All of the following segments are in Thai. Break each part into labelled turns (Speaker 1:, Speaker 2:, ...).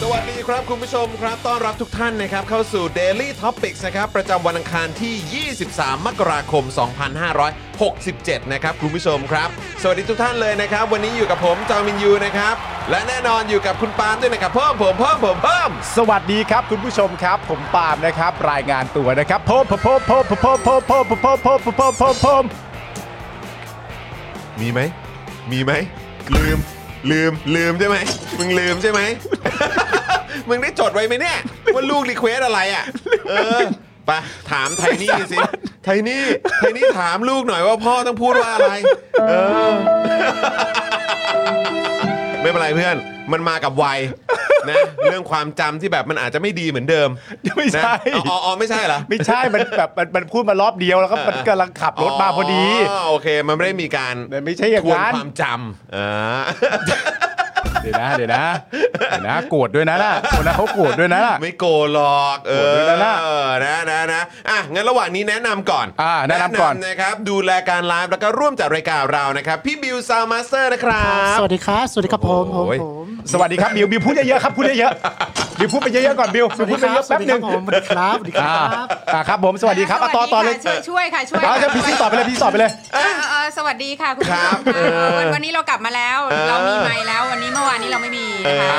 Speaker 1: สวัสดีครับคุณผู้ชมครับต้อนรับทุกท่านนะครับเข้าสู่ Daily Topics นะครับประจำวันอังคารที่ 23 มกราคม 2567 นะครับคุณผู้ชมครับ สวัสดีทุกท่านเลยนะครับ วันนี้อยู่กับผมจอมินยูนะครับ และแน่นอนอยู่กับคุณปาล์มด้วยนะครับเพิ่มผมเพิ่มผมเพิ่ม
Speaker 2: สวัสดีครับคุณผู้ชมครับ ผมปาล์มนะครับ รายงานตัวนะครับพบพบพบพบพบพบพบพบพบพบพบพบพบ
Speaker 1: มีไหม มีไหม ลืม ลืม ลืมใช่ไหม มึงลืมใช่ ไหม มึงได้จดไว้ไหมเนี่ย ว่าลูกรีเควสอะไรอ่ะ เออ ไป ถามไทนี่สิ ไทนี่ ไทนี่ถามลูกหน่อยว่าพ่อต้องพูดว่าอะไร เออ ไม่เป็นไรเพื่อน มันมากับวัยนะ เรื่องความจำที่แบบมันอาจจะไม่ดีเหมือนเดิม
Speaker 2: ไม่
Speaker 1: นะ
Speaker 2: ใช่
Speaker 1: อ๋ออ๋ออ๋อไม่ใช่เหรอ
Speaker 2: ไม่ใช่มันแบบมันมันพูดมารอบเดียวแล้วก็มันกำลังขับรถมาพอดี
Speaker 1: โอเค มันไม่ได้มีการ
Speaker 2: แต่ไม่ใช่อย่าง
Speaker 1: ทวน
Speaker 2: นั้น
Speaker 1: ความจำเออ
Speaker 2: เดี๋ยวนะเดี๋ยวนะเดี๋ยวนะโกรธด้วยนะน่ะคนนั้นเขาโกรธด้วยนะน่ะ
Speaker 1: ไม่โกรธหรอก เอ
Speaker 2: โก
Speaker 1: อ
Speaker 2: รธด้วยนะน่ะ
Speaker 1: นะนะนะอ่ะ งั้นระหว่างนี้แนะนำก่อน
Speaker 2: อ่าแนะนำก่อน
Speaker 1: นะครับ ดูแลการไลฟ์แล้วก็ร่วมจัดรายการเรานะครับ พี่บิวซาวมาสเตอร์นะครับ
Speaker 3: สวัสดีครับ สวัสดีครับผมผม
Speaker 1: โอ้ย
Speaker 3: ผม
Speaker 2: สวัสดีครับบิวบิวพูดเยอะๆครับพูดเยอะๆบิวพูดไปเยอะๆก่อนบิว
Speaker 3: ส
Speaker 2: บิว
Speaker 3: วัส
Speaker 2: พู
Speaker 3: ดี
Speaker 2: ด
Speaker 3: ค
Speaker 2: ไป
Speaker 3: รับ
Speaker 2: เยอะ
Speaker 3: ส
Speaker 2: แป๊
Speaker 3: วั
Speaker 2: บ
Speaker 3: สดี
Speaker 2: ห
Speaker 3: ค
Speaker 2: นึ
Speaker 3: รับ
Speaker 2: ง
Speaker 3: ผมสวัสดีครับสวัสดีครับ
Speaker 2: อ่าอ่าครับผมสวัสดีครับอ่ะต่อต่อเลย
Speaker 4: สวัสดีค่ะช่วยช่วยค่ะช่วย
Speaker 2: เอาจะพี่ซีต่อไปเลยพี่ต่อไปเลย
Speaker 4: เออเออเออสวัสดีค่ะคุณผู้ช
Speaker 1: ครับ
Speaker 4: มค่ะวันวันนี้เรากลับมาแล้ว เรามีไม้แล้ววันนี้เมื่อวานนี้เราไม่มีนะคะ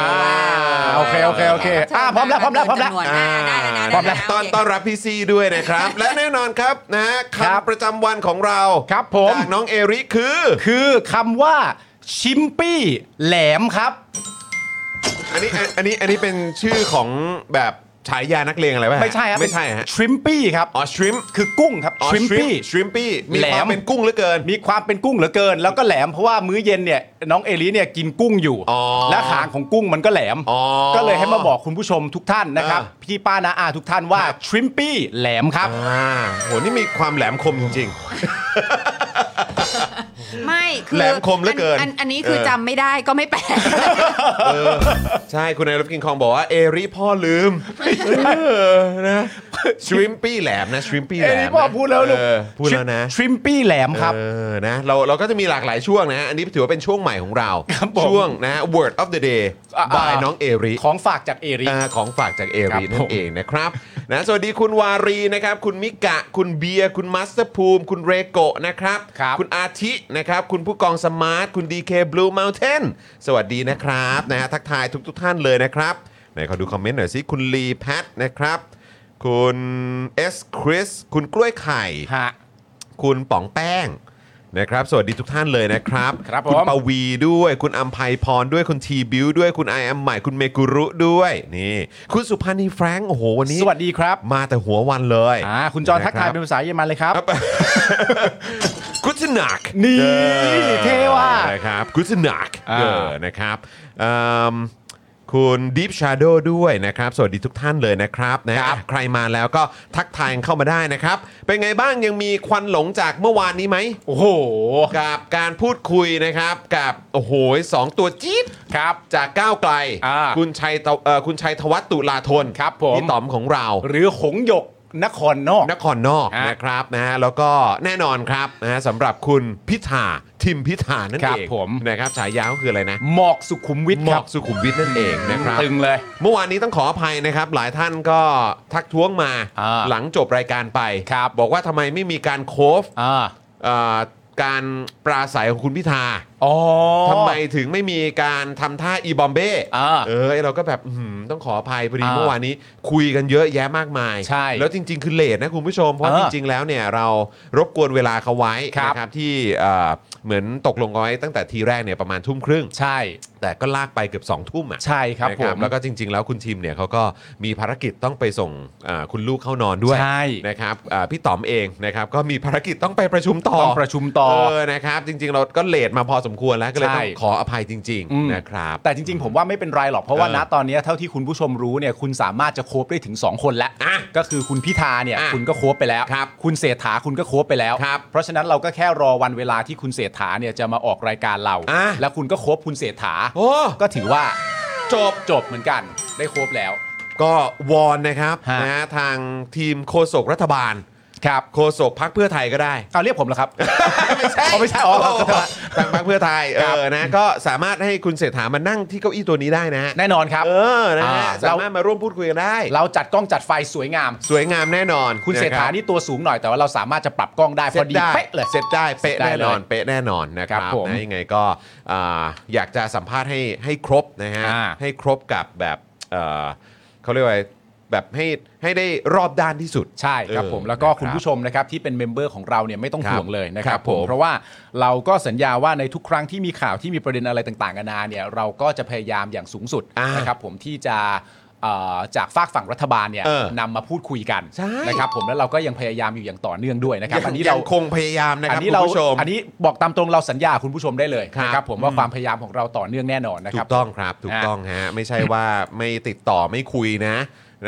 Speaker 4: เพ
Speaker 1: อ่า
Speaker 4: ราะว่า
Speaker 2: โอเคโอเคโอเคอ่าพร้อมแล้วพร้อมแล้วพร้อมแล้ว
Speaker 4: จำนนากได้แล้วนะ
Speaker 2: พร้อมแล้ว
Speaker 4: ได้
Speaker 1: ต้อน
Speaker 4: โเค
Speaker 1: ต้อนรับพี่ซีด้วยนะครับ และแน่นอนครับนะฮะ
Speaker 2: ครับ
Speaker 1: คำประจำวันของเรา
Speaker 2: ครับผม
Speaker 1: จากน้องเอริคือ
Speaker 2: คือคำว่าชิมปี้แหลมครับ
Speaker 1: อันนี้ อันนี้ อันนี้เป็นชื่อของแบบฉายานักเลงอะไรป่ะฮะ
Speaker 2: ไม่ใช่ครับ
Speaker 1: ไม่ใช่ฮะ
Speaker 2: ทริมปี้ครับ
Speaker 1: อ๋อ shrimp
Speaker 2: คือกุ้งครับ
Speaker 1: อ๋อ
Speaker 2: ทริมปี้
Speaker 1: shrimp shrimpy มี
Speaker 2: แหล
Speaker 1: ความ มเป็นกุ้งเหลือเกิน
Speaker 2: มีความเป็นกุ้งเหลือเกิน แล้วก็แหลมเพราะว่ามื้อเย็นเนี่ยน้องเอลิเนี่ยกินกุ้งอยู่
Speaker 1: อ๋อ
Speaker 2: และหางของกุ้งมันก็แหลม
Speaker 1: อ๋อ
Speaker 2: ก็เลยให้มาบอกคุณผู้ชมทุกท่านนะครับ
Speaker 1: อ่า
Speaker 2: พี่ป้านาอาทุกท่านว่า
Speaker 1: ครับ
Speaker 2: ทริมปี้แหลมครับ
Speaker 1: อ่าโหนี่มีความแหลมคมจริง
Speaker 4: ไม่คือ
Speaker 1: แหลมคมเหลือเกิน
Speaker 4: อันอันนี้คือ
Speaker 1: เออ
Speaker 4: จำไม่ได้ก็ไม่แปลก
Speaker 1: ๆ เออ ใช่ คุณนายรับกินคองบอกว่า เอริพ่อลืมเออนะชริมปี้แหลมนะชริมปี้แหลม
Speaker 2: เอริพ่อพูดแล้วลูก
Speaker 1: เออพูดแล้วนะ
Speaker 2: ทริมปี้แหลมครับ
Speaker 1: เออนะเราเราก็จะมีหลากหลายช่วงนะ อันนี้ถือว่าเป็นช่วงใหม่ของเรา
Speaker 2: ครับผม
Speaker 1: ช่วงนะ word of the day
Speaker 2: อ่า
Speaker 1: by น้องเอริ
Speaker 2: ของฝากจากเอริ
Speaker 1: อ่าของฝากจากเอ
Speaker 2: ครั
Speaker 1: รี
Speaker 2: บ
Speaker 1: นั่
Speaker 2: ผม
Speaker 1: นเองนะครับนะสวัสดีคุณวารีนะครับ คุณมิกะ คุณเบียร์คุณมัสเตอร์ภูมิ คุณเรโกะนะครับ
Speaker 2: ครับ
Speaker 1: ณอาทินะครับ คุณผู้กองสมาร์ท คุณดีเคบลูเมลเทนสวัสดีนะครับนะฮะทักทายทุกทท่านเลยนะครับไหนขอดูคอมเมนต์หน่อยสิ คุณลีแพทนะครับ คุณเอสคริสคุณกล้วยไข่
Speaker 2: ฮะ
Speaker 1: คุณป๋องแป้งนะครับ สวัสดีทุกท่านเลยนะครับ
Speaker 2: ครับผม
Speaker 1: คุณปวีด้วย คุณอัมภัยพรด้วย คุณทีบิวด้วย คุณไอแอมใหม่ คุณเมกุรุด้วย นี่ คุณสุพันธ์นีแฟรงค์โอ้โห วันนี้
Speaker 2: สวัสดีครับ
Speaker 1: มาแต่หัววันเลย
Speaker 2: อ่าคุณจอห์นทักทายเป็นภาษาเยอรมันเลย ครับ
Speaker 1: กุชนัก
Speaker 2: นี่เท่ว่ะ
Speaker 1: นะครับกุชนักเออนะครับเอิ่ม คุณ Deep Shadow ด้วยนะครับ สวัสดีทุกท่านเลยนะครับนะฮะ
Speaker 2: ครับ
Speaker 1: ใครมาแล้วก็ทักทายเข้ามาได้นะครับ เป็นไงบ้างยังมีควันหลงจากเมื่อวานนี้ไหม
Speaker 2: โอ้โห
Speaker 1: กับการพูดคุยนะครับ กับโอ้โหสองตัวจี๊ด
Speaker 2: ครับ
Speaker 1: จากก้าวไกล
Speaker 2: อ่า
Speaker 1: คุณชัยตะเอ่อคุณชัยธวัฒน์ตุลาธน
Speaker 2: ครับผม
Speaker 1: พี่ต๋อมของเรา
Speaker 2: หรือหงหยกนครนอก
Speaker 1: นครนอก
Speaker 2: ฮะ
Speaker 1: นะครับนะฮะแล้วก็แน่นอนครับนะฮะสำหรับคุณพิธาทิมพิธานั่น
Speaker 2: ค
Speaker 1: เอ
Speaker 2: รับ
Speaker 1: ง
Speaker 2: ผม
Speaker 1: นะครับฉายาก็คืออะไรนะ
Speaker 2: หมอกสุขุมวิท
Speaker 1: หม
Speaker 2: ค
Speaker 1: อ
Speaker 2: รั
Speaker 1: ก
Speaker 2: บ
Speaker 1: สุขุมวิทนั่นเองนะครับ
Speaker 2: ตึงเลย
Speaker 1: เมื่อวานนี้ต้องขออภัยนะครับ หลายท่านก็ทักท้วงมา
Speaker 2: อ่า
Speaker 1: หลังจบรายการไป
Speaker 2: ครับ
Speaker 1: บอกว่าทำไมไม่มีการโคฟ
Speaker 2: อ่า
Speaker 1: เอ่อการปราศัยของคุณพิธา
Speaker 2: อ๋อ
Speaker 1: ทำไมถึงไม่มีการทำท่าอีบอมเบ้
Speaker 2: อ่า
Speaker 1: เออเราก็แบบอื้อหือต้องขออภัยพอดี
Speaker 2: อ่า
Speaker 1: เมื่อวานนี้คุยกันเยอะแยะมากมาย
Speaker 2: ใช่
Speaker 1: แล้วจริง ๆ คือเลทนะคุณผู้ชม เพราะ
Speaker 2: เออ
Speaker 1: จริง ๆ แล้วเนี่ยเรารบกวนเวลาเขาไว้
Speaker 2: ครับ
Speaker 1: นะครับที่เอ่อเหมือนตกลงเอาไว้ตั้งแต่ทีแรกเนี่ยประมาณทุ่มครึ่ง
Speaker 2: ใช่
Speaker 1: แต่ก็ลากไปเกือบ2องทุ่มอ่ะ
Speaker 2: ใช่ครับ
Speaker 1: นะ
Speaker 2: ผม
Speaker 1: แล้วก็จริง ๆ แล้วคุณทีมเนี่ยเขาก็มีภารกิจต้องไปส่งเอ่อคุณลูกเข้านอนด้วย
Speaker 2: ใช่
Speaker 1: นะครับอ่าพี่ต๋อมเองนะครับก็มีภารกิจต้องไปประชุมต่อ
Speaker 2: ต้องประชุมต่อ
Speaker 1: เออ นะครับ จริง ๆ เราก็เลทมาพอสมควรแล้ว ก็เลย
Speaker 2: ใช่
Speaker 1: ต้องขออภัยจริง
Speaker 2: อืม
Speaker 1: ๆ นะครับ
Speaker 2: แต่จริง ๆ ผมว่าไม่เป็นไรหรอก เพราะว่า
Speaker 1: เออ
Speaker 2: ณตอนนี้เท่าที่คุณผู้ชมรู้เนี่ยคุณสามารถจะโคบได้ถึง 2 คนแล้ว
Speaker 1: อ่ะ
Speaker 2: ก็คือคุณพิธาเนี่ย
Speaker 1: อ่ะ
Speaker 2: คุณก็โคบไปแล้ว
Speaker 1: ครับ
Speaker 2: คุณเศรษฐาคุณก็โคบไปแล้ว
Speaker 1: ครับ
Speaker 2: เพราะฉะนั้นเราก็แค่รอวันเวลาที่คุณเศรษฐาเนี่ยจะมาออกรายการเรา
Speaker 1: อ่ะ
Speaker 2: แล้วคุณก็โคบคุณเศรษฐา
Speaker 1: โอ้
Speaker 2: ก็ถือว่า
Speaker 1: จบ
Speaker 2: จบเหมือนกันได้โคบแล้ว
Speaker 1: ก็วอนนะครับ
Speaker 2: ฮะ
Speaker 1: นะทางทีมโฆษกรัฐบาล
Speaker 2: ครับ
Speaker 1: โฆษกพักเพื่อไทยก็ได้
Speaker 2: เอาเรียกผมแล้วครับ
Speaker 1: ไม่ใช่
Speaker 2: อ๋อไม่ใช่อ๋อครับ
Speaker 1: ทางพักเพื่อไทย เอ
Speaker 2: ครับ
Speaker 1: อ นะ ก็สามารถให้คุณเศรษฐามานั่งที่เก้าอี้ตัวนี้ได้นะฮะ
Speaker 2: แน่นอนครับ
Speaker 1: เออ นะฮะ
Speaker 2: อ่า
Speaker 1: สามารถมาร่วมพูดคุยกันได้
Speaker 2: เราจัดกล้องจัดไฟสวยงาม
Speaker 1: สวยงามแน่นอน
Speaker 2: คุณเศรษฐา
Speaker 1: ะบ
Speaker 2: นี่ตัวสูงหน่อยแต่ว่าเราสามารถจะปรับกล้องได้พ
Speaker 1: เสร็
Speaker 2: อ
Speaker 1: จ
Speaker 2: ดี
Speaker 1: ได้
Speaker 2: เป๊ะเลย
Speaker 1: เสร็จได้เป๊ะ
Speaker 2: เสร็จได้
Speaker 1: แน่นอน
Speaker 2: เลย
Speaker 1: เป๊ะแน่นอนนะครับ
Speaker 2: ครับผม
Speaker 1: นะยังไงก็อ่าอยากจะสัมภาษณ์ให้ให้ครบนะฮะ
Speaker 2: อ่า
Speaker 1: ให้ครบกับแบบเอ่อเขาเรียกว่าแบบให้ให้ได้รอบด้านที่สุด
Speaker 2: ใช่ครับ
Speaker 1: เออ
Speaker 2: ผมแล้วก็
Speaker 1: นะครับ
Speaker 2: คุณผู้ชมนะครับที่เป็นเมมเบอร์ของเราเนี่ยไม่ต้อง
Speaker 1: ครับ
Speaker 2: ห่วงเลยนะค
Speaker 1: ครั
Speaker 2: รั
Speaker 1: บบ ผ
Speaker 2: ผม มเพราะว่าเราก็สัญญาว่าในทุกครั้งที่มีข่าวที่มีประเด็นอะไรต่างๆนานาเนี่ยเราก็จะพยายามอย่างสูงสุด
Speaker 1: อ่าน
Speaker 2: นะครับผมที่จะเอ่อจากฝากฝั่งรัฐบาลเนี่ย
Speaker 1: เออน
Speaker 2: ำมาพูดคุยกัน
Speaker 1: ใช่
Speaker 2: นะครับผมแล้วเราก็ยังพยายามอยู่อย่างต่อเนื่องด้วยนะครับอันนี้เรา
Speaker 1: ยังคงพยายามนะค
Speaker 2: อั
Speaker 1: รับ
Speaker 2: นี้
Speaker 1: คุณ
Speaker 2: เรา
Speaker 1: ผู้ชม
Speaker 2: อันนี้บอกตามตรงเราสัญญาคุณผู้ชมได้เลย
Speaker 1: ครับ
Speaker 2: นะครับผมว่าความพยายามของเราต่อเนื่องแน่นอนนะค
Speaker 1: ถู
Speaker 2: รับ
Speaker 1: กต้องครับถูก
Speaker 2: อ่ะ
Speaker 1: ต้องฮะไม่ใช่ว่าไม่ติดต่อไม่คุยนะ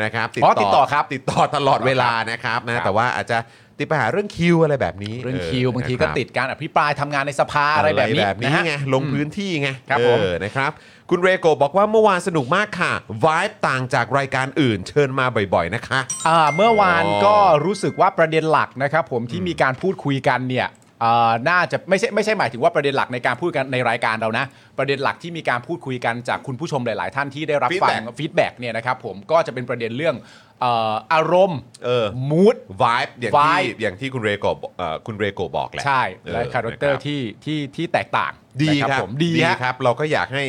Speaker 1: นะครับ
Speaker 2: อ๋อติดต่อครับ
Speaker 1: ติดต่อตลอดเวลานะครับ
Speaker 2: ครั
Speaker 1: นะ
Speaker 2: บ
Speaker 1: แต่ว่าอาจจะติดปัญหาเรื่องคิวอะไรแบบนี้
Speaker 2: เรื่องคิว
Speaker 1: นะ
Speaker 2: บางทีก็
Speaker 1: รับ
Speaker 2: ติดการอภิปรายทำงานในสภาอะไรแบบนี้นะฮะ
Speaker 1: ไงลงพื้นที่ไง
Speaker 2: ครับ
Speaker 1: เอ
Speaker 2: ผม
Speaker 1: อนะครับคุณเรโกะบอกว่าเมื่อวานสนุกมากค่ะวายต่างจากรายการอื่น เชิญมาบ่อยๆนะคะ
Speaker 2: อ่าเมื่อวาน
Speaker 1: อ๋อ
Speaker 2: ก็รู้สึกว่าประเด็นหลักนะครับผมที่มีการพูดคุยกันเนี่ยอ่าน่าจะไม่ใช่ไม่ใช่หมายถึงว่าประเด็นหลักในการพูดกันในรายการเรานะ ประเด็นหลักที่มีการพูดคุยกันจากคุณผู้ชมหลาย ๆ ท่านที่ได้รับฟัง
Speaker 1: Feedback
Speaker 2: ฟีดแบ็กเนี่ยนะครับผมก็จะเป็นประเด็นเรื่องเอ่ออารมณ์
Speaker 1: เออ
Speaker 2: มูด
Speaker 1: วายอย่างที่
Speaker 2: Vibe
Speaker 1: อย่างที่คุณเรโกะบอกเอ่อคุณเรโกะบอกแหละ
Speaker 2: ใช่
Speaker 1: ออ
Speaker 2: และคาแรคเตอร์
Speaker 1: นะบ
Speaker 2: ที่ที่ที่แตกต่าง
Speaker 1: ดี
Speaker 2: นะครับ ผมดีฮะ
Speaker 1: ครับ เราก็อยากให้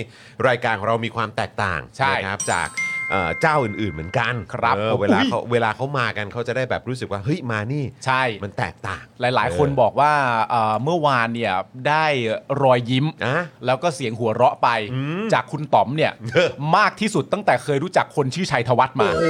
Speaker 1: รายการของเรามีความแตกต่าง
Speaker 2: ใช่
Speaker 1: นะครับจากเอ่อเจ้าอื่นๆเหมือนกัน
Speaker 2: ครับ
Speaker 1: เออ
Speaker 2: ผม
Speaker 1: เวลา
Speaker 2: อุ๊ย
Speaker 1: เขาเวลาเขามากันเขาจะได้แบบรู้สึกว่าเฮ้ยมานี่
Speaker 2: ใช่
Speaker 1: มันแตกต่าง
Speaker 2: หลาย ๆ คนบอกว่าเอ่อเมื่อวานเนี่ยได้รอยยิ้ม
Speaker 1: นะ
Speaker 2: แล้วก็เสียงหัวเราะไปจากคุณต๋อมเนี่ย
Speaker 1: เออ
Speaker 2: มากที่สุดตั้งแต่เคยรู้จักคนชื่อชัยธวัฒน์มา
Speaker 1: โอ้โห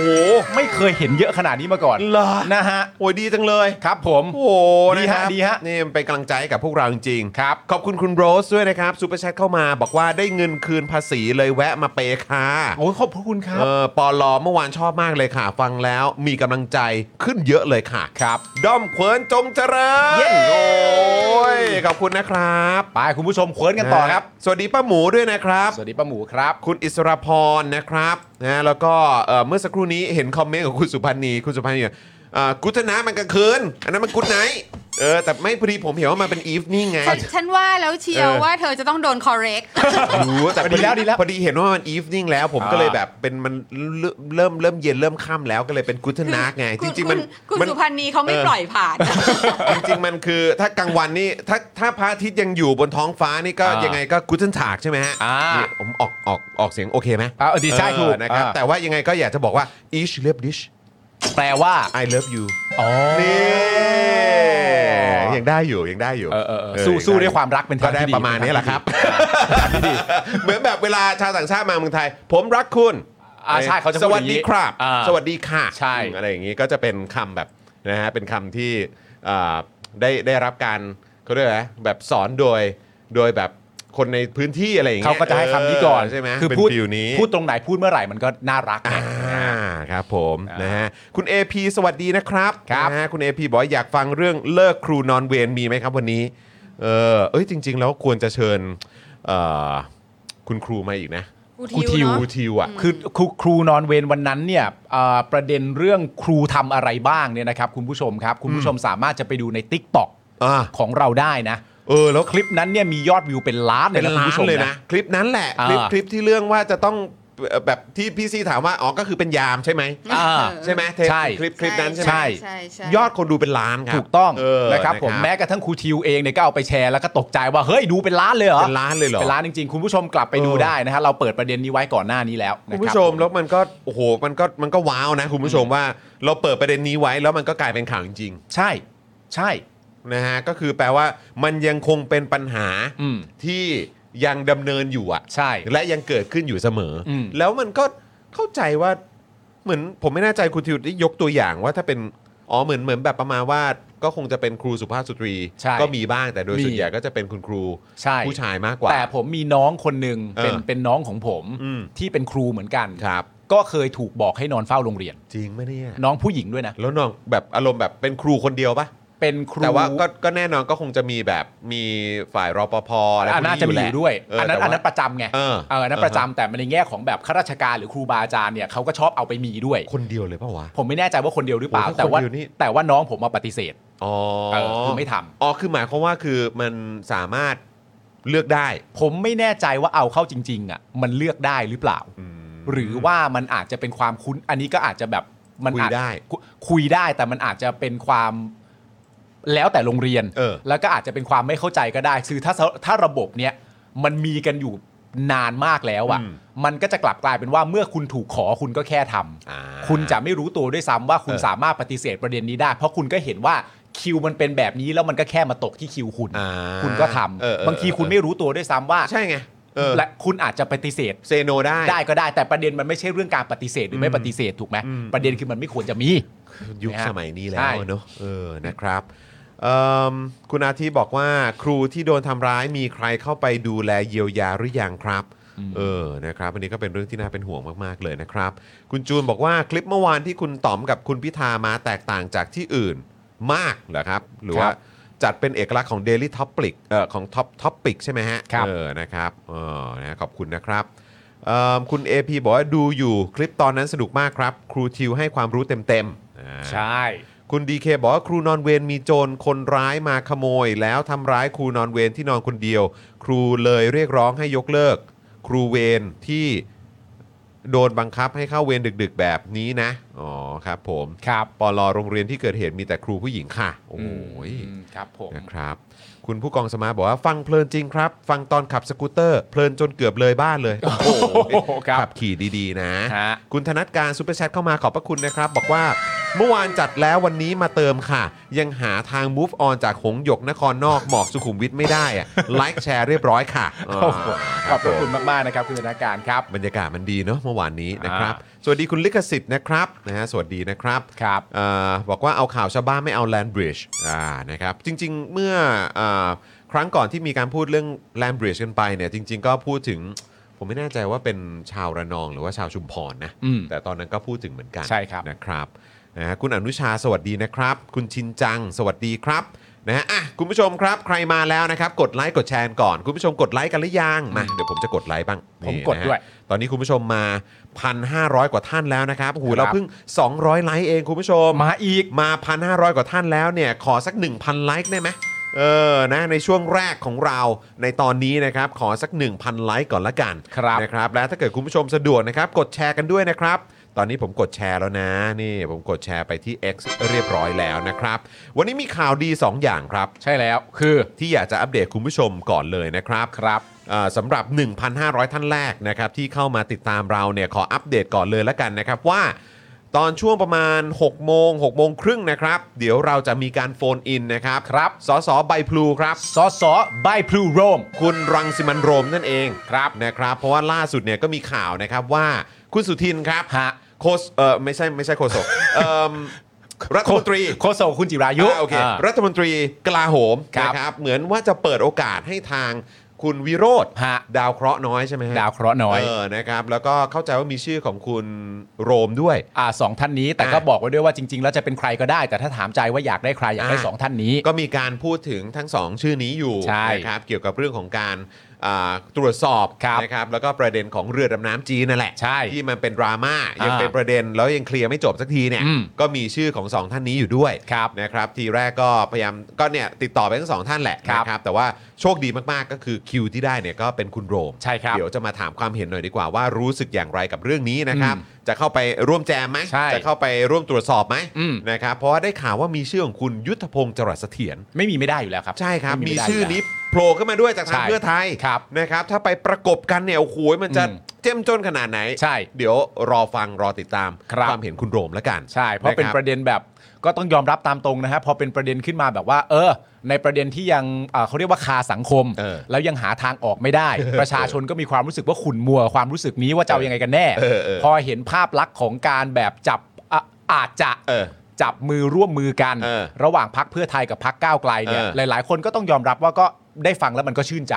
Speaker 2: ไม่เคยเห็นเยอะขนาดนี้มาก่อน
Speaker 1: เหรอ
Speaker 2: นะฮะ
Speaker 1: โอ้ยดีจังเลย
Speaker 2: ครับผม
Speaker 1: โอ้โห
Speaker 2: ดี
Speaker 1: นะค
Speaker 2: ฮะ
Speaker 1: รับ
Speaker 2: ดีฮะ
Speaker 1: นี่มันเป็นกำลังใจให้กับพวกเราจริงๆ
Speaker 2: ครับ
Speaker 1: ขอบคุณคุณโรสด้วยนะครับซูเปอร์แชทเข้ามาบอกว่าได้เงินคืนภาษีเลยแวะมาเปย์ค่ะ
Speaker 2: โอ้ยขอบพระคุณครับ
Speaker 1: เออปอลอเมื่อวานชอบมากเลยค่ะ ฟังแล้วมีกำลังใจขึ้นเยอะเลยค่ะ
Speaker 2: ครับ
Speaker 1: ด้อมเควินจงเจริญ
Speaker 2: เย้
Speaker 1: โอ้ยขอบคุณนะครับ
Speaker 2: ไปคุณผู้ชมเควิร์นกันต่อครับ
Speaker 1: สวัสดีป้าหมูด้วยนะครับ
Speaker 2: สวัสดีป้าหมูครับ
Speaker 1: คุณอิสรพรนะครับนะแล้วก็เอ่อเมื่อสักครู่นี้เห็นคอมเมนต์ของคุณสุพันธ์นีคุณสุพันธ์นีกุฒนะมันกลางคืน อันนั้นมันกุดไนท์เออแต่ไม่พอดีผมเห็นว่ามันเป็นอีฟนี่ไง
Speaker 4: ฉันฉันว่าแล้วเชียว
Speaker 1: เออ
Speaker 4: ว่าเธอจะต้องโดน correct
Speaker 1: รู้แต่พอ
Speaker 2: ดีแล้วดีแล้ว
Speaker 1: พอดีเห็นว่ามันอีฟนิ่งแล้ว ผม
Speaker 2: อ่า
Speaker 1: ก็เลยแบบเป็นมันเริ่มเริ่มเริ่มเย็นเริ่มค่ำแล้วก็เลยเป็นกุฒนะไง จ
Speaker 4: คุณ
Speaker 1: ริง ๆ มัน
Speaker 4: คุณคุณ
Speaker 1: มัน
Speaker 4: สุพันธ์นีเขาไม่
Speaker 1: เออ
Speaker 4: ปล่อยผ่าน
Speaker 1: จริงๆมันคือถ้ากลางวันนี่ถ้าถ้าพระอาทิตย์ยังอยู่บนท้องฟ้านี่ก็
Speaker 2: อ่ายั
Speaker 1: ยังไงก็กุฒนถากใช่ไหมฮะ
Speaker 2: อ่านี่
Speaker 1: นี่ผมออกออกออกเสียงโอเคไหม
Speaker 2: อ่าเออดีใช่ถูก
Speaker 1: เออนะครับ
Speaker 2: อ่า
Speaker 1: แต่ว่ายังไงก็อยากจะบอกว่า each love dish
Speaker 2: แปลว่า
Speaker 1: I love you
Speaker 2: อ๋อ
Speaker 1: นี่ยังได้อยู่ยังได้อยู่
Speaker 2: เออเออเออ
Speaker 1: เออ
Speaker 2: สู้
Speaker 1: งไ
Speaker 2: สู้ด้วยความรักเป็นทา
Speaker 1: ก็
Speaker 2: ง
Speaker 1: ได้
Speaker 2: ที่ดี
Speaker 1: ประมาณนี้แหละครับ
Speaker 2: ที่ดี
Speaker 1: เหมือนแบบเวลาชาวต่างชาติมาเมืองไทย ผมรักคุณ
Speaker 2: อ่าใช่เขาจะพู
Speaker 1: ส
Speaker 2: ดอ
Speaker 1: วัส
Speaker 2: ย่างนี้
Speaker 1: ดีครับ
Speaker 2: อ่า
Speaker 1: สวัสดีค่ะ
Speaker 2: ใช่
Speaker 1: อืมอะไรอย่างนี้ก็จะเป็นคำแบบนะฮะเป็นคำที่อ่าได้ได้รับการเขาเรียกอะไรแบบสอนโดยโดยแบบค คนในพื้นที่อะไรอย่างเงี้ย
Speaker 2: เขาก็จะให้คำนี้ก่อน
Speaker 1: เใช่ไหม
Speaker 2: คือ
Speaker 1: เป็น
Speaker 2: พูด
Speaker 1: ฟิลนี้
Speaker 2: พูดตรงไหนพูดเมื่อไหร่มันก็น่ารักไง
Speaker 1: อ่าครับผม
Speaker 2: อ่าน
Speaker 1: นะฮะคุณ AP สวัสดีนะครับ
Speaker 2: ครับ
Speaker 1: นะฮะคุณ AP บอกว่าอยากฟังเรื่องเลิกครูนอนเวรมีไหมครับวันนี้เออเอ้ยจริง ๆ แล้วควรจะเชิญเอ่อคุณครูมาอีกนะ
Speaker 4: ครูทิว
Speaker 2: ครูทิว
Speaker 4: เนอะ
Speaker 1: ครูทิวอ่ะ
Speaker 2: คือครูครูนอนเวรวันนั้นเนี่ยเอ่อประเด็นเรื่องครูทำอะไรบ้างเนี่ยนะครับคุณผู้ชมครับ คุณผู้ชมสามารถจะไปดูใน t ิ k t o k
Speaker 1: อ่า
Speaker 2: ของเราได้นะ
Speaker 1: เออแล้ว
Speaker 2: คลิปนั้นเนี่ยมียอดวิวเป็นล้านเลย
Speaker 1: เป็น
Speaker 2: นะคุณ
Speaker 1: ล้าน
Speaker 2: ผู้ชม
Speaker 1: เลย
Speaker 2: นะ
Speaker 1: นะ คลิปนั้นแหละ คลิป
Speaker 2: อ่า
Speaker 1: คลิปที่เรื่องว่าจะต้องเอ่อแบบที่พี่ซีถามว่าอ๋อก็คือเป็นยามใช่ไหม
Speaker 2: อ่า
Speaker 1: ใช่ไหมเทป
Speaker 2: ใช่
Speaker 1: คลิปคลิปนั้นใช่ไหม
Speaker 2: ใช่
Speaker 4: ใช่ใช่
Speaker 1: ยอดคนดูเป็นล้านครับ
Speaker 2: ถูกต้อง
Speaker 1: เออ
Speaker 2: นะครับผมแม้กระทั่งครูทิวเองเนี่ยก็เอาไปแชร์แล้วก็ตกใจว่าเฮ้ยดูเป็นล้านเลยเหรอ
Speaker 1: เป็นล้านเลยเหรอ
Speaker 2: เป็นล้านจริงๆ คุณผู้ชมกลับไปดู
Speaker 1: เออ
Speaker 2: ได้นะฮะเราเปิดประเด็นนี้ไว้ก่อนหน้านี้แล้วนะ
Speaker 1: คุณ
Speaker 2: รับ
Speaker 1: ผู้ชมแล้วมันก็โอ้โหมันก็มันก็ว้าวนะคุณผู้ชมว่าเราเปิดประเด็นนี้ไว้แล้วมันก็กลายเป็นข่าวจริง
Speaker 2: ใช่ใช่
Speaker 1: ๆนะฮะก็คือแปลว่ามันยังคงเป็นปัญหา
Speaker 2: อืม
Speaker 1: ที่ยังดำเนินอยู่อะ
Speaker 2: ใช่
Speaker 1: และยังเกิดขึ้นอยู่เสมออ
Speaker 2: ม
Speaker 1: แล้วมันก็เข้าใจว่าเหมือนผมไม่แน่ใจคุณทิวได้ยกตัวอย่างว่าถ้าเป็นอ๋อเหมือนเหมือนแบบประมาณว่าก็คงจะเป็นครูสุภาพสตรี
Speaker 2: ใช่
Speaker 1: ก็มีบ้างแต่โดย
Speaker 2: มี
Speaker 1: ส่วนใหญ่ก็จะเป็นคุณครู
Speaker 2: ใช่
Speaker 1: ผู้ชายมากกว่า
Speaker 2: แต่ผมมีน้องคนหนึ่งเป็น
Speaker 1: เออ
Speaker 2: เป็นน้องของผม
Speaker 1: อืม
Speaker 2: ที่เป็นครูเหมือนกัน
Speaker 1: ครับ
Speaker 2: ก็เคยถูกบอกให้นอนเฝ้าโรงเรียน
Speaker 1: จริงไหมเนี่ย
Speaker 2: น้องผู้หญิงด้วยนะ
Speaker 1: แล้วน้องแบบอารมณ์แบบเป็นครูคนเดียวปะ
Speaker 2: เป็นครู
Speaker 1: แต่ว่าก็ก็แน่นอนก็คงจะมีแบบมีฝ่ายรปภอะไรพวก
Speaker 2: อ่ะน่าจะมี
Speaker 1: แหล
Speaker 2: อยู่ด้วย
Speaker 1: เ
Speaker 2: อันนั้น
Speaker 1: แต่ว่า
Speaker 2: อันนั้นประจำไง
Speaker 1: เออ
Speaker 2: เอออันนั้น
Speaker 1: เออ
Speaker 2: ประจำแต่ในแง่ของแบบข้าราชการหรือครูบาอาจารย์เนี่ยเขาก็ชอบเอาไปมีด้วย
Speaker 1: คนเดียวเลยเปล่าวะ
Speaker 2: ผมไม่แน่ใจว่าคนเดียวหรือเปล่า
Speaker 1: โอ้ถ้า
Speaker 2: แต่
Speaker 1: ค
Speaker 2: ว่า
Speaker 1: นเดียวนี่
Speaker 2: แต่ว่าน้องผมมาปฏิเสธ
Speaker 1: อ๋อ
Speaker 2: เออคือไม่ทำ
Speaker 1: อ๋อคือหมายความว่าคือมันสามารถเลือกได้
Speaker 2: ผมไม่แน่ใจว่าเอาเข้าจริง ๆ อ่ะ มันเลือกได้หรือเปล่า หรือว่ามันอาจจะเป็นความคุ้น อันนี้ก็อาจจะแบบมันอาจ
Speaker 1: คุยได้
Speaker 2: คุคุยได้แต่มันอาจจะเป็นความแล้วแต่โรงเรียน
Speaker 1: เออ
Speaker 2: แล้วก็อาจจะเป็นความไม่เข้าใจก็ได้ คือถ้าถ้าระบบเนี้ยมันมีกันอยู่นานมากแล้วอ่ะ มันก็จะกลับกลายเป็นว่าเมื่อคุณถูกขอคุณก็แค่ทำ
Speaker 1: อ่า
Speaker 2: คุณจะไม่รู้ตัวด้วยซ้ำว่าคุณ
Speaker 1: เออ
Speaker 2: สามารถปฏิเสธประเด็นนี้ได้ เพราะคุณก็เห็นว่าคิวมันเป็นแบบนี้แล้วมันก็แค่มาตกที่คิวคุณ
Speaker 1: อ่า
Speaker 2: คุณก็ทำ
Speaker 1: เออเออบ
Speaker 2: างทีคุณไม่รู้ตัวด้วยซ้ำว่า
Speaker 1: ใช่ไงเออ
Speaker 2: และคุณอาจจะปฏิเสธ
Speaker 1: เซโนได้
Speaker 2: ได้ก็ได้ แต่ประเด็นมันไม่ใช่เรื่องการปฏิเสธหรือไม่ปฏิเสธถูกไหม
Speaker 1: อืม
Speaker 2: ประเด็นคือมันไม่ควรจะมี
Speaker 1: ยุคสมัยนี้แล้ว
Speaker 2: ใช่
Speaker 1: เนอะเออนะครับเอิ่มคุณอาทิบอกว่าครูที่โดนทำร้ายมีใครเข้าไปดูแลเยียวยาหรือยังครับ เออนะครับอันนี้ก็เป็นเรื่องที่น่าเป็นห่วงมากๆเลยนะครับ คุณจูนบอกว่าคลิปเมื่อวานที่คุณต๋อมกับคุณพิธามาแตกต่างจากที่อื่นมากเหรอครับ หรือว่าจัดเป็นเอกลักษณ์ของ Daily Topic เอ่อของ Top Topic ใช่ไหมฮะ
Speaker 2: ครับ
Speaker 1: เออนะครับเออนะขอบคุณนะครับเอิ่มคุณ AP บอกว่าดูอยู่คลิปตอนนั้นสนุกมากครับ ครูทิวให้ความรู้เต็มๆอ่า คุณดีเคบอกว่าครูนอนเวรมีโจรคนร้ายมาขโมย แล้วทำร้ายครูนอนเวรที่นอนคนเดียว ครูเลยเรียกร้องให้ยกเลิก ครูเวรที่โดนบังคับให้เข้าเวรดึกๆ แบบนี้นะอ๋อครับผม
Speaker 2: ครับ
Speaker 1: ปลอโรงเรียนที่เกิดเหตุมีแต่ครูผู้หญิงค่ะ โอ้ย
Speaker 2: อืมครับผม
Speaker 1: นะครับ คุณผู้กองสมาร์ทบอกว่าฟังเพลินจริงครับ ฟังตอนขับสกูตเตอร์ เพลินจนเกือบเลยบ้านเลยโอ้โห
Speaker 2: ครับ
Speaker 1: ขับขี่ดีๆนะ
Speaker 2: ฮะ
Speaker 1: คุณธนัทการซูเปอร์แชทเข้ามาขอบพระคุณนะครับ บอกว่าเมื่อวานจัดแล้ววันนี้มาเติมค่ะ ยังหาทาง move on จากหงหยกนครนอกหมอกสุขุมวิทไม่ได้อะ ไลค์แชร์เรียบร้อยค่ะอ่า
Speaker 2: โอ้โหข
Speaker 1: รั
Speaker 2: อบพระ
Speaker 1: ผ
Speaker 2: คุ
Speaker 1: ม
Speaker 2: ณมากๆนะครับคุณธนาการครับ
Speaker 1: บรรยากาศมันดีเนาะเมื่อวานนี้นะครับ
Speaker 2: อ่
Speaker 1: สวัสดีคุณลิขสิทธิ์นะครับนะฮะสวัสดีนะครับ
Speaker 2: ครับ
Speaker 1: เอ่อบอกว่าเอาข่าวชาวบ้านไม่เอาแลนบริดจ์อ่านะครับจริงๆเมื่อเออครั้งก่อนที่มีการพูดเรื่องแลนบริดจ์กันไปเนี่ยจริง ๆ ก็พูดถึง ผมไม่แน่ใจว่าเป็นชาวระนองหรือว่าชาวชุมพรนะ
Speaker 2: อืม
Speaker 1: แต่ตอนนั้นก็พูดถึงเหมือนกัน
Speaker 2: ใช่ครับ
Speaker 1: นะครับนะฮะคุณอนุชาสวัสดีนะครับ คุณชินจังสวัสดีครับนะฮะอ่ะคุณผู้ชมครับใครมาแล้วนะครับกดไลค์กดแชร์ก่อน คุณผู้ชมกดไลค์กันหรือยังมาเดี๋ยวผมจะกดไลค์บ้าง
Speaker 2: ผม
Speaker 1: นี่
Speaker 2: กด
Speaker 1: นะฮะ
Speaker 2: ด้วย
Speaker 1: ตอนนี้คุณผู้ชมมา 1,500 กว่าท่านแล้วนะครับโอ้โห
Speaker 2: ครับ
Speaker 1: เราเพิ่ง 200 ไลค์เองคุณผู้ชม
Speaker 2: มาอีก
Speaker 1: มา 1,500 กว่าท่านแล้วเนี่ย ขอสัก 1,000 ไลค์ได้ไหมเออนะในช่วงแรกของเราในตอนนี้นะครับ ขอสัก 1,000 ไลค์ก่อนละกัน
Speaker 2: ครับ
Speaker 1: นะครับ และถ้าเกิดคุณผู้ชมสะดวกนะครับ กดแชร์กันด้วยนะครับ ตอนนี้ผมกดแชร์แล้วนะ นี่ผมกดแชร์ไปที่ X เรียบร้อยแล้วนะครับ วันนี้มีข่าวดี 2 อย่างครับ
Speaker 2: ใช่แล้วคือ
Speaker 1: ที่อยากจะอัปเดตคุณผู้ชมก่อนเลยนะครับ
Speaker 2: ครับ
Speaker 1: เอ่อสำหรับ 1,500 ท่านแรกนะครับที่เข้ามาติดตามเราเนี่ยขออัปเดตก่อนเลยละกันนะครับว่า ตอนช่วงประมาณ 6 โมง 6 โมงครึ่งนะครับ เดี๋ยวเราจะมีการโฟนอินนะครับ
Speaker 2: ครับ
Speaker 1: สสใบพลูครับ
Speaker 2: สสใบพลูโรม
Speaker 1: คุณรังสิมันต์โรมนั่นเองครับนะครับ เพราะว่าล่าสุดเนี่ยก็มีข่าวนะครับว่าคุณสุทินครับ
Speaker 2: ฮะ
Speaker 1: โคสเออไม่ใช่ไม่ใช่โคศก เอิ่มรัฐมนตรี
Speaker 2: โคโซคุณจิรายุ
Speaker 1: อ่าโอเค
Speaker 2: อ่า
Speaker 1: รัฐมนตรีกลาโหม
Speaker 2: ครับ
Speaker 1: นะครับเหมือนว่าจะเปิดโอกาสให้ทาง คุณวิโรธ
Speaker 2: ฮะ
Speaker 1: ดาวเคราะห์น้อยใช่ไหมฮะ
Speaker 2: ดาวเคราะห์น้อย
Speaker 1: เออนะครับแล้วก็เข้าใจว่ามีชื่อของคุณโรมด้วย
Speaker 2: อ่าสองท่านนี้แต่ก็บอกไว้ด้วยว่าจริง ๆ แล้วจะเป็นใครก็ได้ แต่ถ้าถามใจว่าอยากได้ใครอยากได้
Speaker 1: อ่า
Speaker 2: สองท่านนี้
Speaker 1: ก็มีการพูดถึงทั้ง 2 ชื่อนี้อยู่
Speaker 2: ใช่
Speaker 1: นะครับเกี่ยวกับเรื่องของการอ่าตรวจสอบ
Speaker 2: ครับ
Speaker 1: นะครับแล้วก็ประเด็นของเรือดำน้ำจีนนั่นแหละ
Speaker 2: ใช่
Speaker 1: ที่มันเป็นดราม่ายัง
Speaker 2: อ่า
Speaker 1: เป็นประเด็นแล้วยังเคลียร์ไม่จบสักทีเนี่ย
Speaker 2: อืม
Speaker 1: ก็มีชื่อของสองท่านนี้อยู่ด้วย
Speaker 2: ครับ
Speaker 1: นะครับทีแรกก็พยายามก็เนี่ยติดต่อไปทั้งสองท่านแหละ
Speaker 2: ครับ
Speaker 1: นะครับแต่ว่าโชคดีมากๆก็คือคิวที่ได้เนี่ยก็เป็นคุณโรม
Speaker 2: ใช่ครับ
Speaker 1: เดี๋ยวจะมาถามความเห็นหน่อยดีกว่าว่ารู้สึกอย่างไรกับเรื่องนี้นะครับ
Speaker 2: อื
Speaker 1: จะเข้าไปร่วมแจมไหม
Speaker 2: ใช่
Speaker 1: จะเข้าไปร่วมตรวจสอบไหม
Speaker 2: อืม
Speaker 1: นะครับเพราะว่าได้ข่าวว่ามีชื่อของคุณยุทธพงศ์จรัสเสถียร
Speaker 2: ไม่มีไม่ได้อยู่แล้วครับ
Speaker 1: ใช่ครับ มี
Speaker 2: ไได้
Speaker 1: ชื่อยู่
Speaker 2: แล้ว
Speaker 1: นี้โผล่ขึ้นมาด้วยจากทาง
Speaker 2: ใช่
Speaker 1: เพื่อไทย
Speaker 2: ครับ
Speaker 1: นะครับ ถ้าไปประกบกันเนี่ยโอ้โหมันจะ
Speaker 2: อืม
Speaker 1: เจ้มจนขนาดไหน
Speaker 2: ใช่
Speaker 1: เดี๋ยวรอฟังรอติดตาม
Speaker 2: ครับ
Speaker 1: ความเห็นคุณโรมแล้วกัน
Speaker 2: ใช่ เพราะเป็น
Speaker 1: คบ
Speaker 2: ประเด็นแบบก็ต้องยอมรับตามตรงนะฮะพอเป็นประเด็นขึ้นมาแบบว่า เออ ในประเด็นที่ยังเอ่อเขาเรียกว่าคาสังคม
Speaker 1: เออ
Speaker 2: แล้วยังหาทางออกไม่ได้ ประชาชนก็มีความรู้สึกว่าขุ่นมัวกับความรู้สึกนี้ว่าจะเอายังไงกันแน่
Speaker 1: เออเออ
Speaker 2: พอเห็นภาพลักษณ์ของการแบบจับอ่ะอาจจะ
Speaker 1: เออ
Speaker 2: จับมือร่วมมือกัน
Speaker 1: เออ
Speaker 2: ระหว่างพักเพื่อไทยกับพักก้าวไกลเนี่ย
Speaker 1: เออ
Speaker 2: หลาย ๆ คนก็ต้องยอมรับว่าก็ได้ฟังแล้วมันก็ชื่นใจ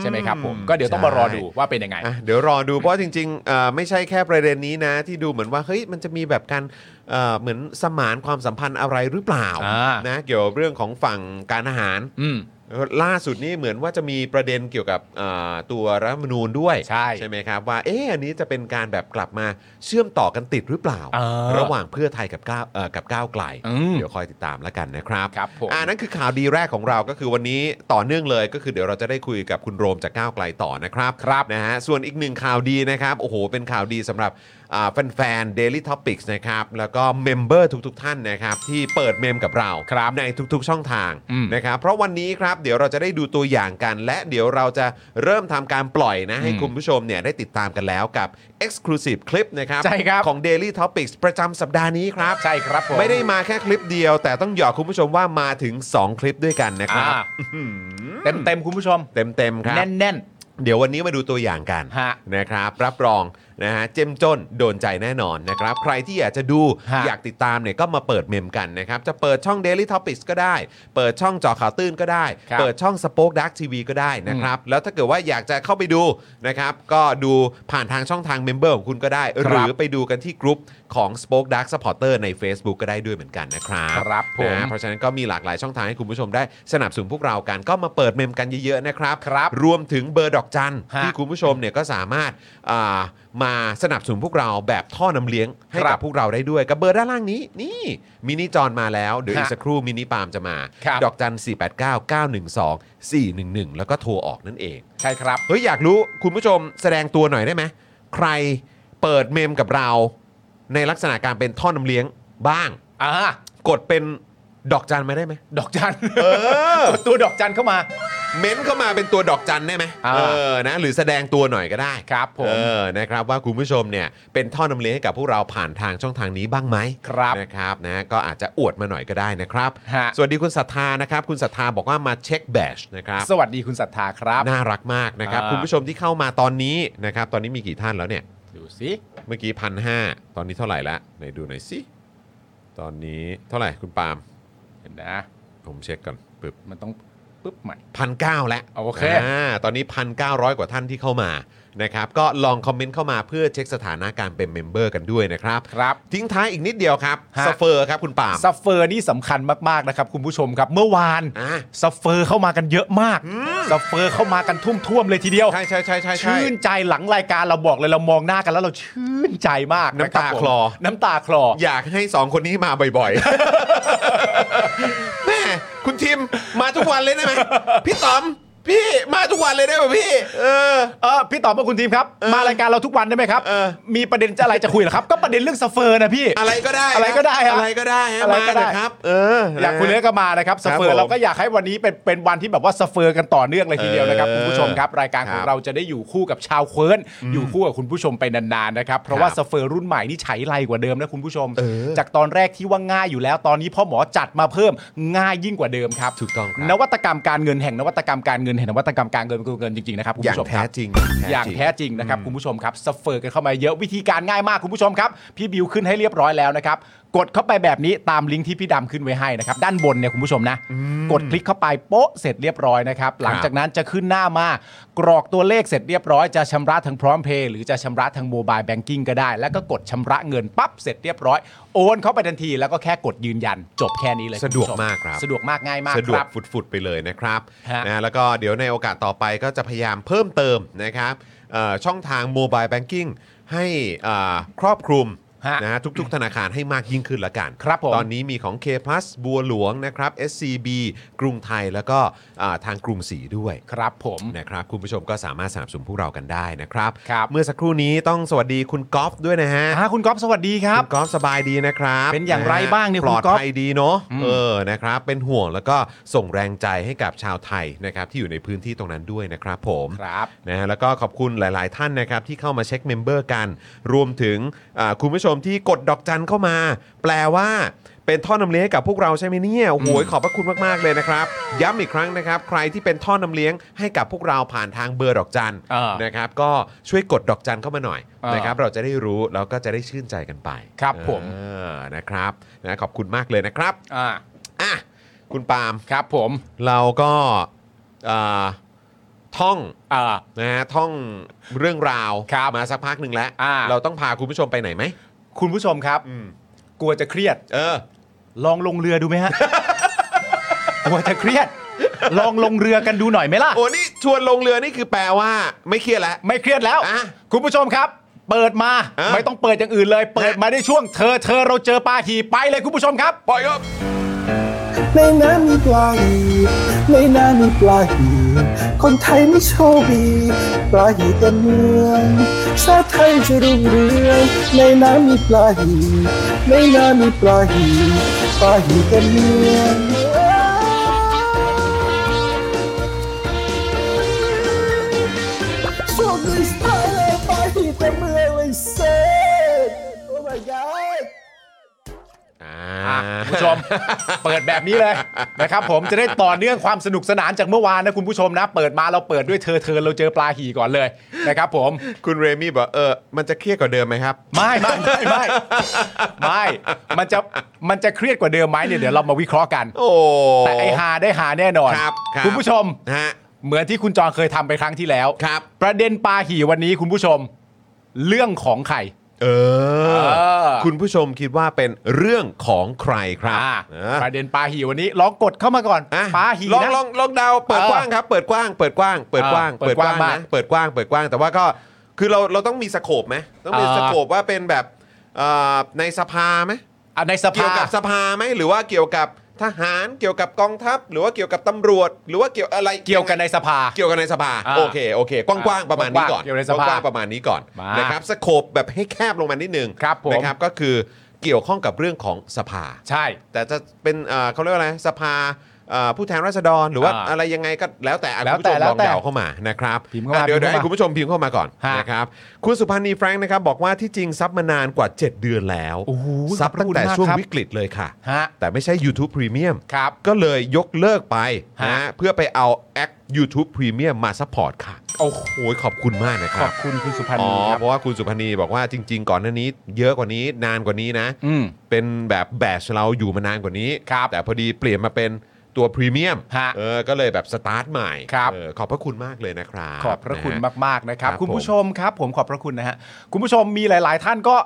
Speaker 2: ใช่ไหมครับผมก็เดี๋ยวต้องมารอดูว่าเป็นยังไง
Speaker 1: อ่ะเดี๋ยวรอดูเพราะจริงๆเอ่อไม่ใช่แค่ประเด็นนี้นะ ที่ดูเหมือนว่าเฮ้ยมันจะมีแบบการเอ่อเหมือนสมานความสัมพันธ์อะไรหรือเปล่า
Speaker 2: อ่าน
Speaker 1: นะเกี่ยวกับเรื่องของฝั่งการอาหาร
Speaker 2: อืม
Speaker 1: ล่าสุดนี่เหมือนว่าจะมีประเด็นเกี่ยวกับเอ่อตัวรัฐธรรมนูญด้วย
Speaker 2: ใช่
Speaker 1: ไหมครับว่าเอ๊ะอันนี้จะเป็นการแบบกลับมาเชื่อมต่อกันติดหรือเปล่า
Speaker 2: เออ
Speaker 1: ระหว่างเพื่อไทยกับก้าวเอ่อกับก้าวไกล
Speaker 2: อืม
Speaker 1: เดี๋ยวคอยติดตามแล้วกันนะครับ
Speaker 2: ครับผม
Speaker 1: อ่านั่นคือข่าวดีแรกของเราก็คือวันนี้ต่อเนื่องเลยก็คือเดี๋ยวเราจะได้คุยกับคุณโรมจากก้าวไกลต่อนะครับครับนะฮะส่วนอีกหนึ่งข่าวดีนะครับโอ้โหเป็นข่าวดีสำหรับอ่าแฟนๆ Daily Topics นะครับแล้วก็เมมเบอร์ทุกๆ ท่านนะครับที่เปิดเมมกับเราครับในทุกๆ ช่องทาง
Speaker 2: อืม
Speaker 1: นะครับเพราะวันนี้ครับเดี๋ยวเราจะได้ดูตัวอย่างกัน และเดี๋ยวเราจะเริ่มทำการปล่อยนะ ให้คุณผู้ชมเนี่ยได้ติดตามกันแล้วกับ Exclusive คลิปนะครับ
Speaker 2: ใช่ครับ
Speaker 1: ของ Daily Topics ประจำสัปดาห์นี้ครับ
Speaker 2: ใช่ครับผม
Speaker 1: ไม่ได้มาแค่คลิปเดียว แต่ต้องหยอกคุณผู้ชมว่ามาถึง 2 คลิปด้วยกันนะค
Speaker 2: อ่า
Speaker 1: รับ
Speaker 2: เต็มเต็มๆคุณผู้ชม
Speaker 1: เต็มๆครับ
Speaker 2: แน่นแน่นๆ
Speaker 1: เดี๋ยววันนี้มาดูตัวอย่างกัน
Speaker 2: ฮะ
Speaker 1: นะครับรับรองนะฮะเจ้มจนโดนใจแน่นอนนะครับ ใครที่อยากจะดู
Speaker 2: ฮะ
Speaker 1: อยากติดตามเนี่ยก็มาเปิดเมมกันนะครับ จะเปิดช่อง Daily Topics ก็ได้ เปิดช่องเจอข่าวตื้นก็ได้
Speaker 2: ครับ
Speaker 1: เปิดช่อง Spoke Dark TV ก็ได้นะครับ แล้วถ้าเกิดว่าอยากจะเข้าไปดูนะครับ ก็ดูผ่านทางช่องทางเมมเบอร์ของคุณก็ได้
Speaker 2: ครับ
Speaker 1: หรือไปดูกันที่กลุ่มของ Spoke Dark Supporter ใน Facebook ก็ได้ด้วยเหมือนกันนะครับ
Speaker 2: ครับผม
Speaker 1: นะเพราะฉะนั้นก็มีหลากหลายช่องทางให้คุณผู้ชมได้สนับสนุนพวกเรากันก็มาเปิดเมมกันเยอะๆนะครับ
Speaker 2: ครับ
Speaker 1: รวมถึงเบอร์ดอกจัน
Speaker 2: ฮะ
Speaker 1: ที่คุณผู้ชมเนี่ยก็สามารถอ่ามาสนับสนุนพวกเราแบบท่อนำเลี้ยงให้
Speaker 2: ครั
Speaker 1: กับบ พวกเราได้ด้วยกับเบอร์ด้านล่างนี้นี่มินิจอนมาแล้ว เดี๋ยวอีก
Speaker 2: ฮะ
Speaker 1: สักครู่มินิปาล์มจะมา
Speaker 2: ครับ
Speaker 1: ดอกจัน 489 912 411 แล้วก็โทรออกนั่นเอง
Speaker 2: ใช่ครับ
Speaker 1: เฮ้ยอยากรู้คุณผู้ชมแสดงตัวหน่อยได้ไหมใครเปิดเมมกับเรา ในลักษณะการเป็นท่อนำเลี้ยงบ้าง
Speaker 2: อ่าก
Speaker 1: ดเป็นดอกจันมาได้ไหม
Speaker 2: ดอกจัน
Speaker 1: เออ
Speaker 2: กดตัวดอกจันเข้ามา
Speaker 1: เม้นเข้ามาเป็นตัวดอกจันได้ไหม
Speaker 2: อ่า
Speaker 1: เออนะหรือแสดงตัวหน่อยก็ได้
Speaker 2: ครับผม
Speaker 1: เออ นะครับว่าคุณผู้ชมเนี่ยเป็นท่อนำเลี้ยงให้กับพวกเราผ่านทางช่องทางนี้บ้างไหม
Speaker 2: ครับ
Speaker 1: นะครับนะก็อาจจะอวดมาหน่อยก็ได้นะครับ
Speaker 2: ฮะ
Speaker 1: สวัสดีคุณศรัทธานะครับ คุณศรัทธาบอกว่ามาเช็คแบชนะครับ
Speaker 2: สวัสดีคุณศรัทธาครับ
Speaker 1: น่ารักมากนะครับ
Speaker 2: อ่า
Speaker 1: คุณผู้ชมที่เข้ามาตอนนี้นะครับ ตอนนี้มีกี่ท่านแล้วเนี่ย
Speaker 2: ดูสิ
Speaker 1: เมื่อกี้พันห้าตอนนี้เท่าไหร่ละไหนดูหน่อยสิ ตอนนี้เท่าไหร่คุณปาล์ม
Speaker 2: เห็นนะ
Speaker 1: ผมเช็คก่อนปึ๊บ
Speaker 2: มันต้องปึ๊บใหม่
Speaker 1: พันเก้าแล้ว
Speaker 2: โอเค
Speaker 1: าตอนนี้พันเก้าร้อยกว่าท่านที่เข้ามานะครับ ก็ลองคอมเมนต์เข้ามาเพื่อเช็คสถานะการเป็นเมมเบอร์กันด้วยนะครับ
Speaker 2: ครับ
Speaker 1: ทิ้งท้ายอีกนิดเดียวครับ
Speaker 2: ฮะ
Speaker 1: สเฟอร์ครับคุณปาล์ม
Speaker 2: ซัฟเฟอร์นี่สำคัญมากๆนะครับคุณผู้ชมครับ เมื่อวาน
Speaker 1: อ่ะ
Speaker 2: ซัฟเฟอร์เข้ามากันเยอะมากซัฟเฟอร์เข้ามากันท่วมๆเลยทีเดียว
Speaker 1: ใช่ใช่ใช่ใช่ใช่
Speaker 2: ชื่นใจหลังรายการเราบอกเลยเรามองหน้ากันแล้วเราชื่นใจมากะ
Speaker 1: น้ำตา
Speaker 2: รับผม
Speaker 1: คลอ
Speaker 2: น้ำตาคลอ
Speaker 1: อยากให้สองคนนี้มาบ่อยๆ แม่คุณทิมมาทุกวันเลยได้ไหมพี่ต๋อมพี่มาทุกวันเลยได้ไหมพี่เออ
Speaker 2: เออพี่ตอบว่าคุณทีมครับ มารายการเราทุกวันได้ไหมครับ
Speaker 1: เออ
Speaker 2: มีประเด็นจะอะไรจะคุยเหรอครับ ก็ประเด็นเรื่องซัฟเฟอร์นะพี่
Speaker 1: อะไรก็ได้
Speaker 2: อะไรก็ได้ฮะ
Speaker 1: อะไรก็ได้ฮะ
Speaker 2: อะไร
Speaker 1: มา
Speaker 2: ก็
Speaker 1: เล
Speaker 2: ได้
Speaker 1: ยครับ เออ
Speaker 2: อยากคุยเรื่องก็มานะครับสเฟอ
Speaker 1: คบผ
Speaker 2: ร์
Speaker 1: ม
Speaker 2: เราก็อยากให้วันนี้เป็นเป็นวันที่แบบว่าสเฟอร์กันต่อเนื่องเลยทีเดียวนะครับ
Speaker 1: เออ
Speaker 2: คุณผู้ชมครับรายการขอ
Speaker 1: ครั
Speaker 2: ง
Speaker 1: บ
Speaker 2: เราจะได้อยู่คู่กับชาวเควิร์นอยู่คู่กับคุณผู้ชมไปนานๆนะครับเพราะว่า
Speaker 1: ครับ
Speaker 2: สเฟอร์รุ่นใหม่นี่ใช้ไรกว่าเดิมนะคุณผู้ชม
Speaker 1: เออ
Speaker 2: จากตอนแรกที่ว่าง่ายอยู่แล้วตอนนี้พ่อหมอจัดมาเพิ่มง่ายยิ่งกว่าเดิมครับ
Speaker 1: ถูกต้องครับ
Speaker 2: นวัตกรรมการเงินแห่งนวัตกรรมการเงินแห่งนวัตกรรมการเงินเกินจริงๆนะครับคุณ
Speaker 1: อย่าง
Speaker 2: ผู้ชมค
Speaker 1: แท้
Speaker 2: รับ
Speaker 1: จริง
Speaker 2: อย่างแท้จริงนะครับคุณผู้ชมครับสเฟอร์กันเข้ามาเยอะวิธีการง่ายมากคุณผู้ชมครับ พี่บิวขึ้นให้เรียบร้อยแล้วนะครับ กดเข้าไปแบบนี้ตามลิงก์ที่พี่ดำขึ้นไว้ให้นะครับ ด้านบนเนี่ยคุณผู้ชมนะ กดคลิกเข้าไปโป๊ะเสร็จเรียบร้อยนะครับ หลังจากนั้นจะขึ้นหน้ามากรอกตัวเลขเสร็จเรียบร้อยจะชำระทางพร้อมเพย์หรือจะชำระทางโมบายแบงกิ้งก็ได้ แล้วก็กดชำระเงินปั๊บเสร็จเรียบร้อย โอนเข้าไปทันทีแล้วก็แค่กดยืนยัน จบแค่นี้เลย
Speaker 1: สะดวกมากครับ
Speaker 2: สะดวกมากง่ายมาก
Speaker 1: สะดวก
Speaker 2: ครับ
Speaker 1: ฟุดๆไปเลยนะครับ
Speaker 2: ฮะ
Speaker 1: นะแล้วก็เดี๋ยวในโอกาสต่อไปก็จะพยายามเพิ่มเติมนะครับเอ่อช่องทางโมบายแบงกิ้งให้อ่าครอบคลุม
Speaker 2: ฮะ
Speaker 1: นะฮะทุกๆ ธนาคารให้มากยิ่งขึ้นละกัน
Speaker 2: ครับผม
Speaker 1: ตอนนี้มีของ K plus บัวหลวงนะครับ SCB กรุงไทยแล้วก็อ่าทางกรุงศรีด้วย
Speaker 2: ครับผม
Speaker 1: นะครับคุณผู้ชมก็สามารถสนับสนุนพวกเรากันได้นะครับ
Speaker 2: ครับ
Speaker 1: เมื่อสักครู่นี้ต้องสวัสดีคุณก๊อฟด้วยนะฮะ
Speaker 2: อ่าคุณก๊อฟสวัสดีครับ
Speaker 1: ณกอล์ฟสบายดีนะครับ
Speaker 2: เป็นอย่างไร
Speaker 1: ะฮะ
Speaker 2: บ้างเนี่ย
Speaker 1: ป
Speaker 2: คุ
Speaker 1: ล
Speaker 2: ณ
Speaker 1: อด
Speaker 2: ก๊อฟ
Speaker 1: ภัยดีเนาะ
Speaker 2: อืม
Speaker 1: เออนะครับเป็นห่วงแล้วก็ส่งแรงใจให้กับชาวไทยนะครับที่อยู่ในพื้นที่ตรงนั้นด้วยนะครับผม
Speaker 2: ครับ
Speaker 1: นะฮะแล้วก็ขอบคุณหลาย ๆ ท่านนะครับที่เข้ามาเช็คเมมเบอร์กัน รวมถึงอ่าคุณผู้ชมที่กดดอกจันเข้ามา แปลว่าเป็นท่อนำเลี้ยงให้กับพวกเราใช่ไหมเนี่ยโอ้โหขอบพระคุณมาก ๆ เลยนะครับ ย้ำอีกครั้งนะครับ ใครที่เป็นท่อนำเลี้ยงให้กับพวกเราผ่านทางเบอร์ดอกจัน
Speaker 2: อ่าน
Speaker 1: นะครับก็ช่วยกดดอกจันเข้ามาหน่อย
Speaker 2: อ่าน
Speaker 1: นะครับ เราจะได้รู้แล้วก็จะได้ชื่นใจกันไป
Speaker 2: ครับผม
Speaker 1: เออนะครับนะขอบคุณมากเลยนะครับ
Speaker 2: อ่า
Speaker 1: อ่ะคุณปาล์ม
Speaker 2: ครับผม
Speaker 1: เราก็เอ่อท่อง
Speaker 2: อ่า
Speaker 1: นะฮะท่องเรื่องราว
Speaker 2: ครับ
Speaker 1: มาสักพักหนึ่งแล้ว
Speaker 2: อ่า
Speaker 1: เราต้องพาคุณผู้ชมไปไหนไหม
Speaker 2: คุณผู้ชมครับ
Speaker 1: อืม
Speaker 2: กลัวจะเครียด
Speaker 1: เออ
Speaker 2: ลองลงเรือดูไหมฮะ กลัวจะเครียด ลองลงเรือกันดูหน่อยไหมล่ะ
Speaker 1: โอ้นี่ชวนลงเรือนี่คือแปลว่าไม่เครียดแล้ว
Speaker 2: ไม่เครียดแล้ว
Speaker 1: อ่ะ
Speaker 2: คุณผู้ชมครับ เปิดมา
Speaker 1: อ่ะ
Speaker 2: ไม่ต้องเปิดอย่างอื่นเลย เปิดมาได้ช่วงเธอเธอเราเจอปลาหีไปเลยคุณผู้ชมครับ
Speaker 1: ปล่อยครับ
Speaker 5: ในน้ำมีปลาหีในน้ำมีปลาหีคนไทยไม่โชคดีปลาหีเต็มเมืองชาติไทยจะรุ่งเรืองในน้ำมีปลาหีในน้ำมีปลาหีปลาหีเต็มเมือง โชคดีสไตล์เลยปลาหีเต็มเมืองเลยเซ่ Oh my god
Speaker 2: อ่ะคุณผู้ชม เปิดแบบนี้เลยนะครับผมจะได้ต่อเนื่องความสนุกสนานจากเมื่อวานนะคุณผู้ชมนะ เปิดมาเราเปิดด้วยเธอเธอเราเจอปลาหีก่อนเลยนะครับผม
Speaker 1: คุณเรมี่บอกเออมันจะเครียดกว่าเดิมไหมครับ
Speaker 2: ไม่ไม่ไม่ไม่ไม่ มันจะมันจะเครียดกว่าเดิมไหมเนี่ยเดี๋ยวเรามาวิเคราะห์กัน
Speaker 1: โอ้
Speaker 2: แต่ไอหาได้หาแน่นอน
Speaker 1: ครับครับ
Speaker 2: ณผู้ชม
Speaker 1: ฮะ
Speaker 2: เหมือนที่คุณจองเคยทำไปครั้งที่แล้ว
Speaker 1: ครับ
Speaker 2: ประเด็นปาหี่วันนี้คุณผู้ชม เรื่องของไข่
Speaker 1: เออ
Speaker 2: เออ
Speaker 1: คุณผู้ชมคิดว่าเป็นเรื่องของใครครับ
Speaker 2: อ่า
Speaker 1: เออ
Speaker 2: ประเด็นปาหี่วันนี้ลองกดเข้ามาก่อน
Speaker 1: อ่ะ
Speaker 2: ปาหี่
Speaker 1: ลอง
Speaker 2: นะ
Speaker 1: ลองลองเดาวเปิด
Speaker 2: เออก
Speaker 1: ว้างครับ เปิดกว้าง เปิดกว้าง เปิดกว้าง
Speaker 2: เออเปิดกว้างมาก
Speaker 1: นะเปิดกว้าง เปิดกว้าง แต่ว่าก็คือเราเราต้องมีสโคปไหมต้องมี
Speaker 2: เออ
Speaker 1: สโคปว่าเป็นแบบเอ่อในสภาไหม
Speaker 2: อ่ะในส
Speaker 1: เกี่ย
Speaker 2: ภา
Speaker 1: วกับสภาไหมหรือว่าเกี่ยวกับทหารเกี่ยวกับกองทัพ หรือว่าเกี่ยวกับตำรวจ หรือว่าเกี่ยวอะไร
Speaker 2: เกี่ยวกันในสภา
Speaker 1: เกี่ยวกันในสภา
Speaker 2: อ่า
Speaker 1: โอเคโอเคกว้างๆประมาณนี้ก่อน
Speaker 2: กว้างๆเกี่ยวในสภาก
Speaker 1: ว้างๆประมาณนี้ก่อน
Speaker 2: มา
Speaker 1: นะครับสโคปแบบให้แคบลงมานิดนึง
Speaker 2: ครับผม
Speaker 1: นะครับก็คือเกี่ยวข้องกับเรื่องของสภา
Speaker 2: ใช่
Speaker 1: แต่จะเป็นเอ่อเขาเรียกว่าอะไรสภาเอ่อผู้แทนราษฎรหรือว่า
Speaker 2: อ่า
Speaker 1: อะไรยังไงก็แล้วแต่อ่ะ
Speaker 2: แล้ว
Speaker 1: คุณ
Speaker 2: แต่
Speaker 1: ผู้ชมลอง
Speaker 2: แล้วแต่
Speaker 1: เดาเข้ามานะครับ
Speaker 2: พิมพ์เข้ามา
Speaker 1: อ่ะเดี๋ยวเดี๋ยว
Speaker 2: พิม
Speaker 1: ให้
Speaker 2: พ์เข้ามา
Speaker 1: คุณผู้ชมพิมพ์เข้ามาก่อน
Speaker 2: ฮะ
Speaker 1: นะครับคุณสุพันธ์นีแฟรงค์นะครับบอกว่าที่จริงซับมานานกว่า 7 เดือนแล้ว
Speaker 2: โอ้โห
Speaker 1: ซับ
Speaker 2: ขอบพ
Speaker 1: ตั้งแต่
Speaker 2: ระคุณมาก
Speaker 1: ช่วง
Speaker 2: ครับ
Speaker 1: วิกฤตเลยค่ะ
Speaker 2: ฮะ
Speaker 1: แต่ไม่ใช่ YouTube Premium
Speaker 2: ครับ
Speaker 1: ก็เลยยกเลิกไป
Speaker 2: ฮะ
Speaker 1: นะเพื่อไปเอาแอค YouTube Premium มาซัพพอร์ตค่ะ
Speaker 2: โอ้โห
Speaker 1: โอ้ยขอบคุณมากนะค
Speaker 2: ข
Speaker 1: รั
Speaker 2: อ
Speaker 1: บบ
Speaker 2: คุณคุณสุพันธ์
Speaker 1: อ๋อ
Speaker 2: ครับ
Speaker 1: เพราะว่าคุณสุพันธ์นีบอกว่าจริง ๆ ก่อนหน้านี้ เยอะกว่านี้นานกว่านี้นะ
Speaker 2: อืม
Speaker 1: เป็นแบบแบชเราอยู่มานานกว่านี้
Speaker 2: ครับ
Speaker 1: แต่พอดีเปลี่ยนมาเป็นตัวพรีเมียม
Speaker 2: ฮะ
Speaker 1: เออก็เลยแบบสตาร์ทใหม่
Speaker 2: ครับ
Speaker 1: เออขอบพระคุณมากเลยนะครับ
Speaker 2: ขอบพระคุณ
Speaker 1: นฮ
Speaker 2: มาก ๆ นะครับ
Speaker 1: ครับ
Speaker 2: คุณผู้ชมครับ ผมขอบพระคุณนะฮะคุณผู้ชมมีหลาย ๆ ท่านก็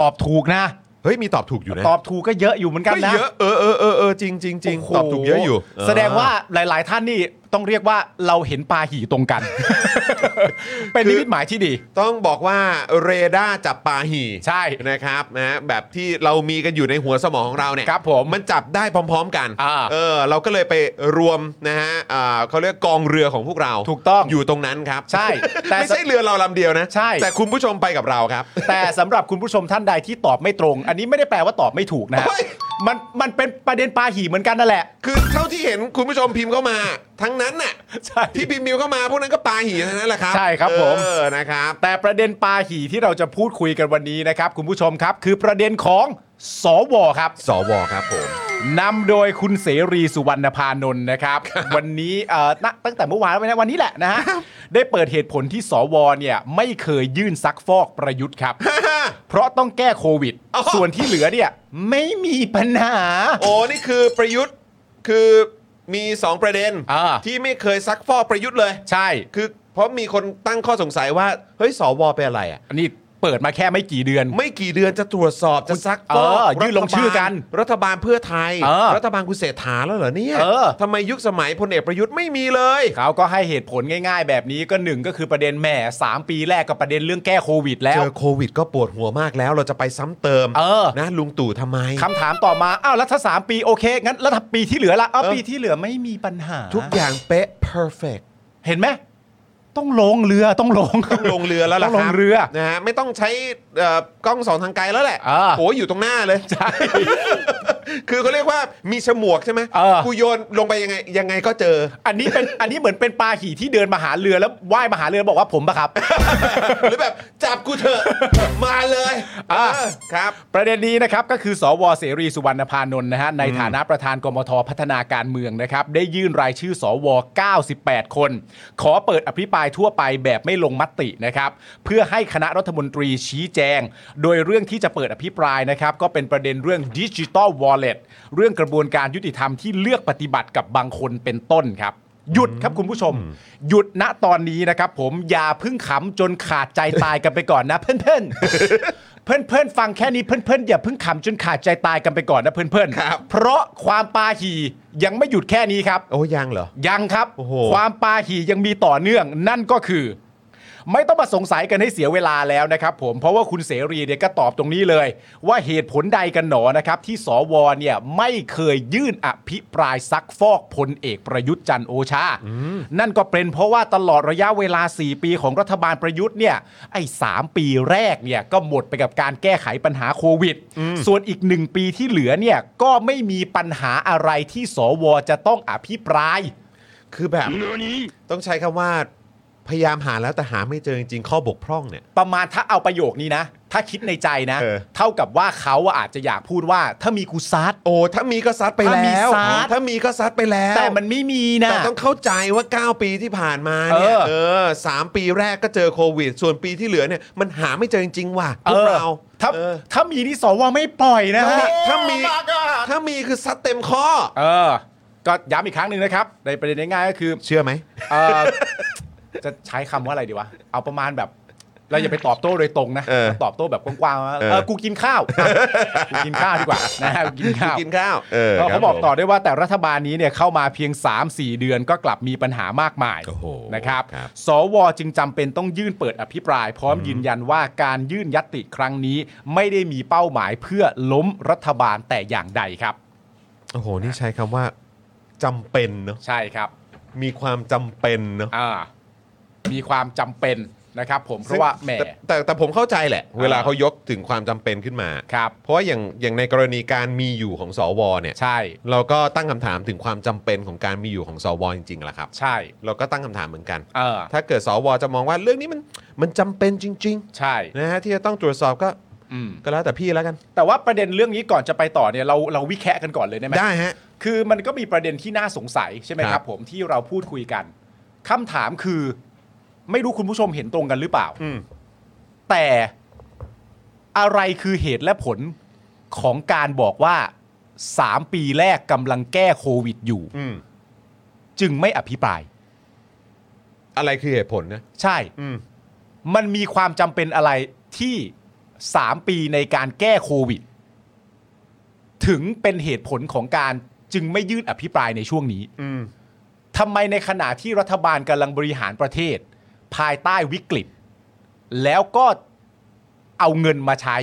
Speaker 2: ตอบถูกนะ
Speaker 1: เฮ้ยมีตอบถูกอยู่นะ
Speaker 2: ตอบถูกก็เยอะอยู่เหมือนกัน
Speaker 1: เฮ้ย
Speaker 2: นะ
Speaker 1: เยอะเออเออเออเออจริงจริงจริง
Speaker 2: โโห
Speaker 1: ตอบถูกเยอะอยู่
Speaker 2: แสดงว่าหลาย ๆ ท่านนี่ต้องเรียกว่าเราเห็นปลาหี่ตรงกัน เป็นนิมิตหมายที่ดี
Speaker 1: ต้องบอกว่าเรดาร์จับปลาหี่
Speaker 2: ใช่
Speaker 1: นะครับนะฮะแบบที่เรามีกันอยู่ในหัวสมองของเราเนี่ย
Speaker 2: ครับผม
Speaker 1: มันจับได้พร้อม ๆ กัน
Speaker 2: อ่า
Speaker 1: เออเราก็เลยไปรวมนะฮะอ่าเขาเรียกกองเรือของพวกเรา
Speaker 2: ถูกต้อง
Speaker 1: อยู่ตรงนั้นครับ
Speaker 2: ใช่แต่
Speaker 1: ไม่ใช่เรือเราลำเดียวนะ
Speaker 2: ใช่
Speaker 1: แต่คุณผู้ชมไปกับเราครับ
Speaker 2: แต่สำหรับคุณผู้ชมท่านใดที่ตอบไม่ตรง อันนี้ไม่ได้แปลว่าตอบไม่ถูกนะฮะ
Speaker 1: เฮ้ย
Speaker 2: มันมันเป็นประเด็นปลาหี่เหมือนกันนั่นแหละ
Speaker 1: คือเท่าที่เห็นคุณผู้ชมพิมพ์เข้ามา ทั้งนั้นน่ะ
Speaker 2: ใช่
Speaker 1: ที่พิมพ์มิวเข้ามาพวกนั้นก็ปาหีทั้งนั้นแหละครับ
Speaker 2: ใช่ครับผม
Speaker 1: เออนะครับ
Speaker 2: แต่ประเด็นปลาหี่ที่เราจะพูดคุยกันวันนี้นะครับ คุณผู้ชมครับ คือประเด็นของสวครับ
Speaker 1: สวครับผม
Speaker 2: นำโดยคุณเสรีสุวรรณพานนท์นะครับ วันนี้เอ่อณตั้งแต่เมื่อวานวันนี้วันนี้แหละนะฮะได้เปิดเหตุผลที่สวเนี่ยไม่เคยยื่นซักฟอกประยุทธ์ครับ
Speaker 1: อ่ะ
Speaker 2: เพราะต้องแก้โควิด
Speaker 1: อ๋อ
Speaker 2: ส่วนที่เหลือเนี่ยไม่มีปัญหา
Speaker 1: โอ้นี่คือประยุทธ์คือมี 2 ประเด็น
Speaker 2: อ่า
Speaker 1: ที่ไม่เคยซักฟอกประยุทธ์เลย
Speaker 2: ใช่
Speaker 1: คือเพราะมีคนตั้งข้อสงสัยว่า เฮ้ยสวเป็นอะไรอ่ะ
Speaker 2: อันนี้เปิดมาแค่ไม่กี่เดือน
Speaker 1: ไม่กี่เดือนจะตรวจสอบจะซักฟอก
Speaker 2: เออยื่นลงชื่อกัน
Speaker 1: รัฐบาลเพื่อไทย
Speaker 2: เออ
Speaker 1: รัฐบาลคุณเศรษฐาแล้วเหรอเนี่ย
Speaker 2: เออ
Speaker 1: ทำไมยุคสมัยพลเอกประยุทธ์ไม่มีเลย
Speaker 2: เขาก็ให้เหตุผลง่ายๆ แบบนี้ก็หนึ่งก็คือประเด็นแหม่3ปีแรกกับประเด็นเรื่องแก้โควิดแล้ว
Speaker 1: เจอโควิดก็ปวดหัวมากแล้วเราจะไปซ้ำเติม
Speaker 2: เออ
Speaker 1: นะลุงตู่ทำไม
Speaker 2: คำถามต่อมา อ้าวแล้วถ้าสามปีโอเค งั้นแล้วถ้าปีที่เหลือละอ้าว
Speaker 1: เออ
Speaker 2: ปีที่เหลือไม่มีปัญหา
Speaker 1: ทุกอย่างเป๊ะ perfect
Speaker 2: เห็นไหมต้องลงเรือต้องลง
Speaker 1: ต้องลงเรือแล้วล่ะ
Speaker 2: ต้องลง
Speaker 1: ครับ
Speaker 2: เรือ
Speaker 1: นะฮะไม่ต้องใช้เอ่อกล้องสองทางไกลแล้วแหละ
Speaker 2: เออ
Speaker 1: โอ้ยอยู่ตรงหน้าเลย ใช่ คือเขาเรียกว่ามีฉมวกใช่ไหม
Speaker 2: เออ
Speaker 1: กูโยนลงไปยังไงยังไงก็เจอ
Speaker 2: อันนี้เป็นอันนี้เหมือนเป็นปลาหี่ที่เดินมาหาเรือแล้วว่ายมาหาเรือบอกว่าผมปะครับ
Speaker 1: หรือแบบจับกูเถอะมาเลย
Speaker 2: อ่ะ
Speaker 1: เออครับ
Speaker 2: ประเด็นนี้นะครับก็คือสวเสรีสุวรรณพานนท์นะฮะในฐานะประธานกมทพัฒนาการเมืองนะครับได้ยื่นรายชื่อสว 98 คน ขอเปิดอภิปรายทั่วไปแบบไม่ลงมตินะครับเพื่อให้คณะรัฐมนตรีชี้แจง โดยเรื่องที่จะเปิดอภิปรายนะครับก็เป็นประเด็นเรื่องดิจิ t a ลวอลเล็ตเรื่องกระบวนการยุติธรรมที่เลือกปฏิบัติกับบางคนเป็นต้นครับ หยุดครับคุณผู้ชม หยุดณตอนนี้นะครับผมอย่าเพึ่งขำจนขาดใจตายกันไปก่อนนะเพื่อนๆ เพื่อนๆฟังแค่นี้เพื่อนๆอย่าเพึ่งขำจนขาดใจตายกันไปก่อนนะเพื่อน
Speaker 1: ครับ
Speaker 2: เพราะความปาหียังไม่หยุดแค่นี้ครับ
Speaker 1: โอ้ยังเหรอ
Speaker 2: ยังครับ
Speaker 1: โอ้โห
Speaker 2: ความปาหี่ยังมีต่อเนื่อง นั่นก็คือ ไม่ต้องมาสงสัยกันให้เสียเวลาแล้วนะครับผมเพราะว่าคุณเสรีเนี่ยก็ตอบตรงนี้เลย ว่าเหตุผลใดกันหนอนะครับ ที่สวเนี่ยไม่เคยยื่นอภิปรายซักฟอกพลเอกประยุทธ์จันทร์โอชา นั่นก็เป็นเพราะว่าตลอดระยะเวลา 4 ปีของรัฐบาลประยุทธ์เนี่ยไอ้สามปีแรกเนี่ยก็หมดไปกับการแก้ไขปัญหาโควิด ส่วนอีกหนึ่งปีที่เหลือเนี่ยก็ไม่มีปัญหาอะไรที่สวจะต้องอภิปราย
Speaker 1: คือแบบต้องใช้คำว่าพยายามหาแล้วแต่หาไม่เจอจริงๆข้อบกพร่องเนี่ย
Speaker 2: ประมาณถ้าเอาประโยคนี้นะ ถ้าคิดในใจนะ
Speaker 1: เออ
Speaker 2: เท่ากับว่าเขาอะอาจจะอยากพูดว่า ถ้ามีกูซัด
Speaker 1: โอ้ถ้ามีก็ซัดไป
Speaker 2: ถ้ามี
Speaker 1: แล้ว
Speaker 2: ซัด
Speaker 1: ถ้ามีก็ซัดไปแล้ว
Speaker 2: แต่มันไม่มีนะ
Speaker 1: แต่ต้องเข้าใจว่า 9 ปีที่ผ่านมาเนี่ย
Speaker 2: เออ
Speaker 1: เออสามปีแรกก็เจอโควิด ส่วนปีที่เหลือเนี่ยมันหาไม่เจอจริงๆว่ะพวกเรา
Speaker 2: เออ ถ้า
Speaker 1: เออ
Speaker 2: ถ้ามีนี่สวไม่ปล่อยนะฮะ
Speaker 1: ถ้ามีถ้ามีคือซัดเต็มข้อ
Speaker 2: เออ ก็ย้ำอีกครั้งหนึ่งนะครับ ในประเด็นง่ายๆก็คือ
Speaker 1: เชื่อไหม
Speaker 2: เออจะใช้คำว่าอะไรดีวะ เอาประมาณแบบ เราอย่าไปตอบโต้โดยตรงนะ
Speaker 1: เออ
Speaker 2: ตอบโต้แบบกว้างๆว่า
Speaker 1: เออ
Speaker 2: เออกูกินข้าวอ่ะกูกินข้าวดีกว่านะฮะกูกินข้าว
Speaker 1: กินข้าวเออค
Speaker 2: ก็
Speaker 1: รั
Speaker 2: เขาบอก
Speaker 1: ผม
Speaker 2: ต่อด้วยว่าแต่รัฐบาลนี้เนี่ยเข้ามาเพียง 3-4 เดือนก็กลับมีปัญหามากมาย
Speaker 1: โอ้โห
Speaker 2: นะครับ
Speaker 1: ครับ
Speaker 2: สวจึงจำเป็นต้องยื่นเปิดอภิปราย พร้อมยืนยันว่าการยื่นยัตติครั้งนี้ ไม่ได้มีเป้าหมายเพื่อล้มรัฐบาลแต่อย่างใดครับ
Speaker 1: โอ้โห นี่ใช้คำว่าจำเป็นเนาะ
Speaker 2: ใช่ครับ
Speaker 1: มีความจำเป็นเนาะ
Speaker 2: อ่ามีความจำเป็นนะครับผมเพราะว่าแหม
Speaker 1: ซึ่งแต่แต่แต่ผมเข้าใจแหละ
Speaker 2: อ่า
Speaker 1: เวลาเขายกถึงความจำเป็นขึ้นมา
Speaker 2: ครับ
Speaker 1: เพราะว่าอย่างอย่างในกรณีการมีอยู่ของสวเนี่ย
Speaker 2: ใช่
Speaker 1: เราก็ตั้งคำถามถึงความจำเป็นของการมีอยู่ของสวจริงๆแหละครับ
Speaker 2: ใช่
Speaker 1: เราก็ตั้งคำถามเหมือนกัน
Speaker 2: เออ
Speaker 1: ถ้าเกิดสวจะมองว่าเรื่องนี้มันมันจำเป็นจริง
Speaker 2: ใช่
Speaker 1: ๆนะฮะที่จะต้องตรวจสอบก็
Speaker 2: อืม
Speaker 1: ก็แล้วแต่พี่แล้วกัน
Speaker 2: แต่ว่าประเด็นเรื่องนี้ก่อนจะไปต่อเนี่ยเราเราวิแคะกันก่อนเลยได้ไหม
Speaker 1: ได้ฮะ
Speaker 2: คือมันก็มีประเด็นที่น่าสงสัยใช่ไหม
Speaker 1: ค
Speaker 2: ค
Speaker 1: รั
Speaker 2: รับ บ ผมที่เราพูดคุยกันคำถามคือ ไม่รู้คุณผู้ชมเห็นตรงกันหรือเปล่า
Speaker 1: อืม
Speaker 2: แต่อะไรคือเหตุและผลของการบอกว่า 3 ปีแรกกำลังแก้โควิดอยู่
Speaker 1: อืม
Speaker 2: จึงไม่อภิปราย
Speaker 1: อะไรคือเหตุผลนะ
Speaker 2: ใช่
Speaker 1: อืม
Speaker 2: มันมีความจำเป็นอะไรที่ 3 ปีในการแก้โควิด ถึงเป็นเหตุผลของการจึงไม่ยื่นอภิปรายในช่วงนี้
Speaker 1: อืม
Speaker 2: ทำไมในขณะที่รัฐบาลกำลังบริหารประเทศ ภายใต้วิกฤต แล้วก็เอาเงินมาใช้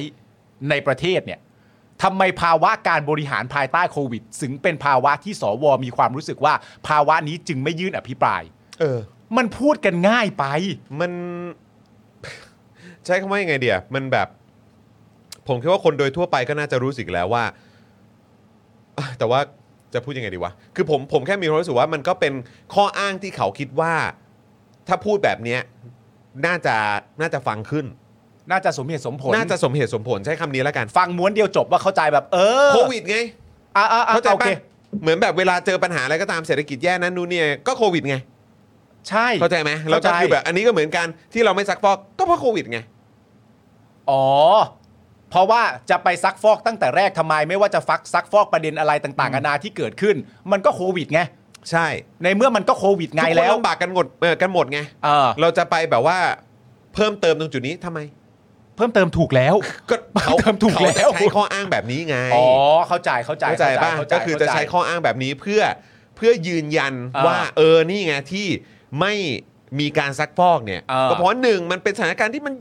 Speaker 2: ในประเทศเนี่ยทำไมภาวะการบริหารภายใต้โควิดถึงเป็นภาวะที่สวมีความรู้สึกว่า ภาวะนี้จึงไม่ยื่นอภิปราย
Speaker 1: เออ
Speaker 2: มันพูดกันง่ายไป
Speaker 1: มัน ใช้คำว่ายังไงเดียมันแบบ ผมคิดว่าคนโดยทั่วไปก็น่าจะรู้สึกแล้วว่าอ่ะแต่ว่าจะพูดยังไงดีวะ คือผมผมแค่มีความรู้สึกว่ามันก็เป็นข้ออ้างที่เขาคิดว่า ถ้าพูดแบบเนี้ยน่าจะน่าจะฟังขึ้น
Speaker 2: น่าจะสมเหตุสมผล
Speaker 1: น่าจะสมเหตุสมผลใช้คำนี้แล้วกัน
Speaker 2: ฟังม้วนเดียวจบว่าเข้าใจแบบ เออ
Speaker 1: โควิดไง
Speaker 2: อ่ะอ่ะอ่ะ
Speaker 1: เข้าใจ
Speaker 2: โอ
Speaker 1: ปะ
Speaker 2: เค
Speaker 1: เหมือนแบบเวลาเจอปัญหาอะไรก็ตามเศรษฐกิจแย่นั้นนู่นเนี่ยก็โควิดไง
Speaker 2: ใช่
Speaker 1: เข้าใจไหมแล้วก็คือแบบอันนี้ก็เหมือนกันที่เราไม่ซักฟอกก็เพราะโควิดไง
Speaker 2: อ๋อ เพราะว่าจะไปซักฟอกตั้งแต่แรกทำไม ไม่ว่าจะฟักซักฟอกประเด็นอะไรต่างๆนานาที่เกิดขึ้น มันก็โควิดไง
Speaker 1: ใช่
Speaker 2: ในเมื่อมันก็โควิดไง
Speaker 1: ทุกคน
Speaker 2: แล้ว
Speaker 1: ลำบากกันหมดเออกันหมดไง
Speaker 2: เออ
Speaker 1: เราจะไปแบบว่าเพิ่มเติมตรงจุดนี้ทำไม
Speaker 2: เพิ่มเติมถูกแล้ว
Speaker 1: ก็เขา
Speaker 2: เพิ่มเติมถูก
Speaker 1: เขาจะ
Speaker 2: แล้ว
Speaker 1: ใช้ข้ออ้างแบบนี้ไง
Speaker 2: อ๋อเข้าใจเข้าใจ
Speaker 1: เข้าใจป่ะ
Speaker 2: เข้า
Speaker 1: ก็คือจะ
Speaker 2: เข้า
Speaker 1: ใช้ข้ออ้างแบบนี้เพื่อเพื่อยืนยัน
Speaker 2: อ่า
Speaker 1: ว่าเออนี่ไงที่ไม่มีการซักฟอกเนี่ย
Speaker 2: อ่า
Speaker 1: ก็เพราะหนึ่งมันเป็นสถานการณ์ที่มัน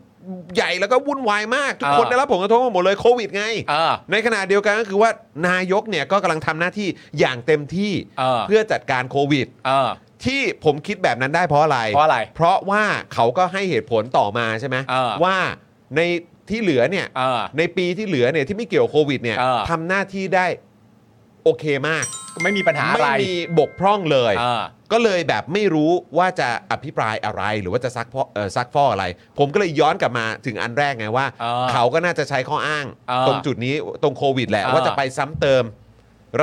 Speaker 1: ใหญ่แล้วก็วุ่นวายมาก ทุก
Speaker 2: อ่า
Speaker 1: คนได้รับผลกระทบหมดเลยโควิดไง
Speaker 2: เออ
Speaker 1: ในขณะเดียวกันก็คือว่านายกเนี่ยก็กำลังทำหน้าที่อย่างเต็มที่
Speaker 2: อ่า
Speaker 1: เพื่อจัดการโควิด
Speaker 2: เออ
Speaker 1: ที่ผมคิดแบบนั้นได้เพราะอะไร
Speaker 2: เพราะอะไร
Speaker 1: เพราะว่าเขาก็ให้เหตุผลต่อมาใช่ไหม
Speaker 2: อ่า
Speaker 1: ว่าในที่เหลือเนี่ย
Speaker 2: เออ
Speaker 1: ในปีที่เหลือเนี่ยที่ไม่เกี่ยวกับโควิดเนี่ย
Speaker 2: เออ
Speaker 1: ทำหน้าที่ได้โอเคมาก
Speaker 2: ก็ไม่มีปัญหาอะ
Speaker 1: ไม่
Speaker 2: ไร
Speaker 1: มีบกพร่องเลย
Speaker 2: เออ
Speaker 1: ก็เลยแบบไม่รู้ว่าจะอภิปรายอะไรหรือว่าจะซักพอเอ่อซักฟอกอะไร ผมก็เลยย้อนกลับมาถึงอันแรกไงว่า
Speaker 2: เออ
Speaker 1: เขาก็น่าจะใช้ข้ออ้าง
Speaker 2: เออ
Speaker 1: ตรงจุดนี้ตรงโควิดแหละ
Speaker 2: เออ
Speaker 1: ว่าจะไปซ้ำเติม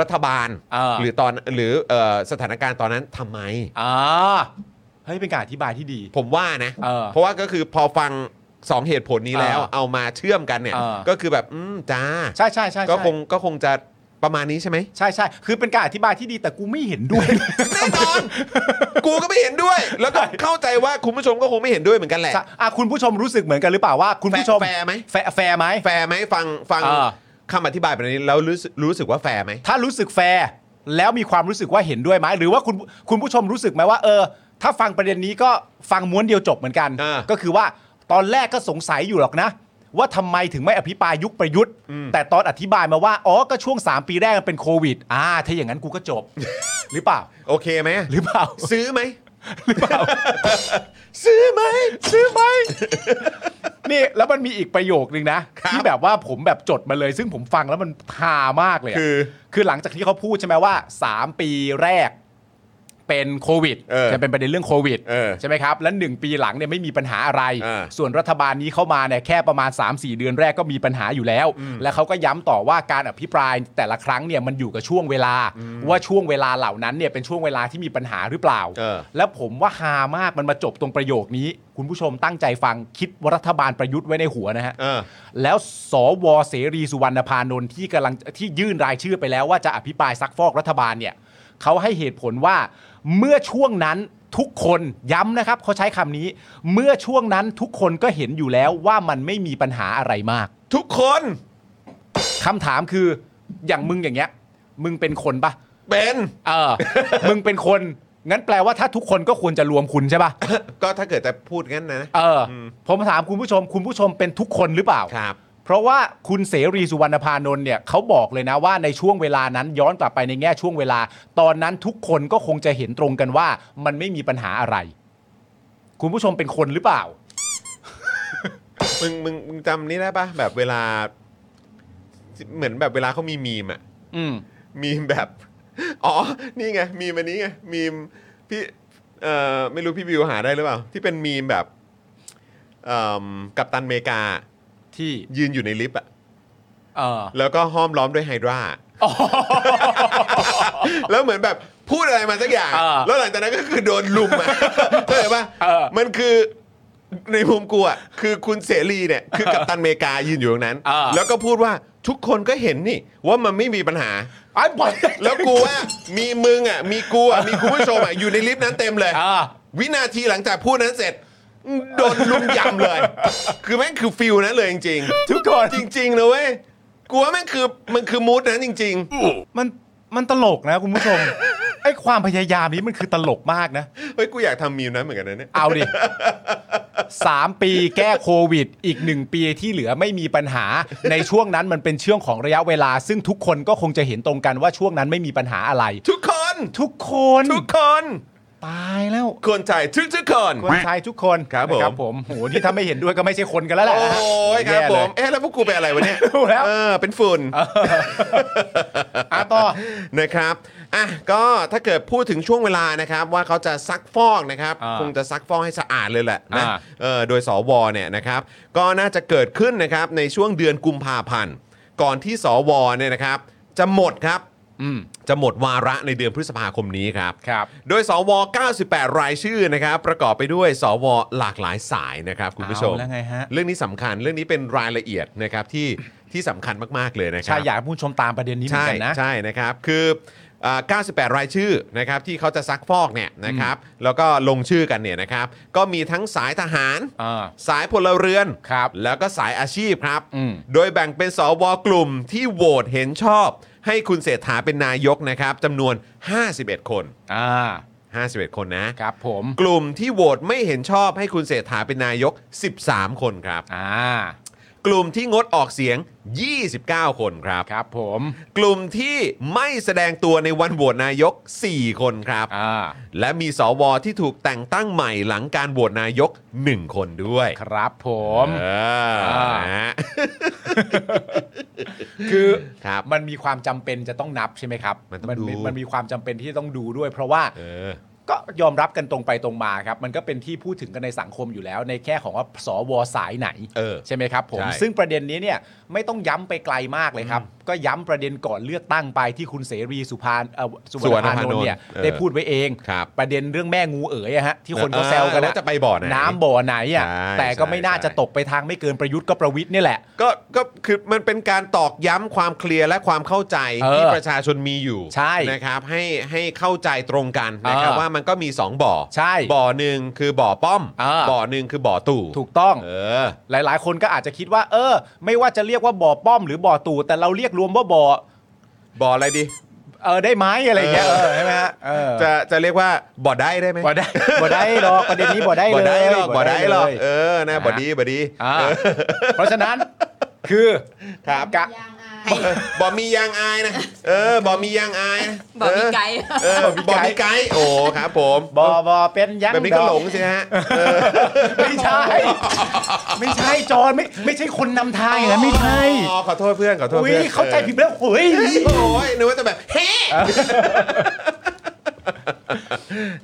Speaker 1: รัฐบาล
Speaker 2: เออ
Speaker 1: หรือตอนหรือเออสถานการณ์ตอนนั้นทำไม
Speaker 2: อ่าเฮ้ยเป็นการอธิบายที่ดี
Speaker 1: ผมว่านะ
Speaker 2: เออ
Speaker 1: เพราะว่าก็คือพอฟังสองเหตุผลนี้แล้ว
Speaker 2: เออ
Speaker 1: เอามาเชื่อมกันเนี่ย
Speaker 2: เออ
Speaker 1: ก็คือแบบอืมจ้า
Speaker 2: ใช่ใช่ใช่ใช่
Speaker 1: ก็คงก็คงจะประมาณนี้ใช่ไหม
Speaker 2: ใช่ใช่คือเป็นการอธิบายที่ดีแต่กูไม่เห็นด้วย
Speaker 1: แน่น อน กูก็ไม่เห็นด้วย แล้วก็เข้าใจว่าคุณผู้ชมก็คงไม่เห็นด้วยเหมือนกันแหละ
Speaker 2: ใช่อ่ะคุณผู้ชมรู้สึกเหมือนกันหรือเปล่าว่า คุณผู้ชม
Speaker 1: แฟร์ไหม
Speaker 2: แฟร์แฟร์ไหม
Speaker 1: แฟร์ไหมฟังฟัง
Speaker 2: เออ
Speaker 1: คำอธิบายแบบนี้แล้วรู้สึกรู้สึกว่าแฟร์ไหม
Speaker 2: ถ้ารู้สึกแฟร์แล้วมีความรู้สึกว่าเห็นด้วยไหมหรือว่าคุณคุณผู้ชมรู้สึกไหมว่า เออ ถ้าฟังประเด็นนี้ก็ฟังม้วนเดียวจบเหมือนกัน
Speaker 1: เออ
Speaker 2: ก็คือว่าตอนแรกก็สงสัยอยู่หรอกนะ ว่าทำไมถึงไม่อภิปรายยุคประยุทธ์ แต่ตอนอธิบายมาว่าอ๋อก็ช่วง 3 ปีแรกมันเป็นโควิดอ่าถ้าอย่างนั้นกูก็จบ หรือเปล่า
Speaker 1: โอเคไหม
Speaker 2: หรือเปล่า
Speaker 1: ซื้อไหม
Speaker 2: หรือเปล่า
Speaker 1: ซื้อไหมซื้อไหม
Speaker 2: นี่แล้วมันมีอีกประโยคนึงนะ
Speaker 1: ครับ
Speaker 2: ที่แบบว่าผมแบบจดมาเลย ซึ่งผมฟังแล้วมันฮามากเลยะ
Speaker 1: คือ
Speaker 2: คือหลังจากที่เขาพูดใช่ไหมว่า 3 ปีแรกเป็นโควิด
Speaker 1: เออ
Speaker 2: จะเป็นประเด็นเรื่องโควิด
Speaker 1: เออ
Speaker 2: ใช่ไหมครับแล้วหนึ่งปีหลังเนี่ยไม่มีปัญหาอะไร
Speaker 1: เออ
Speaker 2: ส่วนรัฐบาลนี้เข้ามาเนี่ยแค่ประมาณ 3-4 เดือนแรกก็มีปัญหาอยู่แล้ว และเขาก็ย้ำต่อว่าการอภิปรายแต่ละครั้งเนี่ยมันอยู่กับช่วงเวลา ว่าช่วงเวลาเหล่านั้นเนี่ยเป็นช่วงเวลาที่มีปัญหาหรือเปล่า
Speaker 1: เออ
Speaker 2: แล้วผมว่าฮามากมันมาจบตรงประโยคนี้ คุณผู้ชมตั้งใจฟังคิดว่ารัฐบาลประยุทธ์ไว้ในหัวนะฮะ
Speaker 1: เออ
Speaker 2: แล้วสวเสรีสุวรรณพานนท์ที่กำลังที่ยื่นรายชื่อไปแล้วว่าจะอภิปรายซักฟอกรัฐบาลเนี่ยเขาให้เหตุผลว่าเมื่อช่วงนั้นทุกคนย้ำนะครับเขาใช้คำนี้ เมื่อช่วงนั้นทุกคนก็เห็นอยู่แล้วว่ามันไม่มีปัญหาอะไรมาก
Speaker 1: ทุกคน
Speaker 2: คำถามคืออย่างมึงอย่างเงี้ย มึงเป็นคนปะ
Speaker 1: เป็น
Speaker 2: เออ มึงเป็นคน งั้นแปลว่าถ้าทุกคนก็ควรจะรวมคุณใช่ป่ะ
Speaker 1: ก็ถ้าเกิดจะพูดงั้นนะ
Speaker 2: เอออ ผมถามคุณผู้ชม คุณผู้ชมเป็นทุกคนหรือเปล่า
Speaker 1: ครับ
Speaker 2: เพราะว่าคุณเสรีสุวรรณพานนท์เนี่ยเขาบอกเลยนะว่าในช่วงเวลานั้นย้อนกลับไปในแง่ช่วงเวลา ตอนนั้นทุกคนก็คงจะเห็นตรงกันว่ามันไม่มีปัญหาอะไร คุณผู้ชมเป็นคนหรือเปล่า
Speaker 1: มึงมึงมึงจำนี่ได้ปะแบบเวลา เหมือนแบบเวลาเขามีมีมอะ
Speaker 2: อืม
Speaker 1: มีมแบบ อ๋อ นี่ไง มีมอันนี้ไง มีมพี่ เอ่อ ไม่รู้พี่บิวหาได้หรือเปล่า ที่เป็นมีมแบบเอิ่มกับตันอเมริกา
Speaker 2: ที่
Speaker 1: ยืนอยู่ในลิฟต์อะ
Speaker 2: เออ
Speaker 1: แล้วก็ห้อมล้อมด้วยไฮดรา แล้วเหมือนแบบพูดอะไรมาสักอย่าง
Speaker 2: เออ
Speaker 1: แล้วหลังจากนั้นก็คือโดนลุมอะ เข้าใจปะ
Speaker 2: เออ
Speaker 1: มันคือในมุมกูอะคือคุณเสรีเนี่ย คือกับตันอเมริกายืนอยู่ตรงนั้น
Speaker 2: เออ
Speaker 1: แล้วก็พูดว่าทุกคนก็เห็นนี่ ว่ามันไม่มีปัญหา
Speaker 2: ไอ้บอล
Speaker 1: แล้วกูว่ามีมึงอ่ะ มีกูอ่ะ มีคุณผู้ชมอ่ะ อยู่ในลิฟต์นั้นเต็มเลย
Speaker 2: เออ
Speaker 1: วินาทีหลังจากพูดนั้นเสร็จ โดนลุมยำเลย คือแม่งคือฟิลนั้นเลยจริงๆ
Speaker 2: ทุกคน
Speaker 1: จริงๆนะเว้ยกูว่าแม่งคือมันคือมูดนั้นจริง
Speaker 2: มันมันตลกนะคุณผู้ชม ไอ้ความพยายามนี้มันคือตลกมากนะ
Speaker 1: ๆ เฮ้ย กูอยากทำมีมนั้นเหมือนกันนะเนี่ย
Speaker 2: เอาดิ สามปีแก้โควิด อีกหนึ่งปีที่เหลือไม่มีปัญหา ในช่วงนั้นมันเป็นช่วงของระยะเวลา ซึ่งทุกคนก็คงจะเห็นตรงกันว่าช่วงนั้นไม่มีปัญหาอะไร
Speaker 1: ทุกคน
Speaker 2: ทุกคน
Speaker 1: ทุกคน
Speaker 2: ตายแล้ว
Speaker 1: คนใจทุกทุกๆคน
Speaker 2: คนไทยทุกคน
Speaker 1: ครับผม
Speaker 2: นะผมโหนี่ถ้าไม่เห็นด้วยก็ไม่ใช่คนกันแล้วแหละ
Speaker 1: โอ้ยครับ
Speaker 2: แย่
Speaker 1: ผ
Speaker 2: เลย
Speaker 1: ม เอ๊ะแล้วพวกกูเป็นอะไรวะเนี่ย
Speaker 2: รู้แล้ว
Speaker 1: เออเป็นฝุ่น
Speaker 2: อ่ะต่อ
Speaker 1: นะครับ อ่ะ ก็ถ้าเกิดพูดถึงช่วงเวลานะครับ ว่าเขาจะซักฟอกนะครับ
Speaker 2: อ่า
Speaker 1: คงจะซักฟอกให้สะอาดเลยแหละนะ
Speaker 2: อ่า
Speaker 1: เออโดยสวเนี่ยนะครับ ก็น่าจะเกิดขึ้นนะครับในช่วงเดือนกุมภาพันธ์ ก่อนที่สวเนี่ยนะครับ จะหมดครับ
Speaker 2: อืม
Speaker 1: จะหมดวาระในเดือนพฤษภาคมนี้ครับ
Speaker 2: ครับ
Speaker 1: โดย สว 98 รายชื่อนะครับ ประกอบไปด้วย สว หลากหลายสายนะครับ คุณผู้ชม
Speaker 2: เอาแล้วไงฮะ
Speaker 1: เรื่องนี้สำคัญ เรื่องนี้เป็นรายละเอียดนะครับที่ที่สำคัญมาก ๆ เลยนะครั
Speaker 2: ใช่อยากให้ผู้ชมตามประเด็นนี้เหมือนกันนะ
Speaker 1: ใช่ใช่นะครับ คืออ่า98 รายชื่อนะครับที่เขาจะซักฟอกเนี่ยนะครับ แล้วก็ลงชื่อกันเนี่ยนะครับ ก็มีทั้งสายทหาร
Speaker 2: อ่า
Speaker 1: สายพลเรือน
Speaker 2: ครับ
Speaker 1: แล้วก็สายอาชีพครับ
Speaker 2: อืม
Speaker 1: โดยแบ่งเป็นสวกลุ่มที่โหวตเห็นชอบ ให้คุณเศรษฐาเป็นนายกนะครับจำนวน 51 คน
Speaker 2: อ่า
Speaker 1: 51 คนนะ
Speaker 2: ครับผม
Speaker 1: กลุ่มที่โหวตไม่เห็นชอบให้คุณเศรษฐาเป็นนายก 13 คนครับ
Speaker 2: อ่าก
Speaker 1: ลุ่มที่งดออกเสียง 29 คนครับ
Speaker 2: ครับผม
Speaker 1: กลุ่มที่ไม่แสดงตัวในวันโหวตนายก 4 คนครับ
Speaker 2: อ่า
Speaker 1: และมีสวที่ถูกแต่งตั้งใหม่หลังการโหวตนายก 1 คนด้วย
Speaker 2: ครับผม
Speaker 1: เออ
Speaker 2: อ่า
Speaker 1: นะฮะ
Speaker 2: คือ
Speaker 1: ครับ
Speaker 2: มันมีความจำเป็นจะต้องนับใช่ไหมครับ
Speaker 1: มันต้องดู
Speaker 2: มันมีความจำเป็นที่จะต้องดูด้วย เพราะว่า
Speaker 1: เออ
Speaker 2: ก็ยอมรับกันตรงไปตรงมาครับ มันก็เป็นที่พูดถึงกันในสังคมอยู่แล้ว ในแค่ของว่าสวสายไหน
Speaker 1: เออ
Speaker 2: ใช่ไหมครับผม
Speaker 1: ใช่
Speaker 2: ซึ่งประเด็นนี้เนี่ยไม่ต้องย้ำไปไกลมากเลยครับ ก็ย้ำประเด็นก่อนเลือกตั้งไปที่คุณเสรีสุพานเอ่อสุวรรณพานนท์เนี่ย
Speaker 1: เออ
Speaker 2: ได้พูดไว้เอง
Speaker 1: ครับ
Speaker 2: ประเด็นเรื่องแม่งูเอ๋ยอะฮะที่คน
Speaker 1: เออ
Speaker 2: ก็แซวกันอ
Speaker 1: ว่าจะไปบ่อไหน
Speaker 2: น้ำบ่อไหนอะ
Speaker 1: ใช่
Speaker 2: แต่ก็ไม่น่า
Speaker 1: ใช่
Speaker 2: จะตกไปทางไม่เกินประยุทธ์ก็ประวิทย์นี่แหละ
Speaker 1: ก็ก็คือมันเป็นการตอกย้ำความเคลียร์และความเข้าใจ
Speaker 2: เออ
Speaker 1: ที่ประชาชนมีอยู่
Speaker 2: ใช่
Speaker 1: นะครับ ให้ให้เข้าใจตรงกันนะครับ
Speaker 2: เออ
Speaker 1: ว่ามันก็มี 2 บ่อ
Speaker 2: ใช่
Speaker 1: บ่อหนึ่งคือบ่อป้อม
Speaker 2: เออ
Speaker 1: บ่อหนึ่งคือบ่อตู่
Speaker 2: ถูกต้อง
Speaker 1: เออ
Speaker 2: หลาย ๆ คนก็อาจจะคิดว่า เออ ไม่ว่าจะเรียกว่าบ่อป้อมหรือบ่อตู่แต่เราเรียกรวมว่าบ่อ
Speaker 1: บ่ออะไรดี
Speaker 2: เออได้ไหมอะไรอย่างเงี้ย
Speaker 1: เอ
Speaker 2: เอ
Speaker 1: อ
Speaker 2: อใช่ไหมฮะเออ
Speaker 1: จะจะเรียกว่าบ่อได้ได้ไหม
Speaker 2: บ่ได้บ่ได้หรอกประเด็นนี้บ่ได้เลย
Speaker 1: บ่ได้หรอกบ่ได้หรอก
Speaker 2: เลย
Speaker 1: เออ นะบ่ดีบ่ดี
Speaker 2: อ่าเพราะฉะนั้นคือ
Speaker 1: ครับ
Speaker 2: กะ
Speaker 1: เออบ่มียางอายนะ เออ บ่มียางอายนะ
Speaker 4: บอกพี่ไก
Speaker 1: เ
Speaker 4: ด์
Speaker 1: เออ บ่มีไกด์โอ้ครับผม
Speaker 2: บอบอเป็นยัง
Speaker 1: แบบนี้ก็หลงสิฮะเออ
Speaker 2: ไม่ใช่ ไม่ใช่จอนไม่ไม่ใช่คนนำทางอย่างนั้นไม่ใช่
Speaker 1: อ๋อขอโทษเพื่อน ขอโทษ
Speaker 2: อุ้ย
Speaker 1: เพื่อน
Speaker 2: เข้าใจผิดไปแล้วโอ้ย
Speaker 1: เออโอ้ยนึกว่าจะแบบเฮ้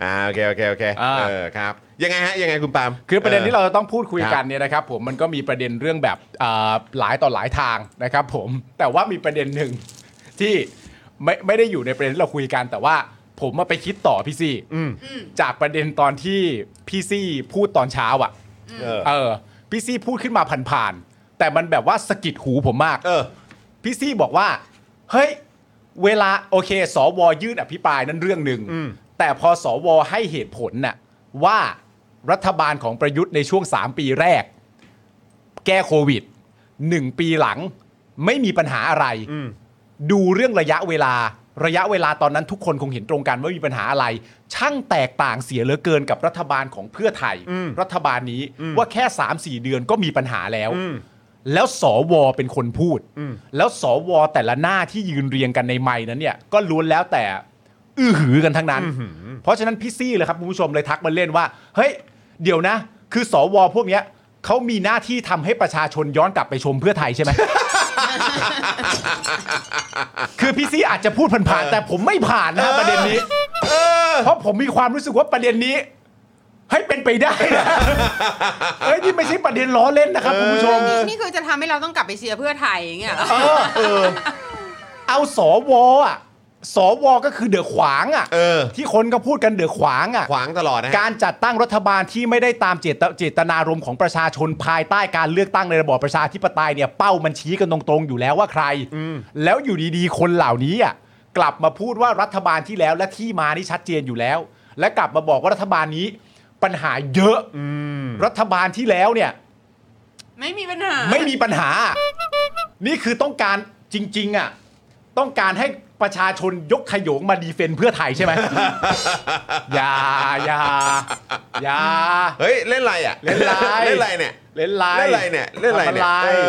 Speaker 1: อ่าโอเคโอเคโอเค
Speaker 2: อ่า
Speaker 1: เออครับ ยังไงฮะยังไงคุณปาล์ม
Speaker 2: คือประเด็นที่เราจะต้องพูดคุย
Speaker 1: ครับ
Speaker 2: กันเนี่ยนะครับผมมันก็มีประเด็นเรื่องแบบเอ่อหลายต่อหลายทางนะครับผมแต่ว่ามีประเด็นหนึ่ง ที่ไม่ไม่ได้อยู่ในประเด็นที่เราคุยกัน แต่ว่าผมมาไปคิดต่อพี่ซี่
Speaker 1: อืม
Speaker 2: จากประเด็นตอนที่พี่ซี่พูดตอนเช้าอ่ะ
Speaker 1: เออ
Speaker 2: เออพี่ซี่พูดขึ้นมาผ่านๆแต่มันแบบว่าสะกิดหูผมมาก
Speaker 1: เออ
Speaker 2: พี่ซี่บอกว่า เฮ้ย เวลาโอเค สวยื่นอภิปรายนั้นเรื่องหนึ่ง
Speaker 1: อืม
Speaker 2: แต่พอสวให้เหตุผลน่ะว่ารัฐบาลของประยุทธ์ในช่วง 3 ปีแรก แก้โควิด 1 ปีหลัง ไม่มีปัญหาอะไร
Speaker 1: อืม
Speaker 2: ดูเรื่องระยะเวลา ระยะเวลาตอนนั้นทุกคนคงเห็นตรงกันว่ามีปัญหาอะไร ช่างแตกต่างเสียเหลือเกินกับรัฐบาลของเพื่อไทย
Speaker 1: อืม
Speaker 2: รัฐบาลนี้
Speaker 1: อืม
Speaker 2: ว่าแค่ 3-4 เดือนก็มีปัญหาแล้ว
Speaker 1: อืม
Speaker 2: แล้วสวเป็นคนพูด
Speaker 1: อืม
Speaker 2: แล้วสวแต่ละหน้าที่ยืนเรียงกันในไม้นั้นเนี่ย ก็ล้วนแล้วแต่ อื้อหือกันทั้งนั้น เพราะฉะนั้นพี่ซี่เลยครับคุณผู้ชมเลยทักมาเล่นว่า เฮ้ย เดี๋ยวนะ คือสวพวกเนี้ยเขามีหน้าที่ทำให้ประชาชนย้อนกลับไปชมเพื่อไทยใช่ไหม คือพี่ซี่อาจจะพูดผ่านๆแต่ผมไม่ผ่านนะประเด็นนี้
Speaker 1: เออ
Speaker 2: เพราะผมมีความรู้สึกว่าประเด็นนี้ ให้เป็นไปได้นะ เฮ้ยนี่ไม่ใช่ประเด็นล้อเล่นนะครับคุณผู้ชม
Speaker 4: นี่นี่คือจะทำให้เราต้องกลับไปเชียร์เพื่อไทยอย่างเงี้ยเหรอ
Speaker 2: เอาสวอ่ะสวก็คือเดือขวางอ่ะ
Speaker 1: เออ
Speaker 2: ที่คนก็พูดกันเดือขวางอ่ะ
Speaker 1: ขวางตลอดนะฮะ
Speaker 2: การจัดตั้งรัฐบาลที่ไม่ได้ตามเจตเจตนารมณ์ของประชาชนภายใต้การเลือกตั้งในระบอบประชาธิปไตยเนี่ยเป้ามันชี้กันตรงๆอยู่แล้วว่าใคร แล้วอยู่ดีๆ คนเหล่านี้อ่ะกลับมาพูดว่ารัฐบาลที่แล้วและที่มานี่ชัดเจนอยู่แล้ว และกลับมาบอกว่ารัฐบาลนี้ ปัญหาเยอะรัฐบาลที่แล้วเนี่ย
Speaker 4: ไม่มีปัญหา
Speaker 2: ไม่มีปัญหา นี่คือต้องการจริง ๆ อ่ะ ต้องการให้ประชาชนยกขยงมาดีเฟนเพื่อไทยใช่ไหม อย่าอย่าอย่า
Speaker 1: เฮ้ย เล่นไรอ่ะ
Speaker 2: เล่นไร
Speaker 1: เล่นไรเนี่ย
Speaker 2: เล่นไล
Speaker 1: เล่นอะไรเนี่ยเล่นอะไรเนี่ย
Speaker 2: ทำอะไร
Speaker 1: เอ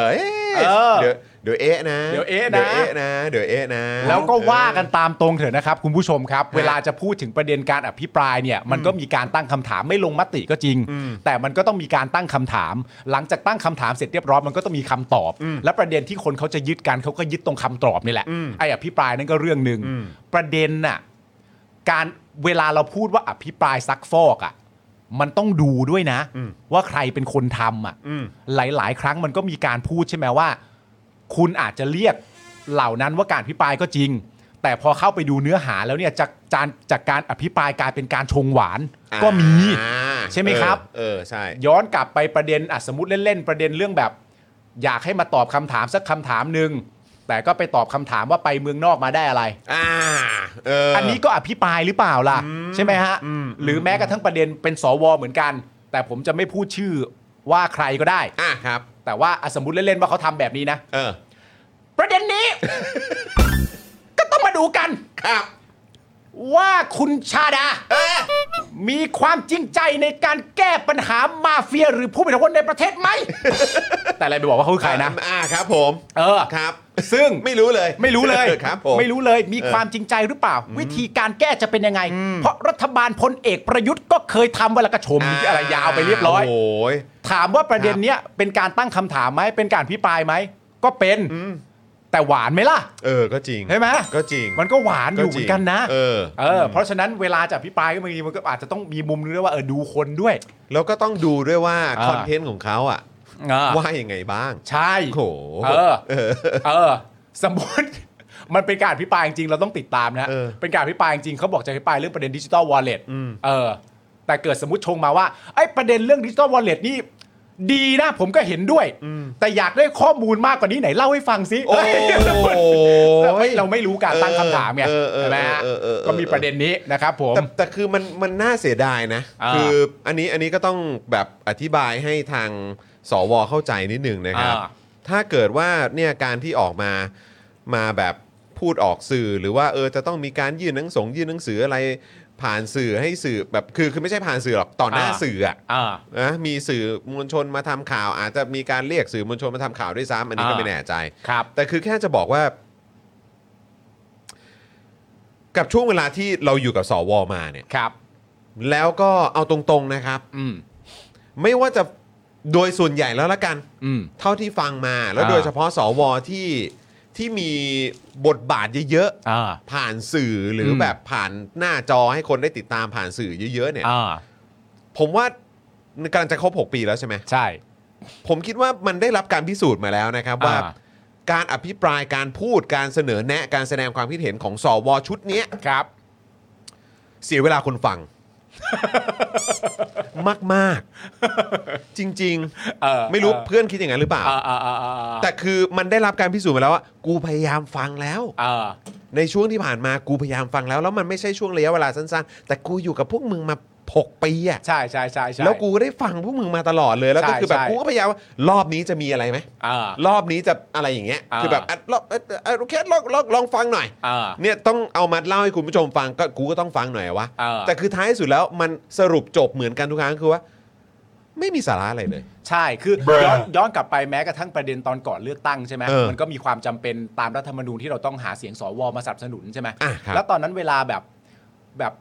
Speaker 1: อเอ๊ะ
Speaker 2: เออ
Speaker 1: เดี๋ยวเดี๋ยวเอ๊ะนะ
Speaker 2: เดี๋ยวเอ๊ะนะ
Speaker 1: เดี๋ยวเอ๊ะนะเดี๋ยวเอ๊ะนะ
Speaker 2: แล้วก็ว่ากันตามตรงเถอะนะครับ คุณผู้ชมครับ เวลาจะพูดถึงประเด็นการอภิปรายเนี่ย มันก็มีการตั้งคำถามไม่ลงมติก็จริง แต่มันก็ต้องมีการตั้งคำถาม หลังจากตั้งคำถามเสร็จเรียบร้อยมันก็ต้องมีคำตอบ และประเด็นที่คนเขาจะยึดกันเขาก็ยึดตรงคำตอบนี่แหละไอ้อภิปรายนั่นก็เรื่องหนึ่งประเด็นน่ะการเวลาเราพูดว่าอภิปรายซักฟอกอ่ะมันต้องดูด้วยนะ ว่าใครเป็นคนทำอ่ะ
Speaker 1: อืม
Speaker 2: หลาย ๆ ครั้งมันก็มีการพูดใช่ไหมว่า คุณอาจจะเรียกเหล่านั้นว่าการพิปรายก็จริง แต่พอเข้าไปดูเนื้อหาแล้วเนี่ยจากจานจากการอภิปรายกลายเป็นการชงหวานก็มี
Speaker 1: อ่า
Speaker 2: ใช่ไหมครับ
Speaker 1: เออเออใช่
Speaker 2: ย้อนกลับไปประเด็นอ่ะสมมติเล่น ๆ ประเด็นเรื่องแบบ อยากให้มาตอบคำถามสักคำถามหนึ่งแต่ก็ไปตอบคำถามว่าไปเมืองนอกมาได้อะไร
Speaker 1: อ่าเออ
Speaker 2: อั
Speaker 1: อั
Speaker 2: นนี้ก็อภิปรายหรือเปล่าล่ะ ใช่ไหมฮะ
Speaker 1: อืม
Speaker 2: หรือแม้กระทั่งประเด็นเป็นสวเหมือนกัน แต่ผมจะไม่พูดชื่อว่าใครก็ได้
Speaker 1: อ่ะครับ
Speaker 2: แต่ว่าอ่ะสมมติเล่น ๆ ว่าเขาทำแบบนี้นะ
Speaker 1: เออ
Speaker 2: ประเด็นนี้ ก็ต้องมาดูกัน
Speaker 1: ครับ
Speaker 2: ว่าคุณชาดา
Speaker 1: เออ
Speaker 2: มีความจริงใจในการแก้ปัญหามาเฟีย หรือผู้มีอิทธิพลในประเทศไหม แต่อะไรไปบอกว่าเขาคือใครนะ
Speaker 1: อ่าครับผม
Speaker 2: เออ
Speaker 1: ครับ
Speaker 2: ซึ่ง
Speaker 1: ไม่รู้เลย
Speaker 2: ไม่รู้เลย
Speaker 1: ครับผม
Speaker 2: ไม่รู้เลย มีความจริงใจหรือเปล่า วิธีการแก้จะเป็นยังไง เพราะรัฐบาลพลเอกประยุทธ์ก็เคยทำเวลากระชม
Speaker 1: า
Speaker 2: อะไรยาวไปเรียบร้อย
Speaker 1: โอ้ย
Speaker 2: ถามว่าประเด็นเนี้ยเป็นการตั้งคำถามไหม เป็นการพิปรายไหม ก็เป็น แต่หวานไหมล่ะ
Speaker 1: เออ ก็จริง
Speaker 2: ใช่ไหม
Speaker 1: ก็จริง
Speaker 2: มันก็หวานอยู่เหมือนกันนะ
Speaker 1: เออ
Speaker 2: เออ เพราะฉะนั้นเวลาจะพิปรายก็บางทีมันก็อาจจะต้องมีมุมนึงด้วยว่าเออดูคนด้วย
Speaker 1: แล้วก็ต้องดูด้วยว่า
Speaker 2: อ่า
Speaker 1: คอนเทนต์ของเขาอ่ะ
Speaker 2: อ่า
Speaker 1: ว่ายังไงบ้าง
Speaker 2: ใช่
Speaker 1: โอ้โห
Speaker 2: เออ
Speaker 1: เออ
Speaker 2: เออ สมมติ มันเป็นการอภิปรายจริงเราต้องติดตามนะฮะ
Speaker 1: เออ
Speaker 2: เป็นการอภิปรายจริงเขาบอกจะอภิปรายเรื่องประเด็นดิจิ t a ลวอลเล็ตเออ แต่เกิดสมมติชงมาว่าไอ้ประเด็นเรื่องดิจิ t a ลวอลเล็ตนี่ดีนะผมก็เห็นด้วย แต่อยากได้ข้อมูลมากกว่านี้ไหนเล่าให้ฟังสิ
Speaker 1: โอ้โห
Speaker 2: เราไม่เราไม่รู้การตั้งคำถามไง
Speaker 1: เออเออ
Speaker 2: ใช่ไหมฮะ
Speaker 1: เออเออเออ
Speaker 2: ก็มีประเด็นนี้นะครับผม
Speaker 1: แต่แต่คือมันมันน่าเสียดายนะ
Speaker 2: อ่า
Speaker 1: คืออันนี้อันนี้ก็ต้องแบบอธิบายให้ทางสวเข้าใจนิดหนึ่งนะครับ
Speaker 2: อ่า
Speaker 1: ถ้าเกิดว่าเนี่ยการที่ออกมามาแบบพูดออกสื่อหรือว่าเออจะต้องมีการยื่นหนังสงยื่นหนังสืออะไรผ่านสื่อให้สื่อแบบคือคือไม่ใช่ผ่านสื่อหรอกต่อหน้า
Speaker 2: อ่า
Speaker 1: สื่ออะ
Speaker 2: อ่า
Speaker 1: นะมีสื่อมวลชนมาทำข่าว อาจจะมีการเรียกสื่อมวลชนมาทำข่าวด้วยซ้ำอันนี้ก็
Speaker 2: อ่า
Speaker 1: ไม่แน่ใจ
Speaker 2: ครับ
Speaker 1: แต่คือแค่จะบอกว่า กับช่วงเวลาที่เราอยู่กับสวมาเนี่ย
Speaker 2: ครับ
Speaker 1: แล้วก็เอาตรงๆนะครับ
Speaker 2: อืม
Speaker 1: ไม่ว่าจะโดยส่วนใหญ่แล้วละกัน
Speaker 2: อืม
Speaker 1: เท่าที่ฟังมา แล้ว
Speaker 2: อ่า
Speaker 1: โดยเฉพาะสวที่ที่มีบทบาทเยอะ
Speaker 2: อ่า
Speaker 1: ๆผ่านสื่อหรืออ
Speaker 2: ม
Speaker 1: แบบผ่านหน้าจอให้คนได้ติดตามผ่านสื่อเยอะๆเนี่ย
Speaker 2: อ่า
Speaker 1: ผมว่ากำลังจะครบ6ปีแล้วใช่ไหม
Speaker 2: ใช่
Speaker 1: ผมคิดว่ามันได้รับการพิสูจน์มาแล้วนะครับ ว่า
Speaker 2: อ่า
Speaker 1: การอภิปรายการพูดการเสนอแนะการแสดงความคิดเห็นของสวชุดเนี้ย
Speaker 2: ครับ
Speaker 1: เสียเวลาคนฟัง มากมากๆ จริง
Speaker 2: เออ
Speaker 1: ๆ ไม่รู้เพื่อนคิดอย่างนั้นหรือเปล่า
Speaker 2: อ่าอ่าอ่าอ่า
Speaker 1: แต่คือมันได้รับการพิสูจน์มาแล้วว่า กูพยายามฟังแล้ว
Speaker 2: อ่า
Speaker 1: ในช่วงที่ผ่านมากูพยายามฟังแล้ว แล้วมันไม่ใช่ช่วงระยะเวลาสั้นๆ แต่กูอยู่กับพวกมึงมาหกปีอะ
Speaker 2: ใช่ใช่ใช่ใช่
Speaker 1: แล้วกูก็ได้ฟังพวกมึงมาตลอดเลยแล้วก็
Speaker 2: ใช่
Speaker 1: คือแบบ
Speaker 2: ใช่
Speaker 1: กูก็พยายามว่ารอบนี้จะมีอะไรไหม
Speaker 2: อ่า
Speaker 1: รอบนี้จะอะไรอย่างเงี้ย
Speaker 2: อ่า
Speaker 1: คือแบบอ่ะรอบเอ่อเอ่อโอเคลองลองลองฟังหน่อย
Speaker 2: อ่า
Speaker 1: เนี่ยต้องเอามาเล่าให้คุณผู้ชมฟังก็กูก็ต้องฟังหน่อยอะวะ
Speaker 2: อ่า
Speaker 1: แต่คือท้ายสุดแล้วมันสรุปจบเหมือนกันทุกครั้งคือว่า ไม่มีสาระอะไรเลย
Speaker 2: ใช่ คือย้อนย้อนกลับไปแม้กระทั่งประเด็นตอนก่อนเลือกตั้งใช่ไหม
Speaker 1: เออ
Speaker 2: มันก็มีความจำเป็นตามรัฐธรรมนูญที่เราต้องหาเสียงสวมาสนับสนุนใช่ไหม
Speaker 1: อ่ะครับ
Speaker 2: แล้วตอนนั้นเวลาแบบแบบ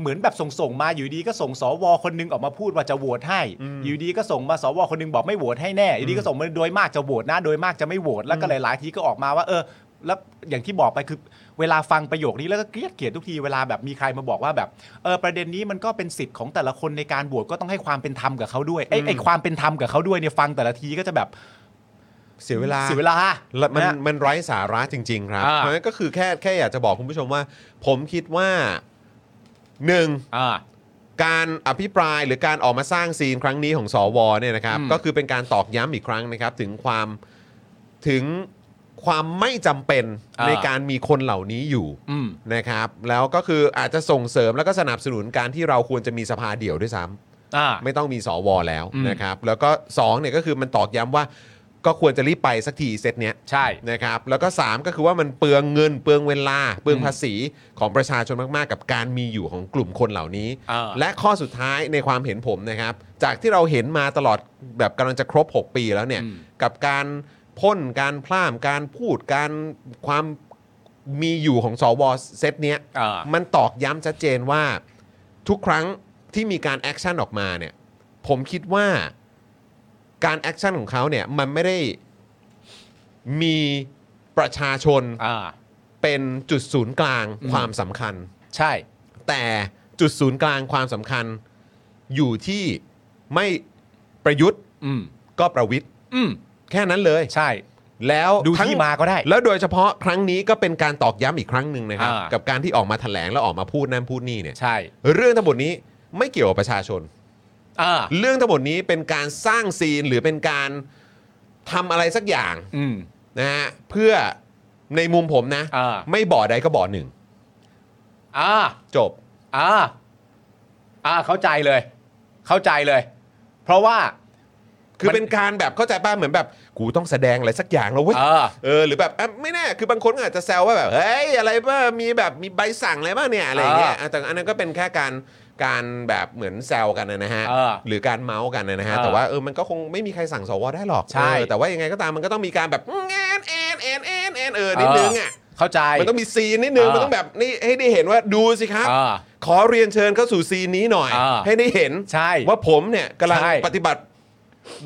Speaker 2: เหมือนแบบส่งส่งๆมาอยู่ดีก็ส่งสวคนหนึงออกมาพูดว่าจะโหวตให้ อยู่ดีก็ส่งมาสวคนหนึงบอกไม่โหวตให้แน่อยู่ดีก็ส่งมาโดยมากจะโหวตนะโดยมากจะไม่โหวตแล้วก็หลายๆทีก็ออกมาว่าเออ แล้วอย่างที่บอกไปคือเวลาฟังประโยคนี้แล้วก็เกลียดเกลียดทุกทีเวลาแบบมีใครมาบอกว่าแบบเออประเด็นนี้มันก็เป็นสิทธิ์ของแต่ละคนในการบวชก็ต้องให้ความเป็นธรรมกับเขาด้วยไอ้ไอ้ความเป็นธรรมกับเขาด้วยเนี่ยฟังแต่ละทีก็จะแบบ
Speaker 1: เสียเวลา
Speaker 2: เสียเวลา
Speaker 1: และมัน
Speaker 2: นะ
Speaker 1: มันไร้สาระจริง ๆ ครับ
Speaker 2: อ่า
Speaker 1: เพราะฉะนั้นก็คือแค่แค่อยากจะบอกคุณผู้ชมว่า ผมคิดว่าหนึ่ง
Speaker 2: อ่า
Speaker 1: การอภิปรายหรือการออกมาสร้างซีนครั้งนี้ของสวเนี่ยนะครับ
Speaker 2: อืม
Speaker 1: ก็คือเป็นการตอกย้ำอีกครั้งนะครับ ถึงความถึงความไม่จำเป็น
Speaker 2: อ่า
Speaker 1: ในการมีคนเหล่านี้อยู่
Speaker 2: อืม
Speaker 1: นะครับ แล้วก็คืออาจจะส่งเสริมแล้วก็สนับสนุนการที่เราควรจะมีสภาเดี่ยวด้วยซ้ำ
Speaker 2: อ่า
Speaker 1: ไม่ต้องมีสวแล้ว
Speaker 2: อืม
Speaker 1: นะครับ แล้วก็สองเนี่ยก็คือมันตอกย้ำว่าก็ควรจะรีบไปสักทีเซตเนี้ย
Speaker 2: ใช่
Speaker 1: นะครับแล้วก็ 3 ก็คือว่ามันเปลืองเงินเปลืองเวลา เปลืองภาษีของประชาชนมาก ๆ กับการมีอยู่ของกลุ่มคนเหล่านี้
Speaker 2: เออ
Speaker 1: และข้อสุดท้ายในความเห็นผมนะครับ จากที่เราเห็นมาตลอดแบบกำลังจะครบ 6 ปีแล้วเนี่ย
Speaker 2: อืม
Speaker 1: กับการพ่นการพล่ามการพูดการความมีอยู่ของสวเซตเนี้ย
Speaker 2: อ่า
Speaker 1: มันตอกย้ำชัดเจนว่าทุกครั้งที่มีการแอคชั่นออกมาเนี่ยผมคิดว่าการแอคชั่นของเขาเนี่ยมันไม่ได้มีประชาชน
Speaker 2: อ่า
Speaker 1: เป็นจุดศูนย์กลาง
Speaker 2: อืม
Speaker 1: ความสำคัญ
Speaker 2: ใช่
Speaker 1: แต่จุดศูนย์กลางความสำคัญอยู่ที่ไม่ประยุทธ์
Speaker 2: อืม
Speaker 1: ก็ประวิทย์
Speaker 2: อืม
Speaker 1: แค่นั้นเลย
Speaker 2: ใช่
Speaker 1: แล้ว
Speaker 2: ดู
Speaker 1: ทั้ง
Speaker 2: ที่มาก็ได้
Speaker 1: แล้วโดยเฉพาะครั้งนี้ก็เป็นการตอกย้ำอีกครั้งหนึ่งนะครับ
Speaker 2: อ่ากั
Speaker 1: กับการที่ออกมาแถลงแล้วออกมาพูดนั่นพูดนี่เนี่ย
Speaker 2: ใช่
Speaker 1: เรื่องทั้งหมดนี้ไม่เกี่ยวกับประชาชน
Speaker 2: อ่า
Speaker 1: เรื่องทั้งหมดนี้เป็นการสร้างซีนหรือเป็นการทำอะไรสักอย่าง
Speaker 2: อืม
Speaker 1: นะฮะเพื่อในมุมผมนะ
Speaker 2: อ่า
Speaker 1: ไม่บ่อใดก็บ่อหนึ่ง
Speaker 2: อ่า
Speaker 1: จบ
Speaker 2: อ่า อ่า เข้าใจเลย เข้าใจเลย เพราะว่า
Speaker 1: คือ
Speaker 2: มัน
Speaker 1: เป็นการแบบเข้าใจป้าเหมือนแบบ กูต้องแสดงอะไรสักอย่างแล้วเว้ย
Speaker 2: เออ
Speaker 1: เออหรือแบบอ่ะไม่แน่คือบางคนก็อาจจะแซวว่าแบบเฮ้ยอะไรบ้างมีแบบมีใบสั่งอะไรบ้างเนี่ยอะไรอย่างเงี้ย
Speaker 2: อ่า
Speaker 1: อ่ะแต่อันนั้นก็เป็นแค่การการแบบเหมือนแซวกันนะฮะ
Speaker 2: เออ
Speaker 1: หรือการเมาส์กันนะฮะ
Speaker 2: เออ
Speaker 1: แต่ว่าเออมันก็คงไม่มีใครสั่งสวได้หรอก
Speaker 2: ใช่
Speaker 1: เออแต่ว่ายังไงก็ตามมันก็ต้องมีการแบบแอนแอนแอนแอนแอนเออนิดนึงอ่ะ
Speaker 2: เข้าใจ
Speaker 1: มันต้องมีซีนนิดนึง
Speaker 2: เออ
Speaker 1: มันต้องแบบนี่ให้ได้เห็นว่าดูสิครับ
Speaker 2: เออ
Speaker 1: ขอเรียนเชิญเข้าสู่ซีนนี้หน่อย
Speaker 2: เออ
Speaker 1: ให้ได้เห็น
Speaker 2: ใช่
Speaker 1: ว่าผมเนี่ยกำลัง
Speaker 2: ใช่
Speaker 1: ปฏิบัติ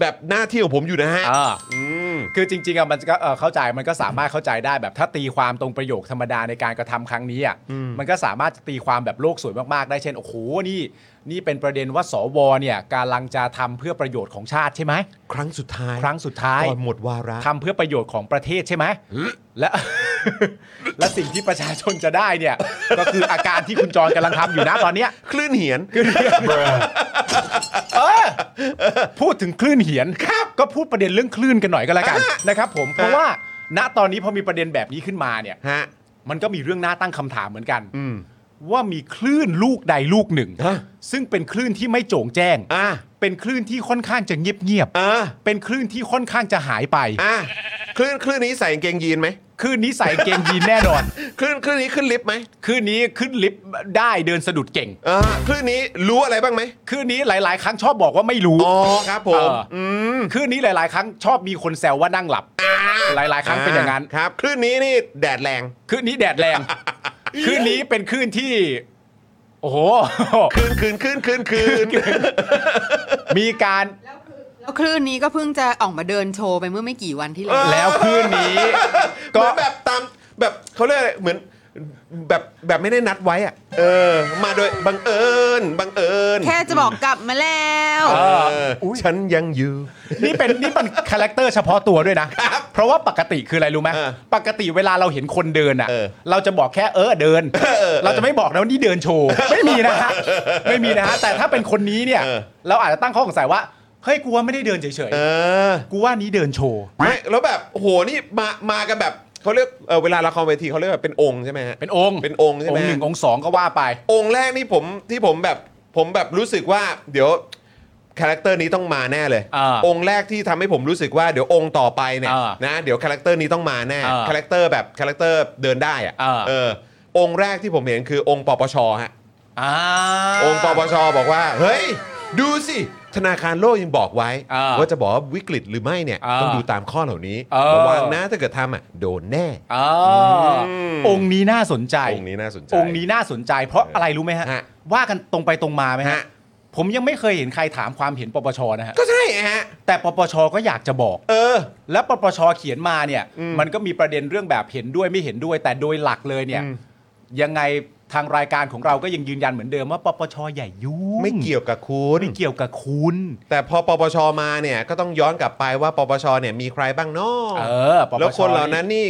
Speaker 1: แบบหน้าที่ของผมอยู่นะฮะ
Speaker 2: เออ
Speaker 1: อืม
Speaker 2: คือจริงๆอะมันก็เอ่อเข้าใจมันก็สามารถเข้าใจได้แบบถ้าตีความตรงประโยคธรรมดาในการกระทำครั้งนี้อะมันก็สามารถตีความแบบโลกสวยมากๆ ได้เช่นโอ้โหนี่นี่เป็นประเด็นว่าสวเนี่ยกำลังจะทำเพื่อประโยชน์ของชาติใช่ไหม
Speaker 1: ครั้งสุดท้าย
Speaker 2: ครั้งสุดท้าย
Speaker 1: ก่อนหมดวาระ
Speaker 2: ทำเพื่อประโยชน์ของประเทศใช่ไหมและ และสิ่งที่ประชาชนจะได้เนี่ย ก็คืออาการที่คุณจรกำลังทำอยู่นะตอนเนี้ย
Speaker 1: คลื่นเหียน
Speaker 2: เออพูดถึงคลื่นเหียนครับ ก็พูดประเด็นเรื่องคลื่นกันหน่อยก็แล้วกันนะครับผมเพราะว่าณตอนนี้พอมีประเด็นแบบนี้ขึ้นมาเนี่ย
Speaker 1: ฮะ
Speaker 2: มันก็มีเรื่องน่าตั้งคำถามเหมือนกัน
Speaker 1: อืม
Speaker 2: ว่ามีคลื่นลูกใดลูกหนึ่ง
Speaker 1: ฮะ
Speaker 2: ซึ่งเป็นคลื่นที่ไม่โจ่งแจ้ง
Speaker 1: อ่ะ
Speaker 2: เป็นคลื่นที่ค่อนข้างจะเงียบเงียบๆ
Speaker 1: อ่ะ
Speaker 2: เป็นคลื่นที่ค่อนข้างจะหายไป
Speaker 1: อ่ะคลื่นคลื่นนี้ใส่กางเกงยีนไหม
Speaker 2: คลื่นนี้ใส่เกงยีนแน่นอน
Speaker 1: คลื่นคลื่นนี้ขึ้นลิฟต์ไหม
Speaker 2: คลื่นนี้ขึ้นลิฟต์ได้เดินสะดุดเก่ง
Speaker 1: อ่าคลื่นนี้รู้อะไรบ้างไหม
Speaker 2: คลื่นนี้หลาย ๆ ครั้งชอบบอกว่าไม่รู้
Speaker 1: อ๋อครับผม
Speaker 2: เอออื คลื่นนี้หลาย ๆ ครั้งชอบมีคนแซวว่านั่งหลับ หลาย ๆ ครั้งเป็นอย่างนั้น
Speaker 1: ครับคลื่นนี้นี่แดดแรง
Speaker 2: คลื่นนี้แดดแรง คลื่นนี้เป็นคลื่นที่ โอ้โห
Speaker 1: คลื่นคลื่นคลื่นคลื่นคลื่น
Speaker 2: มีการ
Speaker 4: แล้วคลื่นนี้ก็เพิ่งจะออกมาเดินโชว์ไปเมื่อไม่กี่วันที่แล้ว
Speaker 2: แล้วคลื่นนี้
Speaker 1: ก็
Speaker 2: ก็
Speaker 1: แบบตามแบบเขาเรียกอะไรเหมือนแบบแบบไม่ได้นัดไว้อ่ะ เออ มาโดยบังเอิญบังเอิญ
Speaker 4: แค่จะบอกกลับมาแล้ว
Speaker 1: เอออฉันยังอยู่
Speaker 2: นี่เป็นนี่มันคาแรคเตอร์เฉพาะตัวด้วยนะ เพราะว่าปกติคืออะไรรู้ไหม
Speaker 1: เออ
Speaker 2: ปกติเวลาเราเห็นคนเดินอ่ะ
Speaker 1: เออ
Speaker 2: เราจะบอกแค่เออเดิน
Speaker 1: เออ
Speaker 2: เราจะไม่บอกนะว่านี่เดินโชว์ ไม่มีนะฮะไม่มีนะฮะแต่ถ้าเป็นคนนี้เนี่ย
Speaker 1: เออ
Speaker 2: เราอาจจะตั้งข้อสงสัยว่าเฮ้ยกูว่าไม่ได้เดินเฉย
Speaker 1: เออ
Speaker 2: ๆกูว่านี้เดินโชว์
Speaker 1: ไม่แล้วแบบโอ้โหนี่มามากันแบบเขาเรียกเอ่อเวลาละครเวทีเขาเรียกแบบเป็นองค์ใช่ไหมฮะ
Speaker 2: เป็นองค์
Speaker 1: เป็นองค์ใช่ไหม
Speaker 2: องค์หนึ่งองค์สองก็ว่าไป
Speaker 1: องค์แรกนี่ผมที่ผมแบบผมแบบรู้สึกว่าเดี๋ยวคาแรคเตอร์นี้ต้องมาแน่เลย
Speaker 2: อ่า
Speaker 1: องค์แรกที่ทำให้ผมรู้สึกว่าเดี๋ยวองค์ต่อไปเนี่ย
Speaker 2: อ่า
Speaker 1: นะเดี๋ยวคาแรคเตอร์นี้ต้องมาแน่
Speaker 2: อ่า
Speaker 1: คาแรคเตอร์แบบคาแรคเตอร์เดินได้อะ
Speaker 2: อ่า
Speaker 1: เออองค์แรกที่ผมเห็นคือองค์ปปชฮะ
Speaker 2: อ่า
Speaker 1: องค์ปปชบอกว่า เฮ้ย ดูสิ ธนาคารโลกยังบอกไว้
Speaker 2: อ่า
Speaker 1: ว่าจะบอกว่าวิกฤตหรือไม่เนี่ย
Speaker 2: อ่า
Speaker 1: ต้องดูตามข้อเหล่านี้
Speaker 2: เออ
Speaker 1: ระวังนะถ้าเกิดทำอ่ะโดนแน่
Speaker 2: อ่า
Speaker 1: อืม
Speaker 2: องค์นี้น่าสนใจ
Speaker 1: องค์นี้น่าสนใจ
Speaker 2: องค์นี้น่าสนใจ เพราะอะไรรู้ไหมฮะ
Speaker 1: ฮะ
Speaker 2: ว่ากันตรงไปตรงมาไหม
Speaker 1: ฮะ
Speaker 2: ฮะ ผมยังไม่เคยเห็นใครถามความเห็นปปชนะฮะ
Speaker 1: ก็ใช่ฮะ
Speaker 2: แต่ปปชก็อยากจะบอก
Speaker 1: เออ
Speaker 2: และปปชเขียนมาเนี่ย มันก็มีประเด็นเรื่องแบบเห็นด้วยไม่เห็นด้วย แต่โดยหลักเลยเนี่ย ยังไงทางรายการของเราก็ยังยืนยันเหมือนเดิมว่าปปชใหญ่ายุ่ง
Speaker 1: ไม่เกี่ยวกับคุณ
Speaker 2: ไม่เกี่ยวกับคุณ
Speaker 1: แต่พอปปชมาเนี่ยก็ต้องย้อนกลับไปว่าปปชเนี่ยมีใครบ้างเนาะ
Speaker 2: เออปปช
Speaker 1: แล้วคนเหล่านั้นนี่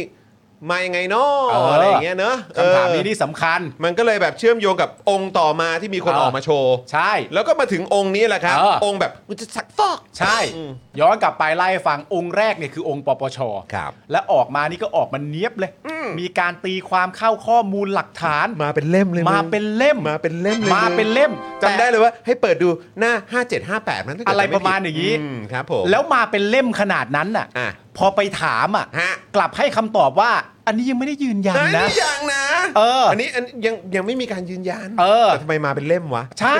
Speaker 1: มายังไงเนาะ
Speaker 2: เอออ
Speaker 1: อะไรอย่างเงี้ยเนอะ
Speaker 2: คำถามนี้
Speaker 1: เออ
Speaker 2: นี่สำคัญ
Speaker 1: มันก็เลยแบบเชื่อมโยงกับองค์ต่อมาที่มีคน
Speaker 2: เออ
Speaker 1: ออกมาโชว์
Speaker 2: ใช่
Speaker 1: แล้วก็มาถึงองค์นี้แหละครับ
Speaker 2: เออ
Speaker 1: องค์แบบมันจะสักฟอก
Speaker 2: ใช่
Speaker 1: อืม
Speaker 2: ย้อนกลับไปไล่ฟังองค์แรกเนี่ยคือองค์ปปช
Speaker 1: ครับ
Speaker 2: และออกมานี่ก็ออกมาเนี้ยบเลย มีการตีความเข้าข้อมูลหลักฐาน
Speaker 1: มาเป็นเล่มเลยง
Speaker 2: มาเป็นเล่ม
Speaker 1: มาเป็นเล่มเลย
Speaker 2: มาเป็น
Speaker 1: ง
Speaker 2: เล่ม
Speaker 1: จำได้เลยว่าให้เปิดดูหน้า 5758 นั้นถ้เกิด
Speaker 2: อะไร
Speaker 1: จำ
Speaker 2: ป
Speaker 1: ผิด
Speaker 2: ระมาณอย่างนี้
Speaker 1: มครับผม
Speaker 2: แล้วมาเป็นเล่มขนาดนั้นน่ะ
Speaker 1: อ่ะ
Speaker 2: พอไปถามอ่ะ
Speaker 1: ฮะ
Speaker 2: กลับให้คำตอบว่า อันนี้ยังไม่ได้ยืนยัน
Speaker 1: อัน
Speaker 2: นะ
Speaker 1: นี้ยังนะ
Speaker 2: เอออั
Speaker 1: นนี้อันยังยังไม่มีการยืนยัน
Speaker 2: เออ
Speaker 1: แต่ทำไมมาเป็นเล่มวะ
Speaker 2: ใช่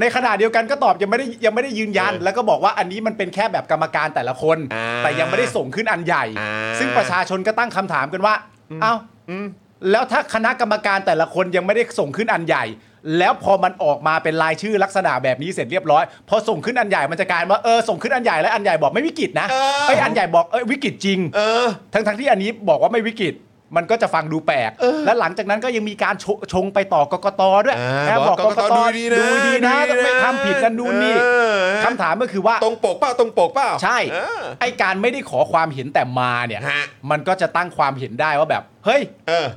Speaker 2: ในขณะเดียวกันก็ตอบยังไม่ได้ยังไม่ได้ยืนยัน
Speaker 1: เออ
Speaker 2: แล้วก็บอกว่าอันนี้มันเป็นแค่แบบกรรมการแต่ละคน
Speaker 1: อ่า
Speaker 2: แต่ยังไม่ได้ส่งขึ้นอันใหญ่
Speaker 1: อ่า
Speaker 2: ซึ่งประชาชนก็ตั้งคำถามกันว่า เอ้า
Speaker 1: อืม
Speaker 2: แล้วถ้าคณะกรรมการแต่ละคนยังไม่ได้ส่งขึ้นอันใหญ่ แล้วพอมันออกมาเป็นรายชื่อลักษณะแบบนี้เสร็จเรียบร้อย พอส่งขึ้นอันใหญ่มันจะกลายว่าเออส่งขึ้นอันใหญ่และอันใหญ่บอกไม่วิกฤตนะ
Speaker 1: เออ
Speaker 2: ยอันใหญ่บอกเอ้ยวิกฤตจริง
Speaker 1: เออ
Speaker 2: ทั้งทั้งๆที่อันนี้บอกว่าไม่วิกฤต มันก็จะฟังดูแปลก และหลังจากนั้นก็ยังมีการชชงไปต่อกกตด้วย
Speaker 1: อ่า
Speaker 2: นะ
Speaker 1: บอกกกตดูดีนะ
Speaker 2: ดูดีนะ
Speaker 1: ดู
Speaker 2: ต้อง
Speaker 1: ดีนะ
Speaker 2: ไม่ทำผิดนั่นนู่นนี่
Speaker 1: เออ
Speaker 2: คำถามก็คือว่า
Speaker 1: ตรงปกเปล่าตรงปกเปล่า
Speaker 2: ใช่
Speaker 1: เออ
Speaker 2: ไอการไม่ได้ขอความเห็นแต่มาเนี่ย
Speaker 1: ฮะ
Speaker 2: มันก็จะตั้งความเห็นได้ว่าแบบ เฮ้ย
Speaker 1: เออ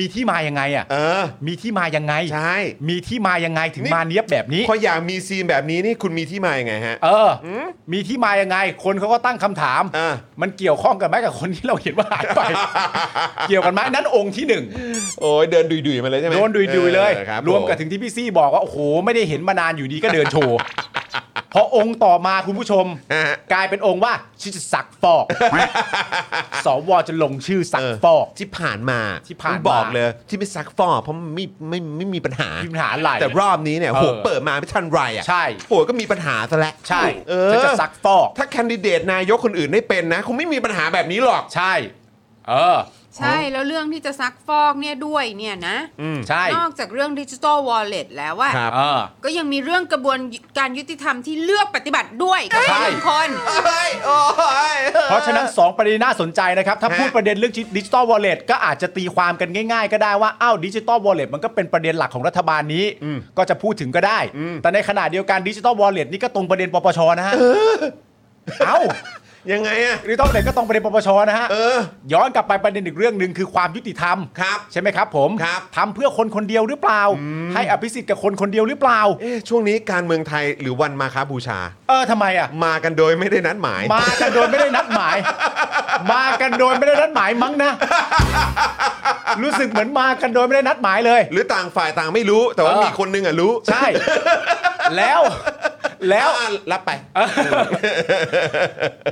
Speaker 2: มีที่มายังไงอ่ะ
Speaker 1: เออ
Speaker 2: มีที่มายังไง
Speaker 1: ใช่
Speaker 2: มีที่มายังไงถึง
Speaker 1: นี่
Speaker 2: มาเนียบแบบนี้
Speaker 1: พออยากมีซีนแบบนี้นี่คุณมีที่มายังไงฮะ
Speaker 2: เอออ มีที่มายังไง คนเขาก็ตั้งคำถาม
Speaker 1: เออ
Speaker 2: มันเกี่ยวข้องกันไหมกับคนที่เราเห็นว่าหายไป เกี่ยวกันไหมนั่นองค์ที่หนึ่ง
Speaker 1: โอ้ยเดินดุยๆมาเลยใช่ไหม
Speaker 2: โดนดุยดุยๆเลย
Speaker 1: ออคบ
Speaker 2: รวมกับถึงที่พี่ซี่บอกว่าโอ้โหไม่ได้เห็นมานานอยู่ดีก็เดินโช ว์ พอองค์ต่อมาคุณผู้ชม
Speaker 1: นะฮะ
Speaker 2: กลายเป็นองค์ว่าชิจะสักฟอก สวจะลงชื่อสักฟอก
Speaker 1: ที่ผ่านมา
Speaker 2: ที่ผ่าน
Speaker 1: ผมบอก
Speaker 2: มา
Speaker 1: เลยที่ไม่ซักฟอกเพราะไม่ไม่ไม่ไม่มีปัญหา
Speaker 2: พิมหาไหล
Speaker 1: แต่รอบนี้เนี่ยโห
Speaker 2: เออ
Speaker 1: เปิดมาไม่ทันไรอ่ะ
Speaker 2: ใช่
Speaker 1: โหก็มีปัญหาซะแล้ว
Speaker 2: ใช่
Speaker 1: เออ
Speaker 2: ฉันจะซักฟอก
Speaker 1: ถ้าแคนดิเดตนายกคนอื่นได้เป็นนะคงไม่มีปัญหาแบบนี้หรอก
Speaker 2: ใช่ เออ
Speaker 4: ใช่แล้วเรื่องที่จะซักฟอกเนี่ยด้วยเนี่ยนะ
Speaker 2: ใช่
Speaker 4: นอกจากเรื่องดิจิ t a ลวอลเล็ตแล้วว่า
Speaker 1: ครับ
Speaker 2: เออ
Speaker 4: ก็ยังมีเรื่องกระบวนการยุติธรรมที่เลือกปฏิบัติด้วยกับ
Speaker 2: ใช่
Speaker 4: คนบางคน
Speaker 1: เฮ้ยโอ้ย
Speaker 2: เพราะฉะนั้น 2 ประเด็นน่าสนใจนะครับ ถ้า
Speaker 1: ฮะ
Speaker 2: พูดประเด็นเรื่องดิจิตอลวอลเล็ตก็อาจจะตีความกันง่ายๆ ก็ได้ว่าอ้าวดิจิตอลวอลเล็ตมันก็เป็นประเด็นหลักของรัฐบาลนี้ ก็จะพูดถึงก็ได้ แต่ในขณะเดียวกันดิจิตอลวอลเล็ตนี่ก็ตรงประเด็นปปชนะฮะเอ้า
Speaker 1: ยังไงอ่ะ
Speaker 2: ดิจิตอลวอลเล็ตก็ตรงประเด็นปปชนะฮะ
Speaker 1: เออ
Speaker 2: ย้อนกลับไปประเด็นอีกเรื่องหนึ่งคือความยุติธรรม
Speaker 1: ครับ
Speaker 2: ใช่ไหมครับผม
Speaker 1: ครับ
Speaker 2: ทำเพื่อคนคนเดียวหรือเปล่า ให้อภิสิทธิ์กับคนคนเดียวหรือเปล่า
Speaker 1: เอ๊ะช่วงนี้การเมืองไทยหรือวันมาคาบูชา
Speaker 2: เออทำไมอ่ะ
Speaker 1: มากันโดยไม่ได้นัดหมาย
Speaker 2: มากันโดยไม่ได้นัดหมาย มากันโดยไม่ได้นัดหมายมั้งนะ รู้สึกเหมือนมากันโดยไม่ได้นัดหมายเลย
Speaker 1: หรือต่างฝ่ายต่างไม่รู้ แต่ว่า
Speaker 2: เออ
Speaker 1: มีคนนึงอ่ะรู้
Speaker 2: ใช่ แล้ว แล้ว
Speaker 1: อ่ะรับไป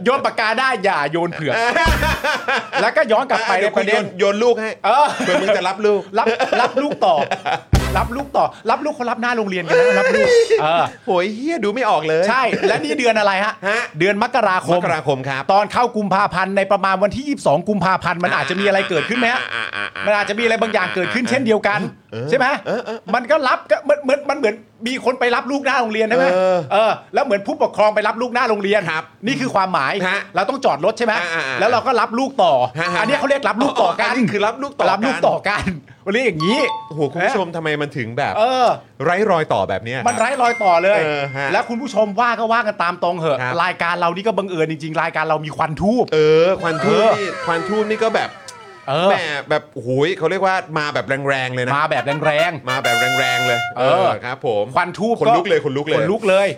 Speaker 2: โยนปากกาได้อย่าโยนเผือก แล้วก็ย้อนกลับไปใน
Speaker 1: ดี๋ยว
Speaker 2: ป
Speaker 1: คุณ
Speaker 2: ระเด็น
Speaker 1: โยโยนลูกให้
Speaker 2: เออ
Speaker 1: เพื่อมึงจะรับลูก
Speaker 2: รับรับลูกต่อ รับลูกต่อ รับลูกเขารับหน้าโรงเรียนกันนะรับลูกเออ
Speaker 1: โหยเฮียดูไม่ออกเลย
Speaker 2: ใช่ และนี่เดือนอะไรฮะ
Speaker 1: ฮะ
Speaker 2: เดือนมกราค
Speaker 1: ม
Speaker 2: ม
Speaker 1: กราคมครับ
Speaker 2: ตอนเข้ากุมภาพันธ์ในประมาณวันที่ 22 กุมภาพันธ์มันอาจจะมีอะไรเกิดขึ้นไหมฮะ
Speaker 1: อ่าอ่าอ่ามั
Speaker 2: มันอาจจะมีอะไรบางอย่างเกิดขึ้นเช่นเดียวกัน ใช่ไหมมันก็รับก็มันเหมือนมันเหมือนมีคนไปรับลูกหน้าโรงเรียนใช่ไหม
Speaker 1: เออ
Speaker 2: เออแล้วเหมือนผู้ปกครองไปรับลูกหน้าโรงเรียน
Speaker 1: ครับ
Speaker 2: นี่คือความหมาย
Speaker 1: ฮะ
Speaker 2: เราต้องจอดรถใช่ไหม
Speaker 1: อ่าอ่าอ่า
Speaker 2: แล้วเราก็รับลูกต่อ
Speaker 1: ฮะฮะ
Speaker 2: อันเนี้ยเขาเรียกรับลูกต่อกัน
Speaker 1: นนี้คือรับลูกต่อกัน
Speaker 2: รับลูกต่อกันเรียกอย่างนี้
Speaker 1: โอ้โหคุณผู้ชมทำไมมันถึงแบบ
Speaker 2: เออ
Speaker 1: ไร้รอยต่อแบบเนี้ย
Speaker 2: มันไร้รอยต่อเลย
Speaker 1: เออฮะ
Speaker 2: แล้วคุณผู้ชมว่าก็ว่ากันตามตรงเหอะ
Speaker 1: ครับ
Speaker 2: รายการเรานี่ก็บังเอิญจริงๆ รายการเรามีควันทูบ
Speaker 1: เออ ควันทูบ
Speaker 2: เออ
Speaker 1: นี่ควันทูบนี่ก็แบบ
Speaker 2: เออ
Speaker 1: แหมแบบโอ้โหยเขาเรียกว่ามาแบบแรงๆเลยนะ
Speaker 2: มาแบบแรง
Speaker 1: มาแบบแรงๆเลย
Speaker 2: เออ
Speaker 1: ครับผม
Speaker 2: ๆ ควันทูบ
Speaker 1: ขนลุกเลยขนลุกเลย
Speaker 2: ขนลุกเลย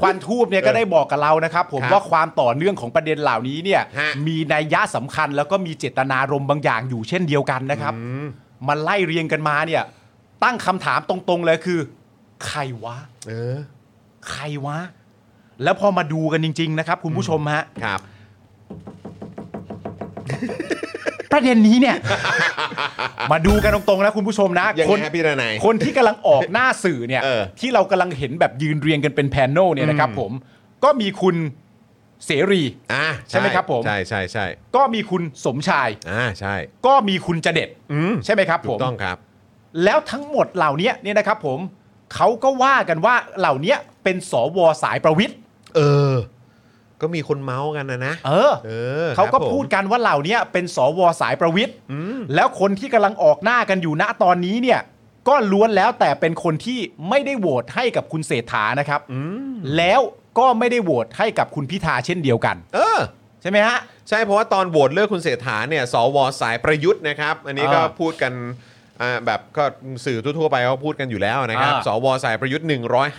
Speaker 2: ควันทูบเนี่ยก็ได้บอกกับเรานะครับ ผม
Speaker 1: ครับ
Speaker 2: ว่าความต่อเนื่องของประเด็นเหล่านี้เนี่ย
Speaker 1: ฮะ
Speaker 2: มีนัยยะสำคัญแล้วก็มีเจตนารมณ์บางอย่างอยู่เช่นเดียวกันนะครับ มันไล่เรียงกันมาเนี่ย ตั้งคำถามตรงๆเลยคือ ใครวะ
Speaker 1: เออ
Speaker 2: ใครวะ แล้วพอมาดูกันจริง ๆ นะครับ คุณผู้ชมฮะ
Speaker 1: ครับ
Speaker 2: ประเด็นนี้เนี่ย มาดูกันตรงๆนะคุณผู้ชมนะ
Speaker 1: ยังไง
Speaker 2: คน
Speaker 1: ฮะพี่ระไนย
Speaker 2: คนที่กำลังออกหน้าสื่อเนี่ย
Speaker 1: เออ
Speaker 2: ที่เรากำลังเห็นแบบยืนเรียงกันเป็นแพนโนลเนี่ยนะครับผมก็มีคุณเสรี
Speaker 1: อ่ะ
Speaker 2: ใช่ไหมครับผม
Speaker 1: ใช่ใช่ใช่
Speaker 2: ก็มีคุณสมชาย
Speaker 1: อ่าใช่
Speaker 2: ก็มีคุณจเด็ด
Speaker 1: อืม
Speaker 2: ใช่ไหมครับ
Speaker 1: ถู
Speaker 2: ผ
Speaker 1: ก
Speaker 2: ม
Speaker 1: ต้องครับ
Speaker 2: แล้วทั้งหมดเหล่านี้เนี่ยนะครับผมเขาก็ว่ากันว่าเหล่านี้เป็นสวสายประวิทย์
Speaker 1: เออ ก็มีคนเมาส์กันนะนะ
Speaker 2: เออ
Speaker 1: เออ
Speaker 2: เขาก็
Speaker 1: ครับผม
Speaker 2: พูดกันว่าเหล่าเนี้ยเป็นสวสายประวิทย์แล้วคนที่กำลังออกหน้ากันอยู่ณตอนนี้เนี่ย ก็ล้วนแล้วแต่เป็นคนที่ไม่ได้โหวตให้กับคุณเศรษฐานะครับ แล้วก็ไม่ได้โหวตให้กับคุณพิธาเช่นเดียวกัน
Speaker 1: เออ
Speaker 2: ใช่ไหมฮะ
Speaker 1: ใช่เพราะว่าตอนโหวตเลือกคุณเศรษฐาเนี่ยสวสายประยุทธ์นะครับ อันนี้ก็
Speaker 2: อ่า
Speaker 1: พูดกันอ่าแบบก็สื่อทั่วๆไปเขาพูดกันอยู่แล้วนะครับ
Speaker 2: อ่า
Speaker 1: สวสายประยุทธ์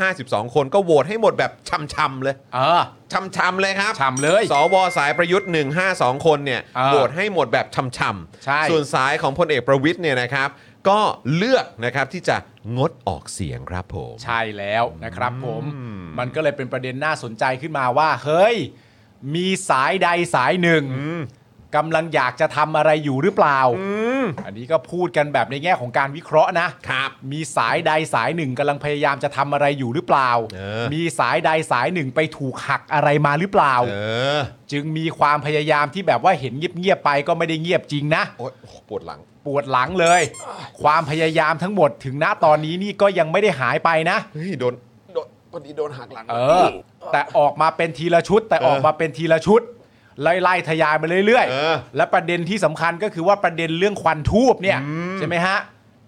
Speaker 1: 152 คนก็โหวตให้หมดแบบช่ำๆเลย
Speaker 2: เออ
Speaker 1: ช่ำๆเลยครับ
Speaker 2: ฉ่ำเลย
Speaker 1: สวสายประยุทธ์ 152 คนเนี่ย
Speaker 2: อ่า
Speaker 1: โหวตให้หมดแบบช่ำ
Speaker 2: ใช่
Speaker 1: ๆส่วนสายของพลเอกประวิทย์เนี่ยนะครับ ก็เลือกนะครับที่จะงดออกเสียงครับผม
Speaker 2: ใช่แล้วนะครับผม มันก็เลยเป็นประเด็นน่าสนใจขึ้นมาว่า เฮ้ย มีสายใดสายหนึ่งกำลังอยากจะทำอะไรอยู่หรือเปล่า อันนี้ก็พูดกันแบบในแง่ของการวิเคราะห์นะ
Speaker 1: ครับ
Speaker 2: มีสายใดสายหนึ่งกำลังพยายามจะทำอะไรอยู่หรือเปล่า
Speaker 1: เออ
Speaker 2: มีสายใดสายหนึ่งไปถูกหักอะไรมาหรือเปล่า
Speaker 1: เออ
Speaker 2: จึงมีความพยายามที่แบบว่าเห็นเงียบๆไปก็ไม่ได้เงียบจริงนะ
Speaker 1: โอ๊ยปวดหลัง
Speaker 2: ปวดหลังเลย ความพยายามทั้งหมดถึงณตอนนี้นี่ก็ยังไม่ได้หายไปนะ
Speaker 1: เฮ้ยโดนโดนพอดีโดนหักหลัง
Speaker 2: เออ แต่ออกมาเป็นทีละชุด แต่ออกมาเป็นทีละชุด ไล่ๆทยายมาเรื่อย
Speaker 1: เออ
Speaker 2: ๆ และประเด็นที่สำคัญก็คือว่าประเด็นเรื่องควันทูบเนี่ยใช่ไหมฮะ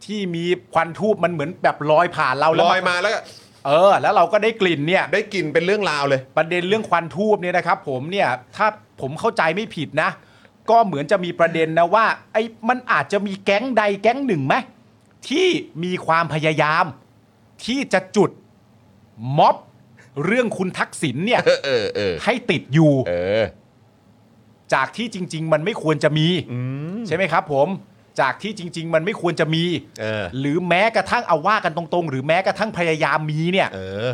Speaker 2: ที่มีควันทูบมันเหมือนแบบลอยผ่านเรา
Speaker 1: ล
Speaker 2: แล้ว
Speaker 1: อยมาแล้วก็
Speaker 2: เออ แล้วเราก็ได้กลิ่นเนี่ย
Speaker 1: ได้กลิ่นเป็นเรื่องราวเลย
Speaker 2: ประเด็นเรื่องควันทูบเนี่ยนะครับผมเนี่ยถ้าผมเข้าใจไม่ผิดนะ ก็เหมือนจะมีประเด็นนะว่าไอ้มันอาจจะมีแก๊งใดแก๊งหนึ่งไหมที่มีความพยายาม ที่จะจุดม็อบเรื่องคุณทักษิณเนี่ย
Speaker 1: เออเออเออ
Speaker 2: ให้ติดอยู่
Speaker 1: เออ
Speaker 2: จากที่จริง ๆ มันไม่ควรจะมีใช่ไหมครับ ผมจากที่จริง ๆ มันไม่ควรจะมี
Speaker 1: เออ
Speaker 2: หรือแม้กระทั่งเอาว่ากันตรง ๆ หรือแม้กระทั่งพยายามมีเนี่ย
Speaker 1: เออ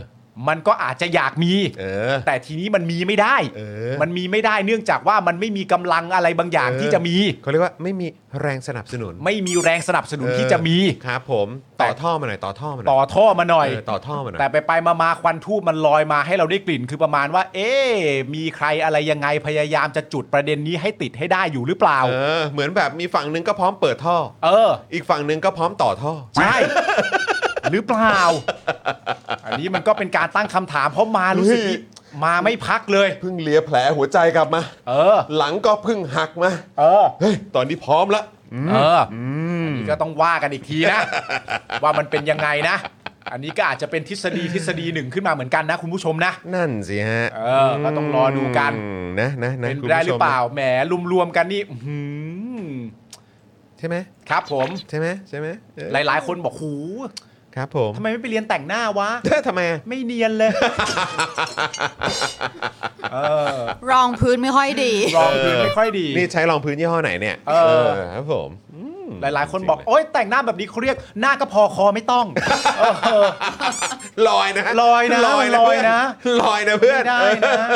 Speaker 2: มันก็อาจจะอยากมี
Speaker 1: เออ
Speaker 2: แต่ทีนี้มันมีไม่ได้
Speaker 1: เออ
Speaker 2: มันมีไม่ได้เนื่องจากว่ามันไม่มีกำลังอะไรบางอย่างที่จะมี
Speaker 1: เขาเรียกว่าไม่มีแรงสนับสนุน
Speaker 2: ไม่มีแรงสนับสนุน
Speaker 1: เออ
Speaker 2: ที่จะมี
Speaker 1: ครับผมต่อท่อมาหน่อยต่อท่อมาหน่อย
Speaker 2: ต่อท่อมาหน่อย
Speaker 1: เต่อท่อมาหน่อย
Speaker 2: แต่ไปไปมามาควันทูบมันลอยมาให้เราได้กลิ่นคือประมาณว่า เอ๊ะมีใครอะไรยังไงพยายามจะจุดประเด็นนี้ให้ติดให้ได้อยู่หรือเปล่า
Speaker 1: เออเหมือนแบบมีฝั่งหนึ่งก็พร้อมเปิดท่อ
Speaker 2: เออ
Speaker 1: อีกฝั่งหนึ่งก็พร้อมต่อท่อ
Speaker 2: ใช่ หรือเปล่า อันนี้มันก็เป็นการตั้งคำถามเพราะมารู้สึก
Speaker 1: เฮ้ย
Speaker 2: มาไม่พักเลย
Speaker 1: เพิ่งเลียแผลหัวใจกลับมา
Speaker 2: เออ
Speaker 1: หลังก็เพิ่งหักมา
Speaker 2: เออ
Speaker 1: เฮ้ยตอนนี้พร้อมละ
Speaker 2: เออออันนี้ก็ต้องว่ากันอีกทีนะ ว่ามันเป็นยังไงนะ อันนี้ก็อาจจะเป็นทฤษฎีทฤษฎีหนึ่งขึ้นมาเหมือนกันนะ คุณผู้ชมนะ
Speaker 1: นั่นสิฮะ
Speaker 2: เออก็ต้องรอดูกัน
Speaker 1: มนะนะนะ
Speaker 2: เป็น
Speaker 1: คุณ
Speaker 2: ได้
Speaker 1: ผู้ช
Speaker 2: หรือ
Speaker 1: ม
Speaker 2: เปล่าแหมรวมๆกันนี่อื้อหือ
Speaker 1: ใช่ไหม
Speaker 2: ครับผม
Speaker 1: ใช่ไหมใช่ไหมเออ
Speaker 2: หลายๆ คนบอกหู
Speaker 1: ครับผม
Speaker 2: ทำไมไม่ไปเรียนแต่งหน้าวะ
Speaker 1: เธอทำไมอะ
Speaker 2: ไม่เนียน เลยเออ
Speaker 4: รองพื้นไม่ค่อยดี
Speaker 2: รองพื้นไม่ค่อยดี
Speaker 1: นี่ใช้รองพื้นยี่ห้อไหนเนี่ย
Speaker 2: เออ
Speaker 1: ครับ ผมอืม
Speaker 2: หลายๆ คนบอกโอ๊ยแต่งหน้าแบบนี้เขาเรียกหน้าก็พอคอไม่ต้องเอ อ
Speaker 1: ลอยนะ
Speaker 2: ลอยนะ
Speaker 1: ลอยนะ
Speaker 2: ลอยนะ
Speaker 1: เพื่อนลอยนะเพื่อน
Speaker 2: ไม่ได้นะ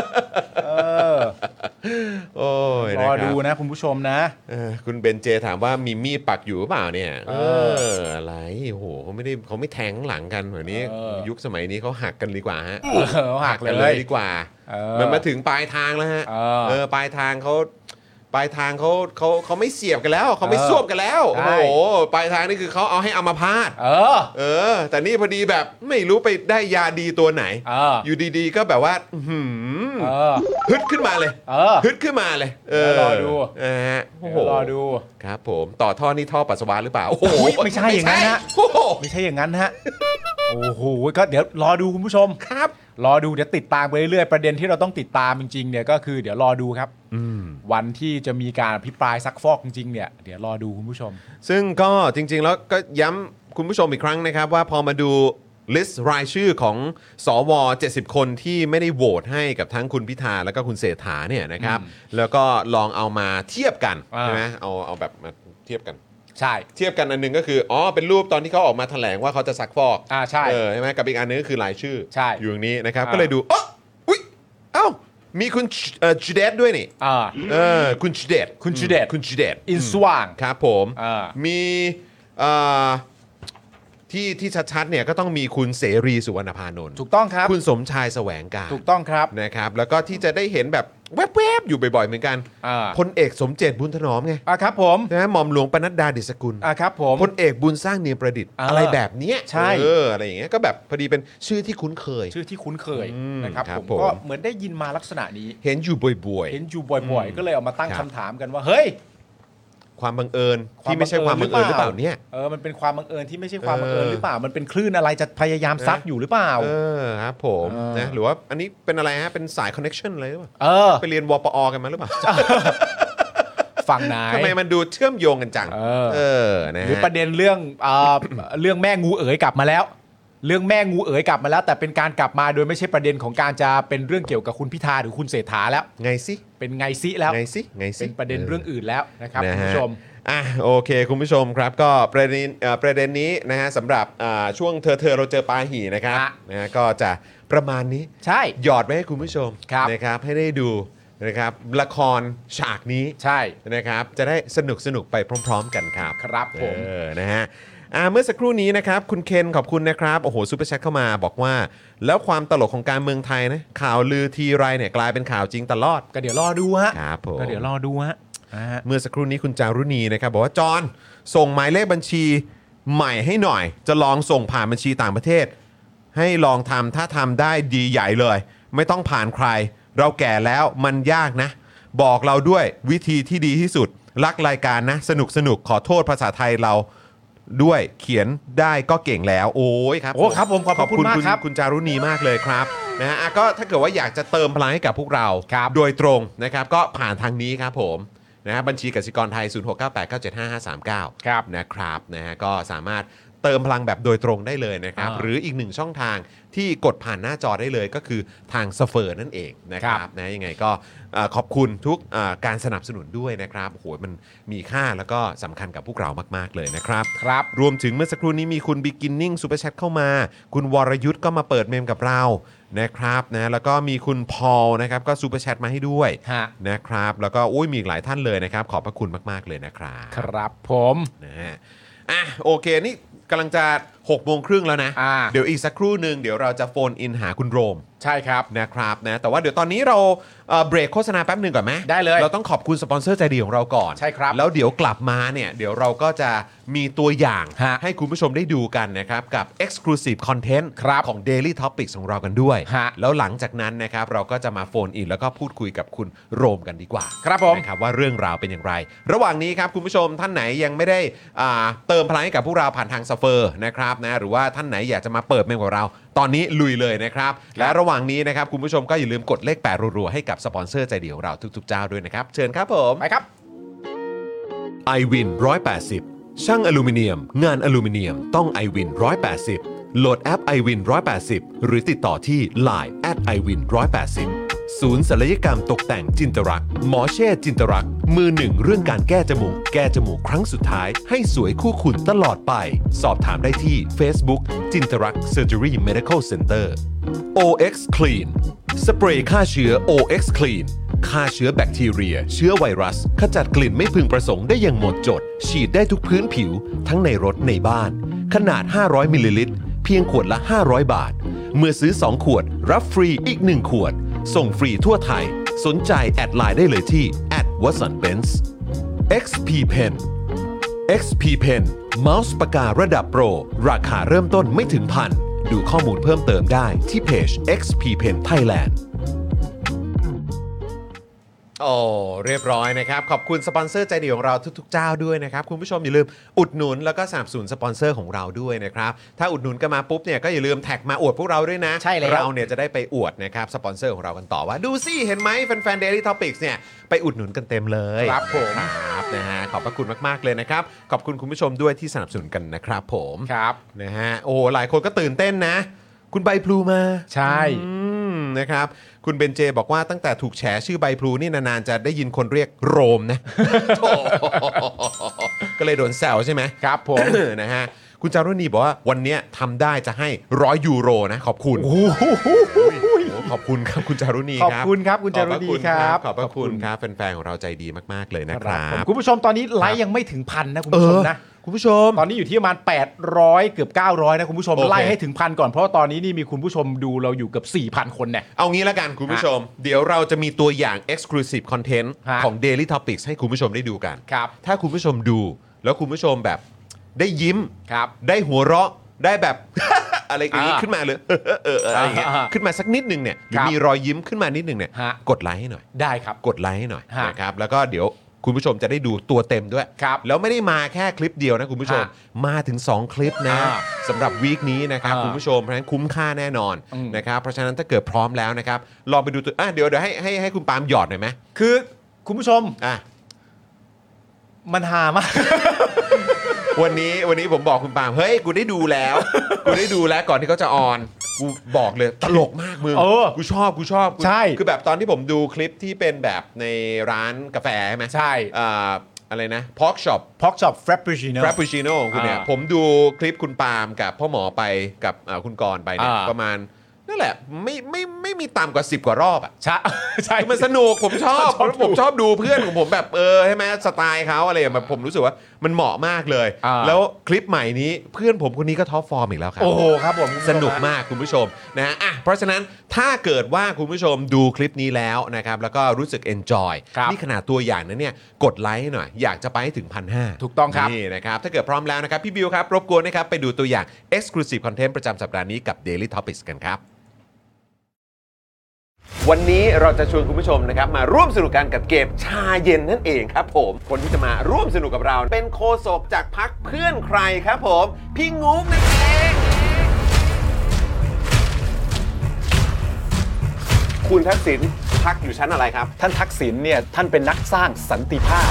Speaker 2: เออ
Speaker 1: โอ้ย
Speaker 2: ร
Speaker 1: นะ
Speaker 2: อ
Speaker 1: ครั
Speaker 2: ดู
Speaker 1: บ
Speaker 2: นะคุณผู้ชมนะ
Speaker 1: เออคุณเบนเจถามว่ามีมีดปักอยู่หรือเปล่าเนี่ย เอออะไรโอ้โหเขาไม่ได้เขาไม่แทงข้างหลังกันแบบนี้
Speaker 2: เออ
Speaker 1: ยุคสมัยนี้เขาหักกันดีกว่าฮะ
Speaker 2: เออหัก
Speaker 1: กัน
Speaker 2: เล
Speaker 1: เลย
Speaker 2: ย
Speaker 1: ดีกว่า
Speaker 2: เออ
Speaker 1: มันมาถึงปลายทางแล้วฮะ
Speaker 2: เออ
Speaker 1: ปลายทางเขาปลายทางเขาเขาเขาไม่เสียบกันแล้วเขาไม่
Speaker 2: เออ
Speaker 1: สวบกันแล้ว
Speaker 2: ใช่
Speaker 1: โอ้โหปลายทางนี่คือเขาเอาให้อามาพาต
Speaker 2: เออ
Speaker 1: เออ แต่นี่พอดีแบบไม่รู้ไปได้ยาดีตัวไหน
Speaker 2: เออ
Speaker 1: อยู่ดีๆก็แบบว่าอื้อหือ
Speaker 2: เออ
Speaker 1: ฮึดขึ้นมาเลย
Speaker 2: เออ
Speaker 1: ฮึดขึ้นมาเลย เออ
Speaker 2: เดี๋ยวรอดู
Speaker 1: นะฮะโอ้โห
Speaker 2: เดี๋ยวรอดู
Speaker 1: ครับผมต่อท่อนี่ท่อปัสสาวะหรือเปล่า โอ้โห
Speaker 2: อุ๊ยไม่ใช่อย่างนั้นนะ
Speaker 1: โอ้โห
Speaker 2: ไม่ใช่อย่างนั้นฮะ โอ้โห ก็เดี๋ยวรอดูคุณผู้ชม
Speaker 1: ครับ
Speaker 2: รอดูเดี๋ยวติดตามไปเรื่อยๆ ประเด็นที่เราต้องติดตามจริงๆเนี่ยก็คือเดี๋ยวรอดูครับ วันที่จะมีการอภิปรายซักฟอกจริงๆเนี่ยเดี๋ยวรอดูคุณผู้ชม
Speaker 1: ซึ่งก็จริง ๆ แล้วก็ย้ำคุณผู้ชมอีกครั้งนะครับ ว่าพอมาดูลิสต์รายชื่อของสว 70 คนที่ไม่ได้โหวตให้กับทั้งคุณพิธาแล้วก็คุณเศรษฐาเนี่ยนะครับ แล้วก็ลองเอามาเทียบกัน
Speaker 2: อ่า
Speaker 1: ใช่ไหมเอาเอาแบบมาเทียบกัน
Speaker 2: ใช่
Speaker 1: เทียบกันอันหนึงก็คือ อ๋อ เป็นรูปตอนที่เขาออกมาแถลงว่าเขาจะซักฟอก
Speaker 2: อ่าใช่
Speaker 1: เออใช่ไหมกับอีกอันหนึงก็คือรายชื่อ
Speaker 2: ใช่
Speaker 1: อยู่ตรงนี้นะครับ
Speaker 2: อ่า
Speaker 1: ก็เลยดูอ๋ออุ๊ย เอ้า มีคุณเอ่อจูเดตด้วยนี่
Speaker 2: อ่า
Speaker 1: เออ คุณจูเดต
Speaker 2: คุณจูเดต
Speaker 1: คุณจูเดต
Speaker 2: อินสว่าง
Speaker 1: ครับผม
Speaker 2: อ่ามี
Speaker 1: มีเอ่อที่ที่ชัดๆ เนี่ยก็ต้องมีคุณเสรีสุวรรณพานนท์
Speaker 2: ถูกต้องครับ
Speaker 1: คุณสมชายแสวงการ
Speaker 2: ถูกต้องครับ
Speaker 1: นะครับ แล้วก็ที่จะได้เห็นแบบแวบๆ อยู่บ่อยๆ เหมือนกัน
Speaker 2: อ่า
Speaker 1: พลเอกสมเจตบุญถนอมไง
Speaker 2: อ่ะครับผม
Speaker 1: ใช่ไหมหม่อมหลวงปนัดดาดิสกุล
Speaker 2: อ่ะครับผม
Speaker 1: พลเอกบุญสร้างเนียมประดิษฐ์
Speaker 2: อ่า
Speaker 1: อะไรแบบเนี้ย
Speaker 2: ใช่
Speaker 1: เอออะไรอย่างเงี้ยก็แบบพอดีเป็นชื่อที่คุ้นเคย
Speaker 2: ชื่อที่คุ้นเคย
Speaker 1: อืม
Speaker 2: นะครับ
Speaker 1: ครับ
Speaker 2: ผม
Speaker 1: ผม
Speaker 2: ก็เหมือนได้ยินมาลักษณะนี้
Speaker 1: เห็นอยู่บ่อย
Speaker 2: เห็นอยู่บ่อยๆ ก็เลยเอามาตั้ง
Speaker 1: ครั
Speaker 2: คำ
Speaker 1: บ
Speaker 2: ถามกันว่า เฮ้ย
Speaker 1: ๆ ความบังเอิญที่ไม่ใช่ความบังเอิญหรือเปล่าเนี่ย
Speaker 2: เออ มันเป็นความบังเอิญที่ไม่ใช่ความบังเอิญ
Speaker 1: เออ
Speaker 2: หรือเปล่า มันเป็นคลื่นอะไรจะพยายามซัดอยู่หรือเปล่า
Speaker 1: เออครับผม
Speaker 2: เออ
Speaker 1: นะหรือว่าอันนี้เป็นอะไรฮะ เป็นสายคอนเน็ชันอะไรหรือเปล่า
Speaker 2: เออ
Speaker 1: ไปเรียนวปอกันมาหรือเปล่า
Speaker 2: ฝั่งไหน
Speaker 1: ทำไมมันดูเชื่อมโยงกันจัง
Speaker 2: เออ
Speaker 1: อนะ
Speaker 2: หรือ
Speaker 1: ฮะ
Speaker 2: ประเด็นเรื่องเอ่อ เรื่องแม่งูเอ๋ยกลับมาแล้ว เรื่องแม่งูเอ๋ยกลับมาแล้ว แต่เป็นการกลับมาโดยไม่ใช่ประเด็นของการจะเป็นเรื่องเกี่ยวกับคุณพิธาหรือคุณเศรษฐาแล้ว
Speaker 1: ไงสิ
Speaker 2: เป็นไงซิแล้ว
Speaker 1: ไงสิไงสิ
Speaker 2: เป็นประเด็นเรื่องอื่นแล้วนะครับคุณผู้ชม
Speaker 1: นะฮะอ่ะโอเค คุณผู้ชมครับก็ประเด็นเอ่อประเด็นนี้นะฮะสำหรับอ่าช่วงเธอเธอเราเจอปาหีนะครับ
Speaker 2: ฮะ
Speaker 1: นะฮะก็จะประมาณนี้
Speaker 2: ใช่
Speaker 1: หยอดไว้ให้คุณผู้ชม
Speaker 2: ครับ
Speaker 1: นะครับให้ได้ดูนะครับละครฉากนี้
Speaker 2: ใช่
Speaker 1: นะครับจะได้สนุกสนุกไปพร้อม ๆ กันครับ
Speaker 2: ครับผม
Speaker 1: เออนะฮะอ่าเมื่อสักครู่นี้นะครับ คุณเคนขอบคุณนะครับโอ้โหซูเปอร์แชทเข้ามาบอกว่า แล้วความตลกของการเมืองไทยนะข่าวลือทีไรเนี่ยกลายเป็นข่าวจริงตลอด
Speaker 2: ก็เดี๋ยวรอดูฮะ
Speaker 1: ครับผม
Speaker 2: ก็เดี๋ยวรอดูฮะนะฮะ
Speaker 1: เมื่อสักครู่นี้คุณจารุณีนะครับ บอกว่าจอนส่งหมายเลขบัญชีใหม่ให้หน่อย จะลองส่งผ่านบัญชีต่างประเทศ ให้ลองทำถ้าทำได้ดีใหญ่เลย ไม่ต้องผ่านใคร เราแก่แล้วมันยากนะ บอกเราด้วยวิธีที่ดีที่สุด รักรายการนะ สนุกสนุกขอโทษภาษาไทยเราด้วยเขียนได้ก็เก่งแล้วโอ้ยครับ
Speaker 2: โอ้ครับผมขอบพระคุณมากครับ
Speaker 1: คุณจารุณีมากเลยครับนะฮะอ่ะก็ถ้าเกิดว่าอยากจะเติมพลังให้กับพวกเรา โดยตรงนะครับก็ผ่านทางนี้ครับผมนะฮะบัญชีกสิกรไทย 0698975539
Speaker 2: ครับ
Speaker 1: นะครับนะฮะก็สามารถเติมพลังแบบโดยตรงได้เลยนะครับ
Speaker 2: อ่า
Speaker 1: หรืออีกหนึ่งช่องทางที่กดผ่านหน้าจอได้เลยก็คือทางสเฟอร์นั่นเองนะค
Speaker 2: ครั
Speaker 1: รับบ นะยังไงก็เอ่อขอบคุณทุกเอ่อการสนับสนุนด้วยนะครับโอ้โหมันมีค่าแล้วก็สำคัญกับพวกเรามาก ๆ เลยนะครับ
Speaker 2: ครับ
Speaker 1: รวมถึงเมื่อสักครู่นี้มีคุณบิกินนิ่งซูเปอร์แชทเข้ามา คุณวรยุทธ์ก็มาเปิดเมมกับเรานะครับนะแล้วก็มีคุณพอลนะครับก็ซูเปอร์แชทมาให้ด้วย
Speaker 2: ฮะ
Speaker 1: นะครับ แล้วก็อุ้ยมีอีกหลายท่านเลยนะครับ ขอบพระคุณมาก ๆ เลยนะครับ
Speaker 2: ครับผม
Speaker 1: นะฮะอ่ะโอเค นี่กำลังจะ6โมงครึ่งแล้วนะ
Speaker 2: อ่า
Speaker 1: เดี๋ยวอีกสักครู่หนึ่งเดี๋ยวเราจะโฟนอินหาคุณโรม
Speaker 2: ใช่ครับ
Speaker 1: นะครับนะแต่ว่าเดี๋ยวตอนนี้เราเอ่อเบรกโฆษณาแป๊บหนึ่งก่อนไหม
Speaker 2: ได้เลย
Speaker 1: เราต้องขอบคุณสปอนเซอร์ใจดีของเราก่อน
Speaker 2: ใช่ครับ
Speaker 1: แล้วเดี๋ยวกลับมาเนี่ยเดี๋ยวเราก็จะมีตัวอย่าง
Speaker 2: ฮะ
Speaker 1: ให้คุณผู้ชมได้ดูกันนะครับ กับ Exclusive Content
Speaker 2: ครับ
Speaker 1: ของ Daily Topics ของเรากันด้วย
Speaker 2: ฮะ
Speaker 1: แล้วหลังจากนั้นนะครับเราก็จะมาโฟนอินแล้วก็พูดคุยกับคุณโรมกันดีกว่า
Speaker 2: ครับผม
Speaker 1: นะครับว่าเรื่องราวเป็นอย่างไร ระหว่างนี้ครับคุณผู้ชมท่านไหนยังไม่ได้อ่าเติมพลังให้กับพวกเราผ่านทางสเฟอร์นะครับนะหรือว่าท่านไหนอยากจะมาเปิดเมมกับเรา ตอนนี้ลุยเลยนะครับ และระหว่างนี้นะครับคุณผู้ชมก็อย่าลืมกดเลขแปดรัวๆให้กับสปอนเซอร์ใจดีของเราทุกๆเจ้าด้วยนะครับ เชิญครับผม
Speaker 2: ไปครับ
Speaker 1: i w วิน180 ช่างอลูมิเนียม งานอลูมิเนียมต้อง i w วิน180 โหลดแอป i w วิน180 หรือติดต่อที่ Line at i w วิน180ศูนย์ศัลยกรรมตกแต่งจินตรัก หมอเช่จินตรัก มือหนึ่งเรื่องการแก้จมูก แก้จมูกครั้งสุดท้าย ให้สวยคู่คุณตลอดไป สอบถามได้ที่ Facebook จินตรัก Surgery Medical Center OX Clean สเปรย์ฆ่าเชื้อ OX Clean ฆ่าเชื้อแบคทีเรีย เชื้อไวรัส ขจัดกลิ่นไม่พึงประสงค์ได้อย่างหมดจด ฉีดได้ทุกพื้นผิว ทั้งในรถในบ้าน ขนาด 500 มิลลิลิตร เพียงขวดละ 500 บาท เมื่อซื้อ 2 ขวด รับฟรีอีก 1 ขวด ส่งฟรีทั่วไทย สนใจแอดไลน์ได้เลยที่ w a t s o n b e n z XP Pen XP Pen เมาส์ปากการะดับโปร ราคาเริ่มต้นไม่ถึงพัน ดูข้อมูลเพิ่มเติมได้ที่เพจ XP Pen Thailand โอ้เรียบร้อยนะครับ ขอบคุณสปอนเซอร์ใจดีของเราทุกๆเจ้าด้วยนะครับ คุณผู้ชมอย่าลืมอุดหนุนแล้วก็สนับสนุนสปอนเซอร์ของเราด้วยนะครับ ถ้าอุดหนุนกันมาปุ๊บเนี่ยก็อย่าลืมแท็กมาอวดพวกเราด้วยนะ
Speaker 2: ใช่แล้ว
Speaker 1: เราเนี่ยจะได้ไปอวดนะครับสปอนเซอร์ของเรากันต่อว่า ดูสิเห็นไหมแฟนๆ Daily Topics เนี่ยไปอุดหนุนกันเต็มเลย
Speaker 2: ครับผม
Speaker 1: ครับนะฮะขอบพระคุณมาก ๆ เลยนะครับ ขอบคุณคุณผู้ชมด้วยที่สนับสนุนกันนะครับผม
Speaker 2: ครับ
Speaker 1: นะฮะโอ้หลายคนก็ตื่นเต้นนะ คุณใบพลูมา
Speaker 2: ใช่
Speaker 1: อืมนะครับ คุณเบนเจบอกว่าตั้งแต่ถูกแฉชื่อใบพลูนี่นาน ๆ จะได้ยินคนเรียกโรมนะ โถ่ก็เลยโดนแซวใช่ไหม
Speaker 2: ครับผม
Speaker 1: นะฮะคุณจารุณีบอกว่าวันเนี้ยทำได้จะให้ร้อยยูโรนะ ขอบคุณโอ้โหขอบคุณครับคุณจารุณี
Speaker 2: ขอบคุณครับคุณจารุณีครับ
Speaker 1: ขอบพะคุณครับแฟนๆของเราใจดีมากๆเลยนะค
Speaker 2: ครั
Speaker 1: รั
Speaker 2: บบ ผมคุณผู้ชมตอนนี้ไลค์ยังไม่ถึงพันนะคุณ
Speaker 1: เอ
Speaker 2: ผู้ช
Speaker 1: อ
Speaker 2: มนะ
Speaker 1: คุณผู้ชม
Speaker 2: ตอนนี้อยู่ที่ประมาณ 800 เกือบ 900 นะคุณผู้ชม
Speaker 1: โอเค
Speaker 2: ไล่ให้ถึงพันก่อนเพราะว่าตอนนี้นี่มีคุณผู้ชมดูเราอยู่เกือบ 4,000 คนเนี่ย
Speaker 1: เอางี้ละกันคุณผู้ชม เดี๋ยวเราจะมีตัวอย่าง Exclusive Content
Speaker 2: ฮะ
Speaker 1: ของ Daily Topics ให้คุณผู้ชมได้ดูกัน
Speaker 2: ครับ
Speaker 1: ถ้าคุณผู้ชมดูแล้วคุณผู้ชมแบบได้ยิ้ม
Speaker 2: ครับ
Speaker 1: ได้หัวเราะได้แบบ อะไรอย่างนี้
Speaker 2: อ่า
Speaker 1: ขึ้นมาเลย เออเอออะไรอย่างเงี้ย
Speaker 2: อ่าอ่า
Speaker 1: ขึ้นมาสักนิดนึงเนี่ยหรือ
Speaker 2: ครับ
Speaker 1: มีรอยยิ้มขึ้นมานิดนึงเนี่ย
Speaker 2: ฮะ
Speaker 1: กดไลค์ให้หน่อย
Speaker 2: ได้ครับ
Speaker 1: กดไลค์ให้หน่อย
Speaker 2: ฮะ
Speaker 1: นะครับแล้วก็เดี๋ยวคุณผู้ชมจะได้ดูตัวเต็มด้วย
Speaker 2: ครับ
Speaker 1: แล้วไม่ได้มาแค่คลิปเดียวนะคุณผู้ชม
Speaker 2: ฮะ
Speaker 1: มาถึง 2 คลิปนะ
Speaker 2: อ่า
Speaker 1: สำหรับวีคนี้นะครับ
Speaker 2: อ่า
Speaker 1: คุณผู้ชมเพราะฉะนั้นคุ้มค่าแน่นอน
Speaker 2: อืม
Speaker 1: นะครับเพราะฉะนั้นถ้าเกิดพร้อมแล้วนะครับลองไปดูตัวอ่ะเดี๋ยวเดี๋ยวให้ให้ให้คุณปาล์มหยอดหน่อยไหม
Speaker 2: คือคุณผู้ชม
Speaker 1: อ่ะ
Speaker 2: มันหามาก
Speaker 1: วันนี้วันนี้ผมบอกคุณปาล์มเฮ้ยกูได้ดูแล้ว กูได้ดูแล้วก่อนที่เขาจะออนกูบอกเลยตลกมากมึง
Speaker 2: เออ
Speaker 1: กูชอบกูชอบกู
Speaker 2: ใช่
Speaker 1: คือแบบตอนที่ผมดูคลิปที่เป็นแบบในร้านกาแฟใช่ไหม
Speaker 2: ใช่
Speaker 1: อ่าอะไรนะพอกช็อป
Speaker 2: พ็อกช็อปแฟรปปูชิโน่
Speaker 1: ฟรปปูชิโน่ของคุณเนี่ย
Speaker 2: อ่า
Speaker 1: ผมดูคลิปคุณปาล์มกับพ่อหมอไปกับเอ่อคุณกรณ์ไปเนี่ย
Speaker 2: อ่า
Speaker 1: ประมาณนั่นแหละไม่ไม่ไม่ไม่มีต่ำกว่า 10 กว่ารอบอ่ะ
Speaker 2: ใช่ ใช่
Speaker 1: คือมันสนุกผมช อบ
Speaker 2: ชอบดู
Speaker 1: ผมชอบดูเพื่อนของผมแบบเออใช่ไหมสไตล์เขาอะไรแบบผมรู้สึกว่ามันเหมาะมากเลย
Speaker 2: อ่า
Speaker 1: แล้วคลิปใหม่นี้เพื่อนผมคนนี้ก็ท็อปฟอร์มอีกแล้วครั
Speaker 2: โอ้โหครับผม
Speaker 1: สนุกมากคุณผู้ชมนะฮะอ่ะเพราะฉะนั้นถ้าเกิดว่าคุณผู้ชมดูคลิปนี้แล้วนะครับ แล้วก็รู้สึก enjoy
Speaker 2: ครับ
Speaker 1: นี่ขนาดตัวอย่างนั้นเนี่ยกดไลค์ให้หน่อย อยากจะไปให้ถึงพันห้า
Speaker 2: ถูกต้องครับ
Speaker 1: นี่นะครับ ถ้าเกิดพร้อมแล้วนะครับ พี่บิวครับ รบกวนนะครับ ไปดูตัวอย่าง exclusive content ประจำสัปดาห์นี้กับ Daily Topics กันครับ วันนี้เราจะชวนคุณผู้ชมนะครับมาร่วมสนุกกันกับเกมชาเย็นนั่นเองครับผม คนที่จะมาร่วมสนุกกับเรา เป็นโคศกจากพักเพื่อนใครครับผม พี่งุ๊กนั่นเอง คุณทักษิณพักอยู่ชั้นอะไรครับ
Speaker 6: ท่านทักษิณเนี่ยท่านเป็นนักสร้างสันติภาพ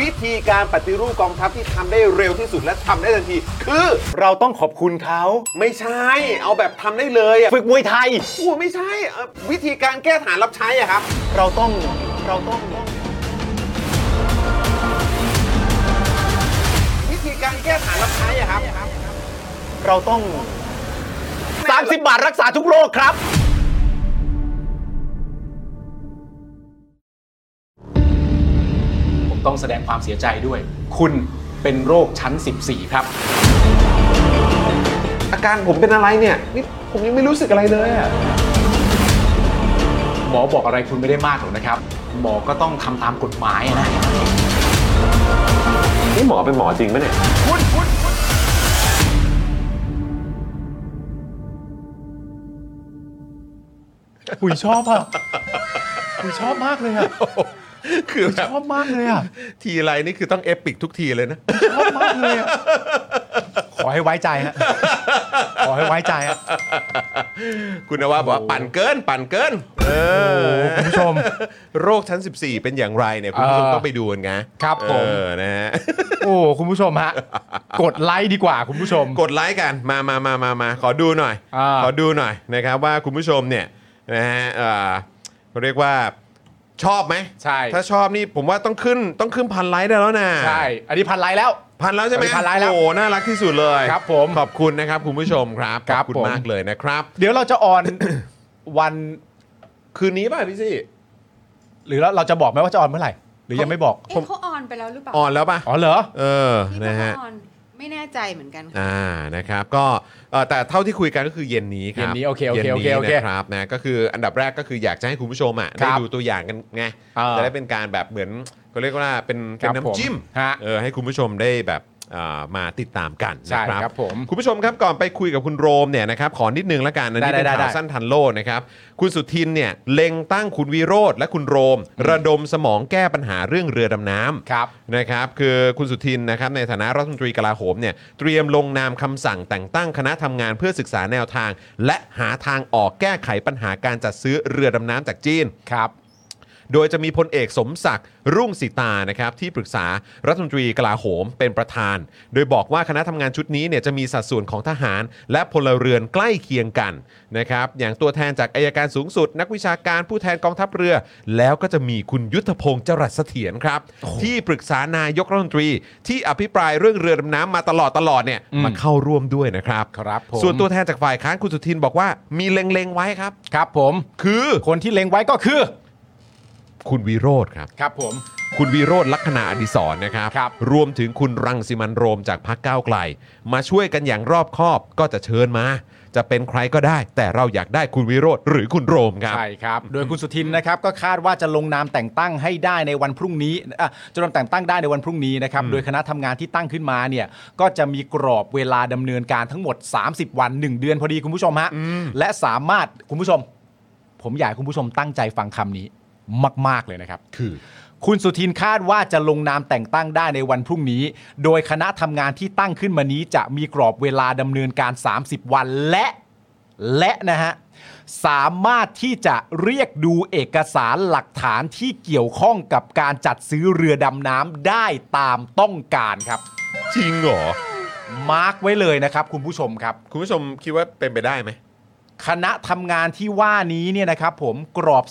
Speaker 1: วิธีการปฏิรูปกองทัพที่ทำได้เร็วที่สุดและทำได้ทันที คือ
Speaker 6: เราต้องขอบคุณเขา
Speaker 1: ไม่ใช่ เอาแบบทำได้เลยอ่ะ
Speaker 6: ฝึกมวยไทย
Speaker 1: โอ้ไม่ใช่เอ่อวิธีการแก้ฐานรับใช้อ่ะครับ
Speaker 6: เราต้องเราต้อง
Speaker 1: วิธีการแก้ฐานรับใช้อ่ะครับ
Speaker 6: เราต้อง 30 บาทรักษาทุกโรคครับ
Speaker 2: ผมต้องแสดงความเสียใจด้วย คุณเป็นโรคชั้น 14 ครับ
Speaker 1: อาการผมเป็นอะไรเนี่ยนี่ผมยังไม่รู้สึกอะไรเลยอ่ะ
Speaker 2: หมอบอกอะไรคุณไม่ได้มากหรอกนะครับ หมอก็ต้องทำตามกฎหมายนะ
Speaker 1: นี่หมอเป็นหมอจริงไหมเนี่ย
Speaker 2: หุยชอบอ่ะหุยชอบมากเลยอ่ะ
Speaker 1: คือ
Speaker 2: หุย
Speaker 1: แบบ
Speaker 2: ชอบมากเลยอ่ะ
Speaker 1: ทีไรนี่คือต้องเอปิกทุกทีเลยนะ
Speaker 2: ชอบมากเลยอ่ะ ขอให้ไว้ใจฮะ ขอให้ไว้ใจฮะ
Speaker 1: คุณนว่าบอกว่าปั่นเกิน ปั่นเกิน เออ
Speaker 2: โอ้โหคุณผู้ชม
Speaker 1: โรคชั้น 14 เป็นอย่างไรเนี่ยคุณผู้ชม
Speaker 2: เออ
Speaker 1: ต้องไปดูกันนะครับ
Speaker 2: ผม
Speaker 1: เออนะ ฮะ
Speaker 2: โอ้คุณผู้ชมฮะ กดไลค์ดีกว่าคุณผู้ชม
Speaker 1: กดไลค์กันมามามามามาขอดูหน่อย
Speaker 2: อ่า
Speaker 1: ขอดูหน่อยนะครับว่าคุณผู้ชมเนี่ยนะฮะเอ่อเขาเรียกว่าชอบไหม
Speaker 2: ใช่
Speaker 1: ถ้าชอบนี่ผมว่าต้องขึ้นต้องขึ้นพันไลค์ได้แล้วนะ
Speaker 2: ใช่ อันนี้พันไลค์แล้ว
Speaker 1: พันแล้วใช่ไหม
Speaker 2: ตอนนี้พันไลค์แล้ว
Speaker 1: โอ้น่ารักที่สุดเลย
Speaker 2: ครับผม
Speaker 1: ขอบคุณนะครับคุณผู้ชมครับ
Speaker 2: ครับ
Speaker 1: ขอบคุณ
Speaker 2: ผม
Speaker 1: มากเลยนะครับ
Speaker 2: เดี๋ยวเราจะออน วัน
Speaker 1: คืนนี้ป่ะพี่ซี่
Speaker 2: หรือเราเราจะบอกไหมว่าจะออนเมื่อไหร่ หรือยังไม่บอก
Speaker 4: เอ๊ะเขาออนไปแล้วหรือเปล่า
Speaker 1: อ่อนแล้วป่ะ
Speaker 2: อ๋อเหรอ
Speaker 1: เออ
Speaker 4: ที่
Speaker 1: นะ
Speaker 4: เขา
Speaker 1: ฮะ
Speaker 4: ออนไม่แน่ใจเหมือนกันค่ะ
Speaker 1: อ่านะครับก็เอ่อแต่เท่าที่คุยกันก็คือเย็นนี้ครับ
Speaker 2: เย็นนี้โอเคโอเค
Speaker 1: ย็นนี้
Speaker 2: โอเคโอเค
Speaker 1: นะครับนะก็คืออันดับแรกก็คืออยากจะให้คุณผู้ชมอ่ะ
Speaker 2: ครั
Speaker 1: ได้
Speaker 2: บ
Speaker 1: ดูตัวอย่างกันไง
Speaker 2: อ่า
Speaker 1: จะได้เป็นการแบบเหมือนเขาเรียกว่าเป็น
Speaker 2: ครั
Speaker 1: เป็น
Speaker 2: บผม
Speaker 1: น้ำจิ้ม
Speaker 2: ฮะ
Speaker 1: เออให้คุณผู้ชมได้แบบอ่ามาติดตามกัน
Speaker 2: ใช่
Speaker 1: นะครับ
Speaker 2: ผม
Speaker 1: คุณผู้ชมครับก่อนไปคุยกับคุณโรมเนี่ยนะครับขอนิดนึงละกันอันนี้
Speaker 2: ได้
Speaker 1: เป็น
Speaker 2: ได้
Speaker 1: ข่าว
Speaker 2: ได้
Speaker 1: สั้น ทันโลกนะครับคุณสุทินเนี่ยเล็งตั้งคุณวิโรธและคุณโรม ระดมสมองแก้ปัญหาเรื่องเรือดำน้ำ
Speaker 2: ครับ
Speaker 1: นะครับคือคุณสุทินนะครับในฐานะรัฐมนตรีกลาโหมเนี่ยเตรียมลงนามคำสั่งแต่งตั้งคณะทำงานเพื่อศึกษาแนวทาง และหาทางออกแก้ไขปัญหาการจัดซื้อเรือดำน้ำจากจีน
Speaker 2: ครับ
Speaker 1: โดยจะมีพลเอกสมศักดิ์รุ่งสีตานะครับที่ปรึกษารัฐมนตรีกลาโหมเป็นประธาน โดยบอกว่าคณะทำงานชุดนี้เนี่ยจะมีสัดส่วนของทหาร และพลเรือนใกล้เคียงกันนะครับอย่างตัวแทนจากอายการสูงสุด นักวิชาการผู้แทนกองทัพเรือ แล้วก็จะมีคุณยุทธพงศ์จรัสเสถียรครับ ที่ปรึกษานายกรัฐมนตรี ที่อภิปรายเรื่องเรือดำน้ำมาตลอดตลอดเนี่ย
Speaker 2: อืม
Speaker 1: มาเข้าร่วมด้วยนะครับ
Speaker 2: ครับผม
Speaker 1: ส่วนตัวแทนจากฝ่ายค้านคุณสุทินบอกว่ามีเล็งๆไว้ครับ
Speaker 2: ครับผม
Speaker 1: คือ
Speaker 2: คนที่เล็งไว้ก็คือ
Speaker 1: คุณวิโรธครับ
Speaker 2: ครับผม
Speaker 1: คุณวิโรธลักษณะอดิศรณ์นะครับ
Speaker 2: ครับ
Speaker 1: รวมถึงคุณรังสิมันโรมจากพักก้าวไกล มาช่วยกันอย่างรอบคอบก็จะเชิญมา จะเป็นใครก็ได้ แต่เราอยากได้คุณวิโรธหรือคุณโรมครับ
Speaker 2: ใช่ครับ โดยคุณสุทินนะครับก็คาดว่าจะลงนามแต่งตั้งให้ได้ในวันพรุ่งนี้อ่ะจะลงแต่งตั้งได้ในวันพรุ่งนี้นะครับ โดยคณะทำงานที่ตั้งขึ้นมาเนี่ยก็จะมีกรอบเวลาดำเนินการทั้งหมด 30 วัน 1 เดือนพอดีคุณผู้ชมฮะ และสามารถคุณผู้ชม ผมอยากให้คุณผู้ชมตั้งใจฟังคำนี้มาก ๆ เลยนะครับ
Speaker 1: คือ
Speaker 2: คุณสุทินคาดว่าจะลงนามแต่งตั้งได้ในวันพรุ่งนี้ โดยคณะทำงานที่ตั้งขึ้นมานี้จะมีกรอบเวลาดำเนินการ 30 วันและ และนะฮะ สามารถที่จะเรียกดูเอกสารหลักฐานที่เกี่ยวข้องกับการจัดซื้อเรือดำน้ำได้ตามต้องการครับ
Speaker 1: จริงเหรอ
Speaker 2: มาร์กไว้เลยนะครับคุณผู้ชมครับ
Speaker 1: คุณผู้ชมคิดว่าเป็นไปได้ไหม
Speaker 2: คณะทำงานที่ว่านี้เนี่ยนะครับผมกรอบ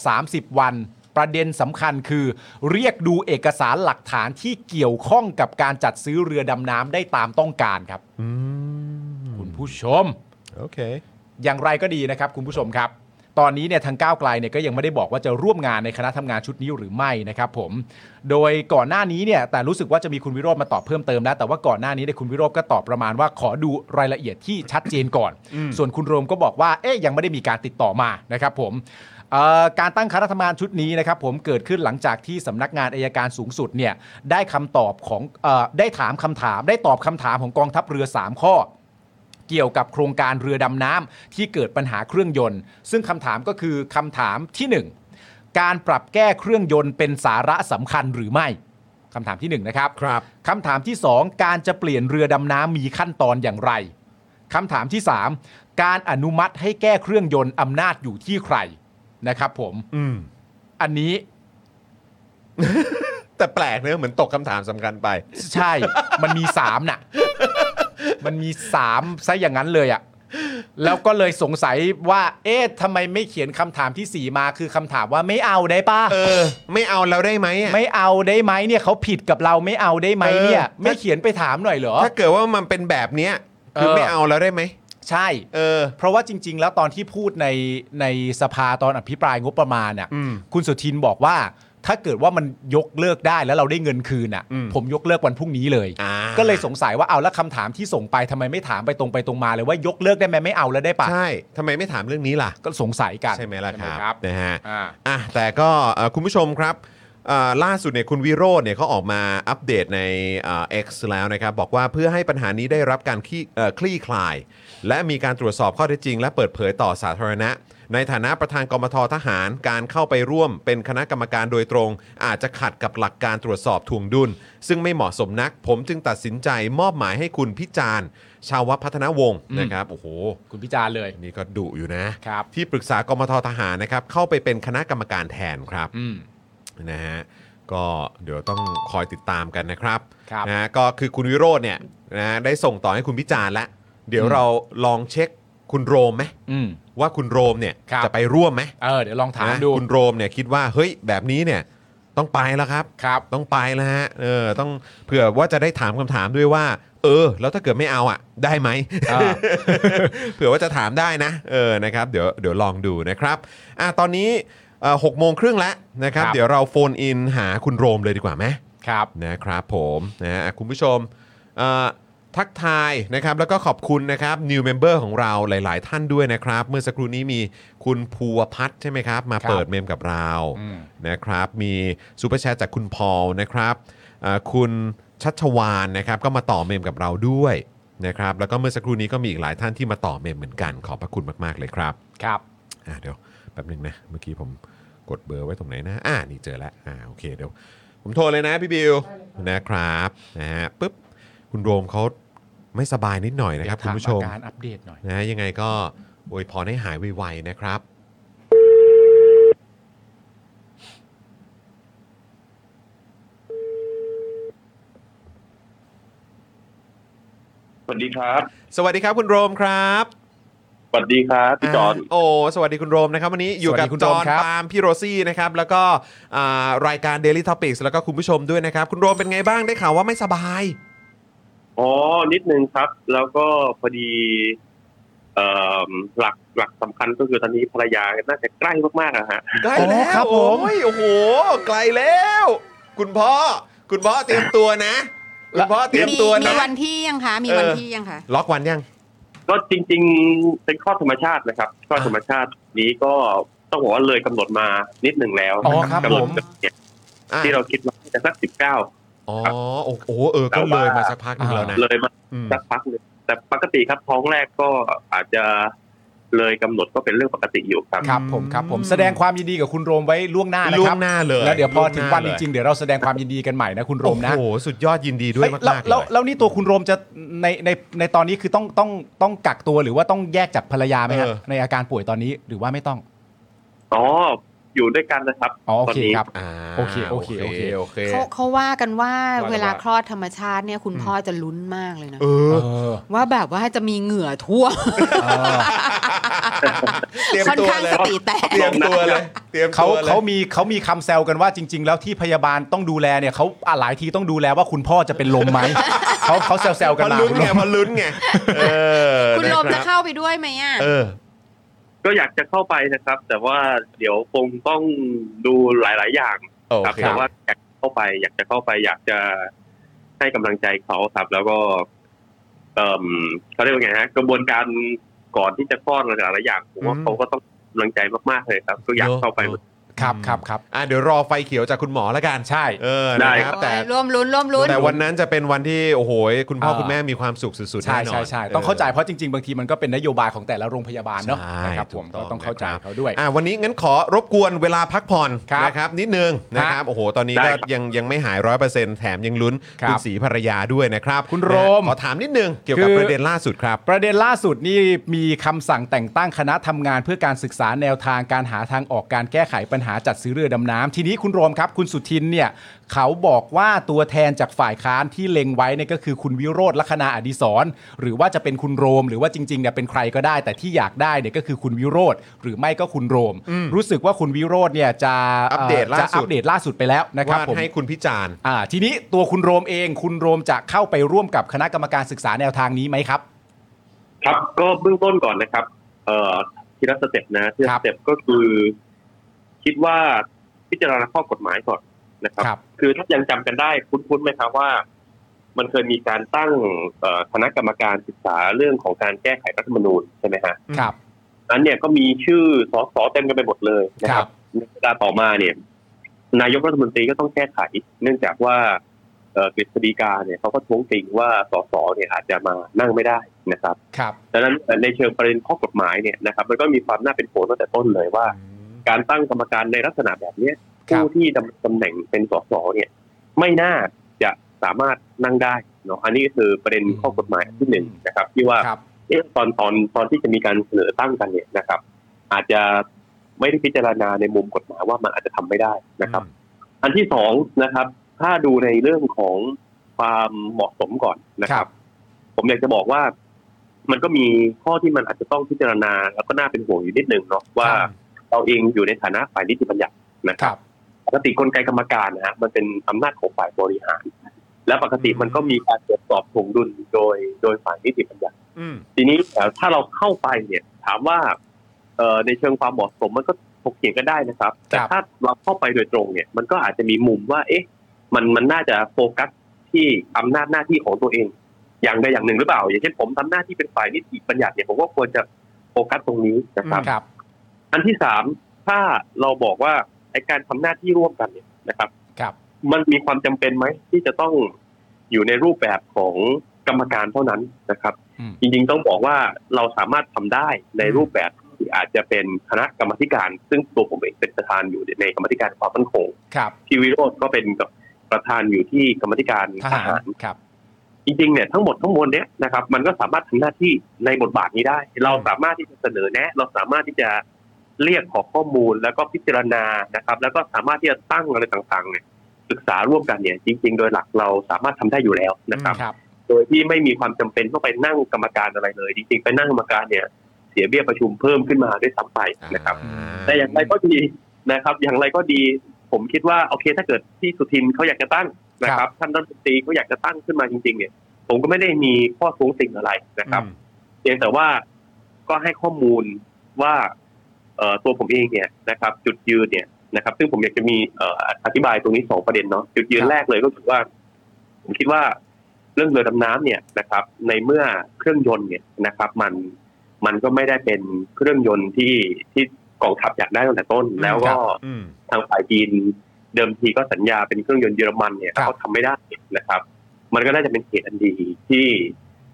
Speaker 2: 30 วัน ประเด็นสำคัญคือ เรียกดูเอกสารหลักฐานที่เกี่ยวข้องกับการจัดซื้อเรือดำน้ำได้ตามต้องการครับ
Speaker 1: อืม
Speaker 2: คุณผู้ชม
Speaker 1: โอเค
Speaker 2: อย่างไรก็ดีนะครับคุณผู้ชมครับ ตอนนี้เนี่ยทางก้าวไกลเนี่ยก็ยังไม่ได้บอกว่าจะร่วมงานในคณะทำงานชุดนี้หรือไม่นะครับผม โดยก่อนหน้านี้เนี่ยแต่รู้สึกว่าจะมีคุณวิโรธมาตอบเพิ่มเติมแล้วแต่ว่าก่อนหน้านี้เนี่ยคุณวิโรธก็ตอบประมาณว่าขอดูรายละเอียดที่ชัดเจนก่อน ส่วนคุณโรมก็บอกว่าเอ๊ยยังไม่ได้มีการติดต่อมานะครับผม เอ่อการตั้งคณะทำงานชุดนี้นะครับผมเกิดขึ้นหลังจากที่สำนักงานอายการสูงสุดเนี่ยได้คำตอบของเออได้ถามคำถาม ได้ตอบคำถามของกองทัพเรือ 3 ข้อ เกี่ยวกับโครงการเรือดำน้ำที่เกิดปัญหาเครื่องยนต์ ซึ่งคำถามก็คือคำถามทีหนึ่งการปรับแก้เครื่องยนต์เป็นสาระสำคัญหรือไม่คำถามที่หนึ่งนะครับ
Speaker 1: ครับ
Speaker 2: คำถามที่ 2 การจะเปลี่ยนเรือดำน้ำมีขั้นตอนอย่างไร คำถามที่ 3 การอนุมัติให้แก้เครื่องยนต์อำนาจอยู่ที่ใครนะครับผม
Speaker 1: อืม
Speaker 2: อันนี้
Speaker 1: แต่แปลกเนอะเหมือนตกคำถามสำคัญไป
Speaker 2: ใช่ มันมี 3 น่ะ มันมี 3 ซะอย่างนั้นเลยอะแล้วก็เลยสงสัยว่า เอ๊ะทำไมไม่เขียนคำถามทีสี่ 4 มาคือคำถามว่าไม่เอาได้ป่ะ
Speaker 1: เออ ไม่เอาแล้วได้ไหมอะ
Speaker 2: ไม่เอาได้ไหมเนี่ยเขาผิดกับเราไม่เอาได้ไหมเนี่ย ไม่เขียนไปถามหน่อยเหรอ
Speaker 1: ถ้าเกิดว่ามันเป็นแบบเนี้ยคือ
Speaker 2: เออ
Speaker 1: ไม่เอาแล้วได้ไหม
Speaker 2: ใช่
Speaker 1: เออ
Speaker 2: เพราะว่าจริง ๆ แล้วตอนที่พูดในในสภาตอนอภิปรายงบประมาณน่ะ
Speaker 1: อืม
Speaker 2: คุณสุทินบอกว่า ถ้าเกิดว่ามันยกเลิกได้แล้วเราได้เงินคืนอ่ะ
Speaker 1: อืม
Speaker 2: ผมยกเลิกวันพรุ่งนี้เลย
Speaker 1: อ่า
Speaker 2: ก็เลยสงสัยว่าเอาแล้วคำถามที่ส่งไปทำไมไม่ถามไปตรงไปตรงมาเลยว่ายกเลิกได้ไหมไม่เอาแล้วได้ปะ
Speaker 1: ใช่ทำไมไม่ถามเรื่องนี้ล่ะ
Speaker 2: ก็สงสัยกัน
Speaker 1: ใช่ไหมล่ะค
Speaker 2: ใช่
Speaker 1: รับนะฮะ
Speaker 2: อ่า
Speaker 1: อ่ะแต่ก็เอ่อคุณผู้ชมครับเอ่อล่าสุดเนี่ยคุณวิโรจน์เนี่ยเขาออกมาอัปเดตในเอ็กซ์แล้วนะครับ บอกว่าเพื่อให้ปัญหานี้ได้รับการคลี่เอ่อคลี่คลาย และมีการตรวจสอบข้อเท็จจริง และเปิดเผยต่อสาธารณะ ในฐานะประธานกรมททหาร การเข้าไปร่วมเป็นคณะกรรมการโดยตรง อาจจะขัดกับหลักการตรวจสอบทวงดุล ซึ่งไม่เหมาะสมนัก ผมจึงตัดสินใจมอบหมายให้คุณพิจารณ์ชาวพัฒนวงศ์
Speaker 2: อืม
Speaker 1: นะครับโอ้โห
Speaker 2: คุณพิจารณ์เลย
Speaker 1: นี่ก็ดุอยู่นะครับ ที่ปรึกษากมททหารนะครับ เข้าไปเป็นคณะกรรมการแทนครับ
Speaker 2: อืม
Speaker 1: นะฮะก็เดี๋ยวต้องคอยติดตามกันนะครับ
Speaker 2: ครับ
Speaker 1: นะฮะก็คือคุณวิโรจน์เนี่ยนะฮะได้ส่งต่อให้คุณพิจารณ์แล้วเดี๋ยว
Speaker 2: อืม
Speaker 1: เราลองเช็คคุณโรมไหม
Speaker 2: อืม
Speaker 1: ว่าคุณโรมเนี่ย
Speaker 2: ครับ
Speaker 1: จะไปร่วมไหม
Speaker 2: เออเดี๋ยวลองถาม
Speaker 1: นะ
Speaker 2: ดู
Speaker 1: คุณโรมเนี่ยคิดว่าเฮ้ยแบบนี้เนี่ยต้องไปแล้วครับ
Speaker 2: ครับ
Speaker 1: ต้องไปแล้วฮะเออต้องเผื่อว่าจะได้ถามคำถามด้วยว่า เออ แล้วถ้าเกิดไม่เอาอ่ะ ได้ไหม
Speaker 2: อ่า
Speaker 1: เผื่อว่าจะถามได้นะเออนะครับเดี๋ยวเดี๋ยวลองดูนะครับอ่ะตอนนี้เอ่อหกโมงครึ่งแล้วนะครับ
Speaker 2: ครับ
Speaker 1: เดี๋ยวเราโฟนอินหาคุณโรมเลยดีกว่าไหม
Speaker 2: ครับ
Speaker 1: นะครับผมนะฮะคุณผู้ชมเอ่อทักทายนะครับ แล้วก็ขอบคุณนะครับ new member ของเราหลาย ๆ ท่านด้วยนะครับ เมื่อสักครู่นี้มีคุณภูวพัฒน์ใช่ไหมครับ มา
Speaker 2: ครับ
Speaker 1: เปิดเมมกับเรา
Speaker 2: อืม
Speaker 1: นะครับมีซูเปอร์แชทจากคุณพอลนะครับอ่าคุณชัชวานนะครับก็มาต่อเมมกับเราด้วยนะครับแล้วก็เมื่อสักครู่นี้ก็มีอีกหลายท่านที่มาต่อเมมเหมือนกัน ขอบพระคุณมาก ๆ เลยครับ
Speaker 2: ครับ
Speaker 1: อ่าเดี๋ยวแป๊บหนึงนะ เมื่อกี้ผมกดเบอร์ไว้ตรงไหนนะ อ่านี่เจอแล้วอ่าโอเคเดี๋ยว ผมโทรเลยนะพี่บิวนะครับนะฮะปุ๊บคุณโรมเขาไม่สบายนิดหน่อยนะครับคุณผู้ชม
Speaker 2: เดี๋ยวถาอาการอัปเดตหน่อย
Speaker 1: นะยังไงก็อวยพรให้หายไวๆนะครับ
Speaker 7: สวัสดีครับ
Speaker 1: สวัสดีครับคุณโรมครับ
Speaker 7: สวัสดีครับพี่จอห์น
Speaker 1: โอ้สวัสดีคุณโรมนะครับวันนี้อยู่กับ
Speaker 2: สวัสดีคุณ
Speaker 1: จ
Speaker 2: โร
Speaker 1: อ
Speaker 2: ม
Speaker 1: ห์น
Speaker 2: ครับ
Speaker 1: ปาล์มพี่โรซี่นะครับแล้วก็อ่ารายการ Daily Topics แล้วก็คุณผู้ชมด้วยนะครับ คุณโรมเป็นไงบ้างได้ข่าวว่าไม่สบาย
Speaker 7: อ๋อนิดนึงครับ แล้วก็พอดีเอ่อหลักหลักสำคัญก็คือตอนนี้ภรรยาน่าจะใกล้มากๆอะฮะ
Speaker 1: ใกล้แล้
Speaker 3: อ๋อครั
Speaker 1: ว
Speaker 3: บผม
Speaker 1: โอ้ยโอ้โหไกลแล้ว คุณพ่อคุณพ่อเตรียมตัวนะ คุณพ่อเตรียมตัว
Speaker 4: มี
Speaker 1: นะ
Speaker 4: วันที่ยังคะ มี
Speaker 1: เออ
Speaker 4: วันที่ยังคะ
Speaker 1: ล็อกวันยัง
Speaker 7: ก็จริง ๆ เป็นข้อธรรมชาตินะครับข้อธรรมชาตินี้ก็ต้องบอกว่าเลยกำหนดมานิดหนึ่งแล้ว
Speaker 2: อ๋อครับ
Speaker 7: กำหนด
Speaker 2: ผม
Speaker 7: กำหนดเนี่ย
Speaker 1: อ่ะ
Speaker 7: ที่เราคิดว่าจะสักสิบเก้า
Speaker 1: อ๋อโอ้โหเออก็เลยมาสักพักหนึงแล้วนะ
Speaker 7: เลยมา
Speaker 1: อืม
Speaker 7: สักพักหนึ่งแต่ปกติครับท้องแรกก็อาจจะเลยกำหนดก็เป็นเรื่องปกติอยู่ครับ
Speaker 2: ครับผมครับผมแสดงความยินดีกับคุณโรมไว้ล่วงหน้านะ
Speaker 1: ล่ว
Speaker 2: ครับ
Speaker 1: งหน้าเลย
Speaker 2: แล้วเดี๋ยวพอถึงวันจ
Speaker 1: ล่หาล
Speaker 2: ริ
Speaker 1: ย
Speaker 2: งๆเดี๋ยวเราแสดงความยินดีกันใหม่นะคุณโรมนะ
Speaker 1: โอ้โหสุดยอดยินดีด้วย
Speaker 2: แล้ว
Speaker 1: มากๆเล
Speaker 2: แล้ว
Speaker 1: ย
Speaker 2: แล้วนี่ตัวคุณโรมจะในในในตอนนี้คือต้องต้องต้องกักตัวหรือว่าต้องแยกจากภรรยาไหมครับในอาการป่วยตอนนี้หรือว่าไม่ต้อง
Speaker 7: อ๋อ อยู่ด้วยกันนะครับ
Speaker 2: อ๋อโอ
Speaker 7: ตอน
Speaker 2: เค
Speaker 7: นี้
Speaker 2: ครับ
Speaker 1: า
Speaker 2: โอเคโอเคโอเค
Speaker 1: โอเค
Speaker 8: เขาเขาว่ากันว่า
Speaker 1: ว่า
Speaker 8: เวลา
Speaker 1: ว่า
Speaker 8: คลอดธรรมชาติเนี่ยคุณพ่อจะลุ้นมากเลยนะ
Speaker 1: เออ
Speaker 2: เออ
Speaker 8: ว่าแบบว่าจะมีเหงื่อท่วม
Speaker 1: เตรียม
Speaker 8: ค่อน
Speaker 1: ตัว
Speaker 8: ข้าง
Speaker 1: เลย
Speaker 8: สติแตก
Speaker 1: เตรียมตัวเลยเตรียม
Speaker 2: เขา
Speaker 1: ตัวลย
Speaker 2: เขามีเขามีคำแซวกันว่าจริง ๆ แล้วที่พยาบาลต้องดูแลเนี่ยเขาอ่ะหลายทีต้องดูแลว่าคุณพ่อจะเป็นลมไหม เขาเขาแซว
Speaker 1: พ
Speaker 2: ๆกั
Speaker 1: อ
Speaker 2: นมา
Speaker 1: ลุ้น
Speaker 2: คุณ
Speaker 1: ไง
Speaker 2: โรม
Speaker 1: พอลุ้นไงเออ
Speaker 4: คุณโรมจะ
Speaker 1: นรับ
Speaker 4: เข้าไปด้วยไหมอ่ะ
Speaker 1: เออ
Speaker 7: ก็อยากจะเข้าไปนะครับ แต่ว่าเดี๋ยวคงต้องดูหลาย ๆ อย่าง
Speaker 1: โอ
Speaker 7: ครับ
Speaker 1: เค
Speaker 7: แต่ว่าอยากเข้าไป อยากจะเข้าไป อยากจะให้กำลังใจเขาครับ แล้วก็ เอ่มเขาเรียกว่าไงฮะ กระบวนการก่อนที่จะคลอดหลายๆอย่างผมว่าเขาก็ต้องกำลังใจมากๆเลยครับ ก็อยากเข้าไป
Speaker 1: เนอะ
Speaker 2: ครับครับครับ
Speaker 1: อ่ะเดี๋ยวรอไฟเขียวจากคุณหมอแล้วกัน
Speaker 2: ใช่
Speaker 1: เออ
Speaker 2: ได้
Speaker 1: นะครับ
Speaker 2: ครับ
Speaker 1: แต่
Speaker 4: ร่วมลุ้นร่วมลุ้น
Speaker 1: แต่วันนั้นจะเป็นวันที่โอ้โหคุณพ่อ
Speaker 2: เออ
Speaker 1: คุณแม่มีความสุขสุดๆ
Speaker 2: ใช่
Speaker 1: แน่นอน
Speaker 2: ใช่ใช่ต้องเข้าใจเพราะจริง ๆ บางทีมันก็เป็นนโยบายของแต่ละโรงพยาบาลเนาะ
Speaker 1: ใช่
Speaker 2: นะครับผมก็ต้องเข้าใจเขาด้วย
Speaker 1: อ่ะวันนี้งั้นขอรบกวนเวลาพักผ่อน
Speaker 2: ครับ
Speaker 1: นะครับนิดนึงนะครับโอ้โหตอนนี้
Speaker 2: ได้
Speaker 1: ก็
Speaker 2: ครับ
Speaker 1: ยังยังไม่หายร้อยเปอร์เซ็นต์แถมยังลุ้น
Speaker 2: ครับ
Speaker 1: คุณศรีภรรยาด้วยนะครับ
Speaker 2: คุณโรม
Speaker 1: นะขอถามนิดนึงเกี่ยวกับ
Speaker 2: คือ
Speaker 1: ประเด็นล่าสุดครับ
Speaker 2: ประเด็นล่าสุดนี่มีคำสั่งแต่งตั้งคณะทำงานเพื่อการศึกษาแนวทางการหาทางออกการแก้ไขปัญหาจัดซื้อเรือดำน้ำทีนี้คุณโรมครับ คุณสุทินเนี่ยเขาบอกว่าตัวแทนจากฝ่ายค้านที่เล็งไว้เนี่ยก็คือคุณวิโรธลัคนาอดีศรณ์หรือว่าจะเป็นคุณโรม หรือว่าจริงๆเนี่ยเป็นใครก็ได้ แต่ที่อยากได้เนี่ยก็คือคุณวิโรธหรือไม่ก็คุณโรม
Speaker 1: อืม
Speaker 2: รู้สึกว่าคุณวิโรธเนี่ยจะ
Speaker 1: อัปเดตล่าสุด
Speaker 2: จะอัปเดตล่าสุดไปแล้วนะครับ
Speaker 1: ว่า
Speaker 2: ผม
Speaker 1: ให้คุณพิจารณ์
Speaker 2: อ่าทีนี้ตัวคุณโรมเองคุณโรมจะเข้าไปร่วมกับคณะกรรมการศึกษาแนวทางนี้ไหมครับ
Speaker 7: ครับ ก็เบื้องต้นก่อนนะครับ เอ่อทีละสเต็ปนะทีละสเต็ปก็คือ คิดว่าพิจารณาข้อกฎหมายก่อนนะครับ
Speaker 2: ครับ
Speaker 7: คือถ้ายังจำกันได้คุ้นๆไหมครับว่า มันเคยมีการตั้งเอ่อคณะกรรมการศึกษาเรื่องของการแก้ไขรัฐธรรมนูญใช่ไหมฮะ
Speaker 2: ครับ
Speaker 7: อันเนี่ยก็มีชื่อสอสอเต็มกันไปหมดเลยนะครับในเวลาต่อมาเนี่ย นายกรัฐมนตรีก็ต้องแก้ไข เนื่องจากว่าเอ่อกฤษฎีกาเนี่ยเขาก็ท้วงติงว่าสสเนี่ยอาจจะมานั่งไม่ได้นะครับ
Speaker 2: ครับ
Speaker 7: ดังนั้นเอ่อในเชิงประเด็นข้อกฎหมายเนี่ยนะครับมันก็มีความน่าเป็นห่วงตั้งแต่ต้นเลยว่า การตั้งกรรมการในลักษณะแบบเนี้ยผู้ที่ดำรงตำแหน่งเป็นสสเนี่ยไม่น่าจะสามารถนั่งได้เนาะอันนี้ก็คือประเด็นข้อกฎหมายที่หนึ่งนะครับ ที่ว่าเอ๊ะตอนตอนตอนที่จะมีการเสนอตั้งกันเนี่ยนะครับ อาจจะไม่ได้พิจารณาในมุมกฎหมายว่ามันอาจจะทำไม่ได้นะครับ อันที่สองนะครับ ถ้าดูในเรื่องของความเหมาะสมก่อนนะครับ ผมอยากจะบอกว่า มันก็มีข้อที่มันอาจจะต้องพิจารณา แล้วก็น่าเป็นห่วงอยู่นิดนึงเนาะว่าเราเองอยู่ในฐานะฝ่ายนิติบัญญัตินะครับปกติกลไกกรรมการนะฮะมันเป็นอำนาจของฝ่ายบริหาร และปกติมันก็มีการตรวจสอบถวงดุลโดยโดยฝ่ายนิติบัญญัติ
Speaker 1: อืม
Speaker 7: ทีนี้เอ่อถ้าเราเข้าไปเนี่ย ถามว่าเอ่อในเชิงความเหมาะสมมันก็ถกเถียงกันได้นะครับ แต่ถ้าเราเข้าไปโดยตรงเนี่ย มันก็อาจจะมีมุมว่า เอ๊ะ มันมันน่าจะโฟกัสที่อำนาจหน้าที่ของตัวเอง อย่างใดอย่างหนึ่งหรือเปล่า อย่างเช่นผมทำหน้าที่เป็นฝ่ายนิติบัญญัติเนี่ยผมก็ควรจะโฟกัสตรงนี้นะครับ
Speaker 2: ครับ
Speaker 7: อันที่สามถ้าเราบอกว่าไอการทำหน้าที่ร่วมกันเนี่ยนะครับ
Speaker 2: ครับ
Speaker 7: มันมีความจำเป็นไหมที่จะต้องอยู่ในรูปแบบของกรรมการเท่านั้นนะครับ
Speaker 2: อืม
Speaker 7: จริงๆต้องบอกว่าเราสามารถทำได้ในรูปแบบที่อาจจะเป็นคณะกรรมาธิการ ซึ่งตัวผมเองเป็นประธานอยู่ในกรรมาธิการความมั่นคง
Speaker 2: ครับ
Speaker 7: พี่วิโรธก็เป็นกับประธานอยู่ที่กรรมาธิการ
Speaker 2: ท
Speaker 7: ท
Speaker 2: หาร
Speaker 7: หาร
Speaker 2: ครับ
Speaker 7: จริงๆเนี่ยทั้งหมดทั้งมวลเนี้ยนะครับมันก็สามารถทำหน้าที่ในบทบาทนี้ได้ เราสามารถที่จะเสนอแนะ เราสามารถที่จะเรียกขอข้อมูลแล้วก็พิจารณานะครับ แล้วก็สามารถที่จะตั้งอะไรต่างๆเนี่ยศึกษาร่วมกันเนี่ยจริง ๆ โดยหลักเราสามารถทำได้อยู่แล้วนะครับ
Speaker 2: ครับ
Speaker 7: โดยที่ไม่มีความจำเป็นต้องไปนั่งกรรมการอะไรเลย จริงๆไปนั่งกรรมการเนี่ย เสียเบี้ยประชุมเพิ่มขึ้นมาด้วยซ้ำไปนะครับ แต่อย่างไรก็ดีนะครับ อย่างไรก็ดี ผมคิดว่าโอเค ถ้าเกิดที่สุทินเขาอยากจะตั้งนะครับ ท่านรัฐมนตรีเขาอยากจะตั้งขึ้นมาจริง ๆ เนี่ย ผมก็ไม่ได้มีข้อท้วงติ่งอะไรนะครับเพียงแต่ว่าก็ให้ข้อมูลว่าเอ่อตัวผมเองเนี่ยนะครับ จุดยืนเนี่ยนะครับ ซึ่งผมอยากจะมีเอ่ออธิบายตรงนี้สองประเด็นเนาะจุดยืนแรกเลยก็คือว่า ผมคิดว่าเรื่องเรือดำน้ำเนี่ยนะครับ ในเมื่อเครื่องยนต์เนี่ยนะครับ มันมันก็ไม่ได้เป็นเครื่องยนต์ที่ที่กองทัพอยากได้ตั้งแต่ต้น แล้วก็ทางฝ่ายจีนเดิมทีก็สัญญาเป็นเครื่องยนต์เยอรมันเนี่ยเขาทำไม่ได้นะครับ มันก็น่าจะเป็นเหตุอันดีที่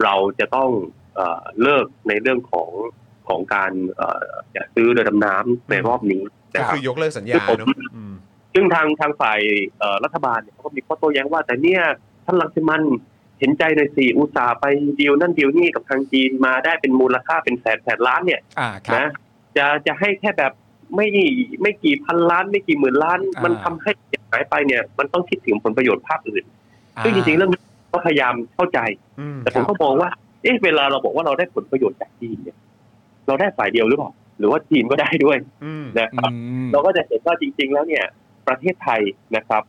Speaker 7: เราจะต้องเอ่อเลิกในเรื่องของของการเอ่อจะซื้อเรือดำน้ำในรอบนี้
Speaker 1: ก็
Speaker 7: นะรับ
Speaker 1: คือยกเลิกสัญญาเนอะอืม
Speaker 7: ซึ่งทางทางฝ่ายเอ่อรัฐบาลเนี่ยเขาก็มีข้อโต้แย้งว่า แต่เนี่ยท่านลังสิมันเห็นใจหน่อยสิอุตสาห์ไปดีลนั่นดีลนี่กับทางจีนมาได้เป็นมูลค่าเป็นแสนแสนล้านเนี่ย
Speaker 2: อ่าครับ
Speaker 7: นะจะจะให้แค่แบบไม่ไม่กี่พันล้าน ไม่กี่หมื่นล้าน
Speaker 2: อ่ามั
Speaker 7: มันทำให้เสียหายไปเนี่ย มันต้องคิดถึงผลประโยชน์ภาคอื่น ซึ่งจริงๆเรื่องนี้ก็พยายามเข้าใจ แต่ผมก็มองว่า เอ๊ะเวลาเราบอกว่าเราได้ผลประโยชน์จากจีนเนี่ย เราได้ฝ่ายเดียวหรือเปล่า หรือว่าจีนก็ได้ด้วยนะครับ เราก็จะเห็นว่าจริง ๆ แล้วเนี่ย ประเทศไทยนะครับ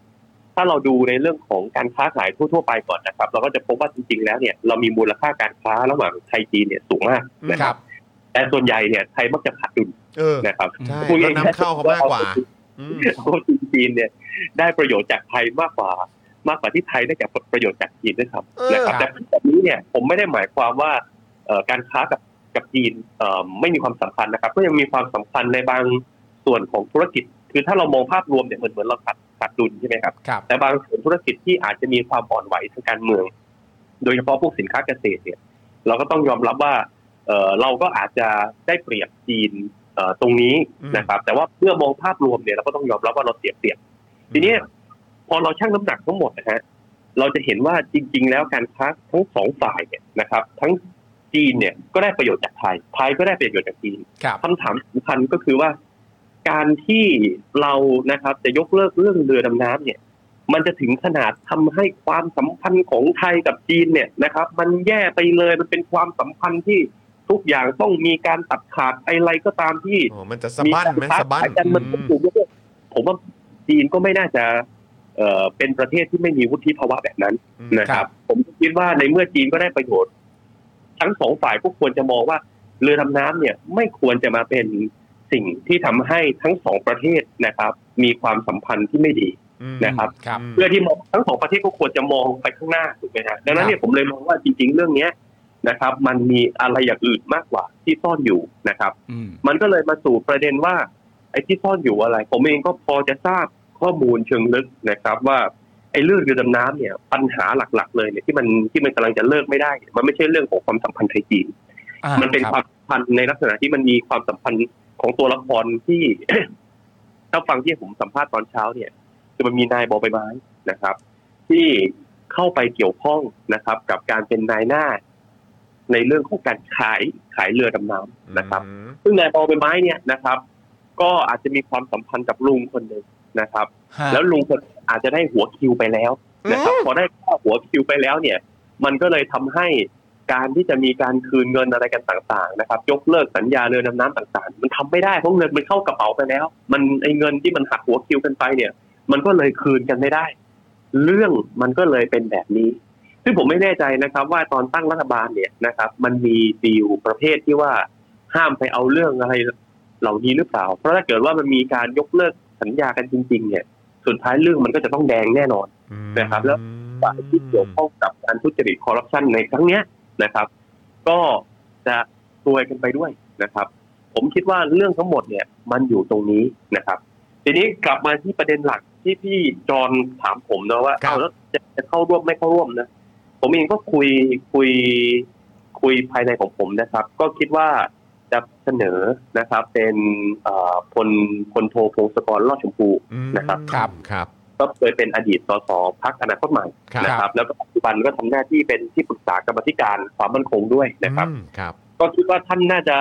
Speaker 7: ถ้าเราดูในเรื่องของการค้าขายทั่วๆไปก่อนนะครับ เราก็จะพบว่าจริง ๆ แล้วเนี่ยเรามีมูลค่าการค้าระหว่างไทยจีนเนี่ยสูงมากนะครับ แต่ส่วนใหญ่เนี่ยไทยมักจะขาดดุล
Speaker 1: เออ
Speaker 7: นะครับ
Speaker 1: ใช่
Speaker 7: พูดง่ยๆ
Speaker 1: เรานำเข้าเขามากกว่า
Speaker 7: เพราะว่าจีนเนี่ย ได้ประโยชน์จากไทยมากกว่ามากกว่าที่ไทยได้จากผลประโยชน์จากจีนด้วยครับ
Speaker 1: เออ
Speaker 7: นะครับแต่แบบนี้เนี่ยผมไม่ได้หมายความว่าเอ่อการค้ากับกับจีนเอ่อไม่มีความสำคัญนะครับ ก็ยังมีความสำคัญในบางส่วนของธุรกิจ คือถ้าเรามองภาพรวมเนี่ยเหมือนเหมือนเราขาดขาดดุลใช่ไหมครับ
Speaker 2: ครับ
Speaker 7: แต่บางส่วนธุรกิจที่อาจจะมีความอ่อนไหวทางการเมือง โดยเฉพาะพวกสินค้าเกษตรเนี่ย เราก็ต้องยอมรับว่าเอ่อเราก็อาจจะได้เปรียบจีนเอ่อตรงนี้นะครับ แต่ว่าเมื่อมองภาพรวมเนี่ยเราก็ต้องยอมรับว่าเราเสียเปรียบ ทีเนี้ยพอเราชั่งน้ำหนักทั้งหมดนะฮะเราจะเห็นว่าจริง ๆ แล้วการค้าทั้งสองฝ่ายเนี่ยนะครับ ทั้งจีนเนี่ยก็ได้ประโยชน์จากไทย ไทยก็ได้ประโยชน์จากจีน
Speaker 2: ครับ
Speaker 7: คำถามสำคัญก็คือว่า การที่เรานะครับจะยกเลิกเรื่องเรือดำน้ำเนี่ย มันจะถึงขนาดทำให้ความสัมพันธ์ของไทยกับจีนเนี่ยนะครับ มันแย่ไปเลยมันเป็นความสัมพันธ์ที่ทุกอย่างต้องมีการตัดขาดอะไรก็ตามที่
Speaker 1: อ๋อมันจะสะบั้นไหม
Speaker 7: การค้า
Speaker 1: สะบั้น
Speaker 7: ขายกันมัน
Speaker 1: อืม
Speaker 7: ต้องถูกยกเลิกผมว่าจีนก็ไม่น่าจะเอ่อเป็นประเทศที่ไม่มีวุฒิภาวะแบบนั้น นะค
Speaker 2: ครั
Speaker 7: รับ
Speaker 2: บ
Speaker 7: ผมคิดว่าในเมื่อจีนก็ได้ประโยชน์ ทั้งสองฝ่ายก็ควรจะมองว่าเรือดำน้ำเนี่ยไม่ควรจะมาเป็นสิ่งที่ทำให้ทั้งสองประเทศนะครับ มีความสัมพันธ์ที่ไม่ดี นะครับ
Speaker 2: ครับ
Speaker 7: เพื่อที่มองทั้งสองประเทศก็ควรจะมองไปข้างหน้าถูกไหมฮะดังนั้นเนี่ยผมเลยมองว่าจริง ๆ เรื่องเนี้ยนะครับ มันมีอะไรอย่างอื่นมากกว่าที่ซ่อนอยู่นะครับ
Speaker 2: อืม
Speaker 7: มันก็เลยมาสู่ประเด็นว่า ไอ้ที่ซ่อนอยู่อะไร ผมเองก็พอจะทราบข้อมูลเชิงลึกนะครับ ว่าไอ้เรื่องเรือดำน้ำเนี่ยปัญหาหลักๆ เลยเนี่ยที่มันที่มันกำลังจะเลิกไม่ได้เนี่ยมันไม่ใช่เรื่องของความสัมพันธ์ไทยจีน
Speaker 2: อ่า
Speaker 7: มันเป็น
Speaker 2: รับ
Speaker 7: ความสัมพันธ์ในลักษณะที่มันมีความสัมพันธ์ของตัวละครที่ ถ้าฟังที่ผมสัมภาษณ์ตอนเช้าเนี่ยคือมันมีนายบอใบไม้นะครับ ที่เข้าไปเกี่ยวข้องนะครับ กับการเป็นนายหน้า ในเรื่องของการขายขายเรือดำน้ำนะครับ ซึ่งนายบอใบไม้เนี่ยนะครับ ก็อาจจะมีความสัมพันธ์กับลุงคนหนึ่งนะครับ
Speaker 2: ฮะ
Speaker 7: แล้วลุงคนอาจจะได้หัวคิวไปแล้วนะครับ พอได้ค่าหัวคิวไปแล้วเนี่ย มันก็เลยทำให้การที่จะมีการคืนเงินอะไรกันต่างๆ นะครับ ยกเลิกสัญญาเรือดำน้ำต่างๆ มันทำไม่ได้เพราะเงินมันเข้ากระเป๋าไปแล้ว มันไอเงินที่มันหักหัวคิวกันไปเนี่ย มันก็เลยคืนกันไม่ได้ เรื่องมันก็เลยเป็นแบบนี้ ซึ่งผมไม่แน่ใจนะครับ ว่าตอนตั้งรัฐบาลเนี่ยนะครับ มันมีดีลประเภทที่ว่าห้ามไปเอาเรื่องอะไรเหล่านี้หรือเปล่า เพราะถ้าเกิดว่ามันมีการยกเลิกสัญญากันจริง ๆ เนี่ย สุดท้ายเรื่องมันก็จะต้องแดงแน่นอน นะครับแล้ว ฝ่ายที่เกี่ยวข้องกับการทุจริตคอร์รัปชันในครั้งเนี้ยนะครับ ก็จะรวยกันไปด้วยนะครับ ผมคิดว่าเรื่องทั้งหมดเนี่ยมันอยู่ตรงนี้นะครับ ทีนี้กลับมาที่ประเด็นหลักที่พี่จอนถามผมนะว่า
Speaker 1: ครับ
Speaker 7: เอาแล้วจะจะเข้าร่วมไม่เข้าร่วมนะ ผมเองก็คุยคุยคุยภายในของผมนะครับ ก็คิดว่าจะเสนอนะครับ เป็นเอ่อพลพลโทพงศกรรอดชมพู นะครับ
Speaker 2: ครับ
Speaker 1: ครับ
Speaker 7: ก็เคยเป็นอดีตสสพักอนาคตใหม่
Speaker 1: ครับ
Speaker 7: นะครับ แล้วก็ปัจจุบันก็ทำหน้าที่เป็นที่ปรึกษากรรมาธิการความมั่นคงด้วยนะครับ
Speaker 1: อืมครับ
Speaker 7: ก็คิดว่าท่านน่าจะ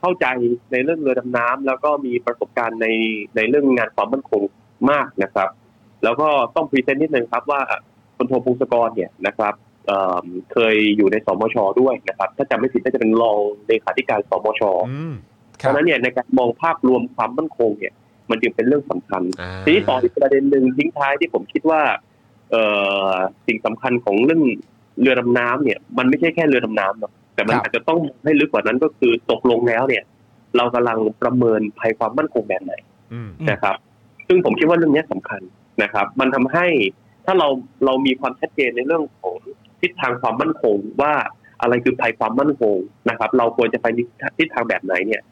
Speaker 7: เข้าใจในเรื่องเรือดำน้ำแล้วก็มีประสบการณ์ในในเรื่องงานความมั่นคงมากนะครับ แล้วก็ต้องพรีเซนต์นิดนึงครับว่าพลโทพงศกรเนี่ยนะครับเอ่อเคยอยู่ในสมชด้วยนะครับ ถ้าจำไม่ผิดน่าจะเป็นรองเลขาธิการสมช
Speaker 1: อืม
Speaker 7: เพราะฉะนั้นเนี่ยในการมองภาพรวมความมั่นคงเนี่ย มันจึงเป็นเรื่องสำคัญ
Speaker 1: อ่า
Speaker 7: ทีนี้ต่ออีกประเด็นหนึ่งทิ้งท้ายที่ผมคิดว่า เอ่อสิ่งสำคัญของเรื่องเรือดำน้ำเนี่ย มันไม่ใช่แค่เรือดำน้ำหรอกแต่มัน
Speaker 2: ครับ
Speaker 7: อาจจะต้องให้ลึกกว่านั้นก็คือตกลงแล้วเนี่ย เรากำลังประเมินภัยความมั่นคงแบบไหน
Speaker 1: อืม
Speaker 7: นะครับ ซึ่งผมคิดว่าเรื่องนี้สำคัญนะครับ มันทำให้ถ้าเราเรามีความชัดเจนในเรื่องของทิศทางความมั่นคงว่าอะไรคือภัยความมั่นคงนะครับ เราควรจะไปทิศทางแบบไหนเนี่ย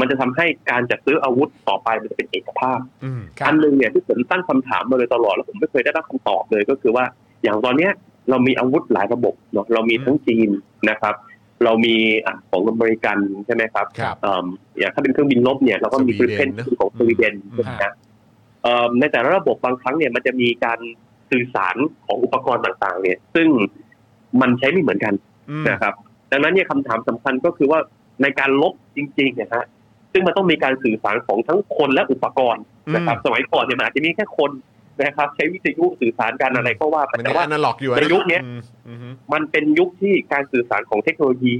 Speaker 7: มันจะทำให้การจัดซื้ออาวุธต่อไปมันจะเป็นเอกภาพ
Speaker 1: อืม
Speaker 2: ครับ
Speaker 7: อันหนึ่งเนี่ยที่ผมตั้งคำถามมาโดยตลอดแล้วผมไม่เคยได้รับคำตอบเลยก็คือว่าอย่างตอนเนี้ยเรามีอาวุธหลายระบบเนาะเรามีทั้งจีนนะครับ เรามีอ่ะของอเมริกันใช่ไหมครับ
Speaker 2: ครับ
Speaker 7: เอิ่มอย่างถ้าเป็นเครื่องบินลบเนี่ยเราก็มี
Speaker 1: ส
Speaker 7: ฟ
Speaker 1: วีเด
Speaker 7: ริเพ
Speaker 1: น
Speaker 7: น
Speaker 1: นะ
Speaker 7: ของสวีเดน
Speaker 1: อืม
Speaker 7: ใช่ไหมฮะเอิ่มในแต่ละระบบบางครั้งเนี่ยมันจะมีการสื่อสารของอุปกรณ์ต่างๆ เนี่ย ซึ่งมันใช้ไม่เหมือนกัน
Speaker 1: อืม
Speaker 7: นะครับดังนั้นเนี่ยคำถามสำคัญก็คือว่าในการลบจริงๆเนี่ยฮะซึ่งมันต้องมีการสื่อสารของทั้งคนและอุปกรณ์นะครับ
Speaker 1: อืม
Speaker 7: สมัยก่อนเนี่ยมันอาจจะมีแค่คนนะครับ ใช้วิทยุสื่อสารกันอะไรก็ว่าไป
Speaker 1: มัน
Speaker 7: แต่
Speaker 1: ยัง
Speaker 7: ว่า
Speaker 1: อนาล็อกอยู่อะะ
Speaker 7: ในยุคเนี้ย
Speaker 1: อืมอืม
Speaker 7: มันเป็นยุคที่การสื่อสารของเทคโนโลยี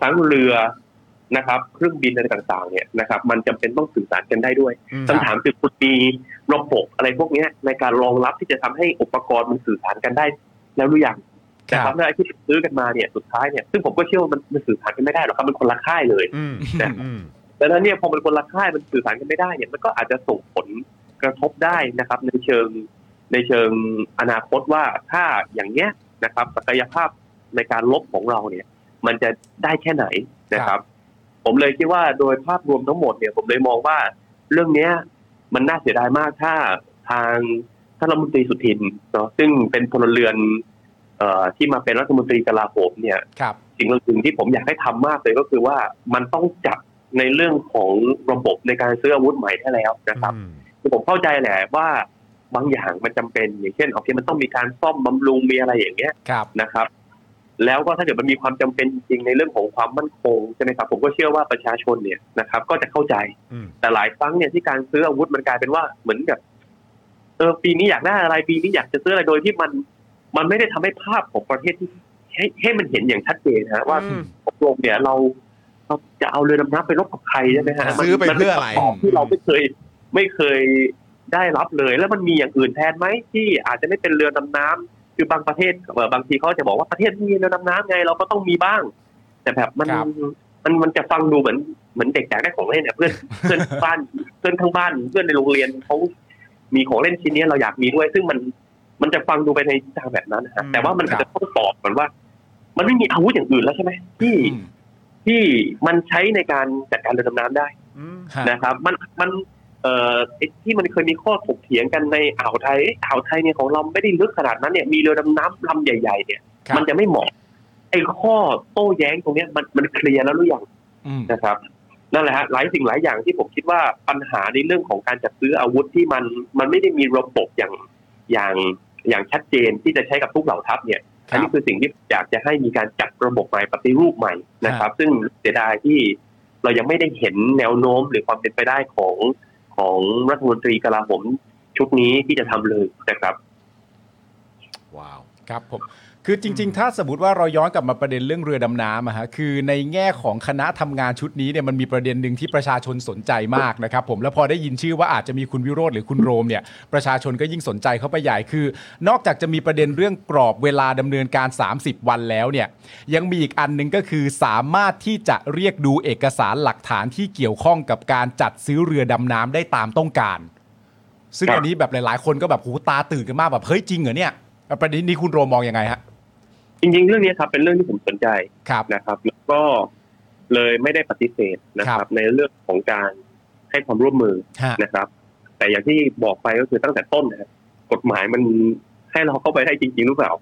Speaker 7: ทั้งเรือนะครับ เครื่องบินอะไรต่างๆ เนี่ยนะครับ มันจำเป็นต้องสื่อสารกันได้ด้วย
Speaker 1: อืม
Speaker 7: คำถามคือคุณมีระบบอะไรพวกเนี้ยในการรองรับที่จะทำให้อุปกรณ์มันสื่อสารกันได้แล้วหรือยัง
Speaker 2: ค
Speaker 7: นะค
Speaker 2: รั
Speaker 7: รั
Speaker 2: บบ
Speaker 7: และไอ้ที่ซื้อกันมาเนี่ยสุดท้ายเนี่ยซึ่งผมก็เชื่อว่ามันมันสื่อสารกันไม่ได้หรอกครับมันคนละค่ายเลย
Speaker 1: อืม
Speaker 7: นะ
Speaker 1: อืม
Speaker 7: ดังนั้นเนี่ยพอมันคนละค่ายมันสื่อสารกันไม่ได้เนี่ยมันก็อาจจะส่งผลกระทบได้นะครับ ในเชิงในเชิงอนาคตว่าถ้าอย่างเนี้ยนะครับศักยภาพในการลบของเราเนี่ย มันจะได้แค่ไหนนะครับ ผมเลยคิดว่าโดยภาพรวมทั้งหมดเนี่ย ผมเลยมองว่าเรื่องเนี้ย มันน่าเสียดายมากถ้าทางท่านรัฐมนตรีสุทินเนาะซึ่งเป็นพลเรือนเอ่อที่มาเป็นรัฐมนตรีกลาโหมเนี่ย
Speaker 2: ครับ
Speaker 7: สิ่งหนึ่งที่ผมอยากให้ทำมากเลยก็คือว่ามันต้องจับในเรื่องของระบบในการซื้ออาวุธใหม่ได้แล้วนะครับคือผมเข้าใจแหละว่าบางอย่างมันจำเป็นอย่างเช่นโอเคมันต้องมีการซ่อมบำรุงมีอะไรอย่างเงี้ย
Speaker 2: ครับ
Speaker 7: นะครับ แล้วก็ถ้าเกิดมันมีความจำเป็นจริงๆในเรื่องของความมั่นคงใช่ไหมครับผมก็เชื่อว่าประชาชนเนี่ยนะครับ ก็จะเข้าใจ
Speaker 1: อืม
Speaker 7: แต่หลายครั้งเนี่ยที่การซื้ออาวุธมันกลายเป็นว่าเหมือนกับเออปีนี้อยากได้อะไรปีนี้อยากจะซื้ออะไรโดยที่มัน มันไม่ได้ทำให้ภาพของประเทศที่ให้ให้มันเห็นอย่างชัดเจนนะฮะว่าตกลงเนี่ยเราเราจะเอาเรือดำน้ำไปรบกับใครใช่ไหมฮะมัน
Speaker 1: ซื้อไป
Speaker 7: มัน
Speaker 1: เพื่ออะไร
Speaker 7: คำตบที่เราไม่เคยไม่เคยได้รับเลย แล้วมันมีอย่างอื่นแทนไหมที่อาจจะไม่เป็นเรือดำน้ำคือบางประเทศเอ่อบางทีเขาจะบอกว่าประเทศมีเรือดำน้ำไงเราก็ต้องมีบ้าง แต่แบบมัน
Speaker 2: ครับ
Speaker 7: มันมันจะฟังดูเหมือนเหมือนเด็กอยากได้ของเล่นอะเพื่อน เพื่อนบ้านเพื่อนข้างบ้านเพื่อนในโรงเรียนเขามีของเล่นชิ้นนี้เราอยากมีด้วย ซึ่งมันมันจะฟังดูไปในทางแบบนั้นนะฮะ
Speaker 2: อืม
Speaker 7: แต่ว่ามันอาจจะต้องตอบมันว่า มันไม่มีอาวุธอย่างอื่นแล้วใช่ไหมที่
Speaker 2: อืม
Speaker 7: ที่มันใช้ในการจัดการเรือดำน้ำได้
Speaker 2: ฮะ
Speaker 7: นะครับ มันมันเอ่อไอ้ที่มันเคยมีข้อถกเถียงกันในอ่าวไทยเอ๊ะอ่าวไทยเนี่ยของเราไม่ได้ลึกขนาดนั้นเนี่ยมีเรือดำน้ำลำใหญ่ ๆ เนี่ย
Speaker 2: ครับ
Speaker 7: มันจะไม่เหมาะไอ้ข้อโต้แย้งตรงเนี้ยมันมันเคลียร์แล้วหรือยัง
Speaker 2: อืม
Speaker 7: นะครับนั่นแหละฮะหลายสิ่งหลายอย่างที่ผมคิดว่าปัญหาในเรื่องของการจัดซื้ออาวุธที่มันมันไม่ได้มีระบบอย่างอย่างอย่างชัดเจนที่จะใช้กับทุกเหล่าทัพเนี่ย
Speaker 2: ค
Speaker 7: อัน
Speaker 2: รับ
Speaker 7: นี้คือสิ่งที่อยากจะให้มีการจัดระบบใหม่ปฏิรูปใหม่นะครับ ซึ่งเสียดายที่เรายังไม่ได้เห็นแนวโน้มหรือความเป็นไปได้ของของรัฐมนตรีกลาโหมชุดนี้ที่จะทำเลยนะครับ
Speaker 1: ว้าว
Speaker 2: ครับผมคือจริง ๆ ถ้าสมมติว่าเราย้อนกลับมาประเด็นเรื่องเรือดำน้ำอะฮะคือในแง่ของคณะทำงานชุดนี้เนี่ยมันมีประเด็นหนึ่งที่ประชาชนสนใจมากนะครับผมแล้วพอได้ยินชื่อว่าอาจจะมีคุณวิโรธหรือคุณโรมเนี่ยประชาชนก็ยิ่งสนใจเข้าไปใหญ่คือ นอกจากจะมีประเด็นเรื่องกรอบเวลาดำเนินการ 30 วันแล้วเนี่ยยังมีอีกอันหนึ่งก็คือสามารถที่จะเรียกดูเอกสารหลักฐานที่เกี่ยวข้องกับการจัดซื้อเรือดำน้ำได้ตามต้องการ ซึ่ง
Speaker 7: ครับ
Speaker 2: อันนี้แบบหลาย ๆ คนก็แบบหูตาตื่นกันมากแบบเฮ้ยจริงเหรอเนี่ยประเด็นนี้คุณโรมมองยังไงฮะ
Speaker 7: จริง ๆ เรื่องนี้ครับเป็นเรื่องที่ผมสนใจ
Speaker 2: ครับ
Speaker 7: นะครับแล้วก็เลยไม่ได้ปฏิเสธนะค
Speaker 2: ครั
Speaker 7: รับ
Speaker 2: บ
Speaker 7: ในเรื่องของการให้ความร่วมมือ
Speaker 2: ฮะ
Speaker 7: นะครับ แต่อย่างที่บอกไปก็คือตั้งแต่ต้นนะครับกฎหมายมันให้เราเข้าไปได้จริง ๆ หรือเปล่า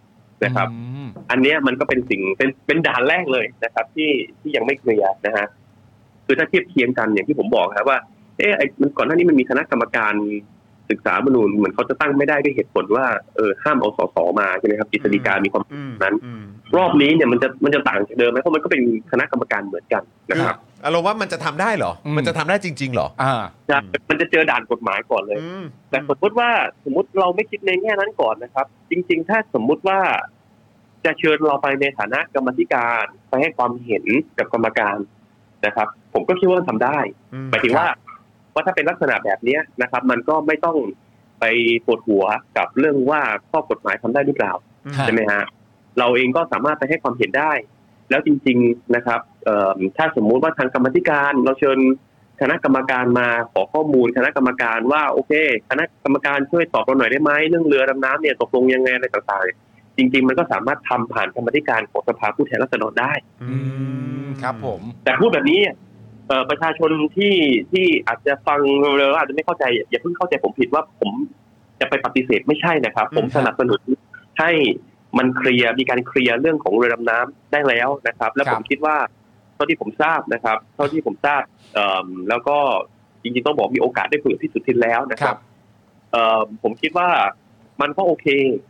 Speaker 7: นะครับ
Speaker 2: อืม
Speaker 7: อันเนี้ยมันก็เป็นสิ่งเป็นเป็นด่านแรกเลยนะครับ ที่ที่ยังไม่เคลียร์นะฮะคือถ้าเทียบเคียงกันอย่างที่ผมบอกครับว่าเออไอมันก่อนหน้านี้มันมีคณะกรรมการศึกษาธรรมนูญเหมือนเขาจะตั้งไม่ได้ด้วยเหตุผลว่าเออห้ามเอาสสมาใช่ไหมครับกฤษฎีกามีความ
Speaker 1: อืม
Speaker 7: นั้น
Speaker 1: อืม
Speaker 7: รอบนี้เนี่ยมันจะมันจะต่างจากเดิมไหมเพราะมันก็เป็นคณะกรรมการเหมือนกันนะ
Speaker 1: คือ
Speaker 7: ครับ
Speaker 1: อารมณ์ว่ามันจะทำได้เหรอ มันจะทำได้จริง ๆ เหรอ
Speaker 2: อ่า
Speaker 7: จะมันจะเจอด่านกฎหมายก่อนเลย
Speaker 1: อืม
Speaker 7: แต่สมมติว่าสมมติเราไม่คิดในแง่นั้นก่อนนะครับ จริง ๆ ถ้าสมมุติว่าจะเชิญเราไปในฐานะกรรมธิการไปให้ความเห็นกับกรรมการนะครับ ผมก็คิดว่าทำได้
Speaker 1: อืม
Speaker 7: หมายถึงว่าว่าถ้าเป็นลักษณะแบบเนี้ยนะครับ มันก็ไม่ต้องไปปวดหัวกับเรื่องว่าข้อกฎหมายทำได้หรือเปล่า
Speaker 2: ฮะ
Speaker 7: ใช่ไหมฮะเราเองก็สามารถไปให้ความเห็นได้ แล้วจริง ๆนะครับเอ่อถ้าสมมุติว่าทางกรรมธิการเราเชิญคณะกรรมการมาขอข้อมูลคณะกรรมการว่าโอเค คณะกรรมการช่วยตอบเราหน่อยได้ไหมเรื่องเรือดำน้ำเนี่ยตกลงยังไงอะไรต่างๆเนี่ยจริง ๆ มันก็สามารถทำผ่านกรรมธิการของสภาผู้แทนราษฎรได้
Speaker 2: อืมครับผม
Speaker 7: แต่พูดแบบนี้เอ่อประชาชนที่ที่อาจจะฟังเร็วๆอาจจะไม่เข้าใจอย่าอย่าเพิ่งเข้าใจผมผิดว่าผมจะไปปฏิเสธไม่ใช่นะครับ ผมสนับสนุนให้มันเคลียร์มีการเคลียร์เรื่องของเรือดำน้ำได้แล้วนะครับ และผมคิดว่าเท่าที่ผมทราบนะครับ เท่าที่ผมทราบเอ่มแล้วก็จริงๆต้องบอกมีโอกาสได้คุยกับพี่สุทินแล้วนะ
Speaker 2: ค
Speaker 7: ค
Speaker 2: รั
Speaker 7: รับ บ เอ่อผมคิดว่ามันก็โอเค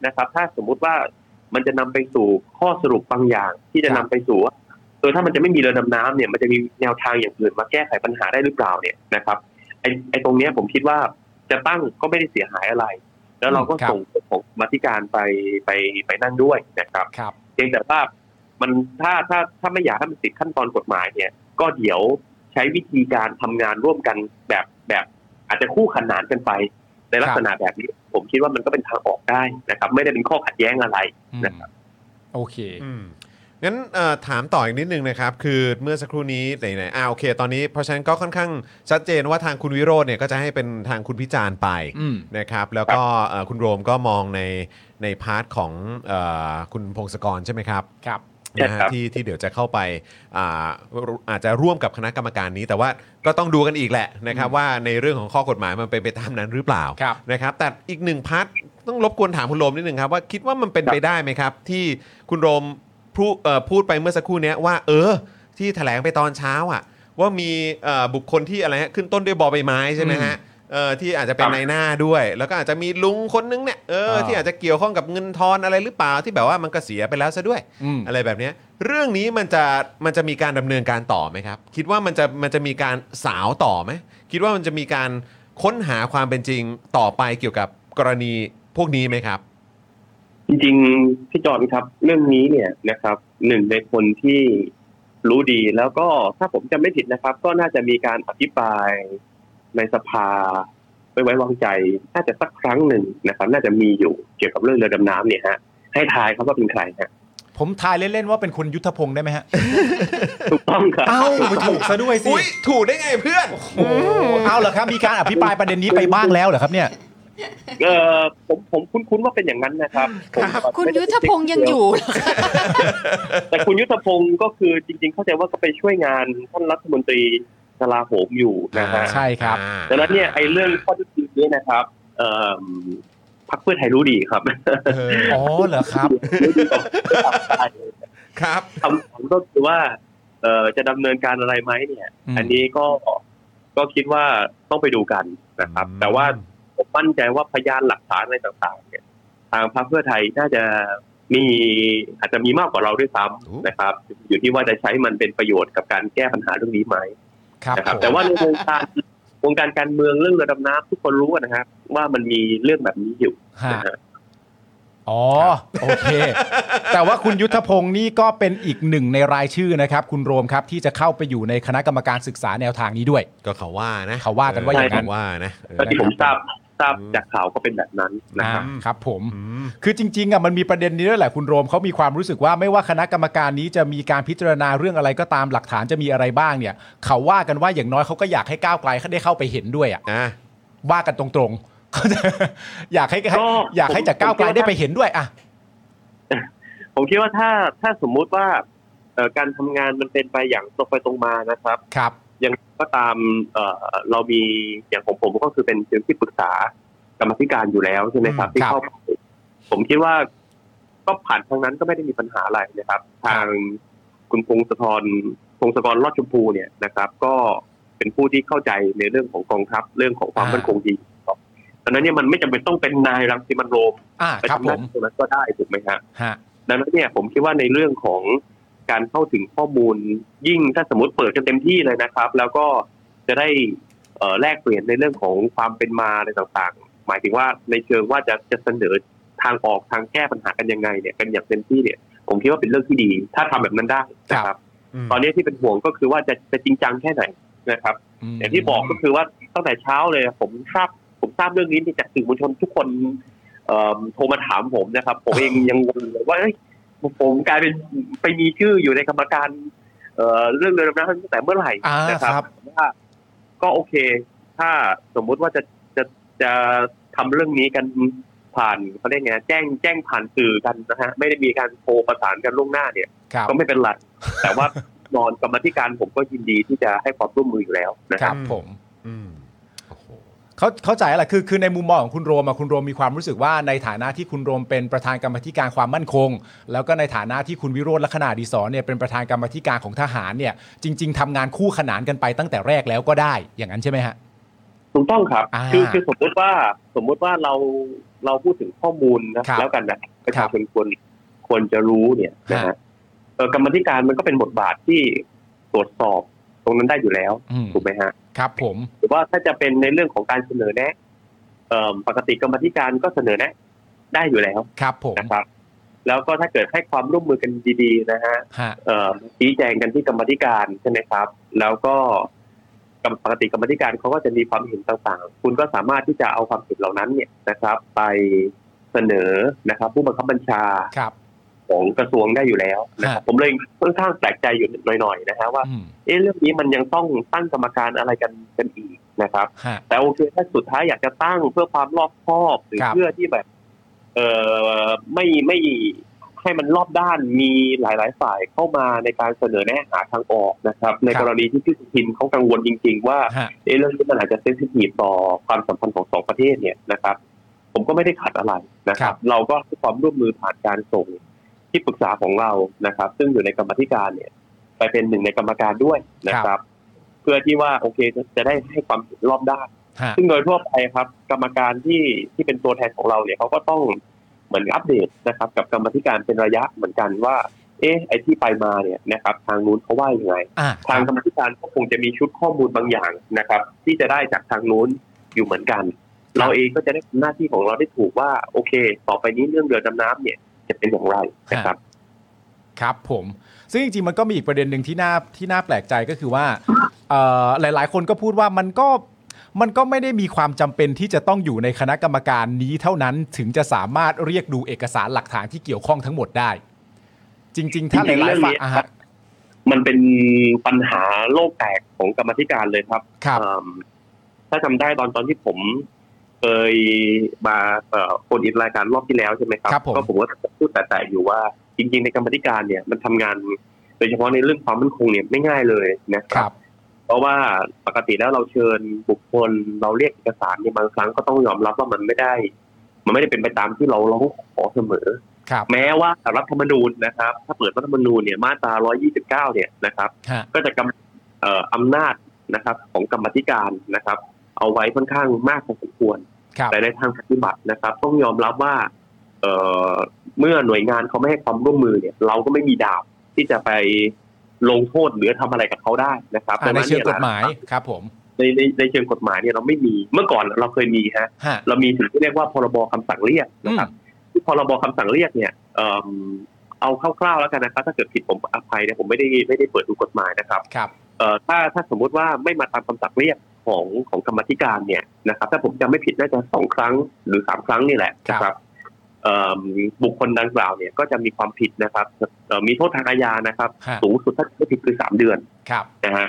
Speaker 7: นะครับ ถ้าสมมุติว่ามันจะนำไปสู่ข้อสรุปบางอย่าง ที่จะ
Speaker 2: ครับ
Speaker 7: นำไปสู่ว่าเออถ้ามันจะไม่มีเรือดำน้ำเนี่ยมันจะมีแนวทางอย่างอื่นมาแก้ไขปัญหาได้หรือเปล่าเนี่ยนะครับไอ้ไอ้ตรงเนี้ยผมคิดว่าจะตั้งก็ไม่ได้เสียหายอะไร แล้วเราก็
Speaker 2: ครับ
Speaker 7: ส่งของมาธิการไปไปไปนั่นด้วยนะครับ
Speaker 2: ครับ
Speaker 7: เพียงแต่ว่ามันถ้าถ้าถ้าไม่อยากให้มันติดขั้นตอนกฎหมายเนี่ย ก็เดี๋ยวใช้วิธีการทำงานร่วมกันแบบแบบ อาจจะคู่ขนานกันไป ในลักษณะแบบนี้ ผมคิดว่ามันก็เป็นทางออกได้นะครับ ไม่ได้เป็นข้อขัดแย้งอะไร นะครับ
Speaker 2: อืมโอเค
Speaker 1: อืมงั้นเอ่อถามต่ออีกนิดนึงนะครับ คือเมื่อสักครู่นี้ไหนๆอ่าโอเค ตอนนี้เพราะฉะนั้นก็ค่อนข้างชัดเจนว่าทางคุณวิโรจน์เนี่ยก็จะให้เป็นทางคุณพิจารณ์ไป
Speaker 2: อืม
Speaker 1: นะครับ แล้วก็เอ่อคุณโรมก็มองในในพาร์ทของเออคุณพงศกรใช่ไหมครับ
Speaker 2: ครับ
Speaker 1: นะฮะ
Speaker 7: ใช่ครับ
Speaker 1: ที่ที่เดี๋ยวจะเข้าไปอ่าอาจจะร่วมกับคณะกรรมการนี้ แต่ว่าก็ต้องดูกันอีกแหละนะครับว่าในเรื่องของข้อกฎหมายมันเป็นไปตามนั้นหรือเปล่า
Speaker 2: ครับ
Speaker 1: นะครับแต่อีกหนึ่งพาร์ทต้องรบกวนถามคุณโรมนิดหนึ่งครับว่าคิดว่ามันเป็นไปได้ไหมครับ ที่คุณโรมพูดเอ่อพูดไปเมื่อสักครู่เนี้ยว่า เออ ที่แถลงไปตอนเช้าอ่ะ ว่ามีเอ่อบุคคลที่อะไรฮะขึ้นต้นด้วยบอใบไม้ใช่ไหมฮะเอ่อที่อาจจะเป็น
Speaker 7: ครับ
Speaker 1: นายหน้าด้วย แล้วก็อาจจะมีลุงคนนึงเนี่ยเออที่อาจจะเกี่ยวข้องกับเงินทอนอะไรหรือเปล่าที่แบบว่ามันก็เสียไปแล้วซะด้วย
Speaker 2: อืม
Speaker 1: อะไรแบบเนี้ยเรื่องนี้มันจะมันจะมีการดำเนินการต่อไหมครับ คิดว่ามันจะมันจะมีการสาวต่อไหมคิดว่ามันจะมีการค้นหาความเป็นจริงต่อไปเกี่ยวกับกรณีพวกนี้ไหมครับ
Speaker 7: จริงๆพี่จอนครับ เรื่องนี้เนี่ยนะครับหนึ่งในคนที่รู้ดีแล้วก็ถ้าผมจำไม่ผิดนะครับ ก็น่าจะมีการอภิปรายในสภาไม่ไว้วางใจ น่าจะสักครั้งหนึ่งนะครับ น่าจะมีอยู่เกี่ยวกับเรื่องเรือดำน้ำเนี่ยฮะให้ทายครับว่าเป็นใคร ฮะ
Speaker 2: ผมทายเล่น ๆ ว่าเป็นคุณยุทธพงศ์ได้ไหมฮะ
Speaker 7: ถูกต้องครับ
Speaker 2: เอ้าไปถูกซะด้วยสิ
Speaker 1: อุ้ยถูกได้ไงเพื่อน
Speaker 2: โอ้โหเอาเหรอครับ มีการอภิปรายประเด็นนี้ไปบ้างแล้วเหรอครับเนี่ย
Speaker 7: เออผมผมคุ้นๆว่าเป็นอย่างนั้นนะครับผม
Speaker 8: คุณ
Speaker 7: ไม่ได้
Speaker 8: ยุทธพงษ์ยังอยู่เหรอคะ
Speaker 7: แต่คุณยุทธพงศ์ก็คือจริง ๆ เข้าใจว่าก็ไปช่วยงานท่านรัฐมนตรีกลาโหมอยู่นะฮะ
Speaker 2: ใช่ครับ
Speaker 1: อ่า
Speaker 7: ดังนั้นเนี่ยไอ้เรื่องข้อเที่จริงนี้นะครับเอิ่มพรรคเพื่อไทยรู้ดี ครับ
Speaker 1: เออ
Speaker 2: อ๋อเหรอครับ
Speaker 1: ครับ
Speaker 7: คำถามก็คือว่าเอ่อจะดำเนินการอะไรไหมเนี่ย
Speaker 2: อืม
Speaker 7: อันนี้ก็ก็คิดว่าต้องไปดูกันนะครับ แต่ว่าผมมั่นใจว่าพยานหลักฐานอะไรต่างๆ เนี่ย ทางพรรคเพื่อไทยน่าจะมีอาจจะมีมากกว่าเราด้วยซ้ำนะครับ อยู่ที่ว่าจะใช้มันเป็นประโยชน์กับการแก้ปัญหาเรื่องนี้ไหม
Speaker 2: ครับ
Speaker 7: นะครับแต่ว่าในวงการวงการการเมืองเรื่องเรือดำน้ำทุกคนรู้นะครับว่ามันมีเรื่องแบบนี้อยู่
Speaker 2: ฮะ
Speaker 7: นะฮะ
Speaker 2: อ๋อ โอเค แต่ว่าคุณยุทธพงศ์นี่ก็เป็นอีกหนึ่งในรายชื่อนะครับ คุณโรมครับที่จะเข้าไปอยู่ในคณะกรรมการศึกษาแนวทางนี้ด้วย
Speaker 1: ก็เขาว่านะ
Speaker 2: เขาว่ากันว่าอย่างนั้น
Speaker 1: เขว่านะเออ
Speaker 7: ก็ที่ผมทราบทราบจากข่าวก็เป็นแบบนั้นนะ
Speaker 2: อ่า
Speaker 7: ครับ
Speaker 2: ครับผม
Speaker 1: อืม
Speaker 2: คือจริงๆอ่ะมันมีประเด็นนี้ด้วยแหละคุณโรมเขามีความรู้สึกว่าไม่ว่าคณะกรรมการนี้จะมีการพิจารณาเรื่องอะไรก็ตามหลักฐานจะมีอะไรบ้างเนี่ย เขาว่ากันว่าอย่างน้อยเขาก็อยากให้ก้าวไกลเขาได้เข้าไปเห็นด้วยอ่ะ
Speaker 1: อ่ะ
Speaker 2: ว่ากันตรงๆ เขาจะอยากให้ให้
Speaker 7: ก็
Speaker 2: อยากให้จากก้าวไกลได้ไปเห็นด้วยอ่ะ
Speaker 7: ผมคิดว่าถ้าถ้าสมมุติว่าเอ่อการทำงานมันเป็นไปอย่างตรงไปตรงมานะครับ
Speaker 2: ครับ
Speaker 7: ยังก็ตามเอ่อเรามีอย่างของผมก็คือเป็นเป็นที่ปรึกษากรรมาธิการอยู่แล้วใช่ไหมครับ
Speaker 2: อืม
Speaker 7: ที่
Speaker 2: ครับ
Speaker 7: เข้าไปผมคิดว่าก็ผ่านทางนั้นก็ไม่ได้มีปัญหาอะไรนะครับ ทางคุณพงศธรพงศกรรอดชมพูเนี่ยนะครับ ก็เป็นผู้ที่เข้าใจในเรื่องของกองทัพเรื่องของความ
Speaker 2: อ่ามั่
Speaker 7: มั่นคงดีครับดังนั้นเนี่ยมันไม่จำเป็นต้องเป็นนายรังสิมันต์โรม
Speaker 2: อ่า
Speaker 7: ไป
Speaker 2: ครับ
Speaker 7: ทำห
Speaker 2: ผ
Speaker 7: น้าม ที่ตรงนั้นก็ได้ถูกไหมฮะ
Speaker 2: ฮะ
Speaker 7: ดังนั้นเนี่ยผมคิดว่าในเรื่องของการเข้าถึงข้อมูลยิ่งถ้าสมมติเปิดกันเต็มที่เลยนะครับ แล้วก็จะได้เอ่อแลกเปลี่ยนในเรื่องของความเป็นมาอะไรต่างๆ หมายถึงว่าในเชิงว่าจะจะเสนอทางออกทางแก้ปัญหากันยังไงเนี่ยกันอย่างเต็มที่เนี่ย ผมคิดว่าเป็นเรื่องที่ดี ถ้าทำแบบนั้นได้นะครับ
Speaker 1: อืม
Speaker 7: ตอนนี้ที่เป็นห่วงก็คือว่าจะจะจริงจังแค่ไหนนะครับ
Speaker 2: ม
Speaker 7: อย่างที่บอกก็คือว่าตั้งแต่เช้าเลย ผมทราบผมทราบเรื่องนี้จากสื่อมวลชนทุกคนเอ่อโทรมาถามผมนะครับ ผม เองยังงงเลยว่าเอ้ยผมกลายเป็นไปมีชื่ออยู่ในกรรมการเอ่อเรื่องเรือดำน้ำตั้งแต่เมื่อไหร่
Speaker 2: อ่า
Speaker 7: นะค
Speaker 2: ค
Speaker 7: รั
Speaker 2: รั
Speaker 7: บบ ว่าก็โอเค ถ้าสมมุติว่าจะจะจะทำเรื่องนี้กันผ่านเขาเรียกไงแจ้งแจ้งผ่านสื่อกันนะฮะไม่ได้มีการโทรประสานกันล่วงหน้าเนี่ย
Speaker 2: ครับ
Speaker 7: ก็ไม่เป็นไรแต่ว่านอนกรรมาธิการผมก็ยินดีที่จะให้ความร่วมมืออยู่แล้วนะ
Speaker 2: ครับผม
Speaker 1: อืมโอ้โห
Speaker 2: เขาเข้าใจแหละคือคือในมุมมองของคุณโรมอะคุณโรมมีความรู้สึกว่าในฐานะที่คุณโรมเป็นประธานกรรมาธิการความมั่นคง แล้วก็ในฐานะที่คุณวิโรธลักษณะดีสอนเนี่ยเป็นประธานกรรมาธิการของทหารเนี่ยจริง ๆทำงานคู่ขนานกันไปตั้งแต่แรกแล้วก็ได้อย่างนั้นใช่ไหมฮะ
Speaker 7: ถูกต้องครับ
Speaker 2: อ่า
Speaker 7: คือคือสมมติว่าสมมุติว่าเราเราพูดถึงข้อมูลนะครับ แล้วกันนะประชาชนควรควรจะรู้เนี่ยนะ
Speaker 2: ฮะ
Speaker 7: ฮะเอ่อกรรมาธิการมันก็เป็นบทบาทที่ตรวจสอบตรงนั้นได้อยู่แล้ว
Speaker 2: อืม
Speaker 7: ถูกไหมฮะ
Speaker 2: ครับผม
Speaker 7: หรือว่าถ้าจะเป็นในเรื่องของการเสนอแนะเอิ่มปกติกรรมาธิการก็เสนอแนะ ได้อยู่แล้ว
Speaker 2: ครับผม
Speaker 7: นะครับ แล้วก็ถ้าเกิดให้ความร่วมมือกันดีๆนะฮะ
Speaker 2: ฮะ
Speaker 7: เอ่อชี้แจงกันที่กรรมาธิการใช่ไหมครับ แล้วก็กรรมปกติกรรมาธิการเขาก็จะมีความเห็นต่างๆ คุณก็สามารถที่จะเอาความเห็นเหล่านั้นเนี่ยนะครับ ไปเสนอนะครับ ผู้บังคับบัญชา
Speaker 2: ครับ
Speaker 7: ของกระทรวงได้อยู่แล้วนะครับ
Speaker 2: ฮะ
Speaker 7: ผมเลยค่อนข้างแปลกใจอยู่หน่อยๆนะฮะว่า
Speaker 2: อืม
Speaker 7: เอ๊ะเรื่องนี้มันยังต้องตั้งกรรมการอะไรกันกันอีกนะครับ
Speaker 2: ฮะ
Speaker 7: แต่โอเคถ้าสุดท้ายอยากจะตั้งเพื่อความรอบคอบหรือ
Speaker 2: ครับ
Speaker 7: เพื่อที่แบบ เออไม่ไม่ ให้มันรอบด้านมีหลาย ๆ ฝ่ายเข้ามาในการเสนอแนะหาทางออกนะครับ ในกรณีที่พี่สุทินเขากังวลจริง ๆ ว่า
Speaker 2: ฮะ
Speaker 7: เอ๊ะเรื่องนี้มันอาจจะเซนซิทีฟต่อความสัมพันธ์ของสองประเทศเนี่ยนะครับ ผมก็ไม่ได้ขัดอะไรนะครับ เราก็ให้ความร่วมมือผ่านการส่งที่ปรึกษาของเรานะครับ ซึ่งอยู่ในกรรมาธิการเนี่ย ไปเป็นหนึ่งในกรรมการด้วยนะครับ เพื่อที่ว่าโอเคจะได้ให้ความเห็นรอบด้าน
Speaker 2: ฮะ
Speaker 7: ซึ่งโดยทั่วไปครับ กรรมการที่ที่เป็นตัวแทนของเราเนี่ยเขาก็ต้องเหมือนอัปเดตนะครับ กับกรรมาธิการเป็นระยะเหมือนกันว่า เอ๊ะไอที่ไปมาเนี่ยนะครับ ทางนู้นเขาว่ายังไง
Speaker 2: อ่า
Speaker 7: ทางกรรมาธิการก็คงจะมีชุดข้อมูลบางอย่างนะครับ ที่จะได้จากทางนู้นอยู่เหมือนกัน เราเองก็จะได้ทำหน้าที่ของเราได้ถูกว่าโอเค ต่อไปนี้เรื่องเรือดำน้ำเนี่ยจะเป็นอย่างไรนะครับ
Speaker 2: ครับผมซึ่งจริงๆมันก็มีอีกประเด็นหนึ่งที่น่าที่น่าแปลกใจก็คือว่าเอ่อหลายๆ คนก็พูดว่ามันก็มันก็ไม่ได้มีความจำเป็นที่จะต้องอยู่ในคณะกรรมการนี้เท่านั้นถึงจะสามารถเรียกดูเอกสารหลักฐานที่เกี่ยวข้องทั้งหมดได้ จริง ๆ ถ้าห
Speaker 7: จริงๆ
Speaker 2: ลาย
Speaker 7: เรื่อ
Speaker 2: ๆ
Speaker 7: ง
Speaker 2: ฝ่า
Speaker 7: นี้
Speaker 2: ยอ่ะฮะ
Speaker 7: มันเป็นปัญหาโลกแตกของกรรมาธิการเลยครับ
Speaker 2: ครับ
Speaker 7: เอิ่มถ้าจำได้ตอนตอนที่ผมเคยมาเอ่อโฟนอินรายการรอบที่แล้วใช่ไหมครับ
Speaker 2: ครับผม
Speaker 7: ก็ผมก็พูดแต่แต่อยู่ว่าจริง ๆ ในกรรมาธิการเนี่ยมันทำงาน โดยเฉพาะในเรื่องความมั่นคงเนี่ยไม่ง่ายเลยนะค
Speaker 2: ครับ รับ
Speaker 7: เพราะว่าปกติแล้วเราเชิญบุคคลเราเรียกเอกสารเนี่ยบางครั้งก็ต้องยอมรับว่ามันไม่ได้ มันไม่ได้เป็นไปตามที่เราร้องขอเสมอ
Speaker 2: ครับ
Speaker 7: แม้ว่ารัฐธรรมนูญนะครับ ถ้าเปิดรัฐธรรมนูญเนี่ยมาตรา 129 เนี่ยนะครับ
Speaker 2: ฮะ
Speaker 7: ก็จะกำเอ่ออำนาจนะครับของกรรมาธิการนะครับ เอาไว้ค่อนข้างมากพอสมควร
Speaker 2: ครับ
Speaker 7: แต่ในทางปฏิบัตินะครับ ต้องยอมรับว่าเอ่อเมื่อหน่วยงานเขาไม่ให้ความร่วมมือเนี่ย เราก็ไม่มีดาบที่จะไปลงโทษหรือทำอะไรกับเขาได้นะครับ
Speaker 2: อ่ะในเชิง
Speaker 7: ดั
Speaker 2: กฎ
Speaker 7: นั้น
Speaker 2: ห
Speaker 7: นี่
Speaker 2: มายครับผม
Speaker 7: ในในในเชิงกฎหมายเนี่ยเราไม่มีเมื่อก่อนเราเคยมีฮะ
Speaker 2: ฮะ
Speaker 7: เรามีสิ่งที่เรียกว่าพรบคำสั่งเรียก
Speaker 2: อื
Speaker 7: นะ
Speaker 2: ม
Speaker 7: ครับ ที่พรบคำสั่งเรียกเนี่ยเอิ่มเอาคร่าวๆแล้วกันนะครับ ถ้าเกิดผิดผมอภัยนะผมไม่ได้ไม่ได้เปิดดูกฎหมายนะครับ
Speaker 2: ครับ
Speaker 7: เอ่อถ้าถ้าสมมุติว่าไม่มาตามคำสั่งเรียกของของกรรมาธิการเนี่ยนะครับ ถ้าผมจำไม่ผิดน่าจะสองครั้งหรือสามครั้งนี่แหละนะครับเอิ่มบุคคลดังกล่าวเนี่ยก็จะมีความผิดนะครับเอ่อมีโทษทางอาญานะครับ
Speaker 2: ฮะ
Speaker 7: สูงสุดถ้าไม่ผิดคือสามเดือน
Speaker 2: ครับ
Speaker 7: นะฮะ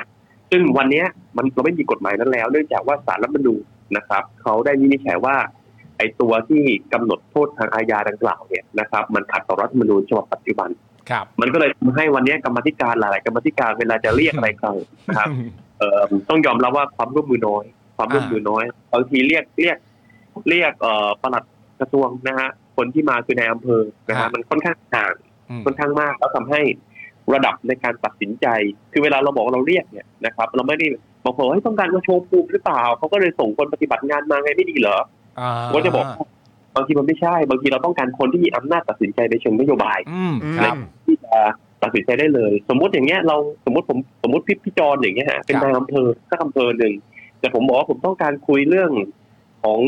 Speaker 7: ซึ่งวันเนี้ยมันเราไม่มีกฎหมายนั้นแล้ว เนื่องจากว่าสารรัฐธรรมนูญนะครับเขาได้วินิจฉัยว่า ไอ้ตัวที่กำหนดโทษทางอาญาดังกล่าวเนี่ยนะครับ มันขัดต่อรัฐธรรมนูญฉบับปัจจุบัน
Speaker 2: ครับ
Speaker 7: มันก็เลยทำให้วันเนี้ยกรรมาธิการหลายๆกรรมาธิการเวลาจะเรียกอะไรใครนะครับ เอ่อต้องยอมรับว่าความร่วมมือน้อย ความร่วมมือน้อยบางทีเรียกเรียกเรียกเอ่อปลัดกระทรวงนะฮะคนที่มาคือในายอำเภอนะฮะมันค่อนข้างห่าง
Speaker 2: อืม
Speaker 7: ค่อนข้างมากแล้วทำให้ระดับในการตัดสินใจ คือเวลาเราบอกว่าเราเรียกเนี่ยนะครับ เราไม่ได้บอกเขาว่าเฮ้ยต้องการมาโชว์ภูมิหรือเปล่าเขาก็เลยส่งคนปฏิบัติงานมาไงไม่ดีเหรอ
Speaker 2: อ่า
Speaker 7: ผมก็จะบอกว่าบางทีมันไม่ใช่ บางทีเราต้องการคนที่มีอำนาจตัดสินใจในเชิงนโยบาย
Speaker 2: อืม
Speaker 1: อืม
Speaker 2: ครับ
Speaker 7: ที่จะตัดสินใจได้เลย สมมติอย่างเงี้ยเราสมมติผมสมมติพี่พี่จรอย่างเงี้ยฮะเป็น
Speaker 2: ครับ
Speaker 7: นายอำเภอสักอำเภอหนึ่งแต่ผมบอกว่าผมต้องการคุยเรื่องของ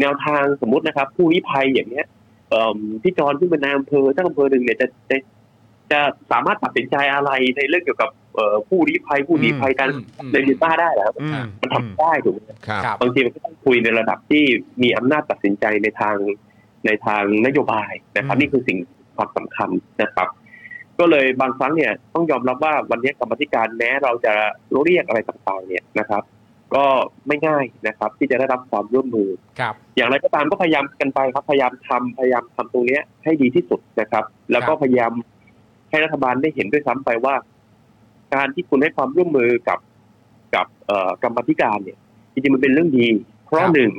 Speaker 7: แนวทางสมมตินะครับ ผู้ลี้ภัยอย่างเงี้ยเอิ่มพี่จรที่งเป็นนายอำเภอสักอำเภอหนึ่งเนี่ยจะจะจะสามารถตัดสินใจอะไรในเรื่องเกี่ยวกับเอ่อผู้ลี้ภัยผู้ลี้ภัยการ
Speaker 2: อืมอืม
Speaker 7: ในหมู่บ้านได้เหรอครับ
Speaker 1: อืม
Speaker 7: มันทำได้ถูกไหม
Speaker 1: ครับ
Speaker 2: ครับ
Speaker 7: บางทีมันก็ต้องคุยในระดับที่มีอำนาจตัดสินใจในทางในทางนโยบายนะครับ
Speaker 1: อืม
Speaker 7: นี่คือสิ่งความสำคัญนะครับ ก็เลยบางครั้งเนี่ยต้องยอมรับว่าวันนี้กรรมาธิการแม้เราจะเรียกอะไรต่างๆเนี่ยนะครับ ก็ไม่ง่ายนะครับ ที่จะได้รับความร่วมมือ
Speaker 2: ครับ
Speaker 7: อย่างไรก็ตามก็พยายามกันไปครับพยายามทำพยายามทำตรงเนี้ยให้ดีที่สุดนะครับ แล้วก็พยายามให้รัฐบาลได้เห็นด้วยซ้ำไปว่า การที่คุณให้ความร่วมมือกับกับเอ่อกรรมาธิการเนี่ยจริงๆมันเป็นเรื่องดี เพราะหนึ่ง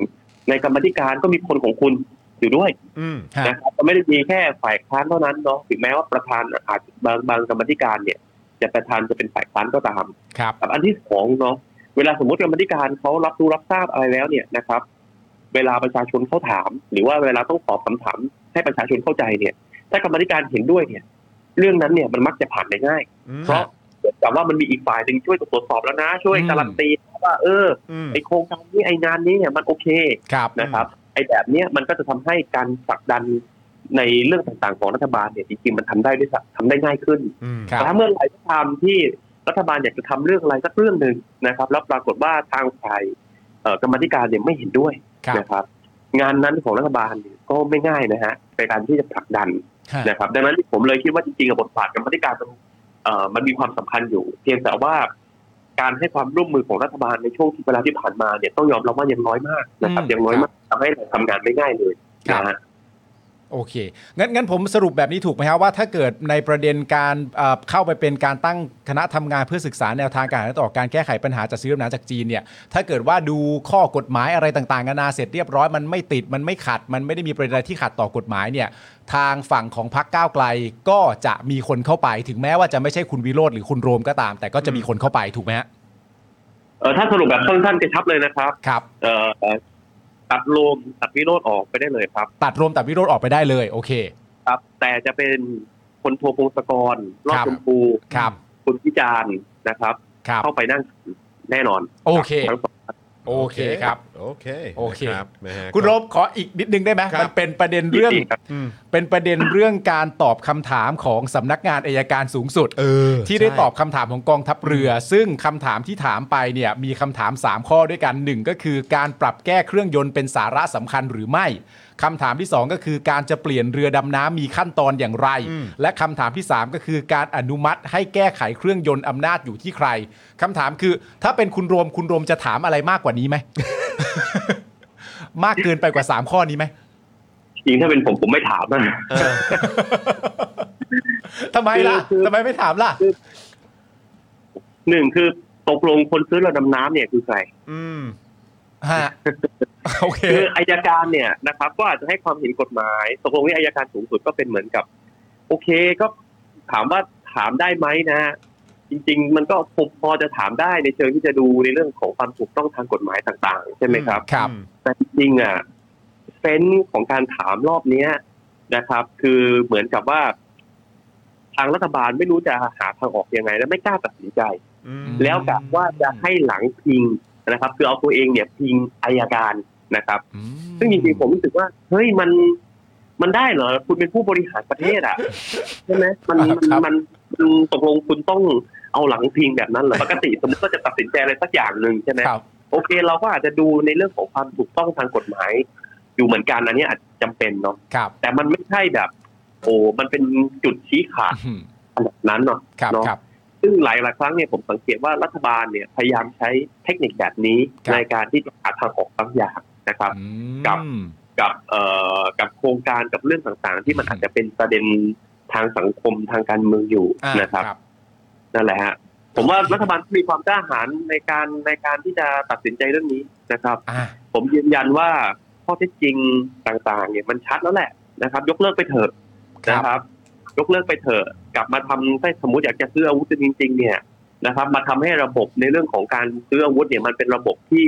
Speaker 7: ในกรรมาธิการก็มีคนของคุณอยู่ด้วย
Speaker 1: อืม
Speaker 2: ฮะ
Speaker 7: นะครับมันไม่ได้มีแค่ฝ่ายค้านเท่านั้นเนาะถึงแม้ว่าประธานอาจบางบางกรรมาธิการเนี่ย จะประธานจะเป็นฝ่ายค้านก็ตาม
Speaker 2: ครับ
Speaker 7: กับอันที่สองเนาะเวลาสมมติกรรมธิการเขารับรู้รับทราบอะไรแล้วเนี่ยนะครับ เวลาประชาชนเขาถาม หรือว่าเวลาต้องตอบคำถามให้ประชาชนเข้าใจเนี่ย ถ้ากรรมธิการเห็นด้วยเนี่ย เรื่องนั้นเนี่ยมันมักจะผ่านได้ง่าย เพราะเหมือนกับว่ามันมีอีกฝ่ายหนึ่งช่วยตรวจสอบแล้วนะ ช่วยการันตีว่า เออไอโครงการนี้ไองานนี้เนี่ยมันโอเค
Speaker 2: ครับ
Speaker 7: นะครับไอ้แบบเนี้ยมันก็จะทำให้การผลักดันในเรื่องต่างๆของรัฐบาลเนี่ยจริงๆมันทำได้ด้วยซ้ำทำได้ง่ายขึ้น
Speaker 2: ครับ
Speaker 7: แต่ถ้าเมื่อไหร่ก็ตามที่รัฐบาลอยากจะทำเรื่องอะไรสักเรื่องหนึ่งนะครับ แล้วปรากฏว่าทางฝ่ายเอ่อกรรมาธิการเนี่ยไม่เห็นด้วย
Speaker 2: ครับ
Speaker 7: นะครับ งานนั้นของรัฐบาลเนี่ยก็ไม่ง่ายนะฮะในการที่จะผลักดัน
Speaker 2: ฮะ
Speaker 7: นะครับ ดังนั้นผมเลยคิดว่าจริงๆกับบทบาทกรรมาธิการมันเอ่อมันมีความสำคัญอยู่ เพียงแต่ว่าการให้ความร่วมมือของรัฐบาลในช่วงที่เวลาที่ผ่านมาเนี่ยต้องยอมรับว่ายังน้อยมากนะครับ
Speaker 2: อืม
Speaker 7: ยังน้อยมากทำให้เราทำงานไม่ง่ายเลย
Speaker 2: ครับ
Speaker 7: นะฮะ
Speaker 2: โอเค งั้นงั้นผมสรุปแบบนี้ถูกไหมครับว่าถ้าเกิดในประเด็นการเอ่อเข้าไปเป็นการตั้งคณะทำงานเพื่อศึกษาแนวทางการหาต่อการแก้ไขปัญหาจัดซื้อน้ำจากจีนเนี่ยถ้าเกิดว่าดูข้อกฎหมายอะไรต่างๆนานาเสร็จเรียบร้อยมันไม่ติดมันไม่ขัด มันไม่ได้มีประเด็นอะไรที่ขัดต่อกฎหมายเนี่ยทางฝั่งของพักก้าวไกลก็จะมีคนเข้าไป ถึงแม้ว่าจะไม่ใช่คุณวิโรธหรือคุณโรมก็ตาม แต่ก็จะมีคนเข้าไปถูกไหมฮะ
Speaker 7: เออถ้าสรุปแบบสั้นๆกระชับเลยนะครับ
Speaker 2: ครับ
Speaker 7: เออตัดโลมตัดวิโรธออกไปได้เลยครับ
Speaker 2: ตัดโรมตัดวิโรธออกไปได้เลยโอเค
Speaker 7: ครับ แต่จะเป็นคนโทพงศกรรอด
Speaker 2: ครับ
Speaker 7: ชมพู
Speaker 2: ครับ
Speaker 7: คุณพิจารณ์นะครับ
Speaker 2: ครับ
Speaker 7: เข้าไปนั่งแน่นอน
Speaker 2: โอเค
Speaker 7: ทั้งสอง
Speaker 2: โอเคครับ
Speaker 1: โอเค
Speaker 2: โอเค
Speaker 1: นะครับนะฮะ
Speaker 2: คุณรบขออีกนิดนึงได้ไหม
Speaker 1: ครับ
Speaker 2: มันเป็นประเด็นเรื่อง
Speaker 1: ยินดีครับ
Speaker 2: เป็นประเด็นเรื่องการตอบคำถามของสำนักงานอายการสูงสุดที่ได้
Speaker 1: ใช่
Speaker 2: ตอบคำถามของกองทัพเรือ ซึ่งคำถามที่ถามไปเนี่ยมีคำถาม 3 ข้อด้วยกัน 1 ก็คือการปรับแก้เครื่องยนต์เป็นสาระสำคัญหรือไม่คำถามที่ 2 ก็คือการจะเปลี่ยนเรือดำน้ำมีขั้นตอนอย่างไร และคำถามที่ 3 ก็คือการอนุมัติให้แก้ไขเครื่องยนต์อำนาจอยู่ที่ใครคำถามคือ ถ้าเป็นคุณรวมคุณรวมจะถามอะไรมากกว่านี้ไหม มากเกินไปกว่า 3 ข้อนี้ไหม
Speaker 7: จริงถ้าเป็นผมผมไม่ถามนะ
Speaker 2: ทำไมล่ะ
Speaker 7: คือคือ
Speaker 2: ทำไมไม่ถามล่ะ
Speaker 7: หนึ่งคือตกลงคนซื้อเรือดำน้ำเนี่ยคือใคร
Speaker 1: อืม
Speaker 2: ฮะ โอเค
Speaker 7: คืออายการเนี่ยนะครับ ก็อาจจะให้ความเห็นกฎหมายตกลงที่อายการสูงสุดก็เป็นเหมือนกับ โอเคก็ถามว่าถามได้ไหมนะฮะจริง ๆ มันก็พอจะถามได้ในเชิงที่จะดูในเรื่องของความถูกต้องทางกฎหมายต่างๆ ใช่ไหมครับ
Speaker 2: ครับ
Speaker 7: แต่จริงๆอ่ะเซนส์ของการถามรอบเนี้ยนะครับ คือเหมือนกับว่า ทางรัฐบาลไม่รู้จะหาทางออกยังไง และไม่กล้าตัดสินใจ
Speaker 1: อืม
Speaker 7: แล้วกะว่าจะให้หลังพิงนะครับ คือเอาตัวเองเนี่ยพิงอายการนะครับ ซึ่งจริงๆผมรู้สึกว่า เฮ้ยมันมันได้เหรอ คุณเป็นผู้บริหารประเทศอ่ะ ใช่ไหมมัน
Speaker 2: ครับ
Speaker 7: มันมันตกลงคุณต้องเอาหลังพิงแบบนั้นเหรอปกติสมมติก็จะตัดสินใจอะไรสักอย่างหนึ่งใช่ไหม
Speaker 2: ครับ
Speaker 7: โอเคเราก็อาจจะดูในเรื่องของความถูกต้องทางกฎหมาย อยู่เหมือนกันอันนี้อาจจำเป็นเนาะ
Speaker 2: ครับ
Speaker 7: แต่มันไม่ใช่แบบ โอ้มันเป็นจุดชี้ขาด
Speaker 2: อืม
Speaker 7: ขนาดนั้นเนาะ
Speaker 2: ครับ
Speaker 7: เนาะ
Speaker 2: ครับ
Speaker 7: ซึ่งหลายหลายๆครั้งเนี่ยผมสังเกตว่ารัฐบาลเนี่ยพยายามใช้เทคนิคแบบนี้
Speaker 2: ครับ
Speaker 7: ในการที่จะหาทางออกบางอย่างนะครับ
Speaker 2: อื
Speaker 7: ครับ
Speaker 2: ม
Speaker 7: กับเอ่อกับโครงการกับเรื่องต่างๆ ที่มันอาจจะเป็นประเด็นทางสังคมทางการเมืองอยู่
Speaker 2: อ่า
Speaker 7: นะครับ นั่นแหละฮะผมว่ารัฐบาลมีความกล้าหาญในการในการที่จะตัดสินใจเรื่องนี้นะครับ
Speaker 2: อ่า
Speaker 7: ผมยืนยันว่าข้อเท็จจริงต่างๆ เนี่ยมันชัดแล้วแหละนะครับ ยกเลิกไปเถอะ
Speaker 2: ครับ
Speaker 7: นะครับ ยกเลิกไปเถอะกลับมาทำให้สมมติอยากจะซื้ออาวุธจริงๆเนี่ยนะครับ มาทำให้ระบบในเรื่องของการซื้ออาวุธเนี่ยมันเป็นระบบที่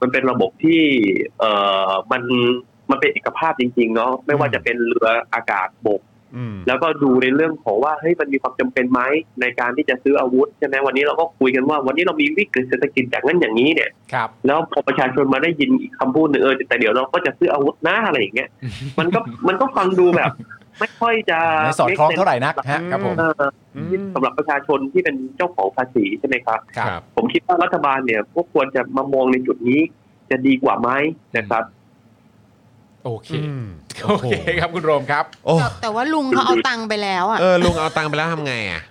Speaker 7: มันเป็นระบบที่ เอ่อมันมันเป็นเอกภาพจริง ๆ เนาะไม่ว่าจะเป็นเรืออากาศบก
Speaker 1: อืม
Speaker 7: แล้วก็ดูในเรื่องของว่าเฮ้ยมันมีความจำเป็นไหมในการที่จะซื้ออาวุธใช่ไหมวันนี้เราก็คุยกันว่า วันนี้เรามีวิกฤตเศรษฐกิจอย่างนั้นอย่างนี้เนี่ย
Speaker 2: ครับ
Speaker 7: แล้วพอประชาชนมาได้ยินอีกคำพูดหนึ่งเออแต่เดี๋ยวเราก็จะซื้ออาวุธนะอะไรอย่างเงี้ย มันก็มันก็ฟังดูแบบ ไม่ค่อยจะ
Speaker 2: ไม่สอดคล้องเท่าไหร่นักฮะ
Speaker 1: อืม
Speaker 2: ครับผม
Speaker 7: เออสำหรับประชาชนที่เป็นเจ้าของภาษีใช่ไหมครับ
Speaker 2: ครับ
Speaker 7: ผมคิดว่ารัฐบาลเนี่ยก็ควรจะมามองในจุดนี้จะดีกว่าไหมนะครับ
Speaker 2: โอเค
Speaker 1: อืม
Speaker 2: โอเคครับคุณโรมครับ
Speaker 1: โอ้
Speaker 8: แต่แต่ว่าลุงเขาเอาตังค์ไปแล้วอ่ะ
Speaker 1: เออลุงเอาตังค์ไปแล้วทำไงอ่ะ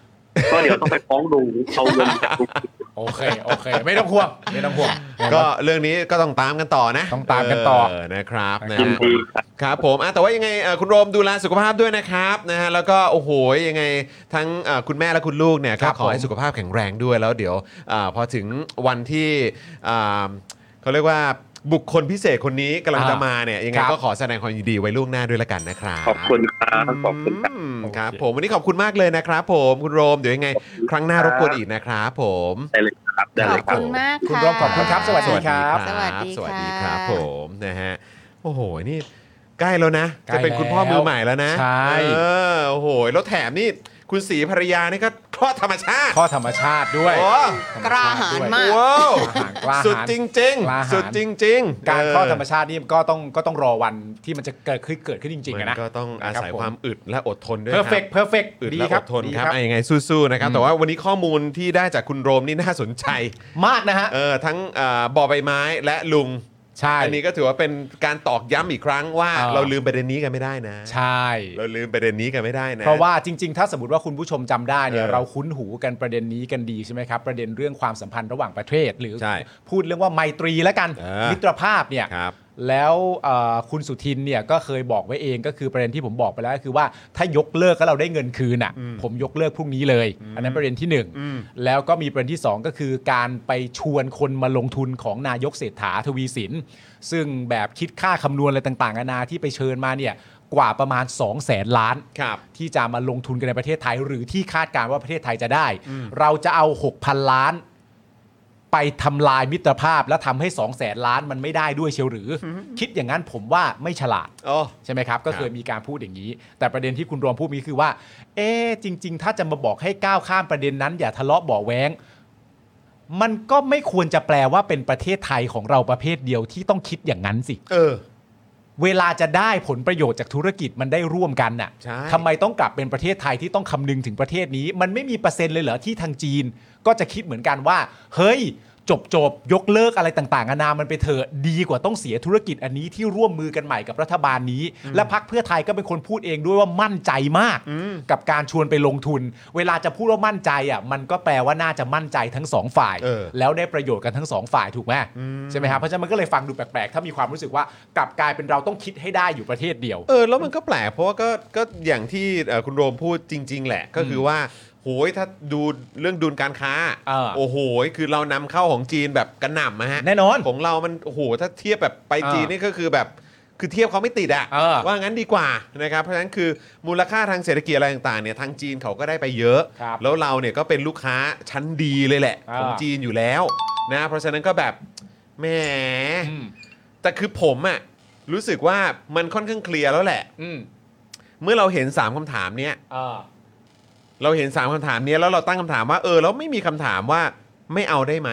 Speaker 7: ก็เดี๋ยวต้องไปฟ้องลุงเอาเงินจาก ลุง
Speaker 2: โอเค โอเค ไม่ต้องห่วง ไม่ต้องห่วง
Speaker 1: ก็เรื่องนี้ก็ต้องตามกันต่อนะ
Speaker 2: ต้องตามกันต่อ
Speaker 1: เนะครับนะ
Speaker 7: ยิน
Speaker 1: ฮะ
Speaker 7: ดีครับ
Speaker 1: ครับผมอ่ะแต่ว่ายังไงเอ่อคุณโรมดูแลสุขภาพด้วยนะครับนะฮะแล้วก็โอ้โหยังไงทั้งเอ่อคุณแม่และคุณลูกเนี่ย
Speaker 2: ค
Speaker 1: ก็
Speaker 2: รับ
Speaker 1: ขอให้
Speaker 2: ผม
Speaker 1: สุขภาพแข็งแรงด้วยแล้วเดี๋ยวอ่าพอถึงวันที่อ่าเขาเรียกว่าบุคคลพิเศษคนนี้กำลัง
Speaker 2: อ่า
Speaker 1: จะมาเนี่ยยังไง
Speaker 2: ครับ
Speaker 1: ก็ขอแสดงความยินดีไว้ล่วงหน้าด้วยละกันนะครับ
Speaker 7: ขอบคุณครับขอบคุณครับ
Speaker 1: อืมครับผมวันนี้ขอบคุณมากเลยนะครับผมคุณโรมเดี๋ยวยังไง ครั้งหน้ารบกวนอีกนะครับผม
Speaker 7: ได้เลยครับได้
Speaker 8: ข
Speaker 7: เล
Speaker 8: อย บ
Speaker 7: ครั
Speaker 8: คุ
Speaker 7: บ
Speaker 8: ณมาก
Speaker 2: คุณ
Speaker 8: ค่ะ
Speaker 2: รอบขอบคุณครับ สวัสดีครับ
Speaker 8: สวัสดี
Speaker 1: ส
Speaker 8: ค่ะ
Speaker 1: วัสดีครับผมนะฮะโอ้โหนี่ใกล้แล้วนะ จะเป็นคุณพ่อมือใหม่แล้วนะ
Speaker 2: ใช่
Speaker 1: เออโอ้โหแล้วแถมนี่คุณสีภรรยานี่ก็คลอดธรรมชาติ
Speaker 2: ข้อธรรมชาติด้วย
Speaker 1: โอ้
Speaker 8: กล้าหาญมาก
Speaker 1: ว้าว
Speaker 2: กล้าหาญ
Speaker 1: สุดจริง
Speaker 2: กล้าหาญ
Speaker 1: ๆ สุดจริงๆ
Speaker 2: การ
Speaker 1: เ
Speaker 2: ข้อดธรรมชาตินี่ก็ต้องก็ต้องรอวันที่มันจะเกิดขึ้นเกิดขึ้นจริงๆ
Speaker 1: มั
Speaker 2: อะนะ
Speaker 1: นก็ต้องอาศัย
Speaker 2: ครับผม
Speaker 1: ความอึดและอดทนด้วย
Speaker 2: เพ
Speaker 1: ค
Speaker 2: อ
Speaker 1: รั
Speaker 2: ร์
Speaker 1: บ
Speaker 2: เฟกต์เพอร์เฟกต์
Speaker 1: อึด
Speaker 2: ดี
Speaker 1: และ
Speaker 2: ค
Speaker 1: อ
Speaker 2: รับ
Speaker 1: ดทนครับไอ้ยังไงสู้ๆนะครับแต่ว่าวันนี้ข้อมูลที่ได้จากคุณโรมนี่น่าสนใจ
Speaker 2: มากนะฮะ
Speaker 1: เออทั้งเอ่อบอใบไม้และลุง
Speaker 2: ใช่
Speaker 1: อันนี้ก็ถือว่าเป็นการตอกย้ำอีกครั้งว่า
Speaker 2: อ่า
Speaker 1: เราลืมประเด็นนี้กันไม่ได้นะ
Speaker 2: ใช่
Speaker 1: เราลืมประเด็นนี้กันไม่ได้นะ
Speaker 2: เพราะว่าจริง ๆ ถ้าสมมติว่าคุณผู้ชมจำได้เนี่ย
Speaker 1: เออ
Speaker 2: เราคุ้นหูกันประเด็นนี้กันดีใช่ไหมครับ ประเด็นเรื่องความสัมพันธ์ระหว่างประเทศ หรือ
Speaker 1: ใช่
Speaker 2: พูดเรื่องว่าไมตรีแล้วกัน
Speaker 1: เออ
Speaker 2: มิตรภาพเนี่ย
Speaker 1: ครับ
Speaker 2: แล้วเอ่อคุณสุทินเนี่ยก็เคยบอกไว้เองก็คือประเด็นที่ผมบอกไปแล้วก็คือว่าถ้ายกเลิกแล้วเราได้เงินคืนอ่ะผมยกเลิกพรุ่งนี้เลย อันนั้นประเด็นที่หนึ่งแล้วก็มีประเด็นที่สองก็คือการไปชวนคนมาลงทุนของนายกเศรษฐาทวีสิน ซึ่งแบบคิดค่าคำนวณอะไรต่างๆนานาที่ไปเชิญมาเนี่ยกว่าประมาณ 2 0 0แสนล้าน ที่จะมาลงทุนกันในประเทศไทย หรือที่คาดการณ์ว่าประเทศไทยจะได้ เราจะเอา 6,000 ล้าน ไปทำลายมิตรภาพและทำให้ 2 0 0แสนล้านมันไม่ได้ด้วยเชียวหรือ คิดอย่างนั้นผมว่าไม่ฉลาดใช่ไหมครับ ก็เคยมีการพูดอย่างนี้ แต่ประเด็นที่คุณรวมพูดนี้คือว่า เอ๊ะจริง ๆ ถ้าจะมาบอกให้ก้าวข้ามประเด็นนั้น อย่าทะเลาะเบ่อแว้ง มันก็ไม่ควรจะแปลว่าเป็นประเทศไทยของเราประเภทเดียวที่ต้องคิดอย่างนั้นสิ
Speaker 1: เออ
Speaker 2: เวลาจะได้ผลประโยชน์จากธุรกิจมันได้ร่วมกันน่ะ
Speaker 1: ใช่
Speaker 2: ทำไมต้องกลับเป็นประเทศไทยที่ต้องคำนึงถึงประเทศนี้ มันไม่มีเปอร์เซ็นต์เลยเหรอที่ทางจีน ก็จะคิดเหมือนกันว่า เฮ้ย จบจบๆยกเลิกอะไรต่างๆนานามันไปเถอะดีกว่าต้องเสียธุรกิจอันนี้ที่ร่วมมือกันใหม่กับรัฐบาลนี้ และพักเพื่อไทยก็เป็นคนพูดเองด้วยว่ามั่นใจมาก กับการชวนไปลงทุน เวลาจะพูดว่ามั่นใจอ่ะมันก็แปลว่าน่าจะมั่นใจทั้งสองฝ่าย
Speaker 1: เออ
Speaker 2: แล้วได้ประโยชน์กันทั้งสองฝ่ายถูกไหมใช่ไหมครับเพราะฉะนั้นมันก็เลยฟังดูแปลกๆ ถ้ามีความรู้สึกว่ากลับกลายเป็นเราต้องคิดให้ได้อยู่ประเทศเดียว
Speaker 1: เออแล้วมันก็แปลกเพราะว่าก็ก็อย่างที่เอ่อคุณโรมพูดจริง ๆ แหละ ก็คือว่าโหยถ้าดูเรื่องดุลการค้า
Speaker 2: เออ
Speaker 1: โอ้โหคือเรานำเข้าของจีนแบบกระหน่ำนะฮะ
Speaker 2: แน่นอน
Speaker 1: ของเรามันโอ้โหถ้าเทียบแบบไป
Speaker 2: เออ
Speaker 1: จีนนี่ก็คือแบบคือเทียบเขาไม่ติดอะ
Speaker 2: เออ
Speaker 1: ว่างั้นดีกว่านะครับเพราะฉะนั้นคือมูลค่าทางเศรษฐกิจอะไรต่างๆเนี่ยทางจีนเขาก็ได้ไปเยอะ
Speaker 2: ครับ
Speaker 1: แล้วเราเนี่ยก็เป็นลูกค้าชั้นดีเลยแหละ
Speaker 2: เออ
Speaker 1: ของจีนอยู่แล้วนะเพราะฉะนั้นก็แบบแหม
Speaker 2: อืม
Speaker 1: แต่คือผมอะรู้สึกว่ามันค่อนข้างเคลียร์แล้วแหละ
Speaker 2: อืม
Speaker 1: เมื่อเราเห็น 3คำถามเนี้ย
Speaker 2: เออ
Speaker 1: เราเห็น 3คำถามเนี้ยแล้วเราตั้งคำถามว่าเออแล้วไม่มีคำถามว่าไม่เอาได้ไหม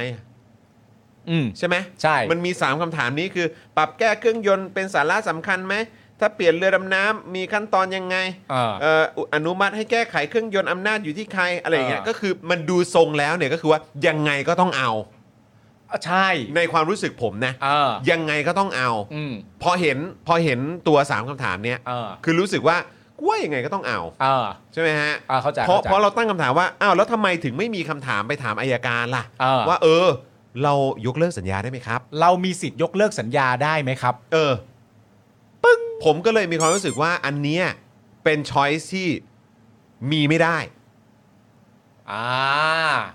Speaker 2: อืม
Speaker 1: ใช่ไหม
Speaker 2: ใช่
Speaker 1: มันมี 3คำถามนี้คือ ปรับแก้เครื่องยนต์เป็นสาระสำคัญไหม ถ้าเปลี่ยนเรือดำน้ำมีขั้นตอนยังไง
Speaker 2: เออ
Speaker 1: เอออนุมัติให้แก้ไขเครื่องยนต์อำนาจอยู่ที่ใครอะไรอย่างเงี้ย
Speaker 2: เออ
Speaker 1: ก็คือมันดูทรงแล้วเนี่ยก็คือว่ายังไงก็ต้องเอา
Speaker 2: ใช่
Speaker 1: ในความรู้สึกผมนะ
Speaker 2: เออ
Speaker 1: ยังไงก็ต้องเอา
Speaker 2: อืม
Speaker 1: พอเห็นพอเห็นตัวสามคำถามเนี้ย
Speaker 2: เออ
Speaker 1: คือรู้สึกว่ากูว่ายังไงก็ต้องเอา
Speaker 2: เออ
Speaker 1: ใช่ไหมฮะ
Speaker 2: เออเข้าใจ
Speaker 1: เพราะ
Speaker 2: ข้ใจ
Speaker 1: เพราะเราตั้งคำถามว่าอ้าวแล้วทำไมถึงไม่มีคำถามไปถามอายการล่ะ
Speaker 2: เออ
Speaker 1: ว่าเออ เรายกเลิกสัญญาได้ไหมครับ
Speaker 2: เรามีสิทธิ์ยกเลิกสัญญาได้ไหมครับ
Speaker 1: เออ ปึ้ง ผมก็เลยมีความรู้สึกว่าอันเนี้ยเป็นช้อยที่มีไม่ได้
Speaker 2: อ่า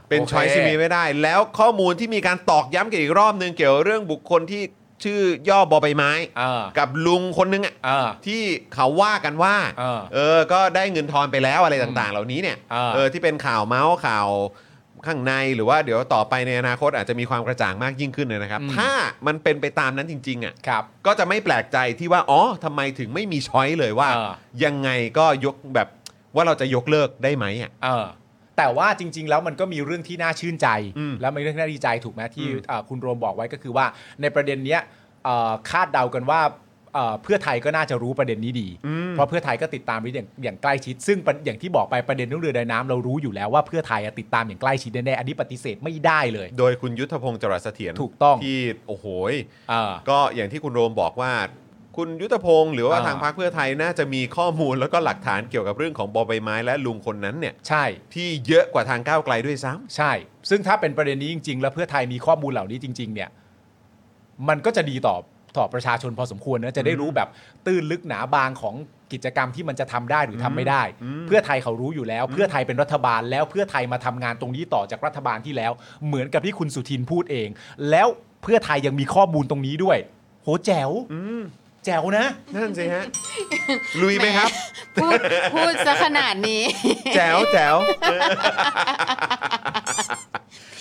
Speaker 1: เป็น
Speaker 2: โค
Speaker 1: ช้อยที่มีไม่ได้ แล้วข้อมูลที่มีการตอกย้ำกันอีกรอบนึงเกี่ยวกับเรื่องบุคคลที่ชื่อย่อบอใบไม้
Speaker 2: เออ
Speaker 1: กับลุงคนนึงอ่ะ
Speaker 2: เออ
Speaker 1: ที่เขาว่ากันว่า
Speaker 2: เออ
Speaker 1: เออ ก็ได้เงินทอนไปแล้วอะไรต่างๆ เหล่านี้เนี่ย
Speaker 2: เออ
Speaker 1: เออ ที่เป็นข่าวเมาส์ข่าวข้างในหรือว่าเดี๋ยวต่อไปในอนาคตอาจจะมีความกระจ่างมากยิ่งขึ้นเลยนะครับ ถ้ามันเป็นไปตามนั้นจริงๆอ่ะ
Speaker 2: ครับ
Speaker 1: ก็จะไม่แปลกใจที่ว่า อ๋อทำไมถึงไม่มีช้อยเลยว่า
Speaker 2: เออ
Speaker 1: ยังไงก็ยกแบบว่าเราจะยกเลิกได้ไหมอ่ะ
Speaker 2: เออแต่ว่าจริง ๆ แล้วมันก็มีเรื่องที่น่าชื่นใจ
Speaker 1: อืม
Speaker 2: แล้วมีเรื่องที่น่าดีใจถูกไหมที่เอ่อคุณโรมบอกไว้ก็คือว่าในประเด็นเนี้ยเอ่อคาดเดากันว่าเอ่อเพื่อไทยก็น่าจะรู้ประเด็นนี้ดี
Speaker 1: อืม
Speaker 2: เพราะเพื่อไทยก็ติดตามนี้อย่างอย่างใกล้ชิด ซึ่งประอย่างที่บอกไปประเด็นเรื่องเรือดำน้ำเรารู้อยู่แล้วว่าเพื่อไทยอะติดตามอย่างใกล้ชิดแน่ๆอันนี้ปฏิเสธไม่ได้เลย
Speaker 1: โดยคุณยุทธพงศ์จรัสเสถียร
Speaker 2: ถูกต้อง
Speaker 1: ที่โอ้โห
Speaker 2: เออ
Speaker 1: ก็อย่างที่คุณโรมบอกว่า คุณยุทธพงศ์หรือว่า
Speaker 2: อ่า
Speaker 1: ทางพรรคเพื่อไทยน่าจะมีข้อมูลแล้วก็หลักฐานเกี่ยวกับเรื่องของบอใบไม้และลุงคนนั้นเนี่ย
Speaker 2: ใช่
Speaker 1: ที่เยอะกว่าทางก้าวไกลด้วยซ้ำ
Speaker 2: ใช่ ซึ่งถ้าเป็นประเด็นนี้จริง ๆ แล้วเพื่อไทยมีข้อมูลเหล่านี้จริง ๆ เนี่ย มันก็จะดีต่อต่อประชาชนพอสมควรนะ จะได้รู้แบบตื้นลึกหนาบางของกิจกรรมที่มันจะทำได้หรือทำไม่ได้ เพื่อไทยเขารู้อยู่แล้ว เพื่อไทยเป็นรัฐบาลแล้วเพื่อไทยมาทำงานตรงนี้ต่อจากรัฐบาลที่แล้ว เหมือนกับที่คุณสุทินพูดเอง แล้วเพื่อไทยยังมีข้อมูลตรงนี้ด้วย โหแจ๋วแจ๋วนะ
Speaker 1: นั่นสิฮะ ลุยไหมครับ
Speaker 8: พูดพูดซะขนาด นี้
Speaker 1: แจ๋วแจ๋ว เออ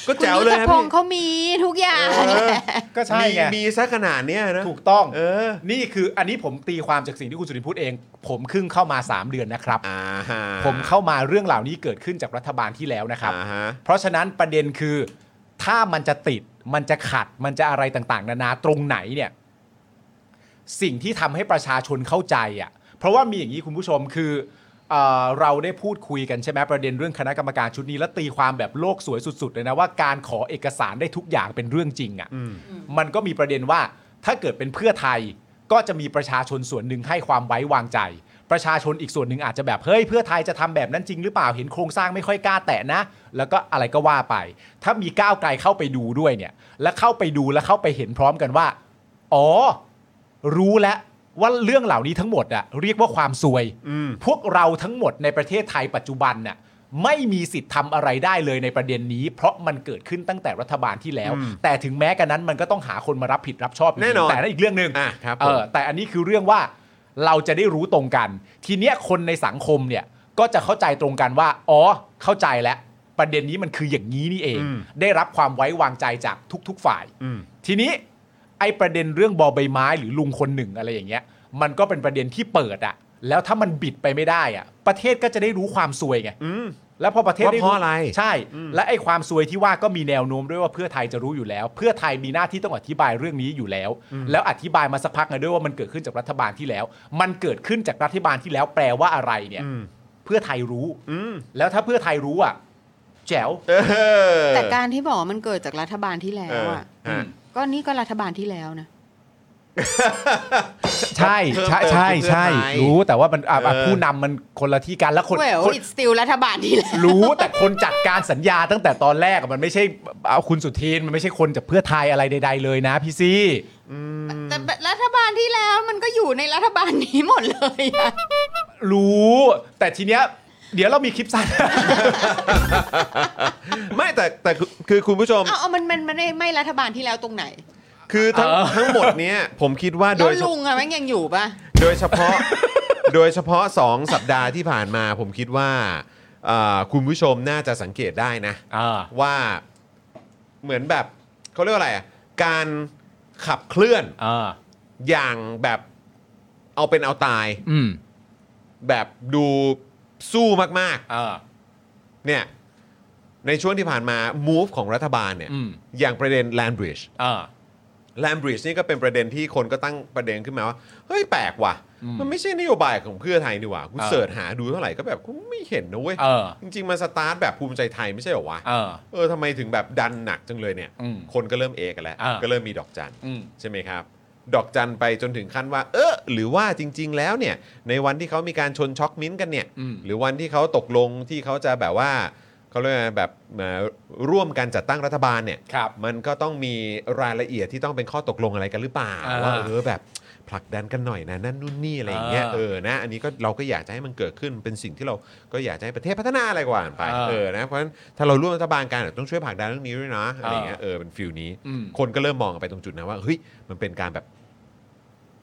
Speaker 1: ก็แจ๋วเล
Speaker 8: คุ
Speaker 1: ย
Speaker 8: ณ
Speaker 1: ฮะ
Speaker 8: ทธพง
Speaker 1: พี่
Speaker 8: ษ์เขามีทุกอย่าง
Speaker 1: เออ
Speaker 2: ก็ใช่ไง
Speaker 1: มีมีซะขนาดเนี้ยนะ
Speaker 2: ถูกต้อง
Speaker 1: เออ
Speaker 2: นี่คืออันนี้ผมตีความจากสิ่งที่คุณสุทินพูดเอง ผมครึ่งเข้ามาสามเดือนนะครับ
Speaker 1: อ่าฮะ
Speaker 2: ผมเข้ามาเรื่องเหล่านี้เกิดขึ้นจากรัฐบาลที่แล้วนะครับ
Speaker 1: อ่าฮะ
Speaker 2: เพราะฉะนั้นประเด็นคือ ถ้ามันจะติดมันจะขัดมันจะอะไรต่างๆ นานาตรงไหนเนี่ย สิ่งที่ทำให้ประชาชนเข้าใจอะ่ะ เพราะว่ามีอย่างนี้คุณผู้ชมคือเออเราได้พูดคุยกันใช่ไหมประเด็นเรื่องคณะกรรมการชุดนี้และตีความแบบโลกสวยสุดๆเลยนะว่าการขอเอกสารได้ทุกอย่างเป็นเรื่องจริงอ่ะ มันก็มีประเด็นว่าถ้าเกิดเป็นเพื่อไทยก็จะมีประชาชนส่วนหนึ่งให้ความไว้วางใจ ประชาชนอีกส่วนหนึ่งอาจจะแบบเฮ้ยเพื่อไทยจะทำแบบนั้นจริงหรือเปล่าเห็นโครงสร้างไม่ค่อยกล้าแตะนะ แล้วก็อะไรก็ว่าไป ถ้ามีก้าวไกลเข้าไปดูด้วยเนี่ย และเข้าไปดูและเข้าไปเห็นพร้อมกันว่า อ๋อ รู้แล้วว่าเรื่องเหล่านี้ทั้งหมดอะเรียกว่าความซวย พวกเราทั้งหมดในประเทศไทยปัจจุบันน่ะไม่มีสิทธิ์ทำอะไรได้เลยในประเด็นนี้ เพราะมันเกิดขึ้นตั้งแต่รัฐบาลที่แล้ว
Speaker 1: อืม
Speaker 2: แต่ถึงแม้กันนั้นมันก็ต้องหาคนมารับผิดรับชอบยู่ดี
Speaker 1: แน่นอน
Speaker 2: แต่นั่นอีกเรื่องหนึ่ง
Speaker 1: อ่ะครับผม
Speaker 2: เออแต่อันนี้คือเรื่องว่าเราจะได้รู้ตรงกัน ทีเนี้ยคนในสังคมเนี่ยก็จะเข้าใจตรงกันว่า อ๋อ เข้าใจแล้ว ประเด็นนี้มันคืออย่างนี้นี่เอง
Speaker 1: อืม
Speaker 2: ได้รับความไว้วางใจจากทุก ๆ ฝ่าย
Speaker 1: อืม
Speaker 2: ทีนี้ไอ้ประเด็นเรื่องบอใบไม้หรือลุงคนหนึ่งอะไรอย่างเงี้ย มันก็เป็นประเด็นที่เปิดอะแล้วถ้ามันบิดไปไม่ได้อะประเทศก็จะได้รู้ความซวยไงแล้วพอประเทศ
Speaker 1: ว่า
Speaker 2: ได้
Speaker 1: เพราะอะไร
Speaker 2: ใช่ และไอ้ความซวยที่ว่าก็มีแนวโน้มด้วยว่าเพื่อไทยจะรู้อยู่แล้ว เพื่อไทยมีหน้าที่ต้องอธิบายเรื่องนี้อยู่แล้ว แล้วอธิบายมาสักพักหนึงด้วยว่ามันเกิดขึ้นจากรัฐบาลที่แล้ว มันเกิดขึ้นจากรัฐบาลที่แล้วแปลว่าอะไรเนี่ย เพื่อไทยรู้แล้วถ้าเพื่อไทยรู้อ่ะแจ๋ว
Speaker 1: เออ
Speaker 8: แต่การที่บอกว่ามันเกิดจากรัฐบาลที่แล้วอ่ะ
Speaker 1: เออ
Speaker 8: ก็นี่ก็รัฐบาลที่แล้วนะ
Speaker 2: ใช่
Speaker 1: เพิ่ม
Speaker 2: ใช่
Speaker 1: เติม
Speaker 2: ใช่
Speaker 1: คือเพื่อ
Speaker 2: ใช่
Speaker 1: ไทย
Speaker 2: รู้แต่ว่ามันอ่ะอ่ะ
Speaker 1: เออ
Speaker 2: ผู้นำมันคนละที่กันแล้วคน
Speaker 8: เว้ย
Speaker 2: คน
Speaker 8: อิ s สติลรัฐบาลที่แล้ว
Speaker 2: รู้แต่คนจัดการสัญญาตั้งแต่ตอนแรกอะมันไม่ใช่เอาคุณสุทินมันไม่ใช่คนจากเพื่อไทยอะไรใด ๆ เลยนะพี่ซี่
Speaker 8: แต่รัฐบาลที่แล้วมันก็อยู่ในรัฐบาลนี้หมดเลย อะ
Speaker 2: รู้ แต่ทีเนี้ยเดี๋ยวเรามีคลิปสั้น
Speaker 1: ไม่แต่แต่คือคือคุณผู้ชม
Speaker 8: เอาเอามันมันมันไม่ไม่รัฐบาลที่แล้วตรงไหน
Speaker 1: คือทั้ง
Speaker 2: เออ
Speaker 1: ทั้งหมดเนี้ยผมคิดว่าโด
Speaker 8: แล้ว
Speaker 1: ยเฉ
Speaker 8: ลุงอะแม่งยังอยู่ปะ
Speaker 1: โดยเฉพาะ โดยเฉพาะ 2 สัปดาห์ที่ผ่านมา ผมคิดว่าเอ่อคุณผู้ชมน่าจะสังเกตได้นะ
Speaker 2: อ่า
Speaker 1: ว่าเหมือนแบบเขาเรียกว่าอะไรอ่ะการขับเคลื่อน
Speaker 2: อ่า
Speaker 1: อย่างแบบเอาเป็นเอาตาย
Speaker 2: อืม
Speaker 1: แบบดูสู้มาก
Speaker 2: อ่า
Speaker 1: ๆเนี่ยในช่วงที่ผ่านมา move ของรัฐบาลเนี่ย
Speaker 2: อืม
Speaker 1: อย่างประเด็น land bridge
Speaker 2: อ่า
Speaker 1: แลมบริดจ์นี่ก็เป็นประเด็นที่คนก็ตั้งประเด็นขึ้นมาว่า เฮ้ยแปลกว่ะ
Speaker 2: อืม
Speaker 1: มันไม่ใช่นโยบายของเพื่อไทยนี่หว่ากู
Speaker 2: เออ
Speaker 1: เสิร์ชหาดูเท่าไหร่ก็แบบกูไม่เห็นนะเว้ย
Speaker 2: เออ
Speaker 1: จริง ๆ มันสตาร์ทแบบภูมิใจไทยไม่ใช่เหรอวะ
Speaker 2: อ่า
Speaker 1: เออทำไมถึงแบบดันหนักจังเลยเนี่ย
Speaker 2: อืม
Speaker 1: คนก็เริ่มเอกันแล้ว
Speaker 2: อ่า
Speaker 1: ก็เริ่มมีดอกจัน
Speaker 2: อืม
Speaker 1: ใช่ไหมครับ ดอกจันไปจนถึงขั้นว่า เออหรือว่าจริง ๆ แล้วเนี่ย ในวันที่เขามีการชนช็อกมิ้นท์กันเนี่ย
Speaker 2: อืม
Speaker 1: หรือวันที่เขาตกลงที่เขาจะแบบว่าเขาเรียกว่าแบบเอ่อร่วมกันจัดตั้งรัฐบาลเนี่ย
Speaker 2: ครับ
Speaker 1: มันก็ต้องมีรายละเอียดที่ต้องเป็นข้อตกลงอะไรกันหรือเปล่า
Speaker 2: อ่า
Speaker 1: ว่าเออแบบผลักดันกันหน่อยนะนั่นนู่นนี่อะไรอย่างเงี้ย
Speaker 2: อ่า
Speaker 1: เออนะอันนี้ก็เราก็อยากจะให้มันเกิดขึ้นเป็นสิ่งที่เราก็อยากจะให้ประเทศพัฒนาอะไรกว่ากันไป
Speaker 2: อ่า
Speaker 1: เออนะเพราะฉะนั้นถ้าเราร่วมรัฐบาลกันต้องช่วยผลักดันเรื่องนี้ด้วยนะอะไรอย่างเงี้ยเออเป็นฟิลนี้
Speaker 2: อืม
Speaker 1: คนก็เริ่มมองกันไปตรงจุดนะว่าเฮ้ยมันเป็นการแบบ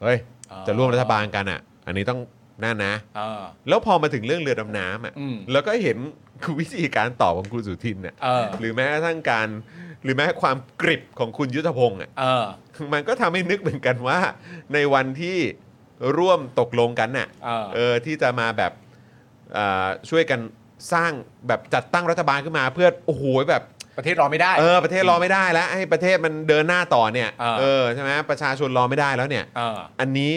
Speaker 1: เฮ้ย
Speaker 2: อ่า
Speaker 1: จะร่วมรัฐบาลกันอ่ะ อันนี้ต้องนั่นนะ
Speaker 2: อ่า
Speaker 1: แล้วพอมาถึงเรื่องเรือดำน้ำอ่ะ
Speaker 2: อืม
Speaker 1: แล้วก็เห็นคือวิธีการตอบของคุณสุทินเนี่ย
Speaker 2: เออ
Speaker 1: หรือแม้กระทั่งการ หรือแม้ความกริบของคุณยุทธพงศ์อ่ะ
Speaker 2: เออ
Speaker 1: มันก็ทำให้นึกเหมือนกันว่า ในวันที่ร่วมตกลงกันน่ะ
Speaker 2: เออ
Speaker 1: เออที่จะมาแบบเอ่อช่วยกันสร้างแบบจัดตั้งรัฐบาลขึ้นมาเพื่อโอ้โหแบบ
Speaker 2: ประเทศรอไม่ได้
Speaker 1: เออประเทศรอไม่ได้แล้วให้ประเทศมันเดินหน้าต่อเนี่ย
Speaker 2: เออ
Speaker 1: เออใช่ไหมประชาชนรอไม่ได้แล้วเนี่ย
Speaker 2: เออ
Speaker 1: อันนี้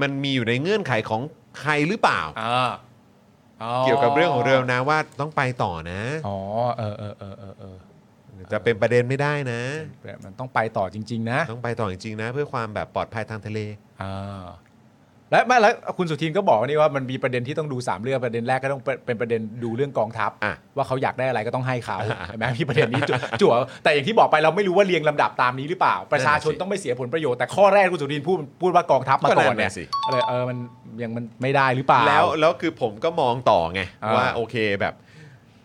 Speaker 1: มันมีอยู่ในเงื่อนไขของใครหรือเปล่า
Speaker 2: อ่าอ๋
Speaker 1: เกี่ยวกับเรื่องของเรือนะว่าต้องไปต่อนะ
Speaker 2: อ๋อเออเออเออเออเออ
Speaker 1: จะเป็นประเด็นไม่ได้นะ
Speaker 2: แบบมันต้องไปต่อจริง ๆ นะ
Speaker 1: ต้องไปต่อจริงๆนะ เพื่อความแบบปลอดภัยทางทะเล
Speaker 2: อ่าและไม่แล้วคุณสุทินก็บอกว่านี่ว่ามันมีประเด็นที่ต้องดูสามเรื่องประเด็นแรกก็ต้องเป็นเป็นประเด็นดูเรื่องกองทัพ
Speaker 1: อ่ะ
Speaker 2: ว่าเขาอยากได้อะไรก็ต้องให้เขา
Speaker 1: อ่ะ
Speaker 2: ใช่ไหมมีประเด็นนี้จั่วจั่วแต่อย่างที่บอกไปเราไม่รู้ว่าเรียงลำดับตามนี้หรือเปล่า ประชาชน
Speaker 1: นั่นน่ะสิ
Speaker 2: ต้องไม่เสียผลประโยชน์แต่ข้อแรกคุณสุทินพูดพูดว่ากองทัพมาก่อน
Speaker 1: ก็นั่น
Speaker 2: เนี่ย
Speaker 1: น่ะสิ
Speaker 2: อะไรเออมันยังมันไม่ได้หรือเปล่า
Speaker 1: แล้วแล้วคือผมก็มองต่อไง
Speaker 2: อ่า
Speaker 1: ว่าโอเคแบบ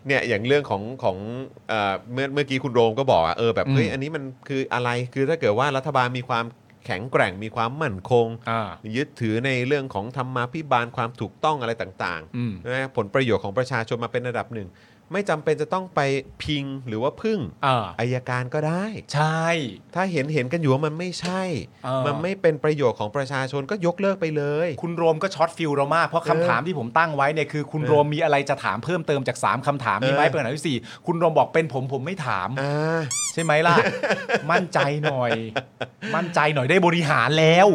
Speaker 1: เนี่ยอย่างเรื่องของของเอ่อเมื่อเมื่อกี้คุณโรมก็บอกอะเออแบบ
Speaker 2: อืม
Speaker 1: เฮ้ยอันนี้มันคืออะไรคือถ้าเกิดว่ารัฐบาลมีความแข็งแกร่งมีความมั่นคง
Speaker 2: อ่า
Speaker 1: ยึดถือในเรื่องของธรรมาภิบาลความถูกต้องอะไรต่าง
Speaker 2: อืม
Speaker 1: ๆนะผลประโยชน์ของประชาชนมาเป็นระดับหนึ่ง ไม่จำเป็นจะต้องไปพิงหรือว่าพึ่ง
Speaker 2: อ่า
Speaker 1: อายการก็ได้
Speaker 2: ใช่
Speaker 1: ถ้าเห็นเห็นกันอยู่ว่ามันไม่ใช่
Speaker 2: เออ
Speaker 1: มันไม่เป็นประโยชน์ของประชาชนก็ยกเลิกไปเลย
Speaker 2: คุณโรมก็ช็อตฟิลเรามาก เพราะคำถามที่ผมตั้งไว้เนี่ยคือ คุณ
Speaker 1: เออ
Speaker 2: โรมมีอะไรจะถามเพิ่มเติมจาก 3คำถามนี้ไหม
Speaker 1: เออ
Speaker 2: เป็นคำถามที่สี่คุณโรมบอกเป็นผมผมไม่ถาม
Speaker 1: อ่า
Speaker 2: ใช่ไหมล่ะ มั่นใจหน่อย มั่นใจหน่อยได้บริหารแล้ว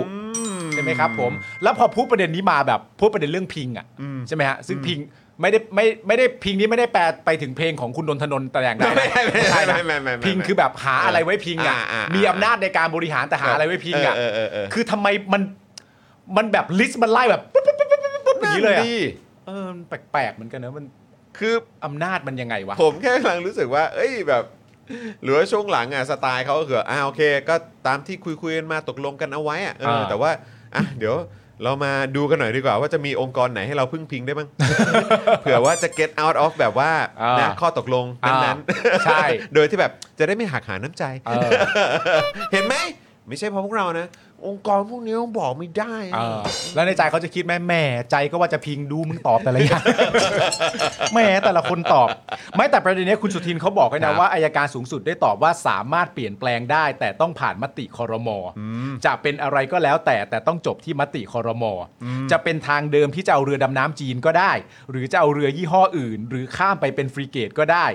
Speaker 2: ใช่ไหมครับผม แล้วพอพูดประเด็นนี้มาแบบพูดประเด็นเรื่องพิงอ่ะใช่ไหมฮะซึ่งพิงไม่ได้ไม่ไม่ได้พิงนี้ไม่ได้แปลไปถึงเพลงของคุณดนทนนท์แต่อย่างใดนะ
Speaker 1: ไม่ไม่ไม่
Speaker 2: ใช่
Speaker 1: ไม่
Speaker 2: นะ
Speaker 1: ไม่ไม่ไม่
Speaker 2: พิงคือแบบหาอะไรไว้พิงอ่ะ
Speaker 1: อ่าอ่าอ่ามี
Speaker 2: มีอำนาจในการบริหารแต่หาอะไรไว้พิงอ่ะ
Speaker 1: เออเออเออ
Speaker 2: คือทำไมมันมันแบบลิสต์มันไล่แบบปุ๊บปุ๊บปุ๊บปุ๊บปุ๊บอย่างนี้เลยอะ
Speaker 1: ดี
Speaker 2: เออมันแปลกๆเหมือนกันนะมัน
Speaker 1: คือ
Speaker 2: อำนาจมันยังไงวะ
Speaker 1: ผมแค่กำลังรู้สึกว่า เอ้ยแบบ หรือว่าช่วงหลังอ่ะสไตล์เขาก็คืออ่าโอเค ก็ตามที่คุยคุยๆกันมาตกลงกันเอาไว้อ่ะเออ
Speaker 2: อ่า
Speaker 1: แต่ว่าอ่ะเดี๋ยวเรามาดูกันหน่อยดีกว่า ว่าจะมีองค์กรไหนให้เราพึ่งพิง ได้บ้าง เผื่อว่าจะ get out of แบบว่า
Speaker 2: อ่าน
Speaker 1: นะข้อตกลงนั้นๆ
Speaker 2: ใช่
Speaker 1: โดยที่แบบจะได้ไม่หักหาน้ำใจ
Speaker 2: เออ
Speaker 1: เห็นไหม ไม่ใช่เพราะพวกเรานะ องค์กรพวกนี้บอกไม่ได้
Speaker 2: เออแล้วในใจเขาจะคิดไหมแหมใจก็ว่าจะพิงดูมึงตอบแต่ละอย่าง แหมแต่ละคนตอบ ไม่แต่ประเด็นเนี้ยคุณสุทินเขาบอกไว้นะว่าอายการสูงสุดได้ตอบว่าสามารถเปลี่ยนแปลงได้ แต่ต้องผ่านมติคอรมอจะเป็นอะไรก็แล้วแต่แต่ต้องจบที่มติคอรมอจะเป็นทางเดิมที่จะเอาเรือดำน้ำจีนก็ได้ หรือจะเอาเรือยี่ห้ออื่น หรือข้ามไปเป็นฟรีเกตก็ได้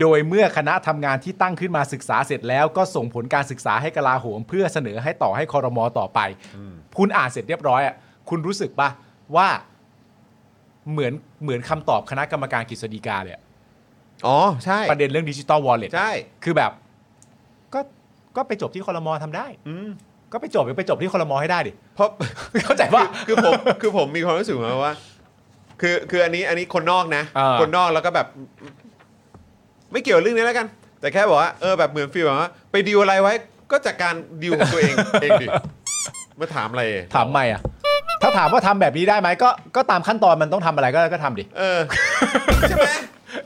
Speaker 2: โดยเมื่อคณะทำงานที่ตั้งขึ้นมาศึกษาเสร็จแล้วก็ส่งผลการศึกษาให้กลาโหม เพื่อเสนอให้ต่อให้คอรมอต่อไป คุณอ่านเสร็จเรียบร้อยอ่ะคุณรู้สึกปะว่าเหมือนเหมือนคำตอบคณะกรรมการกฤษฎีกาเลยอะ
Speaker 1: อ๋อใช่
Speaker 2: ประเด็นเรื่องดิจิตอลวอลเล็ต
Speaker 1: ใช่
Speaker 2: คือแบบ ก็ก็ไปจบที่คอรมอทำได้
Speaker 1: อืม
Speaker 2: ก็ไปจบไปจบที่คอรมอให้ได้ดิ
Speaker 1: เพราะ
Speaker 2: เข้าใจปะ
Speaker 1: คือผมคือผมมีความรู้สึกว่า คือคืออันนี้อันนี้คนนอกนะ
Speaker 2: อ่า
Speaker 1: คนนอกแล้วก็แบบ ไม่เกี่ยวเรื่องนี้แล้วกัน แต่แค่บอกว่าเออแบบเหมือนฟีลแบบว่าไปดีลอะไรไว้ ก็จากการดีลของตัวเอง เองดิมาถามอะไร
Speaker 2: ถามใหม่อ่ะ ถ้าถามว่าทำแบบนี้ได้ไหมก็ก็ตามขั้นตอนมันต้องทำอะไรก็ก็ทำดิ
Speaker 1: เออใช่ไหม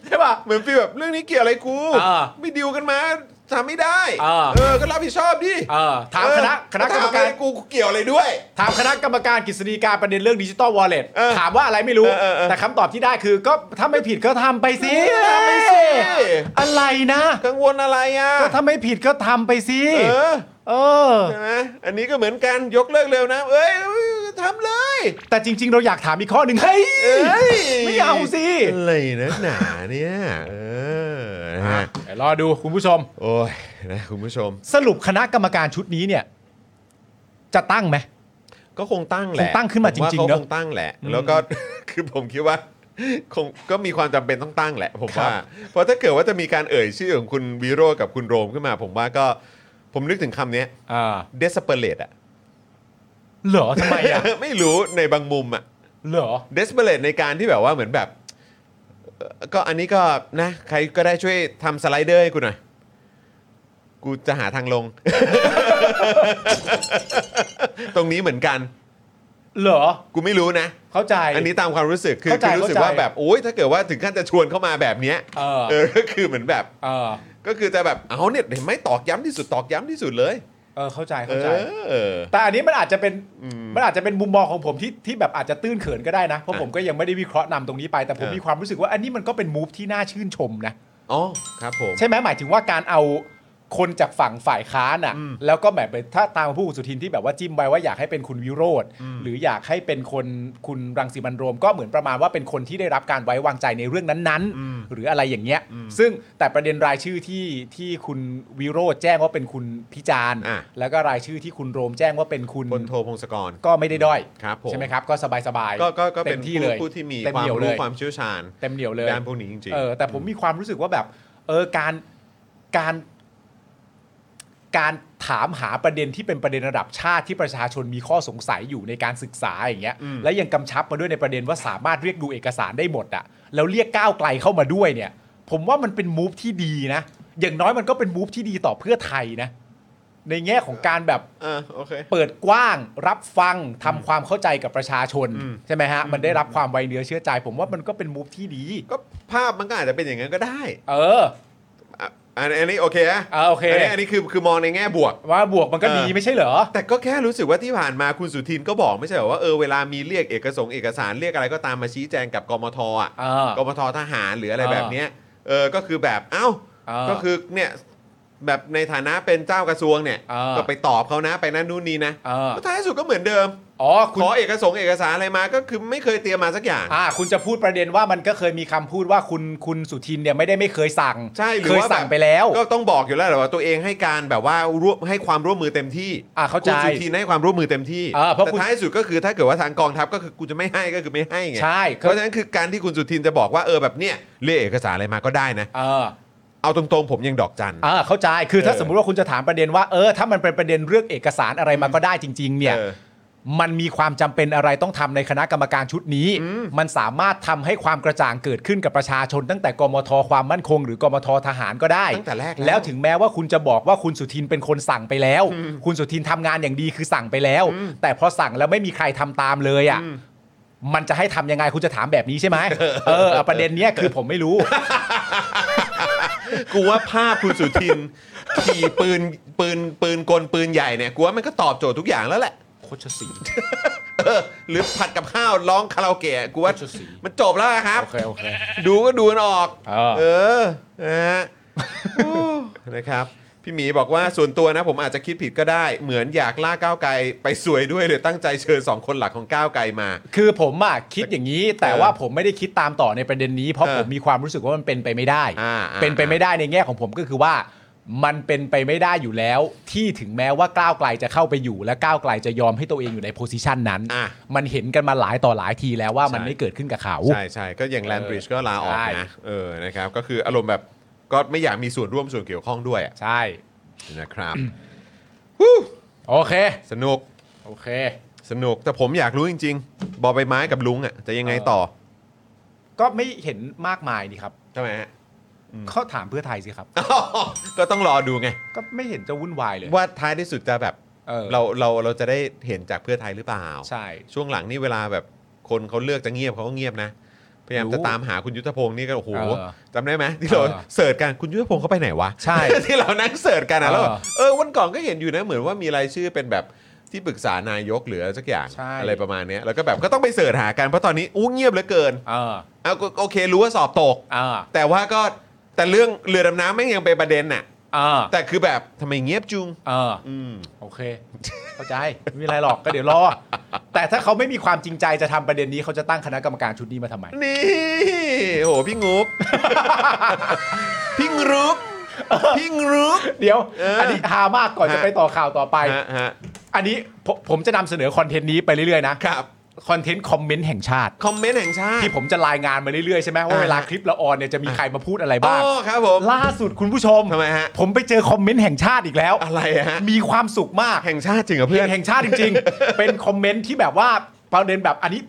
Speaker 2: ใช่ปะ
Speaker 1: เหมือนฟีลแบบเรื่องนี้เกี่ยวอะไรกู
Speaker 2: อ่า
Speaker 1: ไม่ดีลกันมาทำไม่ได้
Speaker 2: อ่า
Speaker 1: เออก็รับผิดชอบดิ
Speaker 2: เออถามคณะ
Speaker 1: เออ
Speaker 2: คณะกรรม
Speaker 1: ถ
Speaker 2: กา
Speaker 1: อะ
Speaker 2: ร
Speaker 1: ไกูกูเกี่ยวอะไรด้วย
Speaker 2: ถามคณะกรรมการกฤษฎีกาประเด็นเรื่องดิจิตอลวอลเล็ต
Speaker 1: เออ
Speaker 2: ถามว่าอะไรไม่รู้
Speaker 1: เออเออเออ
Speaker 2: แต่คำตอบที่ได้คือ ก็ถ้าไม่ผิดก็ทำไปสิ
Speaker 1: ทำไปสิ
Speaker 2: อะไรนะ
Speaker 1: กังวลอะไรอ่ะ
Speaker 2: ก็ถ้าไม่ผิดก็ทำไปสิ
Speaker 1: เออ
Speaker 2: เออ
Speaker 1: ใช่ไหมอันนี้ก็เหมือนกันยกเลิกเร็วนะ เอ้ยทำเลย
Speaker 2: แต่จริง ๆ เราอยากถามอีกข้อหนึ่งเฮ้ย
Speaker 1: เอ้ย
Speaker 2: ไม่เอาสิ
Speaker 1: อะไรนะหนาเนี่ยเออนะฮะ
Speaker 2: เดี๋ยวรอดูคุณผู้ชม
Speaker 1: โอ้ยนะคุณผู้ชม
Speaker 2: สรุปคณะกรรมการชุดนี้เนี่ย จะตั้งไหม
Speaker 1: ก็คงตั้งแหละ
Speaker 2: คงตั้งขึ้นมาจริงๆ
Speaker 1: ผว่
Speaker 2: เน
Speaker 1: เขา
Speaker 2: อะ
Speaker 1: คงตั้งแหละ แล้วก็ คือผมคิดว่า คงก็มีความจำเป็นต้องตั้งแหละ ผมว่า เพราะถ้าเกิดว่าจะมีการเอ่ยชื่อของคุณวีโรจน์กับคุณโรมขึ้นมา ผมว่าก็ผมนึกถึงคำเนี้ย
Speaker 2: ่า
Speaker 1: desperate อะ
Speaker 2: เหรอทำไมอ่ะ
Speaker 1: ไม่รู้ในบางมุมอะ
Speaker 2: เหรอ
Speaker 1: เดสเ r เลตในการที่แบบว่าเหมือนแบบเอ่อก็อันนี้ก็นะ ใครก็ได้ช่วยทำสไลเดอร์ให้กูหน่อย กูจะหาทางล ง ตรงนี้เหมือนกัน
Speaker 2: เหรอ
Speaker 1: กูไม่รู้นะ
Speaker 2: เข้าใจ
Speaker 1: อันนี้ตามความรู้สึกคือ
Speaker 2: เข้าใจ
Speaker 1: คือรู้สึกว่า
Speaker 2: เข้าใจ
Speaker 1: แบบโอ้ยถ้าเกิดว่าถึงขั้นจะชวนเข้ามาแบบเนี้ย
Speaker 2: เออ
Speaker 1: เออก็คือเหมือนแบบ
Speaker 2: เออ
Speaker 1: ก็คือจะแบบเอาเนี่ยเห็นไหมตอกย้ำที่สุดตอกย้ำที่สุดเลย
Speaker 2: เออ เข้าใจ
Speaker 1: เอ
Speaker 2: เข้าใจ
Speaker 1: อ
Speaker 2: แต่อันนี้มันอาจจะเป็น
Speaker 1: อืม
Speaker 2: มันอาจจะเป็นมุมมองของผมที่ที่แบบอาจจะตื้นเขินก็ได้นะ เพราะผมก็ยังไม่ได้วิเคราะห์นำตรงนี้ไป แต่ผม
Speaker 1: เออ
Speaker 2: มีความรู้สึกว่าอันนี้มันก็เป็นมูฟที่น่าชื่นชมนะ
Speaker 1: อ๋อครับผม
Speaker 2: ใช่ไหมหมายถึงว่าการเอาคนจากฝั่งฝ่ายค้านอ่ะ
Speaker 1: อืม
Speaker 2: แล้วก็แบบถ้าตามผู้สุทินที่แบบว่าจิ้มไว้ว่าอยากให้เป็นคุณวิโรธ
Speaker 1: อืม
Speaker 2: หรืออยากให้เป็นคนคุณรังสิมันต์โรม ก็เหมือนประมาณว่าเป็นคนที่ได้รับการไว้วางใจในเรื่องนั้น
Speaker 1: อืม
Speaker 2: หรืออะไรอย่างเงี้ย
Speaker 1: อืม
Speaker 2: ซึ่งแต่ประเด็นรายชื่อที่ที่คุณวิโรธแจ้งว่าเป็นคุณพิจารณ์
Speaker 1: อ่ะ
Speaker 2: แล้วก็รายชื่อที่คุณโรมแจ้งว่าเป็นคุณ
Speaker 1: พลโทพงศกร
Speaker 2: ก็ไม่ได้ด้อย
Speaker 1: ครับผม
Speaker 2: ใช่ไหมครับก็สบายสบายๆ
Speaker 1: ก็ก็ก็เป็
Speaker 2: ต็
Speaker 1: น
Speaker 2: ม
Speaker 1: ผู้
Speaker 2: ที่เลย
Speaker 1: ผู้ที่มี
Speaker 2: เต็
Speaker 1: ความ
Speaker 2: เหนียวเล
Speaker 1: รู้
Speaker 2: ย
Speaker 1: ความเชี่ยวชาญ
Speaker 2: เต็มเหนียวเลย
Speaker 1: ด้านพวกนี้จริงๆ
Speaker 2: เออแต่ผมมีความรู้สึกว่าแบบเออการการการถามหาประเด็นที่เป็นประเด็นระดับชาติที่ประชาชนมีข้อสงสัยอยู่ในการศึกษาอย่างเงี้ย
Speaker 1: อืม
Speaker 2: และยังกำชับมาด้วยในประเด็นว่าสามารถเรียกดูเอกสารได้หมดอะแล้วเรียกก้าวไกลเข้ามาด้วยเนี่ย ผมว่ามันเป็นมูฟที่ดีนะ อย่างน้อยมันก็เป็นมูฟที่ดีต่อเพื่อไทยนะ ในแง่ของการแบบ
Speaker 1: เออโอเค
Speaker 2: เปิดกว้างรับฟังทำความเข้าใจกับประชาชน
Speaker 1: อืม
Speaker 2: ใช่ไหมฮะมันได้รับความไวเนื้อเชื่อใจ ผมว่ามันก็เป็นมูฟที่ดี
Speaker 1: ก็ภาพมันก็อาจจะเป็นอย่างนั้นก็ได้
Speaker 2: เออ
Speaker 1: อ่ะอันอันนี้โอเคนะ
Speaker 2: อ่าโอเค
Speaker 1: อันนี้อันนี้คือคือมองในแง่บวก
Speaker 2: ว่าบวกมันก็ดี
Speaker 1: เออ
Speaker 2: ไม่ใช่เหรอ
Speaker 1: แต่ก็แค่รู้สึกว่าที่ผ่านมาคุณสุทินก็บอกไม่ใช่เหรอว่าเออเวลามีเรียกเอกสงค์เอกสารเรียกอะไรก็ตามมาชี้แจงกับกมทอ่ะ
Speaker 2: เออก
Speaker 1: มททหารหรืออะไร
Speaker 2: เออ
Speaker 1: แบบเนี้ยเออก็คือแบบเอ้า
Speaker 2: เออ
Speaker 1: ก็คือเนี่ยแบบในฐานะเป็นเจ้ากระทรวงเนี่ย
Speaker 2: เออ
Speaker 1: ก็ไปตอบเขานะไปนั่นนู่นนี่นะ
Speaker 2: เออ
Speaker 1: ก็ท้ายสุดก็เหมือนเดิม
Speaker 2: อ๋อคุ
Speaker 1: ข
Speaker 2: ณ
Speaker 1: อเอกสงค์เอกสารอะไรมาก็คือไม่เคยเตรียมมาสักอย่าง
Speaker 2: อ่าคุณจะพูดประเด็นว่ามันก็เคยมีคำพูดว่าคุณคุณสุทินเนี่ยไม่ได้ไม่เคยสั่ง
Speaker 1: ใช่หรือ
Speaker 2: เคย
Speaker 1: ว่า
Speaker 2: สั่
Speaker 1: บ
Speaker 2: ง
Speaker 1: บ
Speaker 2: ไปแล้ว
Speaker 1: ก็ต้องบอกอยู่แล้วแหละว่าตัวเองให้การแบบว่าร่วมให้ความร่วมมือเต็มที่
Speaker 2: อ่ะเข้า
Speaker 1: คุ
Speaker 2: ใจ
Speaker 1: ณสุทีนให้ความร่วมมือเต็มที่
Speaker 2: อ่าเพราะ
Speaker 1: แต่
Speaker 2: คุณ
Speaker 1: ท้ายสุดก็คือถ้าเกิดว่าทางกองทัพก็คือกูจะไม่ให้ก็คือไม่ให้ไง
Speaker 2: ใช่
Speaker 1: เพ
Speaker 2: ครับ
Speaker 1: ราะฉะนั้นคือการที่คุณสุทินจะบอกว่าเออแบบเนี่ยเรียกเอกสารอะไรมาก็ได้นะ
Speaker 2: เออ
Speaker 1: เอาตรงๆ ผมยังดอกจัน
Speaker 2: อ่าเข้าใจคือถ้า
Speaker 1: เออ
Speaker 2: สมมุติว่าคุณจะถามประเด็นว่าเออถ้ามันเป็นประเด็นเรื่องเอกสารอะไรมาก็ได้จริง ๆ เนี่ย
Speaker 1: ออ
Speaker 2: มันมีความจำเป็นอะไรต้องทำในคณะกรรมการชุดนี้ มันสามารถทำให้ความกระจ่างเกิดขึ้นกับประชาชน ตั้งแต่กมทความมั่นคง หรือกมททหารก็ได้
Speaker 1: ตั้งแต่แรกแล้ว
Speaker 2: แล้วถึงแม้ว่าคุณจะบอกว่าคุณสุทินเป็นคนสั่งไปแล้ว คุณสุทินทำงานอย่างดีคือสั่งไปแล้ว แต่พอสั่งแล้วไม่มีใครทำตามเลยอ่ะ มันจะให้ทำยังไงคุณจะถามแบบนี้ใช่ไหม เออเอาประเด็นเนี้ยคือผมไม่รู้
Speaker 1: กูว่าภาพคุณสุทิน ขี่ปืนปืนปืนกลปืนใหญ่เนี่ยกูว่ามันก็ตอบโจทย์ทุกอย่างแล้วแหละ
Speaker 2: โคชสี
Speaker 1: เออหรือผัดกับข้าวร้องคาราโอเกะกูว่ามันจบแล้วครับ
Speaker 2: โอเคโอเค
Speaker 1: ดูก็ดูกันออก
Speaker 2: เออ
Speaker 1: เออนะฮะโอ้นะครับ พี่หมีบอกว่าส่วนตัวนะ ผมอาจจะคิดผิดก็ได้ เหมือนอยากล่าก้าวไกลไปสวยด้วยเลยตั้งใจเชิญ 2 คนหลักของก้าวไกลมา
Speaker 2: คือผมอะคิดอย่างนี้ แต่
Speaker 1: เออ
Speaker 2: ว่าผมไม่ได้คิดตามต่อในประเด็นนี้ เพราะ
Speaker 1: เออ
Speaker 2: ผมมีความรู้สึกว่ามันเป็นไปไม่ได้
Speaker 1: อ่าอ่า
Speaker 2: เป็นไปไม่ได้ในแง่ของผมก็คือว่า มันเป็นไปไม่ได้อยู่แล้ว ที่ถึงแม้ว่าก้าวไกลจะเข้าไปอยู่ และก้าวไกลจะยอมให้ตัวเองอยู่ในโพสิชันนั้น
Speaker 1: อ่ะ
Speaker 2: มันเห็นกันมาหลายต่อหลายทีแล้วว่ามัน
Speaker 1: ใช่
Speaker 2: ไม่เกิดขึ้นกับเขา
Speaker 1: ใช่ใช่ก็อย่างแลนบริดจ์ก็ลาออก
Speaker 2: ใช่
Speaker 1: นะ เออนะครับ ก็คืออารมณ์แบบก็ไม่อยากมีส่วนร่วมส่วนเกี่ยวข้องด้วยอะ
Speaker 2: ใช่
Speaker 1: นะครับ
Speaker 2: โอเค
Speaker 1: สนุก
Speaker 2: โอเค
Speaker 1: สนุกแต่ผมอยากรู้จริง ๆ บอใบไม้กับลุงอ่ะจะยังไงต่อ
Speaker 2: ก็ไม่เห็นมากมายนี่ครับ
Speaker 1: ใช่ไหมฮะ อืม
Speaker 2: เขาถามเพื่อไทยสิครับ
Speaker 1: อ้าวก็ต้องรอดูไง
Speaker 2: ก็ไม่เห็นจะวุ่นวายเลย
Speaker 1: ว่าท้ายที่สุดจะแบบ
Speaker 2: ออ
Speaker 1: เราเราเราจะได้เห็นจากเพื่อไทยหรือเปล่า
Speaker 2: ใช่
Speaker 1: ช่วงหลังนี่เวลาแบบคนเขาเลือกจะเงียบเขาก็เงียบนะ พยายาม
Speaker 2: รู้
Speaker 1: จะตามหาคุณยุทธพงศ์นี่ก็โอ้โห
Speaker 2: เออ
Speaker 1: จำได้ไหมที่เรา
Speaker 2: เออ
Speaker 1: เสิร์ชกันคุณยุทธพงศ์เขาไปไหนวะ
Speaker 2: ใช่
Speaker 1: ที่เรานั่งเสิร์ชกันนะแล้ว
Speaker 2: เออ
Speaker 1: แบบเออวันก่อนก็เห็นอยู่นะเหมือนว่ามีรายชื่อเป็นแบบที่ปรึกษานายกหรืออะไรสักอย่าง
Speaker 2: ใช่
Speaker 1: อะไรประมาณเนี้ยแล้วก็แบบก็ต้องไปเสิร์ชหากันเพราะตอนนี้อู้เงียบเหลือเกิน
Speaker 2: เออ
Speaker 1: เอาก็โอเครู้ว่าสอบตก
Speaker 2: เออ
Speaker 1: แต่ว่าก็แต่เรื่องเรือดำน้ำไม่งยังเป็นประเด็นน่ะ
Speaker 2: เออ
Speaker 1: แต่คือแบบทำไมเงียบจุง
Speaker 2: เออ
Speaker 1: อืม
Speaker 2: โอเค เข้าใจ ไม่มีอะไรหรอกก็เดี๋ยวรอ แต่ถ้าเขาไม่มีความจริงใจจะทำประเด็นนี้เขาจะตั้งคณะกรรมการชุดนี้มาทำไม
Speaker 1: นี่โหพี่งุก พี่งรุกพี่งรุก
Speaker 2: เดี๋ยว
Speaker 1: เอออั
Speaker 2: อันนี้ฮามากก่อน
Speaker 1: ฮะ
Speaker 2: จะไปต่อข่าวต่อไป
Speaker 1: ฮะฮะ
Speaker 2: อันนี้ผมผมจะนำเสนอคอนเทนต์นี้ไปเรื่อย ๆ นะครับ คอนเทนต์คอมเมนต์แห่งชาติ
Speaker 1: คอมเมนต์แห่งชาติ
Speaker 2: ที่ผมจะรายงานมาเรื่อย ๆ ใช่ไหมว่า
Speaker 1: อ่า
Speaker 2: เวลาคลิปละออนเนี่ยจะมีใครมาพูดอะไรบ้าง
Speaker 1: โอ้ครับผม
Speaker 2: ล่าสุดคุณผู้ชม
Speaker 1: ทำไมฮะ
Speaker 2: ผมไปเจอคอมเมนต์แห่งชาติอีกแล้ว
Speaker 1: อะไรฮะ
Speaker 2: มีความสุขมาก
Speaker 1: แห่งชาติจริงเหรอเพื่อน
Speaker 2: แห่งชาติจริง ๆ เป็นคอมเมนต์ที่แบบว่าประเด็นแบบอันนี้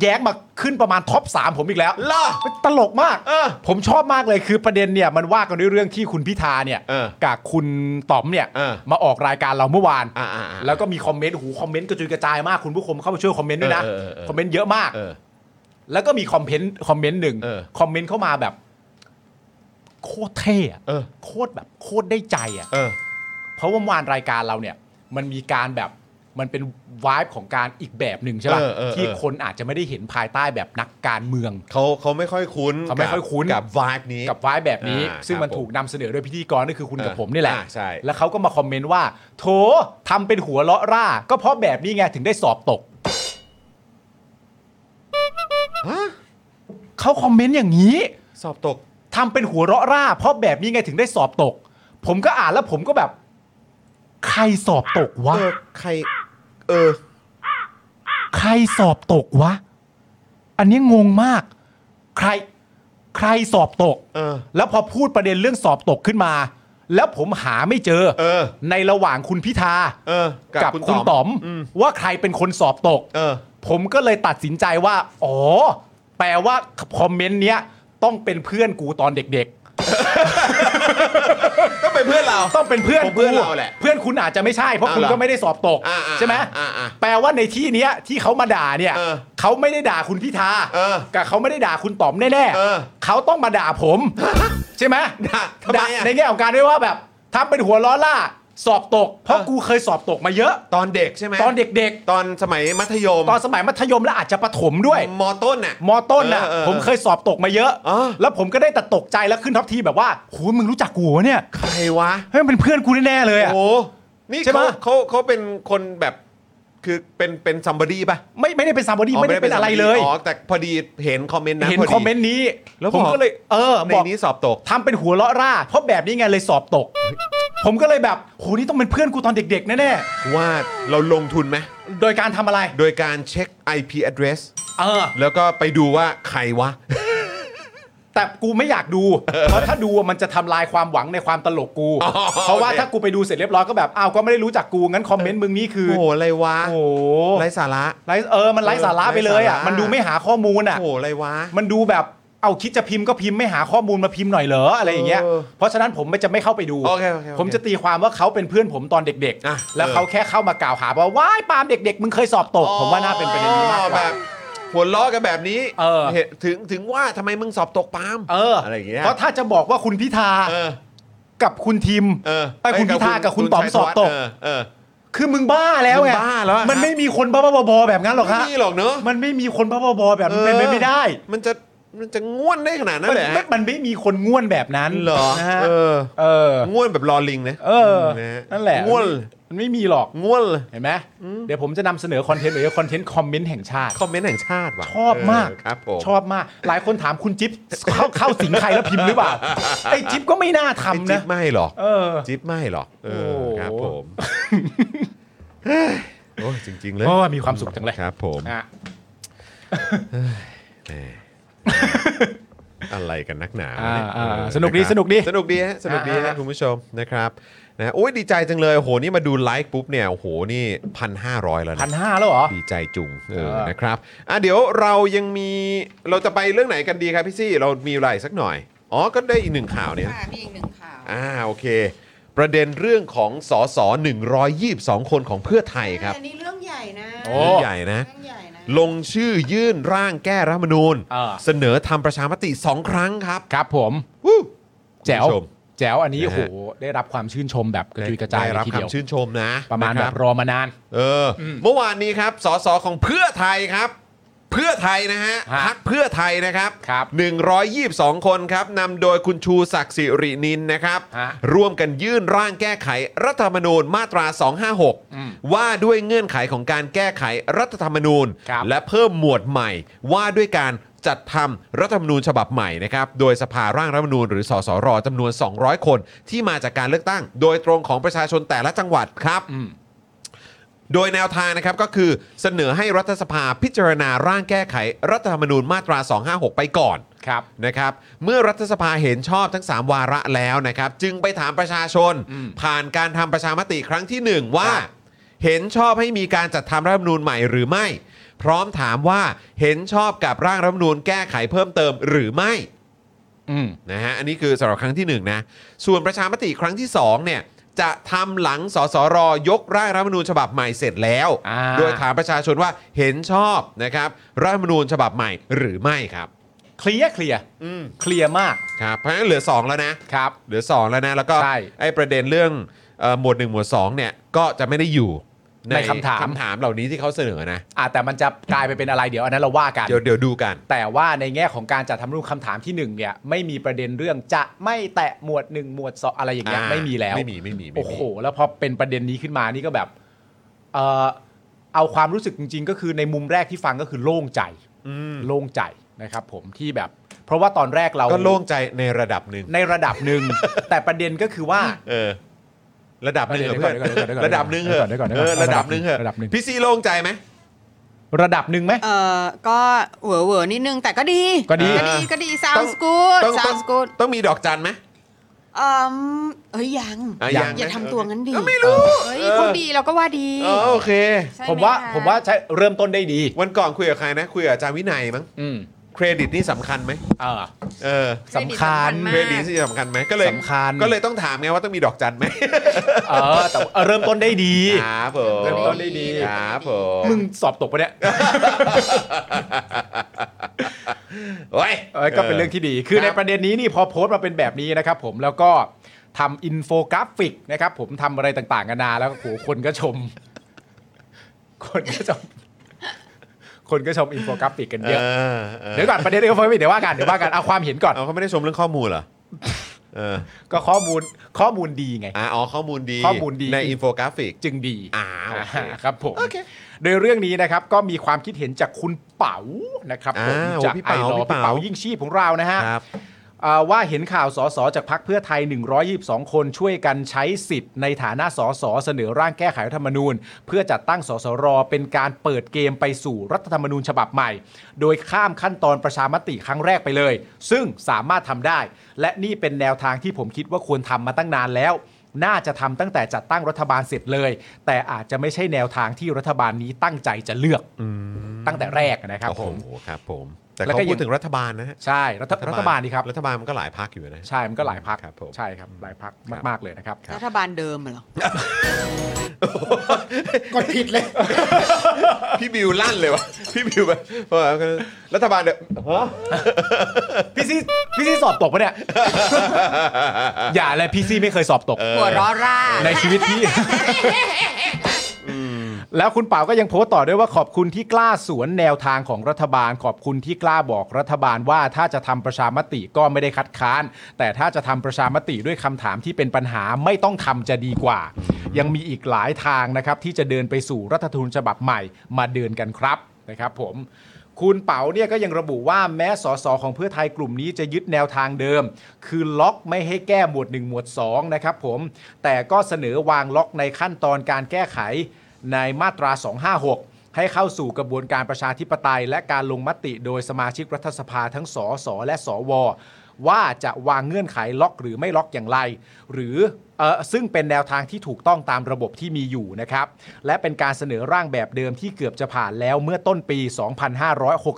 Speaker 2: แย้งมาขึ้นประมาณท็อป 3 ผมอีกแล้ว
Speaker 1: เหรอ
Speaker 2: ตลกมาก
Speaker 1: เออ
Speaker 2: ผมชอบมากเลยคือประเด็นเนี่ยมันว่ากันด้วยเรื่องที่คุณพิธาเนี่ย
Speaker 1: เออ
Speaker 2: กับคุณต๋อมเนี่ย
Speaker 1: เออ
Speaker 2: มาออกรายการเราเมื่อวาน
Speaker 1: อ่าๆๆ
Speaker 2: แล้วก็มีคอมเมนต์หูคอมเมนต์กระจุยกระจายมากคุณผู้ชมเข้ามาช่วยคอมเมนต์ด้วยนะ
Speaker 1: เออเออเออ
Speaker 2: คอมเมนต์เยอะมาก
Speaker 1: เออ
Speaker 2: แล้วก็มีคอมเมนต์คอมเมนต์หนึ่ง
Speaker 1: เออ
Speaker 2: คอมเมนต์เข้ามาแบบโคตรเท่อะ
Speaker 1: เออ
Speaker 2: โคตรแบบโคตรได้ใจอะ
Speaker 1: เออ
Speaker 2: เพราะว่าเมื่อวานรายการเราเนี่ยมันมีการแบบมันเป็นวายของการอีกแบบหนึ่งใช่ป่ะ
Speaker 1: เออเออเออ
Speaker 2: ที่คนอาจจะไม่ได้เห็นภายใต้แบบนักการเมือง
Speaker 1: เขาเขาไม่ค่อยคุ้น
Speaker 2: เขาไม่ค่อยคุ้น
Speaker 1: กับวายนี้
Speaker 2: กับวายแบบนี้
Speaker 1: อ่า
Speaker 2: ซึ่งมัน
Speaker 1: ครับผม
Speaker 2: ถูกนำเสนอโดยพิธีกรก็คือคุณ
Speaker 1: เออ
Speaker 2: กับผมนี่แหละ
Speaker 1: อ่าใช่
Speaker 2: แล้วเขาก็มาคอมเมนต์ว่า โถทำเป็นหัวเลาะร่า ก็เพราะแบบนี้ไงถึงได้สอบตกเขาคอมเมนต์อย่างนี้
Speaker 1: สอบตก
Speaker 2: ทำเป็นหัวเราะร่า เพราะแบบนี้ไงถึงได้สอบตก ผมก็อ่านแล้วผมก็แบบ ใครสอบตกวะ
Speaker 1: เออ ใคร เออ
Speaker 2: ใครสอบตกวะ อันนี้งงมาก ใคร ใครสอบตก
Speaker 1: เออ
Speaker 2: แล้วพอพูดประเด็นเรื่องสอบตกขึ้นมา แล้วผมหาไม่เจอ
Speaker 1: เออ
Speaker 2: ในระหว่างคุณพิธา
Speaker 1: เออกับ
Speaker 2: กับ
Speaker 1: คุณ
Speaker 2: คุณ
Speaker 1: ต๋
Speaker 2: ต๋
Speaker 1: อ
Speaker 2: อ
Speaker 1: ม
Speaker 2: ม
Speaker 1: อืม
Speaker 2: ว่าใครเป็นคนสอบตก
Speaker 1: เออ
Speaker 2: ผมก็เลยตัดสินใจว่า อ๋อ แปลว่าคอมเมนต์เนี้ยต้องเป็นเพื่อนกูตอนเด็ก ๆ
Speaker 1: ก็เป็นเพื่อนเรา
Speaker 2: ต้องเป็นเพื่อน
Speaker 1: ของเพื่อนเราแหละ
Speaker 2: เพื่อนคุณอาจจะไม่ใช่ เพราะ
Speaker 1: เอา
Speaker 2: คุณ
Speaker 1: เหรอ
Speaker 2: ก็ไม่ได้สอบตก
Speaker 1: อ่าๆ
Speaker 2: ใช่ไหม
Speaker 1: อ่าๆ
Speaker 2: แปลว่าในที่เนี้ยที่เขามาด่าเนี่ย
Speaker 1: เออ
Speaker 2: เขาไม่ได้ด่าคุณพิธา
Speaker 1: เออ
Speaker 2: กับเขาไม่ได้ด่าคุณต๋อมแน่
Speaker 1: เออ
Speaker 2: ๆเขาต้องมาด่าผม ใช่ไหม
Speaker 1: ด่าทำไมอะ
Speaker 2: ด่าในแง่ของการด้วยว่าแบบทำเป็นหัวล้อล่า สอบตก เพราะกูเคยสอบตกมาเยอะ
Speaker 1: ตอนเด็กใช่ไหม
Speaker 2: ตอนเด็ก
Speaker 1: ตอนสมัยมัธยม
Speaker 2: ๆ ตอนสมัยมัธยมและอาจจะประถมด้วย
Speaker 1: มต้นน่ะ
Speaker 2: มอต้นน่ะ
Speaker 1: เออเออ
Speaker 2: ผมเคยสอบตกมาเยอะ
Speaker 1: อ๋อ
Speaker 2: แล้วผมก็ได้แต่ตกใจแล้วขึ้นท็อปทีแบบว่าโหมึงรู้จักกูวะเนี่ย
Speaker 1: ใครวะ
Speaker 2: เฮ้ยมันเป็นเพื่อนกูแน่ๆเลยอะ
Speaker 1: โอ้โหนี่
Speaker 2: ใช่
Speaker 1: เขา
Speaker 2: ปะ
Speaker 1: เขาเขาเป็นคนแบบคือเป็นเป็นซัมบอดี้ป่ะ
Speaker 2: ไม่ไม่ได้เป็นซามบอดี้ไม่ได้เป็นอะไรเลย
Speaker 1: อ๋อแต่พอดีเห็นคอมเมนต์นั้น
Speaker 2: เห็น
Speaker 1: พดี
Speaker 2: คอมเมนต์นี้
Speaker 1: แล้ว
Speaker 2: ผม
Speaker 1: บอก
Speaker 2: ก็เลย เออ
Speaker 1: ใน
Speaker 2: บอก
Speaker 1: นี้สอบตก
Speaker 2: ทำเป็นหัวเราะร่า เพราะแบบนี้ไงเลยสอบตก ผมก็เลยแบบโหนี่ต้องเป็นเพื่อนกูตอนเด็กๆแน่
Speaker 1: ว่าเราลงทุนไหม
Speaker 2: ๆโดยการทำอะไร
Speaker 1: โดยการเช็ค IP address
Speaker 2: เออ
Speaker 1: แล้วก็ไปดูว่าใครวะ
Speaker 2: แต่กูไม่อยากดู เพราะถ้าดูอะมันจะทำลายความหวังในความตลกกู
Speaker 1: อ๋อ
Speaker 2: เพราะว่า
Speaker 1: โอเค
Speaker 2: ถ้ากูไปดูเสร็จเรียบร้อยก็แบบอ้าวก็ไม่ได้รู้จักกูงั้นคอมเมนต์มึงนี่คือ
Speaker 1: โอ้โหอะไรวะ
Speaker 2: โอ้โห
Speaker 1: ไรสาระ
Speaker 2: ไร้เออมันไร้สาระไปเลยอ่ะ
Speaker 1: ไร้สาระ
Speaker 2: มันดูไม่หาข้อมูลอ่ะ
Speaker 1: โอ้โหอะไรวะ
Speaker 2: มันดูแบบเอาคิดจะพิมพ์ก็พิมพ์ไม่หาข้อมูลมาพิมพ์หน่อยเหรออะไรอย่างเงี้ย
Speaker 1: เออ
Speaker 2: เพราะฉะนั้นผมไม่จะไม่เข้าไปดู
Speaker 1: โอเคโอเคโอเค
Speaker 2: ผมจะตีความว่าเขาเป็นเพื่อนผมตอนเด็ก
Speaker 1: อ่ะ
Speaker 2: ๆ แล้วเขาแค่เข้ามากล่าวหาว่าว้ายปาล์มเด็ก ๆ มึงเคยสอบตก ผมว่าน่าเป็นประเด็นนี้มากก
Speaker 1: แบ
Speaker 2: ว่า
Speaker 1: บหัวล้อกันแบบนี้
Speaker 2: เออ
Speaker 1: ห็นถึงถึงว่าทำไมมึงสอบตกปาล์ม
Speaker 2: เออ
Speaker 1: อะไรอย่างเงี้ย
Speaker 2: เพราะถ้าจะบอกว่าคุณพิธา
Speaker 1: เออ
Speaker 2: กับคุณทิม
Speaker 1: เออ
Speaker 2: ไอ้ยคุณพิธากับคุณต๋อม
Speaker 1: ชัย
Speaker 2: สอบตก
Speaker 1: เอเออ
Speaker 2: คือมึงบ้าแล้วไง
Speaker 1: มึงบ้าแล้วอะ
Speaker 2: มันไม่มีคนบ้าๆบอๆแบบนั้นหรอกฮะ
Speaker 1: ไม่มีหรอกเนอะ
Speaker 2: มันไม่มีคนบ้าๆบอๆแบบนั้นเป็นไปไม่ได้
Speaker 1: มันจะมันจะง่วนได้ขนาดนั้น
Speaker 2: มัน
Speaker 1: เลย
Speaker 2: ไม่มันไม่มีคนง่วนแบบนั้น
Speaker 1: เหรอ
Speaker 2: นะฮะ
Speaker 1: เออ
Speaker 2: เออ
Speaker 1: ง่วนแบบลอลิงนะ
Speaker 2: เออ
Speaker 1: นะฮะ
Speaker 2: นั่นแหละ
Speaker 1: ง่วน
Speaker 2: มันไม่มีหรอก
Speaker 1: ง่วน
Speaker 2: เห็นไหมเดี๋ยวผมจะนำเสนอคอนเทนต์หรือคอนเทนต์คอมเมนต์แห่งชาติ
Speaker 1: คอมเมนต์แห่งชาติว่ะ
Speaker 2: ชอบมาก
Speaker 1: เครับผม
Speaker 2: ชอบมาก หลายคนถามคุณจิ๊บเข้าเข้าสิงใครแล้วพิมพ์หรือ เปล่า ไอ้จิ๊บก็ไม่น่า
Speaker 1: ไอ้
Speaker 2: ทำ
Speaker 1: จิ๊
Speaker 2: นะ
Speaker 1: บไม่หรอก
Speaker 2: เออ
Speaker 1: จิ๊บไม่หรอกเออ
Speaker 2: โอ้
Speaker 1: ครับ ผมเฮ้ยโอ้ยจริง ๆ เลย
Speaker 2: โอ้ยมีความสุขจังเลย
Speaker 1: ครับ ผม
Speaker 2: อ่ะ
Speaker 1: แหมอะไรกันนักหนา
Speaker 2: อ่าว
Speaker 1: ะเย
Speaker 2: อ่า
Speaker 1: เออ
Speaker 2: สนุกดี
Speaker 1: ะครับ
Speaker 2: สนุกดี
Speaker 1: สนุกดีฮะสนุกดีฮะ
Speaker 2: อ่าๆ
Speaker 1: คุณผู้ชมนะครับนะโอ้ยดีใจจังเลยโอ้โหนี่มาดูไลฟ์ปุ๊บเนี่ยโอ้โหนี่พันห้าร้อยแล้ว
Speaker 2: พัน
Speaker 1: นะ
Speaker 2: ห้าแล้วเหรอ
Speaker 1: ดีใจจุงเออ
Speaker 2: เออ
Speaker 1: นะครับอ่ะเดี๋ยวเรายังมีเราจะไปเรื่องไหนกันดีครับพี่ซี่ เรามีอะไรสักหน่อย อ๋อ ก็ได้อีกหนึ่งข่าวเนี่ย
Speaker 4: ค่ะมีอีกหนึ่งข่าว
Speaker 1: อ่าโอเค ประเด็นเรื่องของสส122 คนของเพื่อไทยครับ
Speaker 8: อันนี้เรื่องใหญ่นะ
Speaker 2: โอ้
Speaker 1: เรื่องใหญ่นะ
Speaker 8: เรื่องใหญ่นะ
Speaker 1: ลงชื่อยื่นร่างแก้รัฐธรรมนูญ
Speaker 2: เออ
Speaker 1: เสนอทำประชามติสองครั้งครับ
Speaker 2: ครับผม
Speaker 1: วู้
Speaker 2: แจ๋ว
Speaker 1: คุณผู้ชม
Speaker 2: แจ๋วอันนี้
Speaker 1: นะฮะ
Speaker 2: โอ้โหได้รับความชื่นชมแบบกระจุยกระจา
Speaker 1: ได้
Speaker 2: ยเลย
Speaker 1: รับ
Speaker 2: ทีเดียว
Speaker 1: คำชื่นชมนะ
Speaker 2: ประมาณ
Speaker 1: นค
Speaker 2: แบบ บรอมานาน
Speaker 1: เอออเมื่อวานนี้ครับ สสของเพื่อไทยครับ เพื่อไทยนะฮะ
Speaker 2: ฮะ
Speaker 1: พักเพื่อไทยนะครับ
Speaker 2: ครับ
Speaker 1: 122 คนครับนำโดยคุณชูศักดิ์สิรินินนะครับ
Speaker 2: ฮะ
Speaker 1: ร่วมกันยื่นร่างแก้ไขรัฐธรรมนูญมาตรา
Speaker 2: อืม
Speaker 1: 256 ว่าด้วยเงื่อนไขของการแก้ไขรัฐธรรมนูญ
Speaker 2: ครับ
Speaker 1: และเพิ่มหมวดใหม่ ว่าด้วยการจัดทำรัฐธรรมนูญฉบับใหม่นะครับ โดยสภาร่างรัฐธรรมนูญหรือสสรจำนวน 200 คน ที่มาจากการเลือกตั้ง โดยตรงของประชาชนแต่ละจังหวัดครับ
Speaker 2: อืม
Speaker 1: โดยแนวทางนะครับก็คือเสนอให้รัฐสภาพิจารณาร่างแก้ไขรัฐธรรมนูญมาตรา 256 ไปก่อน
Speaker 2: ครับ
Speaker 1: นะครับ เมื่อรัฐสภาเห็นชอบทั้ง 3 วาระแล้วนะครับ จึงไปถามประชาชน
Speaker 2: อืม
Speaker 1: ผ่านการทำประชามติครั้งที่หนึ่งว่า
Speaker 2: ครับ
Speaker 1: เห็นชอบให้มีการจัดทำรัฐธรรมนูญใหม่หรือไม่ พร้อมถามว่าเห็นชอบกับร่างรัฐธรรมนูญแก้ไขเพิ่มเติมหรือไม่
Speaker 2: อืม
Speaker 1: นะฮะอันนี้คือสำหรับครั้งที่หนึ่งนะส่วนประชามติครั้งที่สองเนี่ยจะทำหลังสสรยกร่างรัฐธรรมนูญฉบับใหม่เสร็จแล้ว
Speaker 2: อ่า
Speaker 1: โดยถามประชาชนว่าเห็นชอบนะครับรัฐธรรมนูญฉบับใหม่หรือไม่ครับ
Speaker 2: เคลียร์เคลียร์
Speaker 1: อืม
Speaker 2: เคลียร์มาก
Speaker 1: ครับเพราะฉะนั้นเหลือ 2 แล้วนะครับ เหลือ 2 แล้วนะ แล้วก็
Speaker 2: ใช่
Speaker 1: ไอ้ประเด็นเรื่องเอ่อหมวด 1 หมวด2เนี่ยก็จะไม่ได้อยู่
Speaker 2: ในคำถาม
Speaker 1: คำถามเหล่านี้ที่เขาเสนอนะ
Speaker 2: อ่ะแต่มันจะกลายไปเป็นอะไรเดี๋ยวอันนั้นเราว่ากัน
Speaker 1: เดี๋ยวเดี๋ยวดูกัน
Speaker 2: แต่ว่าในแง่ของการจัดทำรูปคำถามที่หนึ่งเนี่ยไม่มีประเด็นเรื่องจะไม่แตะหมวดหนึ่งหมวดสองอะไรอย่างเงี้ย
Speaker 1: อ่า
Speaker 2: ไม่มีแล้ว
Speaker 1: ไม่มีไม่มีไม่มี
Speaker 2: โอ้โห แล้วพอเป็นประเด็นนี้ขึ้นมานี่ก็แบบเออเอาความรู้สึกจริง ๆ ก็คือในมุมแรกที่ฟังก็คือโล่งใจ
Speaker 1: อืม
Speaker 2: โล่งใจนะครับ ผมที่แบบ เพราะว่าตอนแรกเรา
Speaker 1: ก็โล่งใจในระดับหนึ่ง
Speaker 2: ในระดับห นึ่ง แต่ประเด็นก็คือว่า
Speaker 1: เออระดับหนึ่งเหรอเพื่อน
Speaker 2: เดี๋ยวก่อนเดี๋ยวก่อนเดี๋ยว
Speaker 1: ระ
Speaker 2: ก่อน
Speaker 1: ดับหนึ่งเหร
Speaker 2: เดี๋ยวก่อนเดี๋ยว
Speaker 1: เออ
Speaker 2: ก่อน
Speaker 1: ระดับหนึ่งเหร
Speaker 2: ระดับหนึ่ง
Speaker 1: พี่ซีโล่งใจไหม
Speaker 2: ระดับหนึ่งไหม
Speaker 8: เออก็เหวอเหวอๆนิดนึงแต่ก็ดี
Speaker 2: ก็ดี
Speaker 8: ก็ดีก็ดี sounds good
Speaker 1: ต้องต้อง
Speaker 8: sounds
Speaker 1: ต้อง
Speaker 8: good
Speaker 1: ต้องมีดอกจันไหม
Speaker 8: เอ่อเอ้ยยัง
Speaker 1: อ่ะ
Speaker 2: ยัง
Speaker 8: อย่า
Speaker 1: นะ
Speaker 8: ทำตัวงั้นดิ
Speaker 1: ก็ไม่รู้
Speaker 8: เฮ้ย
Speaker 1: เออ
Speaker 8: เขาดีเราก็ว่าดี
Speaker 1: เออโอเค
Speaker 8: ใช่
Speaker 2: ผมว่า
Speaker 8: ไหคะ
Speaker 2: ผมว่าใช้เริ่มต้นได้ดี
Speaker 1: วันก่อนคุยกับใครนะ คุยกับอาจารย์วินัยมั้ง
Speaker 2: อืม
Speaker 1: เครดิตนี่สำคัญไหม
Speaker 2: เออ
Speaker 1: เออ
Speaker 2: สำคัญ
Speaker 1: เค
Speaker 8: เร
Speaker 1: ร
Speaker 8: ดิ
Speaker 1: ดิ
Speaker 8: ตสำคัญมาก
Speaker 1: ตนี่สำคัญไหมก็เลย
Speaker 2: สำคัญ
Speaker 1: ก็เลยต้องถามไงว่าต้องมีดอกจันไหม
Speaker 2: เออแต่ว่าเออเริ่มต้นได้ดี
Speaker 1: ครับผม
Speaker 2: เริ่มต้นได้ดี
Speaker 1: ครับผม
Speaker 2: มึงสอบตกปะเนี่ย
Speaker 1: โอ้ย
Speaker 2: เออก็เป็นเรื่องที่ดี คื
Speaker 1: ค
Speaker 2: อ
Speaker 1: รับ
Speaker 2: ในประเด็นนี้นี่พอโพสต์มาเป็นแบบนี้นะครับผมแล้วก็ทำอินโฟกราฟิกนะครับผมทำอะไรต่างๆกันานาแล้วก็โหคนก็ชม คนก็ชม คนก็ชมอินโฟกราฟิกกันเยอะ เดี๋ยวก่อนประเด็นเรื่องไฟเดี๋ยวว่ากันเดี๋ยวว่ากันเอาความเห็นก่อน
Speaker 1: เอาเขาไม่ได้ชมเรื่องข้อมูลเหรอเออ
Speaker 2: ก็ข้อมูลข้อมูลดีไง
Speaker 1: อ่ะอ๋อข้อมูลดี
Speaker 2: ข้อมูลดี
Speaker 1: ในอินโฟกราฟิก
Speaker 2: จึงดี
Speaker 1: อ่าโอเค
Speaker 2: อ่าครับผม
Speaker 1: โอเค
Speaker 2: โดยเรื่องนี้นะครับก็มีความคิดเห็นจากคุณเป๋านะครับผม
Speaker 1: อ่าโอ้
Speaker 2: จาก
Speaker 1: พี่
Speaker 2: ไอ
Speaker 1: เป๋า
Speaker 2: ดอล
Speaker 1: พี่
Speaker 2: พี่
Speaker 1: เป๋า
Speaker 2: เป๋ายิ่งชีพของเรานะฮะ
Speaker 1: ครับ
Speaker 2: อ่าว่าเห็นข่าวสสจากพักเพื่อไทย 122 คนช่วยกันใช้สิทธิ์ในฐานะสสเสนอร่างแก้ไขรัฐธรรมนูญ เพื่อจัดตั้งสสรเป็นการเปิดเกมไปสู่รัฐธรรมนูญฉบับใหม่ โดยข้ามขั้นตอนประชามติครั้งแรกไปเลย ซึ่งสามารถทำได้ และนี่เป็นแนวทางที่ผมคิดว่าควรทำมาตั้งนานแล้ว น่าจะทำตั้งแต่จัดตั้งรัฐบาลเสร็จเลย แต่อาจจะไม่ใช่แนวทางที่รัฐบาลนี้ตั้งใจจะเลือกตั้งแต่แรกนะครับผม
Speaker 1: โอ้โหครับผม แต่
Speaker 2: แล้ว
Speaker 1: เขา
Speaker 2: ก็
Speaker 1: พูด
Speaker 2: ยัง
Speaker 1: ถึงรัฐบาลนะฮะ
Speaker 2: ใช่รัฐรัฐบาลนี่ครับ
Speaker 1: รัฐบาลมันก็หลายพักอยู่นะ
Speaker 2: ใช่ มันก็หลายพัก
Speaker 1: ครับผม
Speaker 2: ใช่ครับ หลายพัก
Speaker 1: ครับ
Speaker 2: มาก ๆ เลยนะครับ
Speaker 8: รัฐบาลเดิมเหรอ
Speaker 3: กดผิดเลย
Speaker 1: พี่บิวลั่นเลยวะ พี่บิวแบบว่ารัฐบาลเนี่ยฮะ
Speaker 2: พี่ซีพี่ซีสอบตกปะเนี่ย อย่าเลยพี่ซีไม่เคยสอบตก
Speaker 8: หัวเร้อร่า
Speaker 2: ในชีวิตพี่ แล้วคุณเป่าก็ยังโพสต์ต่อด้วยว่าขอบคุณที่กล้าสวนแนวทางของรัฐบาล ขอบคุณที่กล้าบอกรัฐบาลว่าถ้าจะทำประชามติก็ไม่ได้คัดค้าน แต่ถ้าจะทำประชามติด้วยคำถามที่เป็นปัญหาไม่ต้องทำจะดีกว่า ยังมีอีกหลายทางนะครับ ที่จะเดินไปสู่รัฐธรรมนูญฉบับใหม่มาเดินกันครับนะครับ ผม คุณเป๋าเนี่ยก็ยังระบุว่าแม้สสของเพื่อไทยกลุ่มนี้จะยึดแนวทางเดิม คือล็อกไม่ให้แก้หมวด 1 หมวด 2 นะครับผม แต่ก็เสนอวางล็อกในขั้นตอนการแก้ไขในมาตรา 256 ให้เข้าสู่กระบวนการประชาธิปไตย และการลงมติโดยสมาชิกรัฐสภาทั้งสสและสว ว่าจะวางเงื่อนไขล็อกหรือไม่ล็อกอย่างไร หรือเออซึ่งเป็นแนวทางที่ถูกต้องตามระบบที่มีอยู่นะครับ และเป็นการเสนอร่างแบบเดิมที่เกือบจะผ่านแล้วเมื่อต้นปี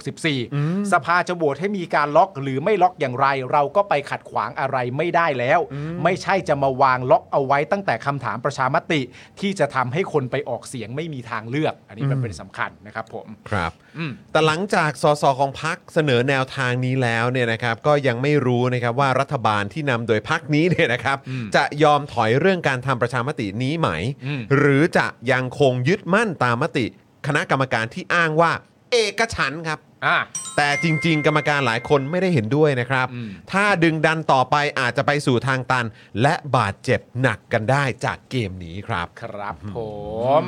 Speaker 2: 2564 สภาจะโหวตให้มีการล็อกหรือไม่ล็อกอย่างไร เราก็ไปขัดขวางอะไรไม่ได้แล้ว ไม่ใช่จะมาวางล็อกเอาไว้ตั้งแต่คำถามประชามติ ที่จะทำให้คนไปออกเสียงไม่มีทางเลือก อันนี้มันเป็นสำคัญนะครับผม
Speaker 1: ครับ
Speaker 2: อืม
Speaker 1: แต่หลังจากสสของพักเสนอแนวทางนี้แล้วเนี่ยนะครับ ก็ยังไม่รู้นะครับว่ารัฐบาลที่นำโดยพักนี้เนี่ยนะครับ จะยอมถอยเรื่องการทำประชามตินี้ไหม
Speaker 2: อืม
Speaker 1: หรือจะยังคงยึดมั่นตามมติ คณะกรรมการที่อ้างว่า เอกฉันท์ครับ
Speaker 2: อ่ะ
Speaker 1: แต่จริง ๆ กรรมการหลายคนไม่ได้เห็นด้วยนะครับ
Speaker 2: อืม
Speaker 1: ถ้าดึงดันต่อไปอาจจะไปสู่ทางตัน และบาดเจ็บหนักกันได้จากเกมนี้ครับ
Speaker 2: ครับผม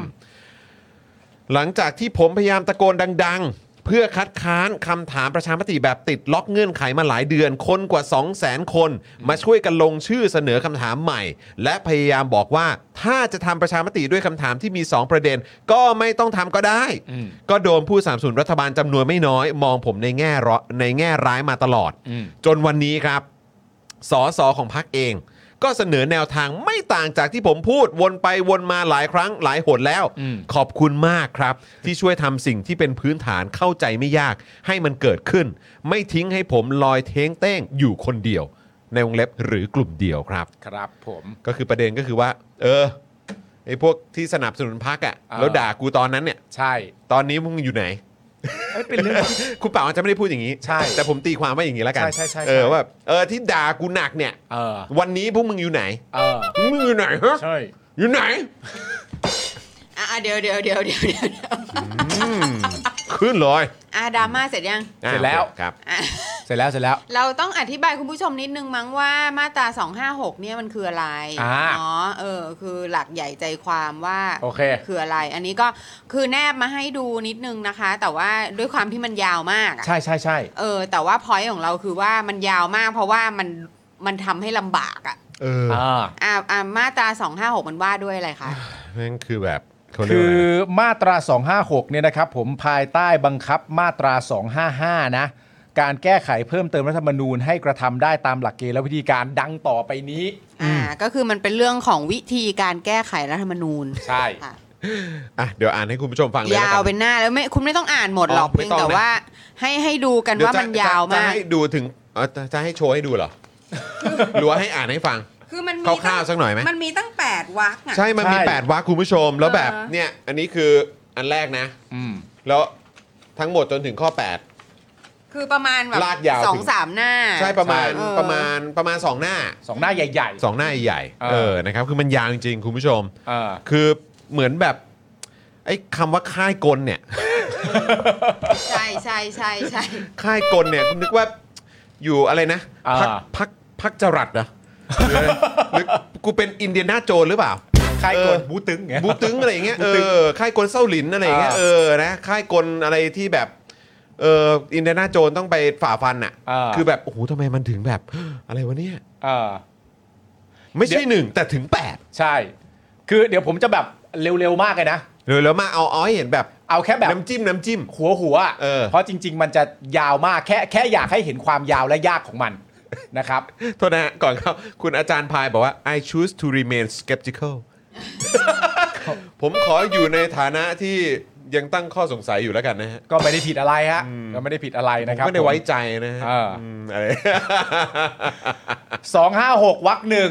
Speaker 1: หลังจากที่ผมพยายามตะโกนดัง ๆ เพื่อคัดค้านคำถามประชามติแบบติดล็อกเงื่อนไขมาหลายเดือน คนกว่า 200,000 คน มาช่วยกันลงชื่อเสนอคำถามใหม่ และพยายามบอกว่าถ้าจะทำประชามติด้วยคำถามที่มี 2 ประเด็น ก็ไม่ต้องทำก็ได้
Speaker 2: อืม
Speaker 1: ก็โดนผู้สามสนุนรัฐบาลจำนวนไม่น้อย มองผมในแง่ร้อในแง่ร้ายมาตลอด
Speaker 2: อืม
Speaker 1: จนวันนี้ครับ สสของพักเอง ก็เสนอแนวทางไม่ต่างจากที่ผมพูดวนไปวนมาหลายครั้งหลายหนแล้ว
Speaker 2: อืม
Speaker 1: ขอบคุณมากครับ ที่ช่วยทำสิ่งที่เป็นพื้นฐานเข้าใจไม่ยาก ให้มันเกิดขึ้น ไม่ทิ้งให้ผมลอยเท้งเต้งอยู่คนเดียว ในวงเล็บหรือกลุ่มเดียวครับ
Speaker 2: ครับผม
Speaker 1: ก็คือประเด็นก็คือว่า เออไอ้พวกที่สนับสนุนพักอะ
Speaker 2: อ่า
Speaker 1: แล้วด่ากูตอนนั้นเนี่ย
Speaker 2: ใช่
Speaker 1: ตอนนี้มึงอยู่ไหน
Speaker 2: เอ้ยเป็นเรื่อง
Speaker 1: คุณเป๋าอาจจะไม่ได้พูดอย่างนี้
Speaker 2: ใช่
Speaker 1: แต่ผมตีความว่าอย่างนี้แล้วกัน
Speaker 2: ใช่ใช่ใช่ใช่
Speaker 1: เออว่าเออที่ด่ากูหนักเนี่ย
Speaker 2: เออ
Speaker 1: วันนี้พวกมึงอยู่ไหน
Speaker 2: เออ
Speaker 1: มึงอยู่ไหนฮะ
Speaker 2: ใช่
Speaker 1: อยู่ไหน
Speaker 8: อ่ะอ่ะเดี๋ยวเดี๋ยวเดี๋ยวเดี๋ยวเดี๋ยว
Speaker 1: ขึ้นเลย
Speaker 8: อ่ะดราม่าเสร็จยัง
Speaker 1: อ่ะโอเคครับ
Speaker 8: อ่ะ
Speaker 2: เสร็จแล้วเสร็จแล้ว
Speaker 8: เราต้องอธิบายคุณผู้ชมนิดนึงมั้งว่ามาตรา 256 เนี่ยมันคืออะไร
Speaker 2: อ่า
Speaker 8: เนาะเออ คือหลักใหญ่ใจความว่า
Speaker 2: โอเค
Speaker 8: คืออะไร อันนี้ก็คือแนบมาให้ดูนิดนึงนะคะ แต่ว่าด้วยความที่มันยาวมากอะ
Speaker 2: ใช่ใช่ใช่
Speaker 8: เออ แต่ว่าพอยของเราคือว่ามันยาวมาก เพราะว่ามันมันทำให้ลำบากอะ
Speaker 1: เออ
Speaker 2: อ่า
Speaker 8: อ่ะอ่ะมาตรา 256 มันว่าด้วยอะไรคะ
Speaker 1: แม่งคือแบบเขาเรียก
Speaker 2: คื
Speaker 1: ว่า
Speaker 2: อ
Speaker 1: อะไรนะ
Speaker 2: มาตรา 256 เนี่ยนะครับผมภายใต้บังคับมาตรา 255 นะ การแก้ไขเพิ่มเติมรัฐธรรมนูญให้กระทำได้ตามหลักเกณฑ์และวิธีการดังต่อไปนี้
Speaker 8: อ่า ก็คือมันเป็นเรื่องของวิธีการแก้ไขรัฐธรรมนูญ
Speaker 2: ใช่
Speaker 8: ค่ะ
Speaker 1: อ่ะเดี๋ยวอ่านให้คุณผู้ชมฟังเลย
Speaker 8: ยาว
Speaker 1: แล้กั
Speaker 8: เป็นหน้าแล้วไม่คุณไม่ต้องอ่านหมดหรอก
Speaker 1: อ๋อ
Speaker 8: เพี
Speaker 1: ไม่
Speaker 8: ยง
Speaker 1: ต้อง
Speaker 8: แต่
Speaker 1: นะ
Speaker 8: ว่า ให้ให้ดูกัน
Speaker 1: เดี๋
Speaker 8: ว่า
Speaker 1: จะ
Speaker 8: มันยาวมา
Speaker 1: จะ
Speaker 8: ก
Speaker 1: ให้ดูถึงเอ่อจะจะให้โชว์ให้ดูเหรอ หรือว่าให้อ่านให้ฟัง
Speaker 8: คือมันมี
Speaker 1: คร่าวๆสักหน่อยไหม
Speaker 8: มันมีตั้ง 8วรรคอะ
Speaker 1: ใช่มันมี
Speaker 2: ใช่
Speaker 1: แปดวรรคคุณผู้ชมแล้วแบบ
Speaker 8: เออ
Speaker 1: เนี่ย อันนี้คืออันแรกนะ
Speaker 2: อืม
Speaker 1: แล้วทั้งหมดจนถึงข้อ
Speaker 8: คือประมาณแบบ
Speaker 1: ลากยาว
Speaker 8: สอง
Speaker 1: ถึง
Speaker 8: สามหน้า
Speaker 1: 8 ใช่ประมาณ
Speaker 8: เออ
Speaker 1: ประมาณประมาณ 2 หน้า
Speaker 2: สองหน้าใหญ่
Speaker 1: 2 หน้าใหญ่ๆ
Speaker 2: เออ
Speaker 1: เออนะครับคือมันยาวจริงๆคุณผู้ชม
Speaker 2: ๆเออ
Speaker 1: คือเหมือนแบบ ไอ้คำว่าค่ายกลเนี่ย
Speaker 8: ใช่ใช่ใช่ใช่
Speaker 1: ค่ายกลเนี่ยนึกว่าอยู่อะไรนะ
Speaker 2: อ่า
Speaker 1: พักพักพักจรัดนะหรือกูเป็นอินเดียนาโจนหรือเปล่า
Speaker 2: ค่ายกด
Speaker 1: เออ
Speaker 2: บูตึงไง
Speaker 1: บูตึงอะไรอย่างเงี้ย
Speaker 2: บู
Speaker 1: เอ
Speaker 2: ตึง
Speaker 1: อค่ายกลเส้าหลินอะไรอย่างเงี้ย
Speaker 2: อ่า
Speaker 1: เออนะค่ายกลอะไรที่แบบ เอออินเดน่าโจนต้องไปฝ่าฟันอ่ะ
Speaker 2: เออ
Speaker 1: คือแบบ โอ้โหทำไมมันถึงแบบ อะไรวะเนี่ย
Speaker 2: เออ
Speaker 1: ไม่ใช่
Speaker 2: เดี๋ยว
Speaker 1: หนึ่งแต่ถึง
Speaker 2: ใช่ คือเดี๋ยวผมจะแบบเร็วๆมากเลยนะ
Speaker 1: 8 เลยแล้วมาเอาเอาให้เห็นแบบ
Speaker 2: เอาแค่แบบ
Speaker 1: น้ำจิ้ม น้ำจิ้ม
Speaker 2: หัวหัวๆอะ
Speaker 1: เออ
Speaker 2: เพราะจริง ๆ มันจะยาวมากแค่แค่อยากให้เห็นความยาวและยากของมัน นะครับ
Speaker 1: โทษนะฮะก่อนครับ คุณอาจารย์พายบอกว่า I choose to remain skeptical ผมขออยู่ในฐานะที่ยังตั้งข้อสงสัยอยู่แล้วกันนะฮะ
Speaker 2: ก็ไม่ได้ผิดอะไรฮะก็ไม่ได้ผิดอะไรนะครับ
Speaker 1: ไม่ได้ไว้ใจนะฮะ
Speaker 2: เอออื
Speaker 1: มอะไร
Speaker 2: สองห้าหกวักหนึ่ง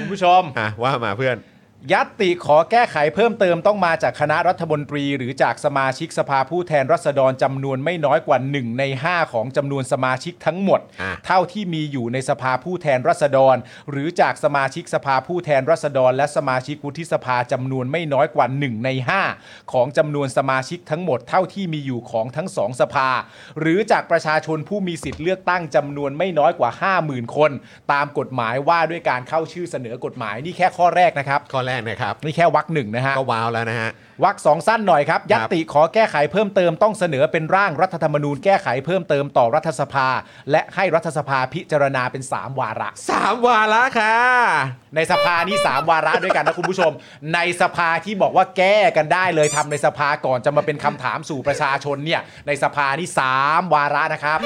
Speaker 2: คุณผู้ชม
Speaker 1: อ่ะว่ามาเพื่อน
Speaker 2: ยัตติขอแก้ไขเพิ่มเติมต้องมาจากคณะรัฐมนตรี หรือจากสมาชิกสภาผู้แทนรัษฎรจำนวนไม่น้อยกว่า 1 ใน 5 ของจำนวนสมาชิกทั้งหมด
Speaker 1: อ่ะ
Speaker 2: เท่าที่มีอยู่ในสภาผู้แทนรัษฎร หรือจากสมาชิกสภาผู้แทนรัษฎร และสมาชิกวุฒิสภาจำนวนไม่น้อยกว่า 1 ใน 5 ของจำนวนสมาชิกทั้งหมด เท่าที่มีอยู่ของทั้งสองสภา หรือจากประชาชนผู้มีสิทธิ์เลือกตั้งจำนวนไม่น้อยกว่า 50,000 คน ตามกฎหมายว่าด้วยการเข้าชื่อเสนอกฎหมายนี่แค่ข้อแรกนะครับ
Speaker 1: ข้อแรกนะครับ
Speaker 2: นี่แค่วักหนึ่งนะฮะ
Speaker 1: ก็ว้าวแล้วนะฮะ
Speaker 2: วักสองสั้นหน่อยครับ ยัตติขอแก้ไขเพิ่มเติมต้องเสนอเป็นร่างรัฐธรรมนูญแก้ไขเพิ่มเติมต่อรัฐสภา และให้รัฐสภาพิจารณาเป็น 3 วาระ
Speaker 1: สามวาระค่ะ
Speaker 2: ในสภานี่ 3 วาระด้วยกันนะคุณผู้ชม ในสภาที่บอกว่าแก้กันได้เลยทำในสภาก่อนจะมาเป็นคำถามสู่ประชาชนเนี่ย ในสภานี่ 3 วาระนะครับ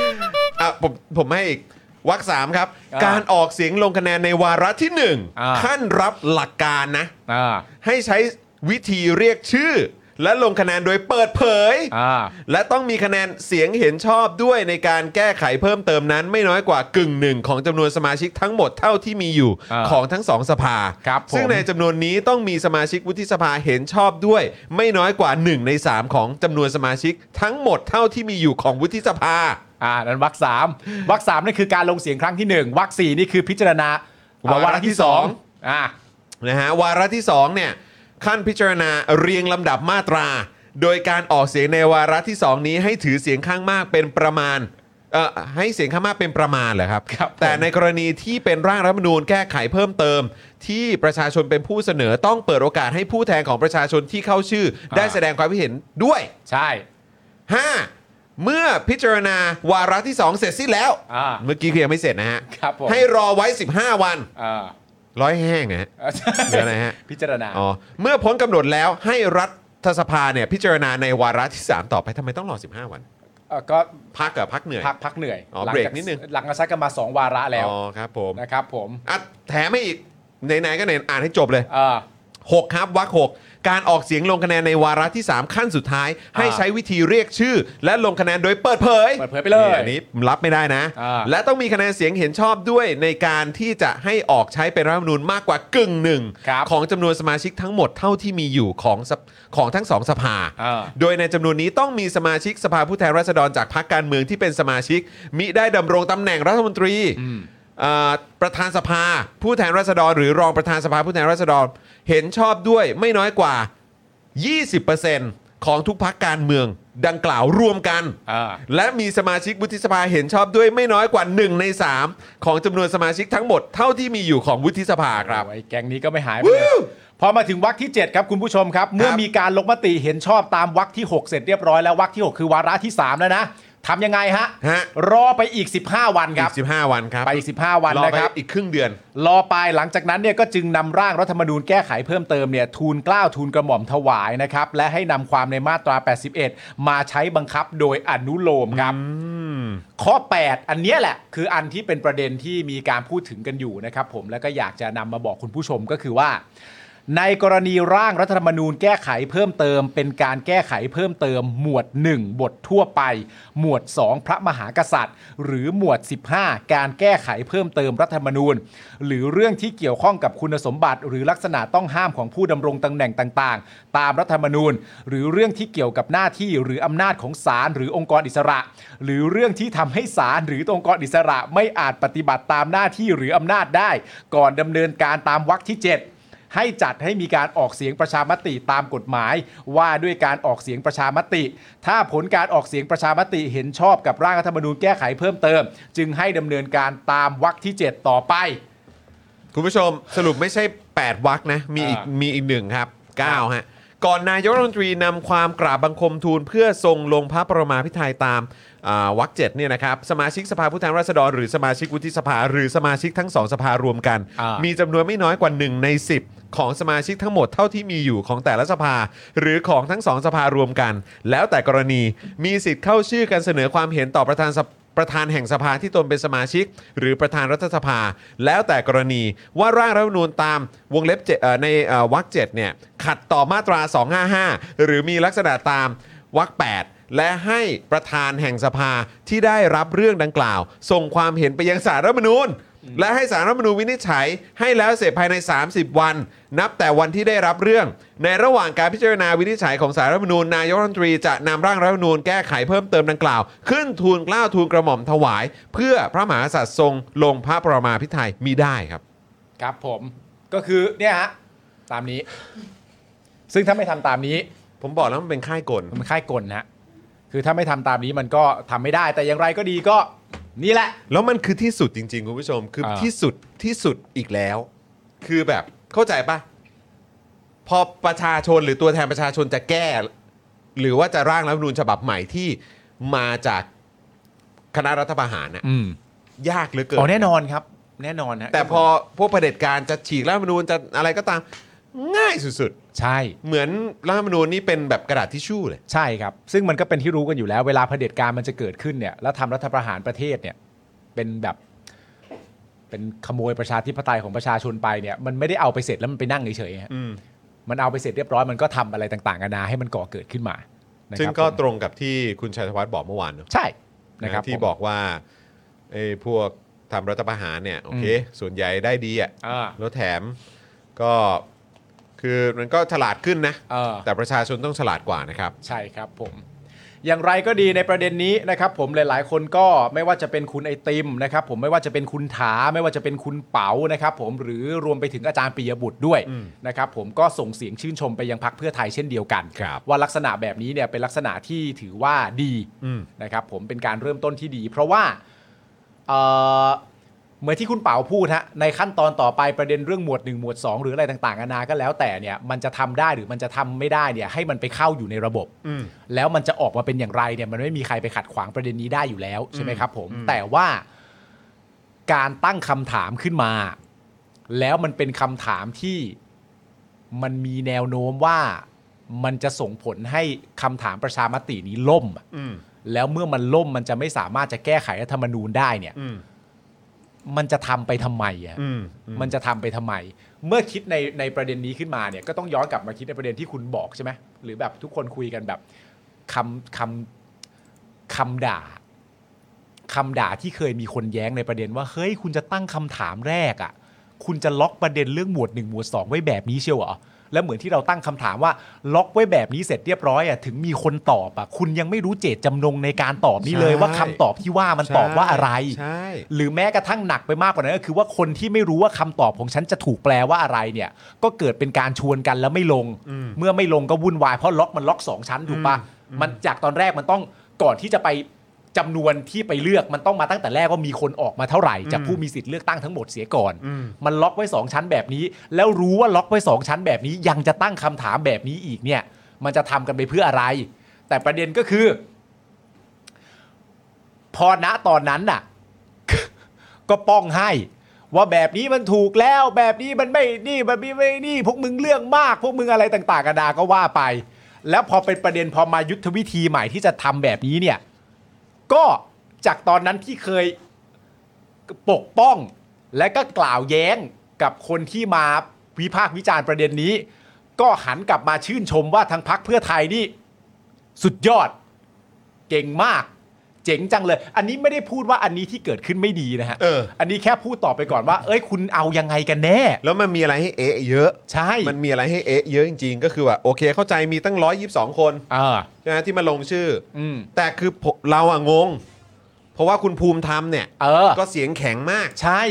Speaker 1: อ่ะผมผมให้อีกวักสามครับ
Speaker 2: อ่า
Speaker 1: การออกเสียงลงคะแนนในวาระที่หนึ่ง
Speaker 2: อ่า
Speaker 1: ขั้นรับหลักการนะ
Speaker 2: อ่า
Speaker 1: ให้ใช้วิธีเรียกชื่อ และลงคะแนนโดยเปิดเผย
Speaker 2: อ่า
Speaker 1: และต้องมีคะแนนเสียงเห็นชอบด้วยในการแก้ไขเพิ่มเติมนั้น ไม่น้อยกว่ากึ่งหนึ่งของจำนวนสมาชิกทั้งหมดเท่าที่มีอยู่
Speaker 2: า
Speaker 1: ของทั้งสองสภา
Speaker 2: ครับผม
Speaker 1: ซึ่งในจำนวนนี้ต้องมีสมาชิกวุฒิสภาเห็นชอบด้วย ไม่น้อยกว่า 1 ใน 3 ของจำนวนสมาชิกทั้งหมดเท่าที่มีอยู่ของวุฒิสภา
Speaker 2: อ่านั้นวักสามวักสามนั่นคือการลงเสียงครั้งที่หนึ่งวักสี่นี่คือพิจารณาวาว
Speaker 1: า
Speaker 2: ระ
Speaker 1: ระที่
Speaker 2: ที่
Speaker 1: ส
Speaker 2: ส
Speaker 1: อ
Speaker 2: อง งอ่า
Speaker 1: นะฮะวาระที่2เนี่ยขั้นพิจารณาเรียงลำดับมาตรา โดยการออกเสียงในวาระที่ 2 นี้ให้ถือเสียงข้างมากเป็นประมาณเอ่อให้เสียงข้างมากเป็นประมาณเหรอครับ
Speaker 2: ครับผม
Speaker 1: แต่ในกรณีที่เป็นร่างรัฐธรรมนูญแก้ไขเพิ่มเติม ที่ประชาชนเป็นผู้เสนอต้องเปิดโอกาสให้ผู้แทนของประชาชนที่เข้าชื่อ
Speaker 2: อ่า
Speaker 1: ได้แสดงความคิดเห็นด้วย
Speaker 2: ใช่
Speaker 1: 5. เมื่อพิจารณาวาระที่ 2 เสร็จสิ้นแล้ว
Speaker 2: อ่า
Speaker 1: เมื่อกี้คือยังไม่เสร็จนะฮะ
Speaker 2: ครับผม
Speaker 1: ให้รอไว้ 15 วัน
Speaker 2: อ่า
Speaker 1: ร้อยแห้งนะฮะ เดี๋ยวนะฮะ
Speaker 2: พิจารณา
Speaker 1: อ๋อเมื่อพ้นกำหนดแล้วให้รัฐสภาเนี่ยพิจารณาในวาระที่ 3 ต่อไปทำไมต้องรอ 15 วัน
Speaker 2: เอ่อก็
Speaker 1: พักกับพักเหนื่อย
Speaker 2: พักพักเหนื่อย
Speaker 1: อ๋อ
Speaker 2: หลั
Speaker 1: เบรก
Speaker 2: จาก
Speaker 1: นิดนึง
Speaker 2: หลังจากซักกันมา 2 วาระแล้ว
Speaker 1: อ๋อครับผม
Speaker 2: นะครับผม
Speaker 1: อ่ะแถมให้อีกไหนๆก็ไหนอ่านให้จบเลย
Speaker 2: เอ่อ
Speaker 1: 6 ครับวรรคหกการออกเสียงลงคะแนนในวาระที่ 3 ขั้นสุดท้าย
Speaker 2: อ่า
Speaker 1: ให้ใช้วิธีเรียกชื่อ และลงคะแนนโดยเปิดเผย
Speaker 2: เปิดเผยไปเลย
Speaker 1: นี่อันนี้รับไม่ได้นะ
Speaker 2: อ่า
Speaker 1: และต้องมีคะแนนเสียงเห็นชอบด้วยในการที่จะให้ออกใช้เป็นรัฐธรรมนูญมากกว่ากึ่งหนึ่ง
Speaker 2: ครับ
Speaker 1: ของจำนวนสมาชิกทั้งหมดเท่าที่มีอยู่ของสภของทั้งสองสภา
Speaker 2: เออ
Speaker 1: โดยในจำนวนนี้ต้องมีสมาชิกสภาผู้แทนราษฎรจากพรรคการเมืองที่เป็นสมาชิก มิได้ดำรงตำแหน่งรัฐมนตรีเอ่อประธานสภา ผู้แทนราษฎร หรือรองประธานสภาผู้แทนราษฎร เห็นชอบด้วยไม่น้อยกว่า 20%ของทุกพรรคการเมืองดังกล่าวรวมกัน
Speaker 2: เออ
Speaker 1: และมีสมาชิกวุฒิสภาเห็นชอบด้วยไม่น้อยกว่า 1 ใน 3 ของจำนวนสมาชิกทั้งหมดเท่าที่มีอยู่ของวุฒิสภาครับ
Speaker 2: โอ้ยแก๊งนี้ก็ไม่หายไปเลยพอมาถึงวรรคที่ 7 ครับคุณผู้ชมครับ เมื่อมีการลงมติเห็นชอบตามวรรคที่ 6 เสร็จเรียบร้อยแล้ววรรคที่ 6 คือวาระที่ 3 แล้วนะทำยังไงฮะ
Speaker 1: ฮะ
Speaker 2: รอไปอีก 15 วันค
Speaker 1: อี
Speaker 2: รับ
Speaker 1: ก15 วันครับ
Speaker 2: ไปอีก 15 วัน
Speaker 1: รอ
Speaker 2: นะ
Speaker 1: ไป
Speaker 2: ครับ
Speaker 1: อีกครึ่งเดือน
Speaker 2: รอไปหลังจากนั้นเนี่ยก็จึงนำร่างรัฐธรรมนูญแก้ไขเพิ่มเติมเนี่ยทูลเกล้าวทูลกระหม่อมถวายนะครับ และให้นำความในมาตรา 81 มาใช้บังคับโดยอนุโลมครับ ข้อ 8 อันเนี้ยแหละ คืออันที่เป็นประเด็นที่มีการพูดถึงกันอยู่นะครับผมแล้วก็อยากจะนำมาบอกคุณผู้ชมก็คือว่า ในกรณีร่างรัฐธรรมนูญแก้ไขเพิ่มเติม เป็นการแก้ไขเพิ่มเติม หมวด 1 บททั่วไป หมวด 2 พระมหากษัตริย์ หรือหมวด 15 การแก้ไขเพิ่มเติมรัฐธรรมนูญ หรือเรื่องที่เกี่ยวข้องกับคุณสมบัติ หรือลักษณะต้องห้ามของผู้ดำรงตำแหน่งต่างๆ ตามรัฐธรรมนูญ หรือเรื่องที่เกี่ยวกับหน้าที่หรืออำนาจของศาลหรือองค์กรอิสระ หรือเรื่องที่ทำให้ศาลหรือองค์กรอิสระไม่อาจปฏิบัติตามหน้าที่หรืออำนาจได้ ก่อนดำเนินการตามวรรคที่ 7 ให้จัดให้มีการออกเสียงประชามติตามกฎหมาย ว่าด้วยการออกเสียงประชามติ ถ้าผลการออกเสียงประชามติเห็นชอบกับร่างรัฐธรรมนูญแก้ไขเพิ่มเติม จึงให้ดำเนินการตามวรรคที่ 7 ต่อไป
Speaker 1: คุณผู้ชมสรุปไม่ใช่ 8 วักนะ มีอีก
Speaker 2: อ่ามี
Speaker 1: มีอีกหนึ่งครับ 9 ฮะ ก่อนนายกรัฐมนตรีนำความกราบบังคมทูล เพื่อทรงลงพระประมาพิไทยตามอ่าวรรคเจ็ดเนี่ยนะครับสมาชิกสภาผู้แทนราษฎรหรือสมาชิกวุฒิสภา หรือสมาชิกทั้งสองสภารวมกัน
Speaker 2: อ่ามี
Speaker 1: มีจำนวนไม่น้อยกว่า 1 ใน 10 ของสมาชิกทั้งหมดเท่าที่มีอยู่ของแต่ละสภา หรือของทั้งสองสภารวมกัน แล้วแต่กรณีมีสิทธิ์เข้าชื่อการเสนอความเห็นต่อประธานสภประธานแห่งสภาที่ตนเป็นสมาชิก หรือประธานรัฐสภา แล้วแต่กรณีว่าร่างรัฐธรรมนูญตามวงเล็บเจ็ดเอ่อในเอ่อวรรคเจ็ดเนี่ยขัดต่อมาตรา 255 หรือมีลักษณะตามวรรค8 และให้ประธานแห่งสภาที่ได้รับเรื่องดังกล่าว ส่งความเห็นไปยังสารรัฐธรรมนูญ และให้สารรัฐธรรมนูญวินิจฉัย ให้แล้วเสร็จภายใน 30 วัน นับแต่วันที่ได้รับเรื่อง ในระหว่างการพิจารณาวินิจฉัยของสารรัฐธรรมนูญนายกรัฐมนตรีจะนำร่างรัฐธรรมนูญแก้ไขเพิ่มเติมดังกล่าว ขึ้นทูลเกล้าทูลกระหม่อมถวาย เพื่อพระมหากษัตริย์ทรงลงพระประมาพิไทยมิได้ครับ
Speaker 2: ครับผมก็คือเนี่ยฮะตามนี้ ซึ่งถ้าไม่ทำตามนี้
Speaker 1: ผมบอกแล้วมันเป็นค่ายกล
Speaker 2: มันค่ายกลนะฮะคือถ้าไม่ทำตามนี้มันก็ทำไม่ได้ แต่อย่างไรก็ดีก็นี่แหละ
Speaker 1: แล้วมันคือที่สุดจริง ๆ คุณผู้ชม คือ
Speaker 2: อ่า
Speaker 1: ที่สุดที่สุดอีกแล้ว คือแบบเข้าใจปะพอประชาชนหรือตัวแทนประชาชนจะแก้ หรือว่าจะร่างรัฐธรรมนูญฉบับใหม่ที่มาจากคณะรัฐประหารน่ะ
Speaker 2: อืม
Speaker 1: ยากเหลือเกิ
Speaker 2: อ๋อแน่นอนครับ แน่นอนฮะ
Speaker 1: แต่พอพวกเผด็จการจะฉีกรัฐธรรมนูญจะอะไรก็ตาม ง่ายสุด
Speaker 2: ใช่
Speaker 1: ๆ เหมือนรัฐธรรมนูญนี่เป็นแบบกระดาษทิชชู่เลย
Speaker 2: ใช่ครับ ซึ่งมันก็เป็นที่รู้กันอยู่แล้ว เวลาเผด็จการมันจะเกิดขึ้นเนี่ยแล้วทำรัฐประหารประเทศเนี่ยเป็นแบบ เป็นขโมยประชาธิปไตยของประชาชนไปเนี่ยมันไม่ได้เอาไปเสร็จแล้วมันไปนั่งเฉยๆฮะ
Speaker 1: อืม
Speaker 2: มันเอาไปเสร็จเรียบร้อยมันก็ทำอะไรต่างๆกันานาให้มันก่อเกิดขึ้นมานะครับ
Speaker 1: ซึ่งก็
Speaker 2: ผม
Speaker 1: ตรงกับที่คุณชัยธวัฒน์บอกเมื่อวานเนอะ
Speaker 2: ใช่นะครับ
Speaker 1: ที่
Speaker 2: ผม
Speaker 1: บอกว่าไอ้พวกทำรัฐประหารเนี่ยโอเค ส่วนใหญ่ได้ดีอ่ะ
Speaker 2: อ่า
Speaker 1: แล้วแถมก็คือมันก็ฉลาดขึ้นนะ
Speaker 2: เออ
Speaker 1: แต่ประชาชนต้องฉลาดกว่านะครับ
Speaker 2: ใช่ครับผม อย่างไรก็ดีในประเด็นนี้นะครับ ผมหลาย ๆ คนก็ไม่ว่าจะเป็นคุณไอติมนะครับ ผมไม่ว่าจะเป็นคุณถาไม่ว่าจะเป็นคุณเป๋านะครับ ผมหรือรวมไปถึงอาจารย์ปิยบุตรด้วยนะครับผมก็ส่งเสียงชื่นชมไปยังพักเพื่อไทยเช่นเดียวกัน
Speaker 1: ครับ
Speaker 2: ว่าลักษณะแบบนี้เนี่ยเป็นลักษณะที่ถือว่าดี
Speaker 1: อืม
Speaker 2: นะครับ ผมเป็นการเริ่มต้นที่ดี เพราะว่าเอ่อเหมือนที่คุณเป๋าพูดฮะในขั้นตอนต่อไปประเด็นเรื่องหมวด 1 หมวด 2 หรืออะไรต่างๆนานาก็แล้วแต่เนี่ยมันจะทำได้หรือมันจะทำไม่ได้เนี่ยให้มันไปเข้าอยู่ในระบบ
Speaker 1: อืม
Speaker 2: แล้วมันจะออกมาเป็นอย่างไรเนี่ยมันไม่มีใครไปขัดขวางประเด็นนี้ได้อยู่แล้วใช่ไหมครับผม แต่ว่าการตั้งคำถามขึ้นมา แล้วมันเป็นคำถามที่มันมีแนวโน้มว่ามันจะส่งผลให้คำถามประชามตินี้ล่มอะ
Speaker 1: อืม
Speaker 2: แล้วเมื่อมันล่มมันจะไม่สามารถจะแก้ไขรัฐธรรมนูญได้เนี่ย
Speaker 1: อืม
Speaker 2: มันจะทำไปทำไมอะ
Speaker 1: อืม
Speaker 2: มันจะทำไปทำไม เมื่อคิดในในประเด็นนี้ขึ้นมาเนี่ยก็ต้องย้อนกลับมาคิดในประเด็นที่คุณบอกใช่ไหมหรือแบบทุกคนคุยกันแบบคำคำคำด่าคำด่าที่เคยมีคนแย้งในประเด็นว่าเฮ้ยคุณจะตั้งคำถามแรกอะ่ะ คุณจะล็อกประเด็นเรื่องหมวดหนึ่งหมวดสองไว้แบบนี้เชียวเหรอแล้วเหมือนที่เราตั้งคำถามว่า ล็อกไว้แบบนี้เสร็จเรียบร้อยอะ่ะถึงมีคนตอบอะ่ะคุณยังไม่รู้เจตจำนงในการตอบนี้เลย ว่าคำตอบที่ว่ามันตอบว่าอะไร
Speaker 1: ใช่
Speaker 2: หรือแม้กระทั่งหนักไปมากกว่านั้นก็คือว่าคนที่ไม่รู้ว่าคำตอบของฉันจะถูกแปลว่าอะไรเนี่ย ก็เกิดเป็นการชวนกันแล้วไม่ลง เมื่อไม่ลงก็วุ่นวายเพราะล็อกมันล็อกสองชั้นถูกปะมันจากตอนแรกมันต้องก่อนที่จะไปจำนวนที่ไปเลือกมันต้องมาตั้งแต่แรกว่ามีคนออกมาเท่าไหร่จากผู้มีสิทธิ์เลือกตั้งทั้งหมดเสียก่อน มันล็อกไว้สองชั้นแบบนี้ แล้วรู้ว่าล็อกไว้สองชั้นแบบนี้ ยังจะตั้งคำถามแบบนี้อีกเนี่ย มันจะทำกันไปเพื่ออะไร แต่ประเด็นก็คือ พอณตอนนั้นน่ะ ก็ป้องให้ว่าแบบนี้มันถูกแล้วแบบนี้มันไม่นี่มันไม่ไม่นี่ พวกมึงเรื่องมาก พวกมึงอะไรต่างๆกันาก็ว่าไป แล้วพอเป็นประเด็นพอมายุทธวิธีใหม่ที่จะทำแบบนี้เนี่ย ก็จากตอนนั้นที่เคยปกป้อง และก็กล่าวแย้งกับคนที่มาวิพากษ์วิจารณ์ประเด็นนี้ ก็หันกลับมาชื่นชมว่าทางพักเพื่อไทยนี่ สุดยอด เก่งมาก เจ๋งจังเลย อันนี้ไม่ได้พูดว่าอันนี้ที่เกิดขึ้นไม่ดีนะฮะ
Speaker 1: เออ
Speaker 2: นนี้แค่พูดต่อไปก่อนว่า เอ้ยคุณเอายังไงกันแน่
Speaker 1: แล้วมันมีอะไรให้เอ๊ะเยอะ
Speaker 2: ใช่
Speaker 1: มันมีอะไรให้เอ๊ะเยอะจริง ๆ ก็คือว่าโอเคเข้าใจมีตั้ง 122 คน
Speaker 2: เออ
Speaker 1: ใช่ไหมที่มาลงชื่ออ
Speaker 2: อืม
Speaker 1: แต่คือผมเราอะงง เพราะว่าคุณภูมิธรรมเนี่ย
Speaker 2: เออ
Speaker 1: ก็เสียงแข็งมาก
Speaker 2: ใช่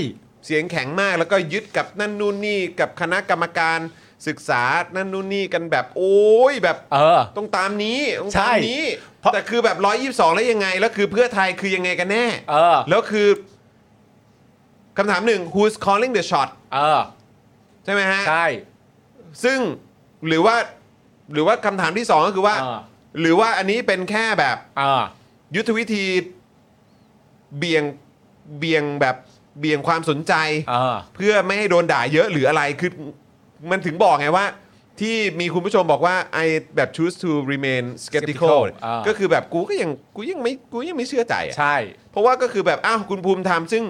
Speaker 1: เสียงแข็งมากแล้วก็ยึดกับนั่นนู่นนี่กับคณะกรรมการศึกษานั่นนู่นนี่กันแบบโอ้ยแบบ
Speaker 2: เออ
Speaker 1: ต้องตามนี้ต้อง
Speaker 2: ใช่
Speaker 1: ตามนี้
Speaker 2: เพราะ
Speaker 1: แต่คือแบบ 122 แล้วยังไง แล้วคือเพื่อไทยคือยังไงกันแน่
Speaker 2: เออ
Speaker 1: แล้วคือคำถามหนึ่ง who's calling the shot
Speaker 2: เออ
Speaker 1: ใช่ไหมฮะ
Speaker 2: ใช่
Speaker 1: ซึ่งหรือว่า หรือว่าคำถามที่สองก็คือว่า
Speaker 2: อ่า
Speaker 1: หรือว่าอันนี้เป็นแค่แบบ
Speaker 2: อ่า
Speaker 1: ยุทธวิธีเบี่ยงเบี่ยงแบบเบี่ยงความสนใจ
Speaker 2: เออ
Speaker 1: เพื่อไม่ให้โดนด่าเยอะหรืออะไรคือมันถึงบอกไงว่า ที่มีคุณผู้ชมบอกว่า I แบบ choose to remain skeptical
Speaker 2: Skeptical อ่า
Speaker 1: ก็คือแบบกูก็ยังกูยังไม่กูยังไม่เชื่อใจอะ
Speaker 2: ใช่
Speaker 1: เพราะว่าก็คือแบบ อ้าว คุณภูมิธรรมซึ่ง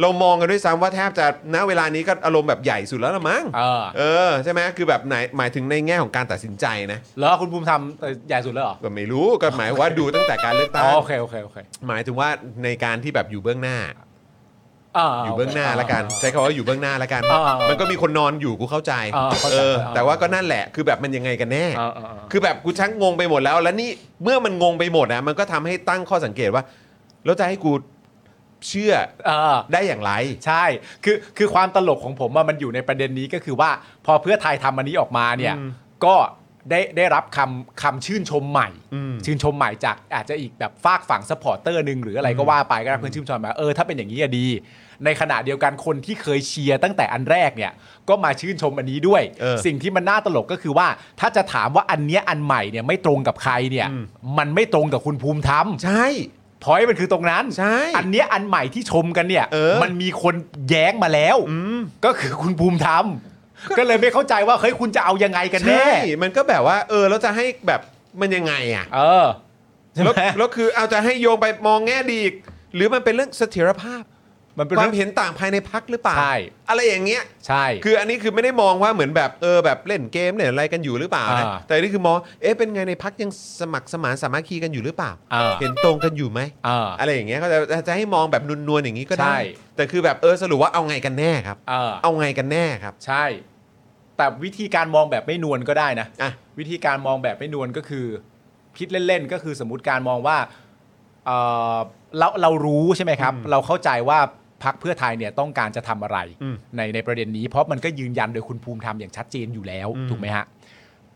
Speaker 1: เรามองกันด้วยซ้ำว่าแทบจะณเวลานี้ก็อารมณ์แบบใหญ่สุดแล้วละมั้ง
Speaker 2: เออ
Speaker 1: เออ ใช่ไหมคือแบบไหนหมายถึงในแง่ของการตัดสินใจนะ
Speaker 2: แล้วคุณภูมิทำเอ่อใหญ่สุดเลยเหรอ
Speaker 1: ก็ไม่รู้ก็หมายว่าดูตั้งแต่การเลือก
Speaker 2: อ๋
Speaker 1: ตั้
Speaker 2: อง โอเคโอเคโอเค
Speaker 1: หมายถึงว่าในการที่แบบอยู่เบื้องหน้า
Speaker 2: า
Speaker 1: อยู่เบื้องหน้าละกัน ใช้คำว่าอยู่เบื้องหน้าละกัน
Speaker 2: อ่า
Speaker 1: มันก็มีคนนอนอยู่กูเข้าใจ
Speaker 2: อ่าเข้าใจ
Speaker 1: เออ
Speaker 2: อ่า
Speaker 1: แต่ว่าก็นั่นแหละคือแบบมันยังไงกันแน่
Speaker 2: อ่าอ่าอ่า
Speaker 1: คือแบบกูชักงงไปหมดแล้ว แล้วนี่เมื่อมันงงไปหมดนะมันก็ทำให้ตั้งข้อสังเกตว่าแล้วจะให้กูเชื่อ
Speaker 2: เออ
Speaker 1: ได้อย่างไร
Speaker 2: ใช่ คือ คือความตลกของผมอะมันอยู่ในประเด็นนี้ก็คือว่า พอเพื่อไทยทำอันนี้ออกมาเนี่ย
Speaker 1: อืม
Speaker 2: ก็ได้ได้รับคำคำชื่นชมใหม่
Speaker 1: อืม
Speaker 2: ชื่นชมใหม่จากอาจจะอีกแบบฝากฝั่งซัพพอร์เตอร์หนึ่งหรืออะไรก็ว่าไปก็ได้เพื่อนชื่นชมมาเออถ้าเป็นอย่างนี้อะดี ในขณะเดียวกันคนที่เคยเชียร์ตั้งแต่อันแรกเนี่ย ก็มาชื่นชมอันนี้ด้วย
Speaker 1: เออ
Speaker 2: สิ่งที่มันน่าตลกก็คือว่า ถ้าจะถามว่าอันเนี้ยอันใหม่เนี่ยไม่ตรงกับใครเนี่ย
Speaker 1: อืม
Speaker 2: มันไม่ตรงกับคุณภูมิธรรม
Speaker 1: ใช่
Speaker 2: พอยต์มันคือตรงนั้น
Speaker 1: ใช่
Speaker 2: นเนี้ยอันใหม่ที่ชมกันเนี่ย
Speaker 1: เออ
Speaker 2: มันมีคนแย้งมาแล้ว
Speaker 1: อืม
Speaker 2: ก็คือคุณภูมิธรรม ก็เลยไม่เข้าใจว่าเฮ้ยคุณจะเอายังไงกันแน่
Speaker 1: ใช่ มันก็แบบว่า เออ แล้วจะให้แบบมันยังไงอ่ะ
Speaker 2: เออใช่ไหม
Speaker 1: แล้วแล้วคือเอาจะให้โยงไปมองแง่ดีอีกหรือมันเป็นเรื่องเสถียรภาพ
Speaker 2: มันเป็น
Speaker 1: ควา
Speaker 2: เรื่
Speaker 1: ม
Speaker 2: อง
Speaker 1: เห็นต่างภายในพักหรือเปล่า
Speaker 2: ใช่
Speaker 1: อะไรอย่างเงี้ย
Speaker 2: ใช่
Speaker 1: คืออันนี้คือไม่ได้มองว่าเหมือนแบบเออแบบเล่นเกมเนี่ยอะไรกันอยู่หรือเปล่านะ
Speaker 2: อ่า
Speaker 1: แต่อันนี่คือมองเอ๊ะเป็นไงในพักยังสมัครสมานสามัคคีกันอยู่หรือเปล่า
Speaker 2: อ่า
Speaker 1: เห็นตรงกันอยู่ไหม
Speaker 2: อ่า
Speaker 1: อะไรอย่างเงี้ยก็จะจะให้มองแบบนวลๆอย่างนี้ก็ได้
Speaker 2: ใช่
Speaker 1: แต่คือแบบเออสรุปว่าเอาไงกันแน่ครับ
Speaker 2: เออ
Speaker 1: เอาไงกันแน่ครับ
Speaker 2: ใช่ แต่วิธีการมองแบบไม่นวลก็ได้นะ
Speaker 1: อ่ะ
Speaker 2: วิธีการมองแบบไม่นวลก็คือ คิดเล่นๆก็คือสมมติการมองว่าเอ่อเราเรารู้ใช่ไหมครับ
Speaker 1: อืม
Speaker 2: เราเข้าใจว่าพักเพื่อไทยเนี่ยต้องการจะทำอะไร
Speaker 1: อืม
Speaker 2: ในในประเด็นนี้ เพราะมันก็ยืนยันโดยคุณภูมิธรรมอย่างชัดเจนอยู่แล้ว
Speaker 1: อืม
Speaker 2: ถูกไหมฮะ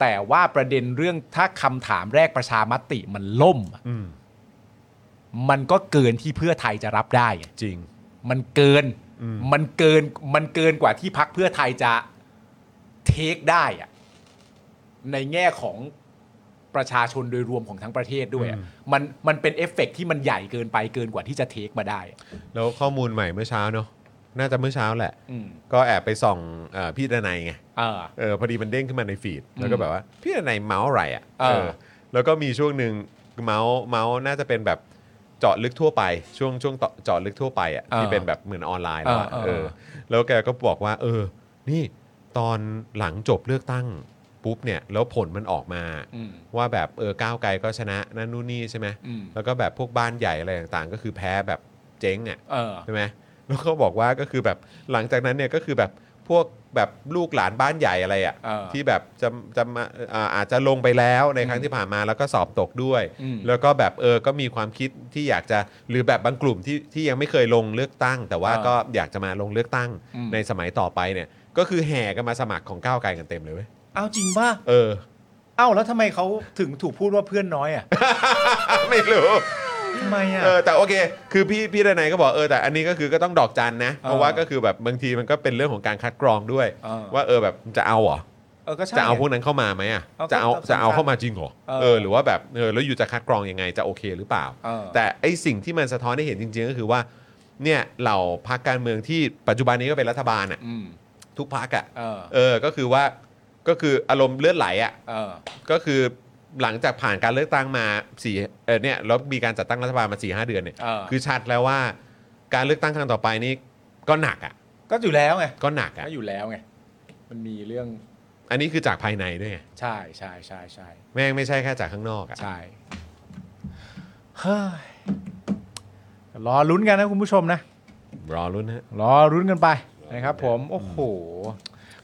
Speaker 2: แต่ว่าประเด็นเรื่องถ้าคำถามแรกประชามติมันล่มอะ
Speaker 1: อืม
Speaker 2: มันก็เกินที่เพื่อไทยจะรับได้ไง
Speaker 1: จริง
Speaker 2: มันเกิน
Speaker 1: อืม
Speaker 2: มันเกินมันเกินกว่าที่พักเพื่อไทยจะเทคได้อะในแง่ของ ประชาชนโดยรวมของทั้งประเทศด้วยอะ
Speaker 1: อืม
Speaker 2: มันมันเป็นเอฟเฟกต์ที่มันใหญ่เกินไปเกินกว่าที่จะเทคมาได้อะ
Speaker 1: แล้วข้อมูลใหม่เมื่อเช้าเนอะน่าจะเมื่อเช้าแหละ
Speaker 2: อืม
Speaker 1: ก็แอบไปส่องเออพี่ดนัยไง
Speaker 2: เออ
Speaker 1: เออพอดีมันเด้งขึ้นมาในฟีด
Speaker 2: อืม
Speaker 1: แล้วก็แบบว่า พี่ดนัยเมาส์อะไรอ่ะ
Speaker 2: เออ
Speaker 1: แล้วก็มีช่วงหนึ่งเมาส์เมาส์น่าจะเป็นแบบเจาะลึกทั่วไป ช่วงช่วงต่อเจาะลึกทั่วไปอ่ะที่เป็นแบบเหมือนออนไลน์แล้วอะเออ แล้วแกก็บอกว่า เออ นี่ตอนหลังจบเลือกตั้งปุ๊บเนี่ย แล้วผลมันออกมา
Speaker 2: อืม
Speaker 1: ว่าแบบเออก้าวไกลก็ชนะนั่นนู่นนี่ใช่ไหม
Speaker 2: อืม
Speaker 1: แล้วก็แบบพวกบ้านใหญ่อะไรต่างๆ ก็คือแพ้แบบเจ๊งอ่ะ
Speaker 2: เออ
Speaker 1: ใช่ไหมแล้วเขาบอกว่าก็คือแบบหลังจากนั้นเนี่ยก็คือแบบพวกแบบลูกหลานบ้านใหญ่อะไรอะ
Speaker 2: เออ
Speaker 1: ที่แบบจะจะมาอ่าอาจจะลงไปแล้วในครั้งที่ผ่านมาแล้วก็สอบตกด้วย
Speaker 2: อืม
Speaker 1: แล้วก็แบบเออก็มีความคิดที่อยากจะหรือแบบบางกลุ่มที่ที่ยังไม่เคยลงเลือกตั้ง แต่ว่า
Speaker 2: เออ
Speaker 1: ก็อยากจะมาลงเลือกตั้ง
Speaker 2: อืม
Speaker 1: ในสมัยต่อไปเนี่ยก็คือแห่กันมาสมัครของก้าวไกลกันเต็มเลยเว้ย
Speaker 2: เอาจริงป่ะ
Speaker 1: เอ อ
Speaker 2: เอ้าแล้วทำไมเขาถึงถูกพูดว่าเพื่อนน้อยอ่ะ
Speaker 1: ไม่รู้
Speaker 2: ทำไมอ่ะ
Speaker 1: เออแต่โอเค คือพี่พี่ดนัยก็บอกเออแต่อันนี้ก็คือก็ต้องดอกจันนะ เพราะว่าก็คือแบบบางทีมันก็เป็นเรื่องของการคัดกรองด้วย
Speaker 2: เออ
Speaker 1: ว่าเออแบบจะเอาเหรอ
Speaker 2: เออก็ใช่
Speaker 1: จะเอาพวกนั้นเข้ามาไหมอ่ะ
Speaker 2: เอาก็
Speaker 1: จะเอา
Speaker 2: ก็สำคัญ
Speaker 1: จะเอาเข้ามาจริงเหรอ
Speaker 2: เออ
Speaker 1: เออหรือว่าแบบเออแล้วอยู่จะคัดกรองยังไงจะโอเคหรือเปล่า
Speaker 2: เออ
Speaker 1: แต่ไอสิ่งที่มันสะท้อนให้เห็นจริง ๆ ก็คือว่าเนี่ยเหล่าพรรคการเมืองที่ปัจจุบันนี้ก็เป็นรัฐบาลอ่ะ
Speaker 2: อืม
Speaker 1: ทุกพรรคอ่ะ
Speaker 2: เออ
Speaker 1: เออก็คือว่าก็คืออารมณ์เลือดไหลอ่ะ
Speaker 2: เออ
Speaker 1: ก็คือหลังจากผ่านการเลือกตั้งมาสี่เออเนี่ยแล้วมีการจัดตั้งรัฐบาลมาสี่ห้าเดือนเนี่ย
Speaker 2: เออ
Speaker 1: คือชัดแล้วว่าการเลือกตั้งครั้งต่อไปนี่ก็หนักอ่ะ
Speaker 2: ก็อยู่แล้วไง
Speaker 1: ก็หนักอ่ะ
Speaker 2: ก็อยู่แล้วไงมันมีเรื่อง
Speaker 1: อันนี้คือจากภายในด้วยไง
Speaker 2: ใช่ใช่ใช่ใช่
Speaker 1: แม่งไม่ใช่แค่จากข้างนอกอ่ะ
Speaker 2: ใช่เฮ้ยรอลุ้นกันนะคุณผู้ชมนะ
Speaker 1: รอรุ้นฮะ
Speaker 2: รอรุ้นกันไปนะครับ ผมโอ้โห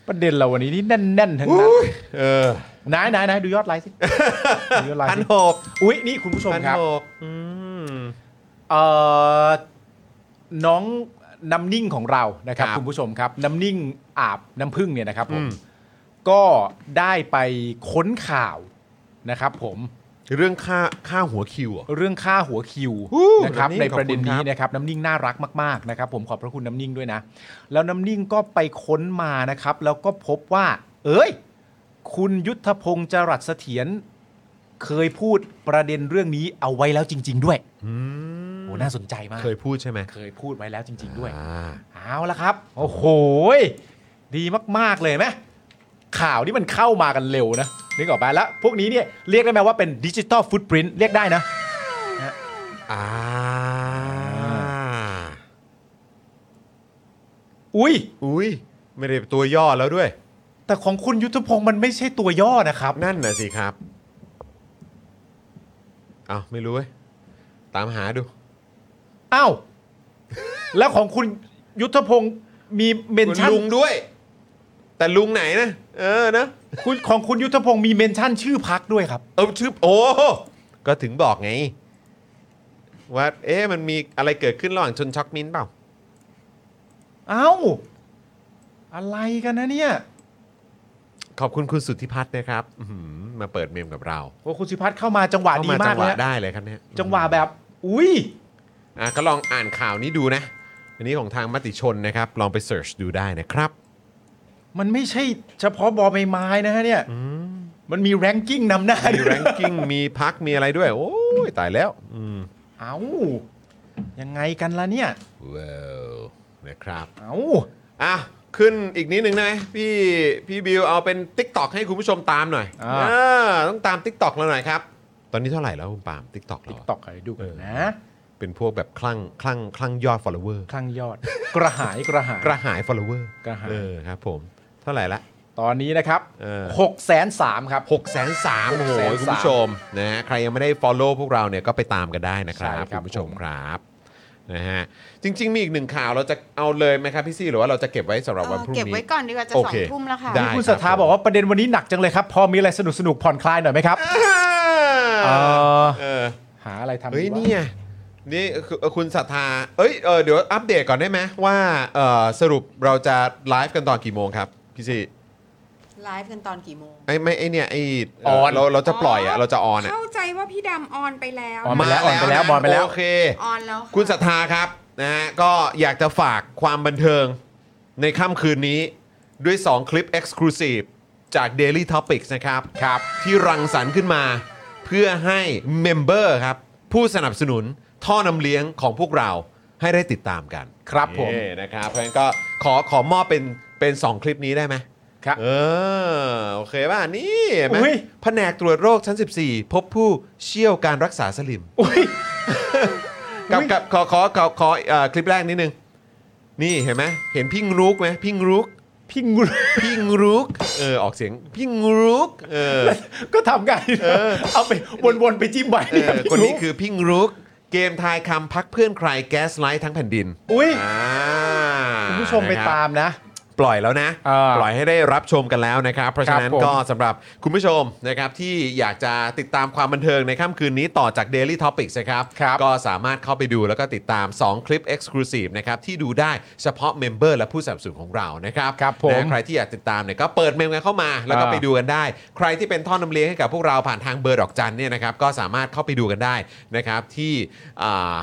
Speaker 2: ประเด็นเราวันนี้นี่แน่นๆทั้งนั้น
Speaker 1: เออน
Speaker 2: ายนายนายดูยอดไล ค์สิดูยอดไลค์
Speaker 1: พัน
Speaker 2: สิ
Speaker 1: หก
Speaker 2: อุ้ยนี่คุณผู้ชม
Speaker 1: พัน
Speaker 2: ครับ
Speaker 1: หกอืม
Speaker 2: เอ่อน้องน้ำนิ่งของเรานะครับ
Speaker 1: ครับ
Speaker 2: คุณผู้ชมครับ น้ำนิ่งอาบน้ำพึ่งเนี่ยนะครับผม
Speaker 1: อืม
Speaker 2: ก็ได้ไปค้นข่าวนะครับผม
Speaker 1: เรื่องค่าค่าหัวคิวเหรอ
Speaker 2: เรื่องค่าหัวคิว
Speaker 1: อู้
Speaker 2: นะครับ
Speaker 1: น้ำนิ่ง
Speaker 2: ในประเด็
Speaker 1: ข
Speaker 2: น
Speaker 1: อบ
Speaker 2: นี้
Speaker 1: คุณครับ
Speaker 2: นะครับน้ำนิ่งน่ารักมากๆนะครับ ผมขอบพระคุณน้ำนิ่งด้วยนะ แล้วน้ำนิ่งก็ไปค้นมานะครับ แล้วก็พบว่า เอ้ย คุณยุทธพงศ์จรัสเสถียรเคยพูดประเด็นเรื่องนี้เอาไว้แล้วจริง ๆ ด้วยโอ้น่าสนใจมาก
Speaker 1: เคยพูดใช่ไหม
Speaker 2: เคยพูดไว้แล้วจริง ๆ ด้วย
Speaker 1: อ่า
Speaker 2: เอาละครับ โอ้โหยดีมาก ๆ เลยไหมข่าวที่มันเข้ามากันเร็วนะ นึกออกไปแล้ว พวกนี้เนี่ยเรียกได้ไหมว่าเป็นดิจิตอลฟุตปริน n ์เรียกได้นะ
Speaker 1: อ่า
Speaker 2: อุ้ย
Speaker 1: อุ้ยไม่ได้ตัวย่อแล้วด้วย
Speaker 2: แต่ของคุณยุทธพงศ์มันไม่ใช่ตัวย่อนะครับ
Speaker 1: นั่นน่ะสิครับเอาไม่รู้เว้ยตามหาดู
Speaker 2: อ้าว แล้วของคุณยุทธพงศ์มีเมนชั่น
Speaker 1: ลุงด้วย แต่ลุงไหนนะ เออนะ
Speaker 2: คุณของคุณยุทธพงศ์มีเมนชั่นชื่อพักด้วยครับ
Speaker 1: เออชื่อโอ้ก็ถึงบอกไง ว่า เอ๊ะมันมีอะไรเกิดขึ้นระหว่างชนช็อกมินท์เปล่า
Speaker 2: เอ้า อะไรกันนะเนี่ย
Speaker 1: ขอบคุณคุณสุทธิพัฒน์นะครับอื้อหือมาเปิดเมมกับเรา
Speaker 2: โอ้คุณสิพัฒน์เข้ามาจังหวะดี
Speaker 1: เข้
Speaker 2: มา
Speaker 1: จั
Speaker 2: ก
Speaker 1: ห
Speaker 2: เล
Speaker 1: วะ
Speaker 2: ยนะ
Speaker 1: ได้เลยครับเนี่ย
Speaker 2: จังหวะแบบ อุ้ย
Speaker 1: อ่ะก็ลองอ่านข่าวนี้ดูนะ อันนี้ของทางมติชนนะครับ ลองไปเสิร์ชดูได้ นะครับ
Speaker 2: มันไม่ใช่เฉพาะบอใบไม้นะฮะเนี่ย มันมีแรงกิ้งนำหน้า
Speaker 1: มี
Speaker 2: ด้วย
Speaker 1: แรงกิ้งมีพักมีอะไรด้วย โอ้ยตายแล้ว อืม
Speaker 2: เอ้า ยังไงกันล่ะเนี่ย
Speaker 1: ว้าวนะครับ
Speaker 2: เอ้า
Speaker 1: อ่ะ ขึ้นอีกนิดนึงได้ไหมพี่พี่บิวเอาเป็น t ิ k t o k ให้คุณผู้ชมตามหน่อย
Speaker 2: อ่า
Speaker 1: เออต้องตาม t ิ k t o k เราหน่อยครับ ตอนนี้เท่าไหร่แล้วคุณปาล์ม t ิ k t o k เรา
Speaker 2: ติ๊ก
Speaker 1: อะ
Speaker 2: ตอกใครดูกันนะ
Speaker 1: เป็นพวกแบบคลั่งคลั่งคลั่งยอด follower
Speaker 2: คลั่งยอด กระหายกระหาย
Speaker 1: กระหาย follower
Speaker 2: กระหาย
Speaker 1: เออครับผม เท่าไหร่ละ
Speaker 2: ตอนนี้นะครับ
Speaker 1: เออ
Speaker 2: หกแสนสามครับ
Speaker 1: 6 3 0 0โอ้โห
Speaker 2: 603,000
Speaker 1: คุณผู้ชมนะฮะใครยังไม่ได้ follow พวกเราเนี่ยก็ไปตามกันได้นะครั
Speaker 2: ใช่
Speaker 1: บ
Speaker 2: ครั
Speaker 1: คุ
Speaker 2: บ
Speaker 1: ณผู้ชม
Speaker 2: ผม
Speaker 1: ครับนะฮะจริง ๆ มีอีกหนึ่งข่าวเราจะเอาเลยไหมครับพี่ซี่หรือว่าเราจะเก็บไว้สำหรับวันพรุ่งนี้
Speaker 8: เก็บไว้ก่อนดีกว่าจะ
Speaker 1: โอ
Speaker 8: สอ
Speaker 1: เค
Speaker 8: งทุ่มแล้วค่ะ
Speaker 1: ได้
Speaker 2: คุณศรัทธา
Speaker 1: ครับผม
Speaker 2: บอกว่าประเด็นวันนี้หนักจังเลยครับ พอมีอะไรสนุกสนุกๆผ่อนคลายหน่อยไหมครับ เออ
Speaker 1: เออ
Speaker 2: หาอะไรทำ
Speaker 1: เฮ้ย
Speaker 2: ดีวะ
Speaker 1: เนี่ยนี่คือคุณศรัทธา เอ้ยเออเดี๋ยวอัปเดตก่อนได้ไหมว่าเออสรุปเราจะไลฟ์กันตอนกี่โมงครับ พี่ซี
Speaker 8: ไลฟ์กันตอนกี่โมง
Speaker 1: ไอ้ไม่ไอ้เนี่ยไอ้
Speaker 2: ออน
Speaker 1: เราเราจะปล่อยอ่ะเราจะออนอ่ะ
Speaker 8: เข้าใจว่าพี่ดำออนไปแล้ว
Speaker 2: ออนไปแล้วออนไปแล้ว
Speaker 1: ะ
Speaker 2: ออนไปแล้ว
Speaker 1: โอเค
Speaker 8: ออนแล้วะ
Speaker 1: คุณศรัทธาครับนะฮะก็อยากจะฝากความบันเทิงในค่ำคืนนี้ด้วย 2 คลิป Exclusive จาก Daily Topics นะครับครับ ที่รังสรรค์ขึ้นมาเพื่อให้เมมเบอร์ครับ ผู้สนับสนุนท่อนำเลี้ยงของพวกเราให้ได้ติดตามกัน
Speaker 2: ครับผม
Speaker 1: เอ่นะครับเพราะฉะนั้นก็ขอขอมอบเป็นเป็น 2 คลิปนี้ได้ไหม
Speaker 2: ครับ
Speaker 1: เออโอเคป่ะ นี่เห็นไหม
Speaker 2: อุ๊ย
Speaker 1: แผนกตรวจโรคชั้น 14 พบผู้เชี่ยวการรักษาสลิม
Speaker 2: อุ้ย
Speaker 1: กับ
Speaker 2: อุ๊ย
Speaker 1: กับขอขอขอขอเอ่อคลิปแรกนิดนึง นี่เห็นไหมเห็นพิ่งรุกไหมพิ่งรุก
Speaker 2: พี่งู
Speaker 1: พิ่งรุกเออออกเสียงพิ่งรุกเออ
Speaker 2: ก็ทำไงเอาไปวนๆไปจิ้มใบ
Speaker 1: เออคนนี้คือพิ่งรุก เกมทายคำพักเพื่อนใครแก๊สไลท์ทั้งแผ่นดิน
Speaker 2: อุ้ย
Speaker 1: อ่า
Speaker 2: คุณผู้ชมไป
Speaker 1: นะครับ
Speaker 2: ตามนะ
Speaker 1: ปล่อยแล้วนะ
Speaker 2: อ่า
Speaker 1: ปล่อยให้ได้รับชมกันแล้วนะครับ เพราะฉะนั้น
Speaker 2: ครับผม
Speaker 1: ก็สำหรับคุณผู้ชมนะครับที่อยากจะติดตามความบันเทิงในค่ำคืนนี้ต่อจาก Daily Topics นะครับ
Speaker 2: ครับ
Speaker 1: ก็สามารถเข้าไปดูแล้วก็ติดตาม 2 คลิป Exclusive นะครับ ที่ดูได้เฉพาะเมมเบอร์และผู้สนับสนุนของเรานะครับ
Speaker 2: ครับผม
Speaker 1: นะใครที่อยากติดตามเนี่ยก็เปิดเมมกันเข้ามา แล้วก็
Speaker 2: อ่า
Speaker 1: ไปดูกันได้ ใครที่เป็นท่อนำเลี้ยงให้กับพวกเราผ่านทางเบอร์ดอกจันเนี่ยนะครับก็สามารถเข้าไปดูกันได้นะครับที่อ่า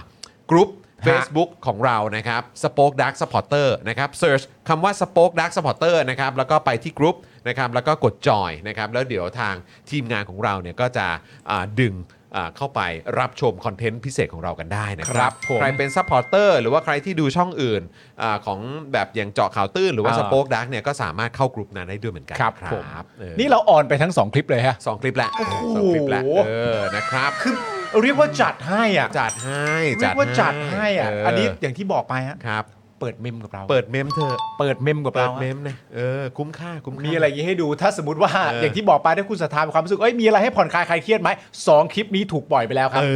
Speaker 1: กรุ๊ป
Speaker 2: ฮะ
Speaker 1: Facebook ของเรานะครับ Spoke Dark Supporter นะครับ Search คำว่า Spoke Dark Supporter นะครับ แล้วก็ไปที่กรุ๊ปนะครับ แล้วก็กดจอยนะครับ แล้วเดี๋ยวทางทีมงานของเราเนี่ยก็จะอ่าดึงอ่าเข้าไปรับชมคอนเทนต์พิเศษของเรากันได้นะค
Speaker 2: ครั
Speaker 1: รับ
Speaker 2: บผม
Speaker 1: ใครเป็นซัพพอร์เตอร์หรือว่าใครที่ดูช่องอื่นอาของแบบอย่างเจาะข่าวตื้นหรือว่า
Speaker 2: อ่า
Speaker 1: สป็อกดักเนี่ยก็สามารถเข้ากรุ๊ปนั้นได้ด้วยเหมือนกัน
Speaker 2: ครับ
Speaker 1: นะ
Speaker 2: ผม
Speaker 1: เออ
Speaker 2: นี่เราออนไปทั้งสองคลิปเลยฮะ
Speaker 1: สองคลิปแหละสองคลิปแหละ
Speaker 2: โอ้โห
Speaker 1: เออนะครับ
Speaker 2: คือเรียกว่าจัดให้อ่ะ
Speaker 1: จัดให้
Speaker 2: เรียกว่าจัดให้อ่ะ
Speaker 1: เ
Speaker 2: อันนี้อย่างที่บอกไปฮะ
Speaker 1: ครับ
Speaker 2: เปิดเมมกับเรา
Speaker 1: เปิดเมมเถอะ
Speaker 2: เปิดเมมกับ
Speaker 1: เปิ
Speaker 2: เรา
Speaker 1: ด
Speaker 2: อะ
Speaker 1: เมมนะเออคุ้มค่าคุ้มค่า
Speaker 2: มี
Speaker 1: มี
Speaker 2: อะไรอย่างงี้ให้ดูถ้าสมมติว่า
Speaker 1: เอออ
Speaker 2: อย่างที่บอกไปถ้าคุณสถามีความรู้สึกเอ้ยมีอะไรให้ผ่อนคลายคลายเครียดไหมสองคลิปนี้ถูกปล่อยไปแล้วครับ
Speaker 1: เอ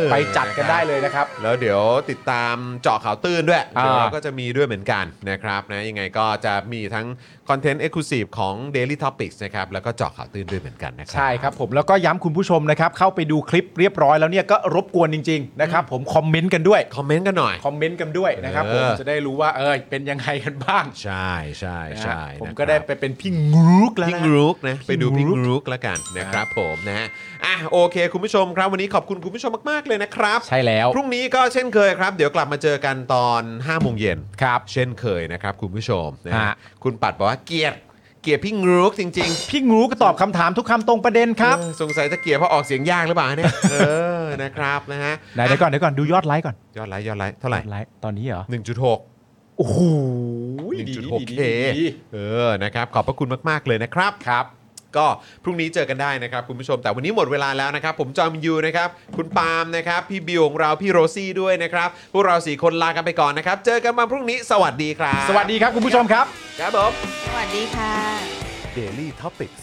Speaker 1: อ
Speaker 2: ไปจัดกันได้เลยนะครับ
Speaker 1: แล้วเดี๋ยวติดตามเจาะข่าวตื้นด้วย
Speaker 2: อ่า
Speaker 1: เดี๋ยวเราก็จะมีด้วยเหมือนกันนะครับนะยังไงก็จะมีทั้งคอนเทนต์เอ็กซ์คลูซีฟของ Daily Topics นะครับแล้วก็เจาะข่าวตื้นด้วยเหมือนกันนะครั
Speaker 2: ใช่ครับผมแล้วก็ย้ำคุณผู้ชมนะครับเข้าไปดูคลิปเรียบร้อยแล้วเนี่ยก็รบกวนจริงๆนะครับผมคอมเมนต์กันด้วย
Speaker 1: คอมเมนต์กันหน่อย
Speaker 2: คอมเมนต์กันด้วยนะครับ
Speaker 1: เอ
Speaker 2: ผม
Speaker 1: อ
Speaker 2: จะได้รู้ว่าเออเป็นยังไงกันบ้าง
Speaker 1: ใช่ใช่ใช่
Speaker 2: นะฮะผม
Speaker 1: นะครับ
Speaker 2: ก็ได้ไปเป็นพี่งรูกแล้ว
Speaker 1: พิง
Speaker 2: นะ
Speaker 1: รูกนะไปดู
Speaker 2: พิ
Speaker 1: พิ
Speaker 2: ง
Speaker 1: ง
Speaker 2: รูก
Speaker 1: รูกแล้วกันนะครับผมนะฮะอ่ะโอเค คุณผู้ชมครับ วันนี้ขอบคุณคุณผู้ชมมาก ๆ เลยนะครับ
Speaker 2: ใช่แล้ว
Speaker 1: พรุ่งนี้ก็เช่นเคยครับ เดี๋ยวกลับมาเจอกันตอน5้าโมงเย็น
Speaker 2: ครับ
Speaker 1: เช่นเคยนะครับ คุณผู้ชมนะฮะ
Speaker 2: ฮะ
Speaker 1: คุณปัดบอกว่าเกลียด เกียร์พี่งูกจริง
Speaker 2: ๆ พี่งูก็ตอบคำถามทุกคำตรงประเด็นครับ
Speaker 1: สงสัยตะเกียร์เพราะออกเสียงยากหรือเปล่าเนี่ยเออนะครับนะฮะ
Speaker 2: ไหนเดี๋ยวก่อนเดี๋ยวก่อนดูยอดไลค์ก่อน
Speaker 1: ยอดไลค์ยอดไลค์เท่าไหร่
Speaker 2: ไลค์ตอนนี้เหรอ
Speaker 1: 1.6
Speaker 2: โอ้โห
Speaker 1: 1.6K เออนะครับขอบพระคุณมาก ๆ เลยนะครับครับ ก็พรุ่งนี้เจอกันได้นะครับคุณผู้ชมแต่วันนี้หมดเวลาแล้วนะครับ ผมจอมยูนะครับ คุณปาล์มนะครับ พี่บิวของเราพี่โรซี่ด้วยนะครับพวกเราสี่คนลากันไปก่อนนะครับ เจอกันวันพรุ่งนี้สวัสดีครับ
Speaker 2: สวัสดีครับคุณผู้ชมครับ
Speaker 1: ครับผม
Speaker 9: สวัสดีค่ะ
Speaker 1: Daily Topics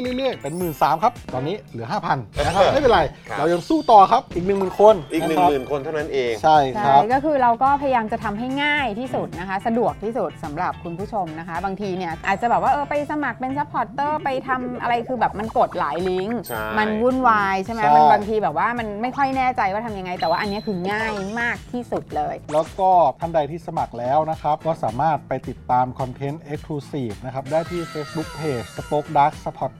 Speaker 10: ื่อยๆเรื่อยๆเป็นหมื่นสามครับ ตอนนี้เหลือ 5,000นะครับ ไม่เป็นไร
Speaker 1: ครับ
Speaker 10: เรายังสู้ต่อครับอีก 10,000 คน
Speaker 1: อีก 1
Speaker 10: ะครับ
Speaker 1: 0,000 คนเท่านั้นเอง
Speaker 10: ใช่ค
Speaker 8: ใช่
Speaker 10: รับ
Speaker 8: ก็คือเราก็พยายามจะทำให้ง่ายที่สุดนะคะ สะดวกที่สุดสำหรับคุณผู้ชมนะคะ บางทีเนี่ยอาจจะแบบว่าเออไปสมัครเป็นซัพพอร์ตเตอร์ไปทำอะไรคือแบบมันกดหลายลิงก์
Speaker 1: ใช่
Speaker 8: มันวุ่นวายใช่ไหม
Speaker 10: ใช่
Speaker 8: มันบางทีแบบว่ามันไม่ค่อยแน่ใจว่าทำยังไง แต่ว่าอันเนี้ยคือง่ายมากที่สุดเลย
Speaker 10: แล้วก็ท่านใดที่สมัครแล้วนะครับ ก็สามารถไปติดตามคอนเทนต์ Exclusive นะครับ ได้ที่ Facebook Page Spoke Dark Supporter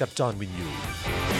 Speaker 1: กับจอห์นวินยู